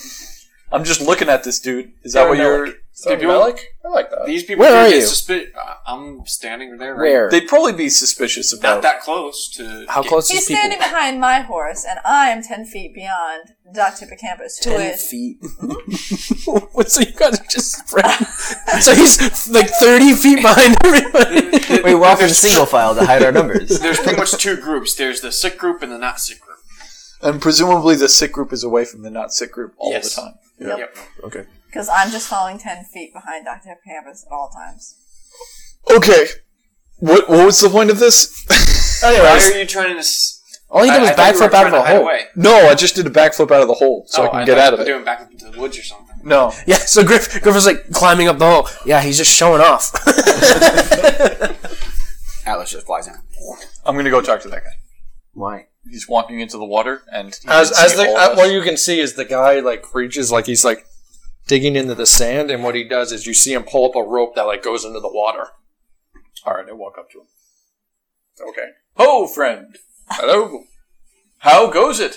Speaker 1: I'm just looking at this dude. Is that what you're?
Speaker 7: Theramelic? I like that.
Speaker 5: These people
Speaker 6: Where
Speaker 5: do
Speaker 6: are
Speaker 5: get
Speaker 6: you?
Speaker 5: suspi- I- I'm standing there. right?
Speaker 6: Where?
Speaker 1: They'd probably be suspicious
Speaker 5: Not
Speaker 1: about.
Speaker 5: that close to.
Speaker 6: How close
Speaker 4: He's
Speaker 6: is people?
Speaker 4: standing behind my horse, and I am ten feet beyond Dr. Hippocampus, who
Speaker 6: Ten
Speaker 4: is
Speaker 6: feet. *laughs* What, so you guys are just spread. *laughs* so he's like 30 feet behind everybody.
Speaker 18: We walk in single file to hide our numbers.
Speaker 3: *laughs*
Speaker 5: There's pretty much two groups. There's the sick group and the not sick group.
Speaker 1: And presumably the sick group is away from the not sick group all
Speaker 5: Yes.
Speaker 1: the time.
Speaker 4: Yep.
Speaker 1: Okay.
Speaker 4: because I'm just following ten feet behind Dr. Hippocampus at all times.
Speaker 1: Okay. What what was the point of
Speaker 7: *laughs*
Speaker 1: this?
Speaker 5: Why
Speaker 1: Anyways,
Speaker 5: are you trying to? s-
Speaker 6: All he did
Speaker 5: I-
Speaker 6: was
Speaker 5: I thought you
Speaker 6: backflip
Speaker 5: were
Speaker 6: out
Speaker 5: trying
Speaker 6: of
Speaker 5: to
Speaker 6: a
Speaker 5: hide
Speaker 6: hole.
Speaker 5: away.
Speaker 1: no, I just did a backflip out of the hole so I
Speaker 5: Oh,
Speaker 1: can
Speaker 5: I
Speaker 1: get
Speaker 5: thought
Speaker 1: out
Speaker 5: you
Speaker 1: of
Speaker 5: were
Speaker 1: it.
Speaker 5: Doing back into the woods or something.
Speaker 1: No.
Speaker 6: Yeah, so Griff, Griff was like climbing up the hole. Yeah, he's just showing off. *laughs*
Speaker 8: Atlas just flies out.
Speaker 1: I'm gonna go talk to that guy.
Speaker 18: Why?
Speaker 1: He's walking into the water and he
Speaker 7: As
Speaker 1: can
Speaker 7: as
Speaker 1: see
Speaker 7: the
Speaker 1: all
Speaker 7: uh,
Speaker 1: of
Speaker 7: what
Speaker 1: us.
Speaker 7: you can see is the guy like reaches like he's like digging into the sand, and what he does is you see him pull up a rope that like goes into the water.
Speaker 1: all right, I walk up to him.
Speaker 7: Okay.
Speaker 1: Oh, friend,
Speaker 7: Hello.
Speaker 1: how goes it?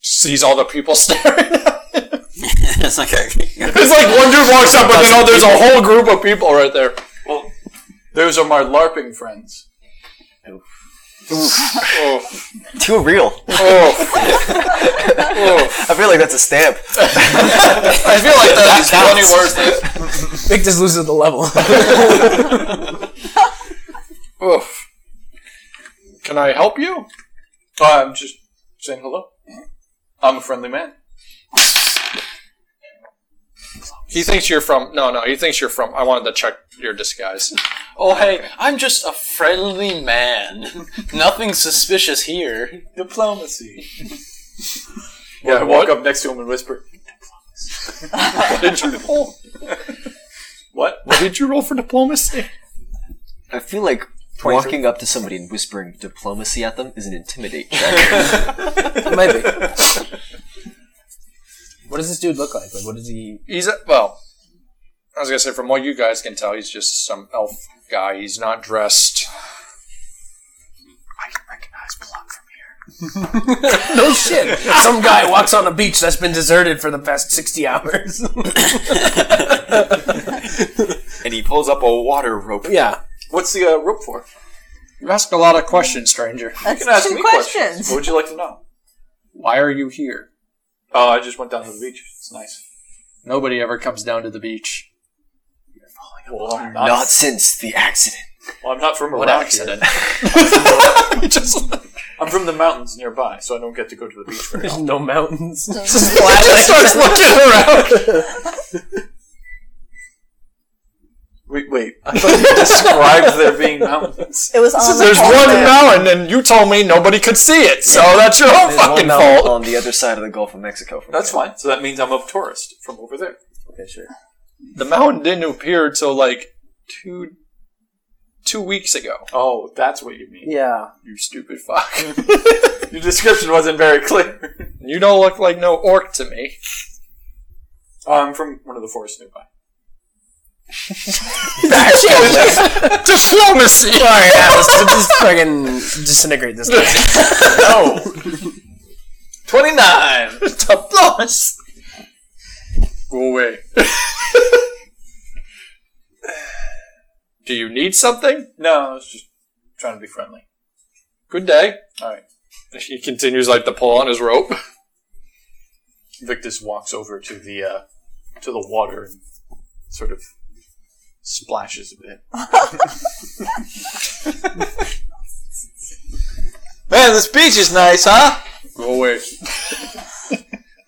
Speaker 7: Sees all the people *laughs* staring.
Speaker 8: *laughs* it's like *laughs* a,
Speaker 7: It's like one dude walks up, and then oh, there's a whole group of people right there.
Speaker 1: Those are my LARPing friends.
Speaker 7: Oh,
Speaker 18: Too real.
Speaker 7: oh,
Speaker 18: I feel like that's a stamp.
Speaker 7: I feel like that is
Speaker 8: That
Speaker 7: funny words. that-
Speaker 6: Vic just loses the *laughs* level.
Speaker 7: Oof. Can I help you?
Speaker 2: Uh,
Speaker 1: Oh, I'm just saying hello. I'm a friendly man.
Speaker 2: He thinks you're from. No, no. He thinks you're from. I wanted to check your disguise.
Speaker 9: Oh, hey, I'm just a friendly man. Nothing suspicious here.
Speaker 1: Diplomacy.
Speaker 2: Yeah,
Speaker 1: *laughs* I walk up next to him and whisper,
Speaker 2: What did you roll?
Speaker 1: What?
Speaker 2: What did you roll for diplomacy?
Speaker 18: I feel like walking up to somebody and whispering diplomacy at them is an intimidate
Speaker 3: *laughs*
Speaker 18: check.
Speaker 6: Maybe. What does this dude look like? Like, what does he?
Speaker 2: He's a, well. I was gonna say, from what you guys can tell, he's just some elf guy. He's not dressed.
Speaker 6: no shit. Some guy walks on a beach that's been deserted for the past sixty hours.
Speaker 8: and he pulls up a water rope.
Speaker 6: *laughs* *laughs* Yeah.
Speaker 1: What's the uh, rope for?
Speaker 2: You ask a lot of questions, stranger.
Speaker 1: you can ask me questions. What would you like to know?
Speaker 2: Why are you here?
Speaker 1: Oh, I just went down to the beach. It's nice.
Speaker 2: Nobody ever comes down to the beach. *laughs*
Speaker 1: Well, I'm not,
Speaker 18: Not since the accident.
Speaker 1: well, I'm not from
Speaker 2: What
Speaker 1: around
Speaker 2: accident?
Speaker 1: Here. I'm from the mountains nearby, so I don't get to go to the beach very
Speaker 6: There's
Speaker 1: often.
Speaker 6: no mountains.
Speaker 1: Just starts
Speaker 6: looking around.
Speaker 1: Wait, wait. I thought you described there being mountains.
Speaker 4: It was on the
Speaker 2: There's
Speaker 4: whole
Speaker 2: one
Speaker 4: map.
Speaker 2: mountain, and you told me nobody could see it, so that's your own
Speaker 18: There's one
Speaker 2: fucking
Speaker 18: mountain
Speaker 2: fault.
Speaker 18: On the other side of the Gulf of Mexico. From
Speaker 1: That's
Speaker 18: there.
Speaker 1: fine. So that means I'm a tourist from over there.
Speaker 18: Okay, sure.
Speaker 2: The mountain didn't appear till like two two weeks ago.
Speaker 1: Oh, that's what you mean.
Speaker 6: Yeah.
Speaker 2: You stupid *laughs* fuck.
Speaker 1: Your description wasn't very clear.
Speaker 2: you don't look like no orc to me.
Speaker 1: Oh, I'm from one of the forests nearby.
Speaker 2: *laughs* Diplomacy.
Speaker 6: Sorry, Atlas. to Just fucking disintegrate this. Guy.
Speaker 9: No. Twenty nine.
Speaker 2: Diplomacy. Go away. *laughs* Do you need something?
Speaker 1: *laughs* No, I was just trying to be friendly.
Speaker 2: Good day.
Speaker 1: All right.
Speaker 2: He continues like to pull on his rope.
Speaker 1: Victus walks over to the uh, to the water and sort of splashes a bit.
Speaker 9: Man, this beach is nice, huh?
Speaker 2: Go away.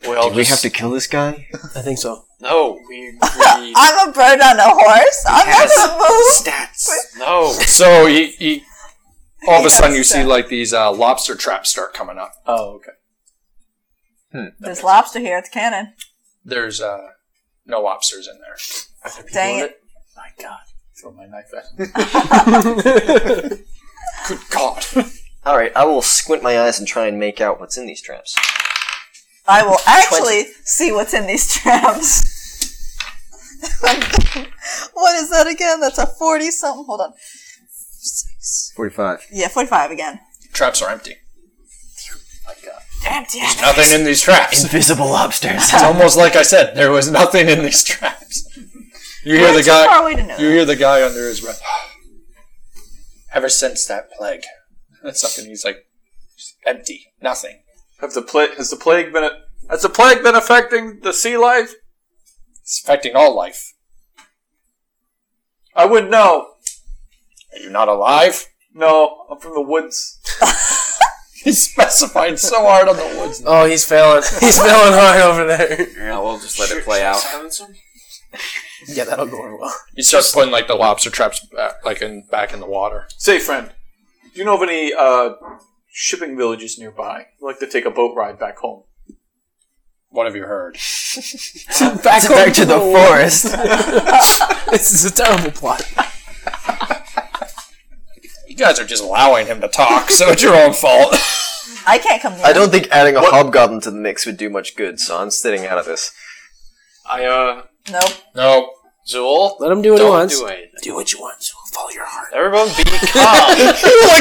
Speaker 1: Well,
Speaker 18: Do we have to kill this guy?
Speaker 6: I think so.
Speaker 9: No, we agreed.
Speaker 4: I'm a bird on a horse. I'm not gonna move.
Speaker 9: no.
Speaker 2: So he, he all of a
Speaker 4: Yes,
Speaker 2: sudden you see
Speaker 4: sir.
Speaker 2: like these uh, lobster traps start coming up.
Speaker 1: Oh, okay.
Speaker 4: There's lobster here. It's canon.
Speaker 2: There's uh, no lobsters in there.
Speaker 4: Dang it.
Speaker 1: My God, throw my knife at him.
Speaker 2: Good God! *laughs*
Speaker 18: All right, I will squint my eyes and try and make out what's in these
Speaker 3: *laughs*
Speaker 18: traps.
Speaker 4: I will actually see what's in these traps. *laughs* what is that again? That's a 40 something. Hold on.
Speaker 18: Forty-five.
Speaker 4: Yeah, 45 again.
Speaker 2: Traps are empty.
Speaker 4: Damn, damn.
Speaker 2: Nothing in these traps.
Speaker 18: Invisible lobsters.
Speaker 2: It's almost like I said there was nothing in these traps. You hear
Speaker 4: We're
Speaker 2: the
Speaker 4: too far
Speaker 2: guy.
Speaker 4: away to know.
Speaker 2: You hear the guy under his breath. *sighs* Ever since that plague, that's something he's like just empty, nothing.
Speaker 1: Have the pla- has the plague been? A- has the plague been affecting the sea life?
Speaker 2: It's affecting all life.
Speaker 1: I would know.
Speaker 2: Are you not alive? *laughs*
Speaker 1: No, I'm from the woods.
Speaker 2: He specified so hard on the woods.
Speaker 6: Oh, he's failing. *laughs* He's failing hard over there.
Speaker 8: Yeah, we'll just let it play out.
Speaker 20: Silence
Speaker 6: *laughs*
Speaker 20: him?
Speaker 6: Yeah, that'll go over well.
Speaker 2: He starts putting like the lobster traps back, like in back in the water.
Speaker 1: Say, friend, do you know of any uh, shipping villages nearby? I'd like to take a boat ride back home.
Speaker 2: What have you heard?
Speaker 6: *laughs* Back,
Speaker 18: Back to the forest.
Speaker 6: *laughs* This is a terrible plot.
Speaker 2: You guys are just allowing him to talk, so it's your own
Speaker 1: *laughs*
Speaker 2: fault.
Speaker 4: I can't come near.
Speaker 18: I don't think adding a hobgoblin to the mix would do much good, so I'm sitting out of this.
Speaker 20: I, uh,
Speaker 4: Nope.
Speaker 2: No,
Speaker 9: Zool,
Speaker 6: Let him do what he
Speaker 9: don't
Speaker 6: wants.
Speaker 9: do anything.
Speaker 6: Do what you want. So follow your heart.
Speaker 9: Everyone
Speaker 6: *laughs*
Speaker 9: be calm.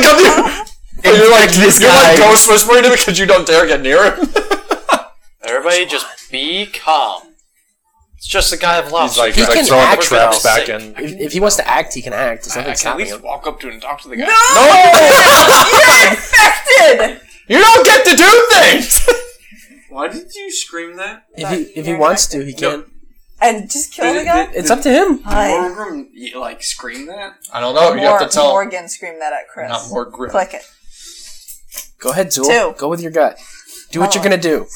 Speaker 2: you're like, I'm the, you're like
Speaker 18: this
Speaker 2: you're
Speaker 18: guy.
Speaker 2: like ghost whispering to him because you don't dare get near him. *laughs*
Speaker 9: Everybody just be calm. It's just a guy of
Speaker 2: He's
Speaker 9: lobster.
Speaker 2: like, he's
Speaker 9: traps.
Speaker 2: like
Speaker 6: can
Speaker 2: throwing the
Speaker 6: act
Speaker 2: traps
Speaker 9: now.
Speaker 2: back in.
Speaker 6: If, if he wants to act, he can act. There's nothing
Speaker 20: I can at
Speaker 6: stopping
Speaker 20: least
Speaker 6: him.
Speaker 20: walk up to him and talk to the guy.
Speaker 4: Infected!
Speaker 2: You don't get to do *laughs* things.
Speaker 20: Why did you scream that?
Speaker 6: If he if he wants to, he can.
Speaker 4: And just kill the guy?
Speaker 6: It's up to him.
Speaker 4: Hi.
Speaker 20: Morgan, you, like, scream that?
Speaker 2: I don't know. you have to tell him.
Speaker 4: Morgan screamed that at Chris.
Speaker 2: Not more grim.
Speaker 4: Click it.
Speaker 6: Go ahead, Zool.
Speaker 4: Two.
Speaker 6: Go with your gut. Do what you're gonna do.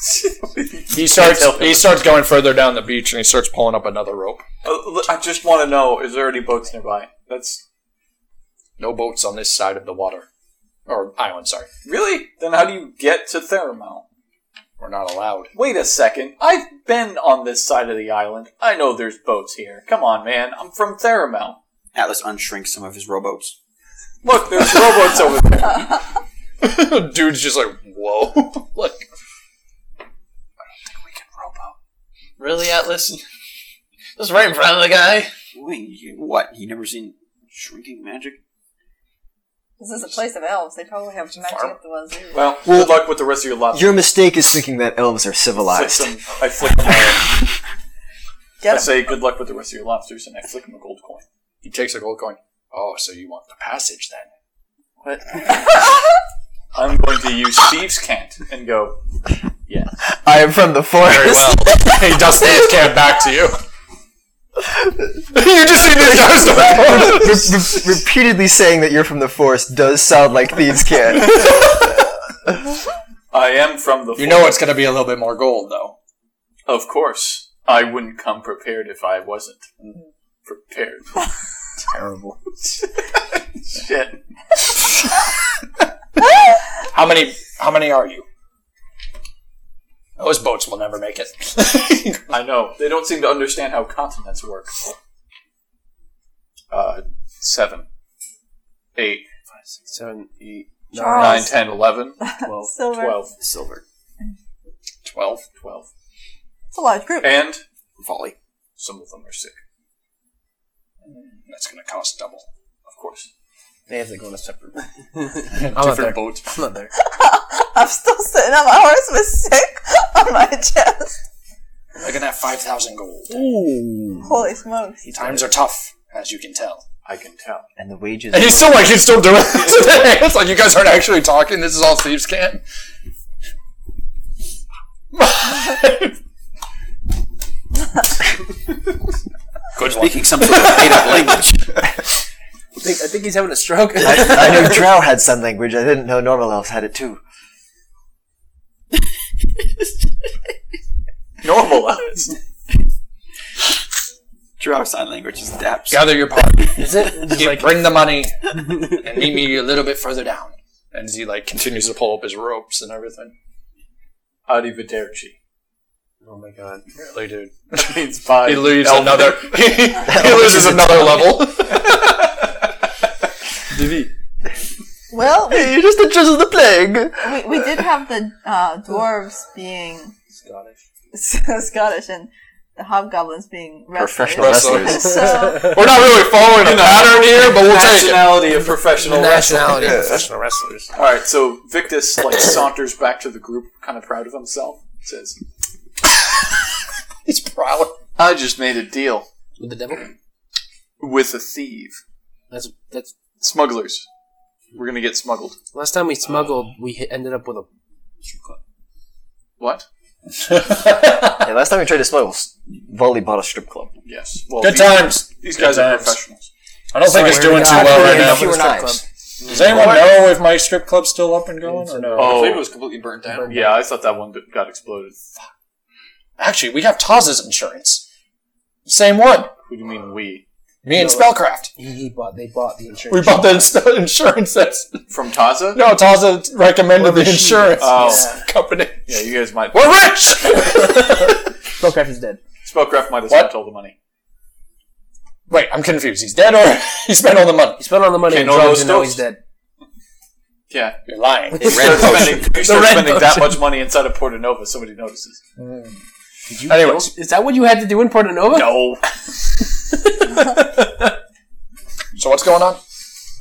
Speaker 2: He starts. He starts going further down the beach, and he starts pulling up another rope.
Speaker 1: Uh, I just want to know: is there any boats nearby? That's
Speaker 2: no boats on this side of the water or island. Sorry,
Speaker 1: really. Then how do you get to Theramount?
Speaker 2: we're not
Speaker 1: *laughs*
Speaker 2: allowed. *laughs*
Speaker 1: Wait a second. I've been on this side of the island. I know there's boats here. Come on, man. I'm from Theramount.
Speaker 8: Atlas unshrinks some of his rowboats.
Speaker 1: Look, *laughs* there's rowboats over there.
Speaker 2: Dude's just like, whoa. *laughs* like,
Speaker 21: Really, Atlas? *laughs* Just right in front of the guy.
Speaker 8: Wait, you- what? You never seen shrinking magic?
Speaker 4: This is a place of elves. They probably have magic at the wazoo.
Speaker 1: Well, good luck with the rest of your life.
Speaker 3: Your mistake is thinking that elves are
Speaker 1: Flick
Speaker 3: civilized.
Speaker 1: them- I flick them. all.
Speaker 4: Get
Speaker 1: I say good luck with the rest of your lobsters, and I flick him a gold coin.
Speaker 2: He takes a gold coin. Oh, so you want the passage then?
Speaker 1: What? I'm going to use thieves' cant and go. Yeah.
Speaker 22: I am from the forest.
Speaker 2: Very well.
Speaker 1: *laughs*
Speaker 2: he does his cab back to you. *laughs* you just see these
Speaker 1: *laughs*
Speaker 2: guys.
Speaker 3: *laughs* Re- re- repeatedly saying that you're from the forest does sound like thieves
Speaker 18: *laughs*
Speaker 3: can.
Speaker 1: I am from the.
Speaker 2: You know it's going to be a little bit more gold though.
Speaker 1: Of course, I wouldn't come prepared if I wasn't prepared.
Speaker 8: Terrible.
Speaker 1: Shit.
Speaker 2: How many? How many are you? Those boats will never make it.
Speaker 1: I know. They don't seem to understand how continents work. Uh, seven, eight,
Speaker 6: Seven, eight,
Speaker 1: nine, ten, eleven,
Speaker 6: twelve.
Speaker 4: Silver.
Speaker 1: twelve.
Speaker 8: Silver.
Speaker 2: Twelve.
Speaker 1: Twelve.
Speaker 4: It's a large group.
Speaker 1: And
Speaker 8: Volley.
Speaker 1: some of them are sick,
Speaker 2: That's going to cost double.
Speaker 1: of course.
Speaker 22: They have to go in a
Speaker 6: *laughs*
Speaker 22: separate room.
Speaker 6: not there.
Speaker 2: Different boats.
Speaker 6: I'm not there.
Speaker 4: I'm still sitting up. My horse was sick on my chest.
Speaker 2: They're going to have five thousand gold.
Speaker 4: Holy smokes.
Speaker 2: Times are tough, as you can tell.
Speaker 1: I can tell.
Speaker 3: and the wages.
Speaker 2: And he's still like he's still doing it *laughs* today. It's like you guys aren't actually talking. This is all Steve's can. Good one.
Speaker 8: Speaking some sort of *laughs* made up language.
Speaker 6: I think, I think he's having a stroke.
Speaker 3: I,
Speaker 18: *laughs*
Speaker 3: I know Drow had some language. I didn't know normal elves had it too.
Speaker 1: Normal elves.
Speaker 8: Draw sign language is daps.
Speaker 2: Gather your party.
Speaker 6: *laughs* Is it?
Speaker 2: You bring the money and meet me a little bit further down. And he like continues to pull up his ropes and everything.
Speaker 1: Arrivederci.
Speaker 6: Oh my god.
Speaker 2: Really, dude.
Speaker 1: It means bye.
Speaker 2: He leaves
Speaker 1: Elf.
Speaker 2: another. He, he loses another level.
Speaker 4: Well, we,
Speaker 3: You're just the judge of the plague.
Speaker 4: we, we did have the uh, dwarves being
Speaker 6: Scottish.
Speaker 4: *laughs* Scottish and the hobgoblins being wrestlers.
Speaker 8: Professional wrestlers.
Speaker 4: And *laughs* so,
Speaker 2: We're not really following a pattern here, but we'll take it.
Speaker 1: Nationality of professional wrestling.
Speaker 6: Nationality of professional wrestlers.
Speaker 1: All right, so Victus like saunters back to the group, kind of proud of himself. Says,
Speaker 2: He's prowling.
Speaker 1: "I just made a deal
Speaker 6: With the devil?
Speaker 1: with a thief,
Speaker 6: That's that's.
Speaker 1: smugglers. We're gonna get smuggled."
Speaker 6: Last time we smuggled, we hit, ended up with a.
Speaker 1: What?
Speaker 3: Yeah, last time we tried to smuggle, s- Volley bought a strip club.
Speaker 1: Yes. Well,
Speaker 2: Good
Speaker 1: these-
Speaker 2: times.
Speaker 1: These guys
Speaker 2: Good
Speaker 1: are
Speaker 2: times.
Speaker 1: professionals.
Speaker 2: I don't think it's doing too Ah, well right now.
Speaker 3: Fewer
Speaker 6: strip
Speaker 3: knives.
Speaker 2: Does anyone know if my strip club's still up and going or no?
Speaker 1: Oh.
Speaker 5: I believe it was completely burnt down.
Speaker 1: Yeah, I thought that one got exploded.
Speaker 2: Actually, we have Taz's insurance. Same one.
Speaker 1: Who do you mean we?
Speaker 2: Me and Spellcraft.
Speaker 6: He, he bought. They bought the insurance.
Speaker 2: We bought the ins- *laughs* insurance. That's
Speaker 1: From Taza?
Speaker 2: no. Taza recommended the insurance
Speaker 1: Oh.
Speaker 2: *laughs* company.
Speaker 1: Yeah, you guys might.
Speaker 2: We're rich.
Speaker 6: Spellcraft is dead.
Speaker 1: Spellcraft might have
Speaker 2: What?
Speaker 1: spent all the money.
Speaker 2: Wait, I'm confused. He's dead or *laughs* he spent all the money?
Speaker 6: He spent all the money
Speaker 1: Okay,
Speaker 6: on
Speaker 1: no
Speaker 6: drugs
Speaker 1: those
Speaker 6: and now
Speaker 1: stones.
Speaker 6: he's dead.
Speaker 1: Yeah.
Speaker 2: You're lying. *laughs*
Speaker 1: You start
Speaker 6: *laughs*
Speaker 1: spending, you start spending that much money inside of Porta Nova, somebody notices.
Speaker 6: Did you
Speaker 2: Anyways.
Speaker 6: kill- *laughs* Is that what you had to do in Porta Nova?
Speaker 1: No.
Speaker 2: So what's going on?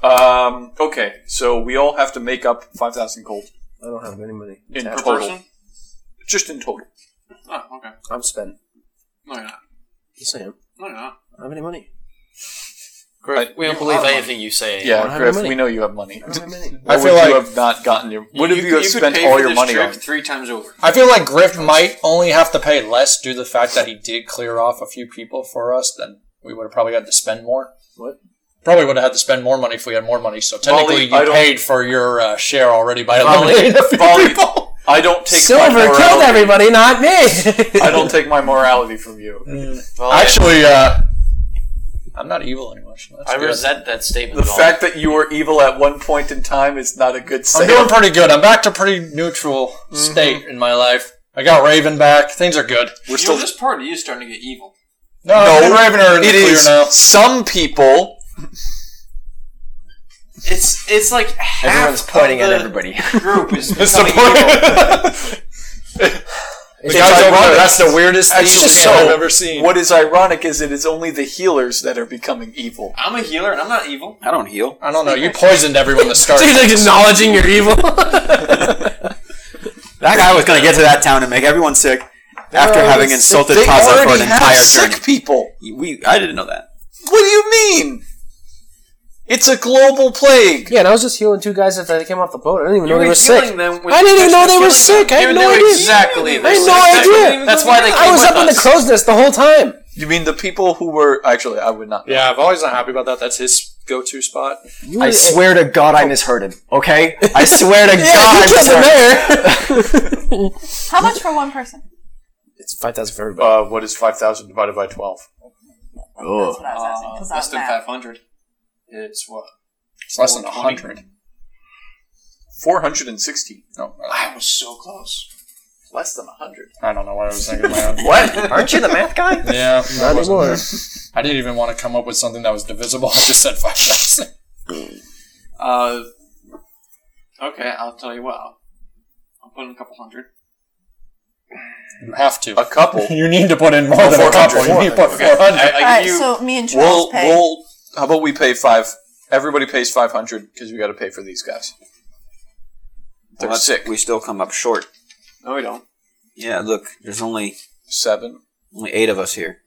Speaker 1: Um, okay, so we all have to make up 5,000 gold
Speaker 6: I don't have any money.
Speaker 1: in
Speaker 6: Tapped.
Speaker 1: total. Just in total.
Speaker 5: Oh, okay.
Speaker 6: I'm spent.
Speaker 5: No, you're not.
Speaker 6: Yes, I am.
Speaker 5: No, you're not.
Speaker 6: I don't have any money.
Speaker 21: we don't believe anything you say.
Speaker 6: don't
Speaker 1: Yeah,
Speaker 6: have
Speaker 1: Griff,
Speaker 6: money.
Speaker 1: we know you have money.
Speaker 6: I don't have any.
Speaker 1: What
Speaker 2: I feel
Speaker 1: would
Speaker 2: like-
Speaker 1: you have not gotten your. What if you, have
Speaker 5: could
Speaker 1: spent
Speaker 5: pay
Speaker 1: all
Speaker 5: for
Speaker 1: your
Speaker 5: this
Speaker 1: money *laughs*
Speaker 5: trip
Speaker 1: on?
Speaker 5: three times over.
Speaker 2: I feel like Griff might only have to pay less due to the fact that he did clear off a few people for us. Then we would have probably had to spend more.
Speaker 6: What?
Speaker 2: Probably would have had to spend more money if we had more money. So
Speaker 1: Molly,
Speaker 2: technically,
Speaker 1: I
Speaker 2: you
Speaker 1: don't-
Speaker 2: paid for your uh, share already by eliminating a few
Speaker 1: Molly,
Speaker 2: *laughs* people.
Speaker 1: I don't take my
Speaker 6: Silver
Speaker 1: morality-
Speaker 6: killed everybody, not me.
Speaker 1: I don't take my morality from you.
Speaker 2: Mm.
Speaker 1: Well,
Speaker 2: Actually, uh, I'm not evil anymore. So that's
Speaker 5: I
Speaker 2: good.
Speaker 5: resent that statement.
Speaker 1: the
Speaker 5: at all.
Speaker 1: fact that you were evil at one point in time is not a good
Speaker 2: I'm
Speaker 1: sign.
Speaker 2: doing pretty good. I'm back to pretty neutral
Speaker 1: Mm-hmm.
Speaker 2: state in my life. I got Raven back. Things are good.
Speaker 9: We're still this party is starting to get evil.
Speaker 2: No, me and Raven are in the
Speaker 1: it
Speaker 2: clear
Speaker 1: is
Speaker 2: now.
Speaker 1: some people.
Speaker 5: It's it's like half
Speaker 3: Everyone's pointing at
Speaker 5: of the
Speaker 3: everybody.
Speaker 5: Group is
Speaker 3: That's
Speaker 5: becoming evil.
Speaker 2: *laughs*
Speaker 1: It's
Speaker 2: guys over there,
Speaker 1: ironic.
Speaker 2: that's the weirdest
Speaker 1: Actually,
Speaker 2: evil
Speaker 1: so,
Speaker 2: man I've ever seen.
Speaker 1: What is ironic is it is only the healers that are becoming evil.
Speaker 9: I'm a healer and I'm not evil.
Speaker 8: I don't heal.
Speaker 2: I don't know. You poisoned everyone to
Speaker 1: *laughs*
Speaker 2: start.
Speaker 6: Dude, like acknowledging your evil.
Speaker 8: That guy was going to get to that town and make everyone sick after
Speaker 1: No,
Speaker 8: having
Speaker 1: it's-
Speaker 8: insulted
Speaker 1: they
Speaker 8: Taza for an
Speaker 1: already have
Speaker 8: entire
Speaker 1: sick
Speaker 8: journey.
Speaker 1: people.
Speaker 8: We, I didn't know that.
Speaker 1: What do you mean? It's a global plague.
Speaker 6: *laughs* Yeah, and I was just healing two guys after they came off the boat. I didn't even know they were sick.
Speaker 5: them
Speaker 6: I didn't even know they were sick. I had no idea.
Speaker 1: Exactly.
Speaker 6: I had no idea.
Speaker 5: That's why they
Speaker 6: I
Speaker 5: came
Speaker 6: was
Speaker 5: with
Speaker 6: up in the
Speaker 5: us.
Speaker 6: crow's nest the whole time.
Speaker 1: You mean the people who were actually? I would not.
Speaker 2: Yeah, I've always not happy about that. That's his go-to spot.
Speaker 3: I swear to God, I misheard him. Okay, I swear to
Speaker 6: Yeah,
Speaker 3: God, I
Speaker 6: you killed the
Speaker 3: misheard him.
Speaker 6: mayor.
Speaker 4: How much for one person?
Speaker 6: It's five thousand for everybody.
Speaker 1: Uh, what is five thousand divided by twelve?
Speaker 4: That's what I was asking. Because
Speaker 9: Less than
Speaker 4: I'm
Speaker 9: five hundred. It's what?
Speaker 2: It's less than a hundred.
Speaker 1: Four hundred and sixty.
Speaker 2: No,
Speaker 9: I was so close.
Speaker 1: Less than a hundred.
Speaker 2: I don't know what I was thinking. of My own.
Speaker 3: What? Aren't you the math guy?
Speaker 2: Yeah, I
Speaker 6: Not
Speaker 2: wasn't
Speaker 6: anymore.
Speaker 2: there. I didn't even want to come up with something that was divisible. *laughs* I just said five thousand.
Speaker 9: Uh,
Speaker 5: Uh,
Speaker 9: okay, I'll tell you what. I'll, I'll put in a couple hundred.
Speaker 2: You have to.
Speaker 1: A couple.
Speaker 2: You need to put in more
Speaker 1: Oh,
Speaker 2: than a
Speaker 1: 400.
Speaker 2: couple. You need to put
Speaker 1: Okay.
Speaker 2: four hundred.
Speaker 1: I, I
Speaker 4: Alright,
Speaker 1: give you.
Speaker 4: so me and Charles
Speaker 1: we'll,
Speaker 4: pay.
Speaker 1: we'll. How about we pay five? Everybody pays five hundred because we got to pay for these guys. They're
Speaker 8: But
Speaker 1: sick.
Speaker 8: We still come up short.
Speaker 9: No, we don't.
Speaker 8: Yeah, look, there's only
Speaker 1: Seven.
Speaker 8: only eight of us here.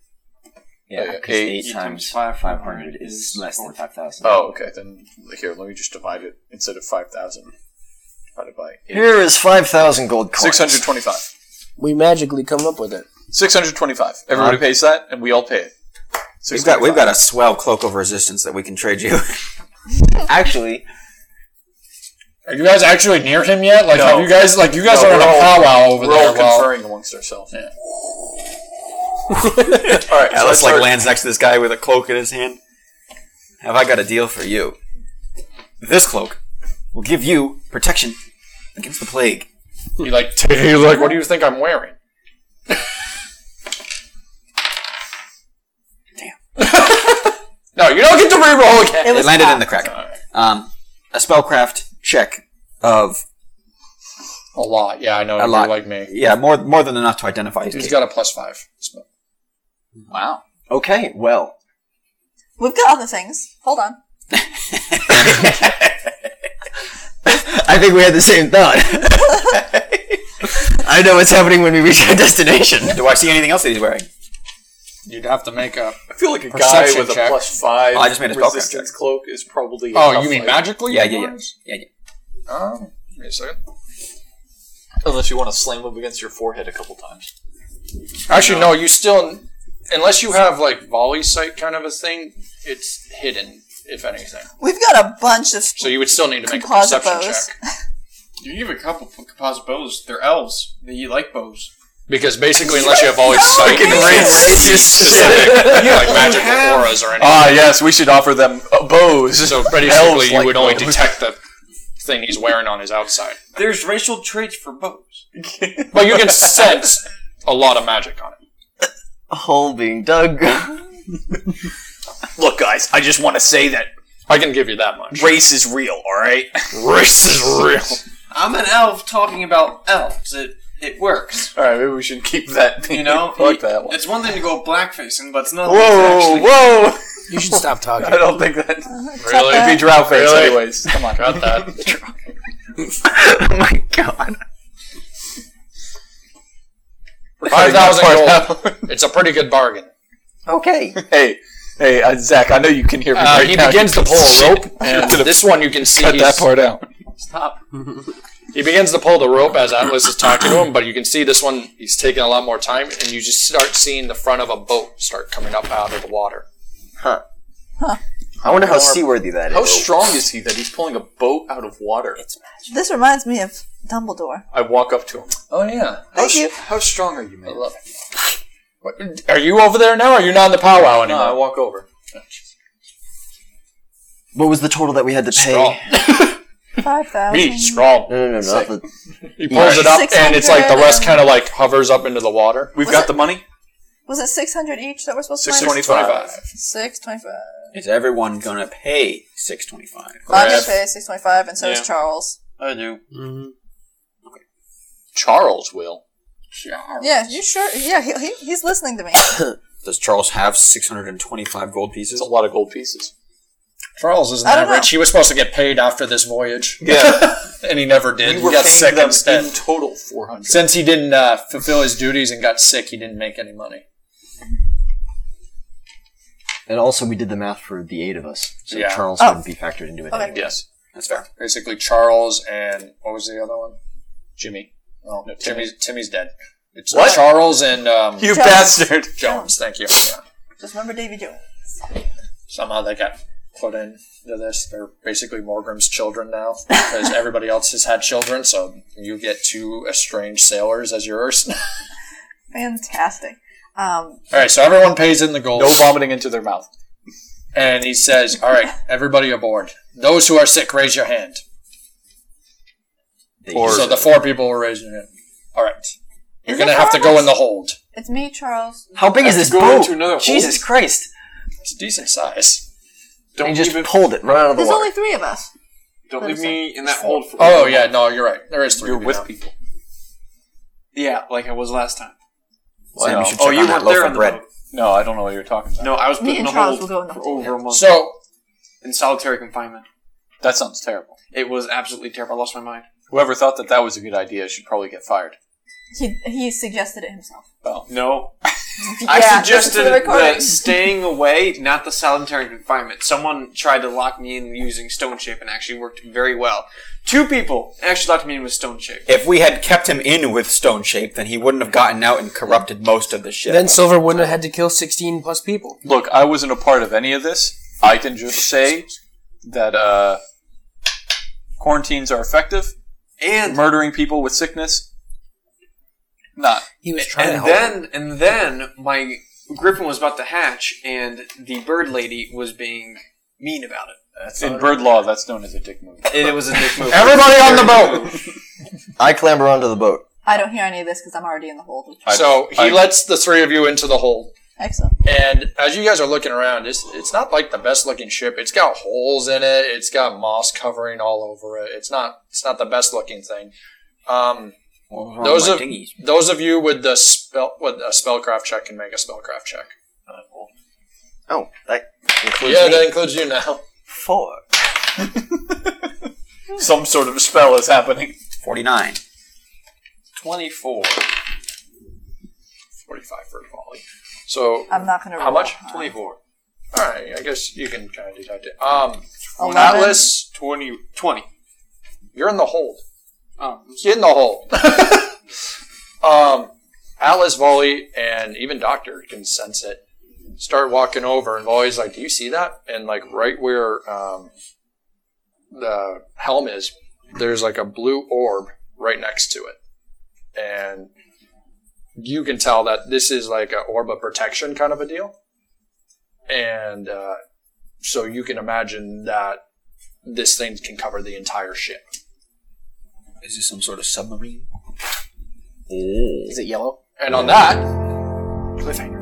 Speaker 3: Yeah,
Speaker 1: Okay,
Speaker 3: 'cause
Speaker 1: eight
Speaker 3: eight, times five hundred is less than five thousand.
Speaker 1: Oh, okay. Then here, let me just divide it instead of five thousand. Divided by eight.
Speaker 3: Here is five thousand gold coins.
Speaker 1: Six hundred twenty-five.
Speaker 6: We magically come up with it.
Speaker 1: Six hundred twenty-five. Everybody pays that, and we all pay it.
Speaker 8: We've got we've
Speaker 1: 625.
Speaker 8: got a swell cloak of resistance that we can trade you. *laughs*
Speaker 3: Actually,
Speaker 2: Are you guys actually near him yet? Like,
Speaker 1: No.
Speaker 2: have you guys like you guys
Speaker 1: No,
Speaker 2: are in a
Speaker 1: we're all-
Speaker 2: powwow over
Speaker 1: We're
Speaker 2: there?
Speaker 1: all
Speaker 2: Well,
Speaker 1: conferring amongst ourselves.
Speaker 2: Yeah.
Speaker 1: all right. so
Speaker 8: Alex
Speaker 1: let's
Speaker 8: like
Speaker 1: start-
Speaker 8: lands next to this guy with a cloak in his hand. Have I got a deal for you? This cloak will give you protection against the plague.
Speaker 2: he *laughs* like t- he's like, what do you think I'm *laughs* wearing? Damn. no, you don't get to reroll again.
Speaker 8: It, landed in the crack. Um, a spellcraft check of
Speaker 2: A lot. Yeah, I know.
Speaker 8: a
Speaker 2: you're
Speaker 8: lot,
Speaker 2: like me.
Speaker 8: Yeah, more more than enough to identify his
Speaker 2: He's
Speaker 8: case.
Speaker 2: got a plus five. So-
Speaker 8: wow.
Speaker 3: okay, well,
Speaker 4: We've got other things. Hold on.
Speaker 3: I think we had the same
Speaker 6: *laughs*
Speaker 3: thought. I know what's happening when we reach our destination.
Speaker 8: Do I see anything else that he's wearing?
Speaker 2: You'd have to make a.
Speaker 1: I feel like a guy
Speaker 2: Perception
Speaker 1: with
Speaker 2: check.
Speaker 1: a plus five
Speaker 8: Oh, I just made a spellcraft
Speaker 1: resistance cloak is probably. a
Speaker 2: Oh,
Speaker 1: tough
Speaker 2: you mean
Speaker 1: fight.
Speaker 2: magically?
Speaker 8: Yeah, yeah, yeah, yeah, yeah.
Speaker 2: Um, give me a second.
Speaker 1: Unless you want to slam him against your forehead a couple times.
Speaker 2: Actually, no. You still, unless you have like volley sight kind of a thing, it's hidden. If anything,
Speaker 4: We've got a bunch of.
Speaker 2: so you would still need to make a
Speaker 4: Composite
Speaker 2: perception
Speaker 4: bows.
Speaker 2: check
Speaker 9: You give a couple p- composite bows. They're elves. They eat like bows.
Speaker 2: because basically, unless you have volley sight,
Speaker 4: Fucking
Speaker 2: *laughs* it's specific, like magical auras or anything.
Speaker 1: Ah, yes, we should offer them uh, bows.
Speaker 2: so
Speaker 1: Elves
Speaker 2: basically, you
Speaker 1: like
Speaker 2: would only
Speaker 1: bows.
Speaker 2: detect the thing he's wearing on his outside,
Speaker 9: There's racial traits
Speaker 2: *laughs*
Speaker 9: for bows.
Speaker 2: but you can sense a lot of magic on it.
Speaker 3: A hole being dug.
Speaker 1: Look, guys, I just want to say that
Speaker 2: I can give you that much.
Speaker 1: race is real. All right.
Speaker 2: Race
Speaker 1: *laughs*
Speaker 2: is real.
Speaker 5: I'm an elf talking about elves. It it works.
Speaker 1: All right, maybe we should keep that.
Speaker 5: You know,
Speaker 1: like
Speaker 5: It-
Speaker 1: that one.
Speaker 5: it's one thing to go blackfacing, but it's not.
Speaker 1: Whoa, whoa!
Speaker 6: You should stop talking.
Speaker 1: I don't think that.
Speaker 2: Really?
Speaker 1: It'd be drow face,
Speaker 2: Really?
Speaker 1: anyways. Come on.
Speaker 2: Got that.
Speaker 3: oh my god.
Speaker 2: Five thousand gold. It's a pretty good bargain.
Speaker 3: Okay.
Speaker 1: *laughs* hey, hey, uh, Zach, I know you can hear me
Speaker 2: Uh,
Speaker 1: right
Speaker 2: he
Speaker 1: now.
Speaker 2: begins
Speaker 1: you
Speaker 2: *laughs* to pull
Speaker 1: piece
Speaker 2: a
Speaker 1: of
Speaker 2: rope,
Speaker 1: shit.
Speaker 2: and
Speaker 1: I'm gonna
Speaker 2: this one you can see.
Speaker 1: cut that
Speaker 2: he's-
Speaker 1: part out.
Speaker 5: Stop.
Speaker 2: He begins to pull the rope as Atlas is talking to him, but you can see this one he's taking a lot more time, and you just start seeing the front of a boat start coming up out of the water.
Speaker 18: I wonder how
Speaker 1: Or-
Speaker 18: seaworthy that is.
Speaker 1: How strong is he that he's pulling a boat out of water? It's magic.
Speaker 4: This reminds me of Dumbledore.
Speaker 1: I walk up to him.
Speaker 2: Oh yeah.
Speaker 1: How, s- how strong are you, man? I love it.
Speaker 2: Are you over there now? Or are you not in the powwow anymore?
Speaker 1: No, I walk over.
Speaker 18: What was the total that we had to pay?
Speaker 4: Five thousand.
Speaker 2: strong.
Speaker 18: No, no, no, not the.
Speaker 2: He pulls it up, and it's like the
Speaker 4: 600.
Speaker 2: rest kind of like hovers up into the water.
Speaker 4: We've Was got it- the
Speaker 2: money.
Speaker 4: Was it six hundred each that we're supposed to?
Speaker 8: 625.
Speaker 4: Six twenty-five.
Speaker 8: Is everyone gonna pay six twenty-five?
Speaker 4: I'm gonna pay six twenty-five, and so
Speaker 8: Yeah.
Speaker 4: is Charles.
Speaker 8: I do.
Speaker 1: Charles will.
Speaker 4: Yeah, you sure? Yeah, he, he, he's listening
Speaker 2: *coughs*
Speaker 4: to me.
Speaker 8: Does Charles have six hundred and twenty-five gold pieces?
Speaker 1: a lot of gold pieces.
Speaker 2: Charles isn't
Speaker 4: I
Speaker 2: that
Speaker 4: don't
Speaker 2: rich.
Speaker 4: know.
Speaker 2: He was supposed to get paid after this voyage.
Speaker 1: Yeah.
Speaker 2: and he never did.
Speaker 1: We
Speaker 2: He
Speaker 1: were
Speaker 2: got
Speaker 1: paying
Speaker 2: sick
Speaker 1: them
Speaker 2: instead.
Speaker 1: in total four hundred.
Speaker 2: Since he didn't uh, fulfill his duties and got sick, he didn't make any money.
Speaker 18: And also, we did the math for the eight of us, so
Speaker 2: Yeah.
Speaker 18: Charles
Speaker 2: Oh.
Speaker 18: wouldn't be factored into it.
Speaker 4: Okay.
Speaker 18: Anyway.
Speaker 1: Yes, that's fair.
Speaker 2: Basically, Charles and what was the other one?
Speaker 1: Jimmy.
Speaker 2: Oh,
Speaker 1: No, Timmy.
Speaker 2: Timmy's Timmy's dead. It's
Speaker 1: What?
Speaker 2: Charles and um,
Speaker 4: You Jones. bastard.
Speaker 2: Jones. Thank you. Yeah.
Speaker 4: Just remember Davy Jones.
Speaker 2: Somehow they got put into this. They're basically Morgrim's children now because everybody else has had children. So you get two estranged sailors as yours. *laughs*
Speaker 4: Fantastic. Um,
Speaker 2: All right, so everyone pays in the gold.
Speaker 1: No vomiting into their mouth.
Speaker 2: And he says, All right, everybody aboard. Those who are sick, raise your hand.
Speaker 1: Or-
Speaker 2: so the four people were raising their hand. All right. You're
Speaker 4: Is
Speaker 2: going to
Speaker 4: it
Speaker 2: have to go
Speaker 4: Charles?
Speaker 2: in the hold.
Speaker 4: it's me, Charles.
Speaker 18: How big is this
Speaker 2: Go
Speaker 18: boat?
Speaker 2: into another hole.
Speaker 18: Jesus Christ!
Speaker 2: It's a decent size.
Speaker 18: Don't just pulled it right out of the
Speaker 4: There's
Speaker 18: water.
Speaker 4: only three of us.
Speaker 5: Don't
Speaker 4: Let
Speaker 5: leave
Speaker 4: us
Speaker 5: me in that hold for.
Speaker 2: Oh, yeah, no, you're right. There is three.
Speaker 1: You're
Speaker 2: of you
Speaker 1: with
Speaker 2: now.
Speaker 1: people.
Speaker 5: Yeah, like I was last time.
Speaker 8: Sam,
Speaker 1: Well,
Speaker 8: you should
Speaker 1: oh,
Speaker 8: check
Speaker 1: you
Speaker 8: on that
Speaker 1: weren't
Speaker 8: loaf
Speaker 1: there
Speaker 8: of
Speaker 1: on the
Speaker 8: bread.
Speaker 1: boat. No, I don't know what you're talking about.
Speaker 5: No, I was put
Speaker 4: Me
Speaker 5: in
Speaker 4: and
Speaker 5: the
Speaker 4: Charles
Speaker 5: hold
Speaker 4: will go in the
Speaker 5: for
Speaker 4: hold.
Speaker 5: over a month
Speaker 2: So,
Speaker 5: in solitary confinement.
Speaker 1: That sounds terrible.
Speaker 5: It was absolutely terrible. I lost my mind.
Speaker 1: Whoever thought that that was a good idea should probably get fired.
Speaker 4: He he suggested it himself.
Speaker 5: No,
Speaker 4: Yeah,
Speaker 5: I
Speaker 4: listen to
Speaker 5: suggested
Speaker 4: the recording.
Speaker 5: the staying away, not the solitary confinement. Someone tried to lock me in using stone shape, and actually worked very well. Two people actually locked me in with stone shape.
Speaker 8: If we had kept him in with stone shape, then he wouldn't have gotten out and corrupted most of the ship.
Speaker 6: Then Silver wouldn't have had to kill 16 plus people.
Speaker 1: Look, I wasn't a part of any of this. I can just say that uh, quarantines are effective
Speaker 5: and
Speaker 1: murdering people with sickness. Not.
Speaker 6: He was trying
Speaker 5: And
Speaker 6: to help.
Speaker 5: then, and then my griffin was about to hatch, and the bird lady was being mean about it.
Speaker 1: In bird law, that's known as a dick move.
Speaker 5: And it was a dick move.
Speaker 2: Everybody on the boat!
Speaker 18: I clamber onto the boat.
Speaker 4: I don't hear any of this because I'm already in the hold.
Speaker 2: So he
Speaker 1: I-
Speaker 2: lets the three of you into the hold.
Speaker 4: Excellent.
Speaker 2: And as you guys are looking around, it's, it's not like the best looking ship. It's got holes in it. It's got moss covering all over it. It's not it's not the best looking thing. Um, those of those of you with the spell with a spellcraft check can make a spellcraft check.
Speaker 18: Oh, that includes
Speaker 2: yeah,
Speaker 18: me.
Speaker 2: that includes you now. *laughs*
Speaker 18: Four.
Speaker 8: *laughs*
Speaker 1: Some sort of spell is happening.
Speaker 8: Forty-nine.
Speaker 1: 24.
Speaker 2: 45 for a volley. So,
Speaker 4: I'm not gonna.
Speaker 2: How
Speaker 4: roll
Speaker 2: much?
Speaker 4: high.
Speaker 5: 24.
Speaker 2: all right, I guess you can kind of deduct it. Um,
Speaker 4: Eleven.
Speaker 2: Atlas,
Speaker 5: 20. 20.
Speaker 2: you're in the hold.
Speaker 5: Oh,
Speaker 2: Get in the hold. *laughs* um, Atlas, Volley, and even Doctor can sense it. Start walking over, and Volley's like, "Do you see that?" And like right where um, the helm is, there's like a blue orb right next to it, and you can tell that this is like an orb of protection kind of a deal. And uh, so you can imagine that this thing can cover the entire ship.
Speaker 8: Is this some sort of submarine?
Speaker 6: Is it yellow?
Speaker 2: And on that, cliffhanger.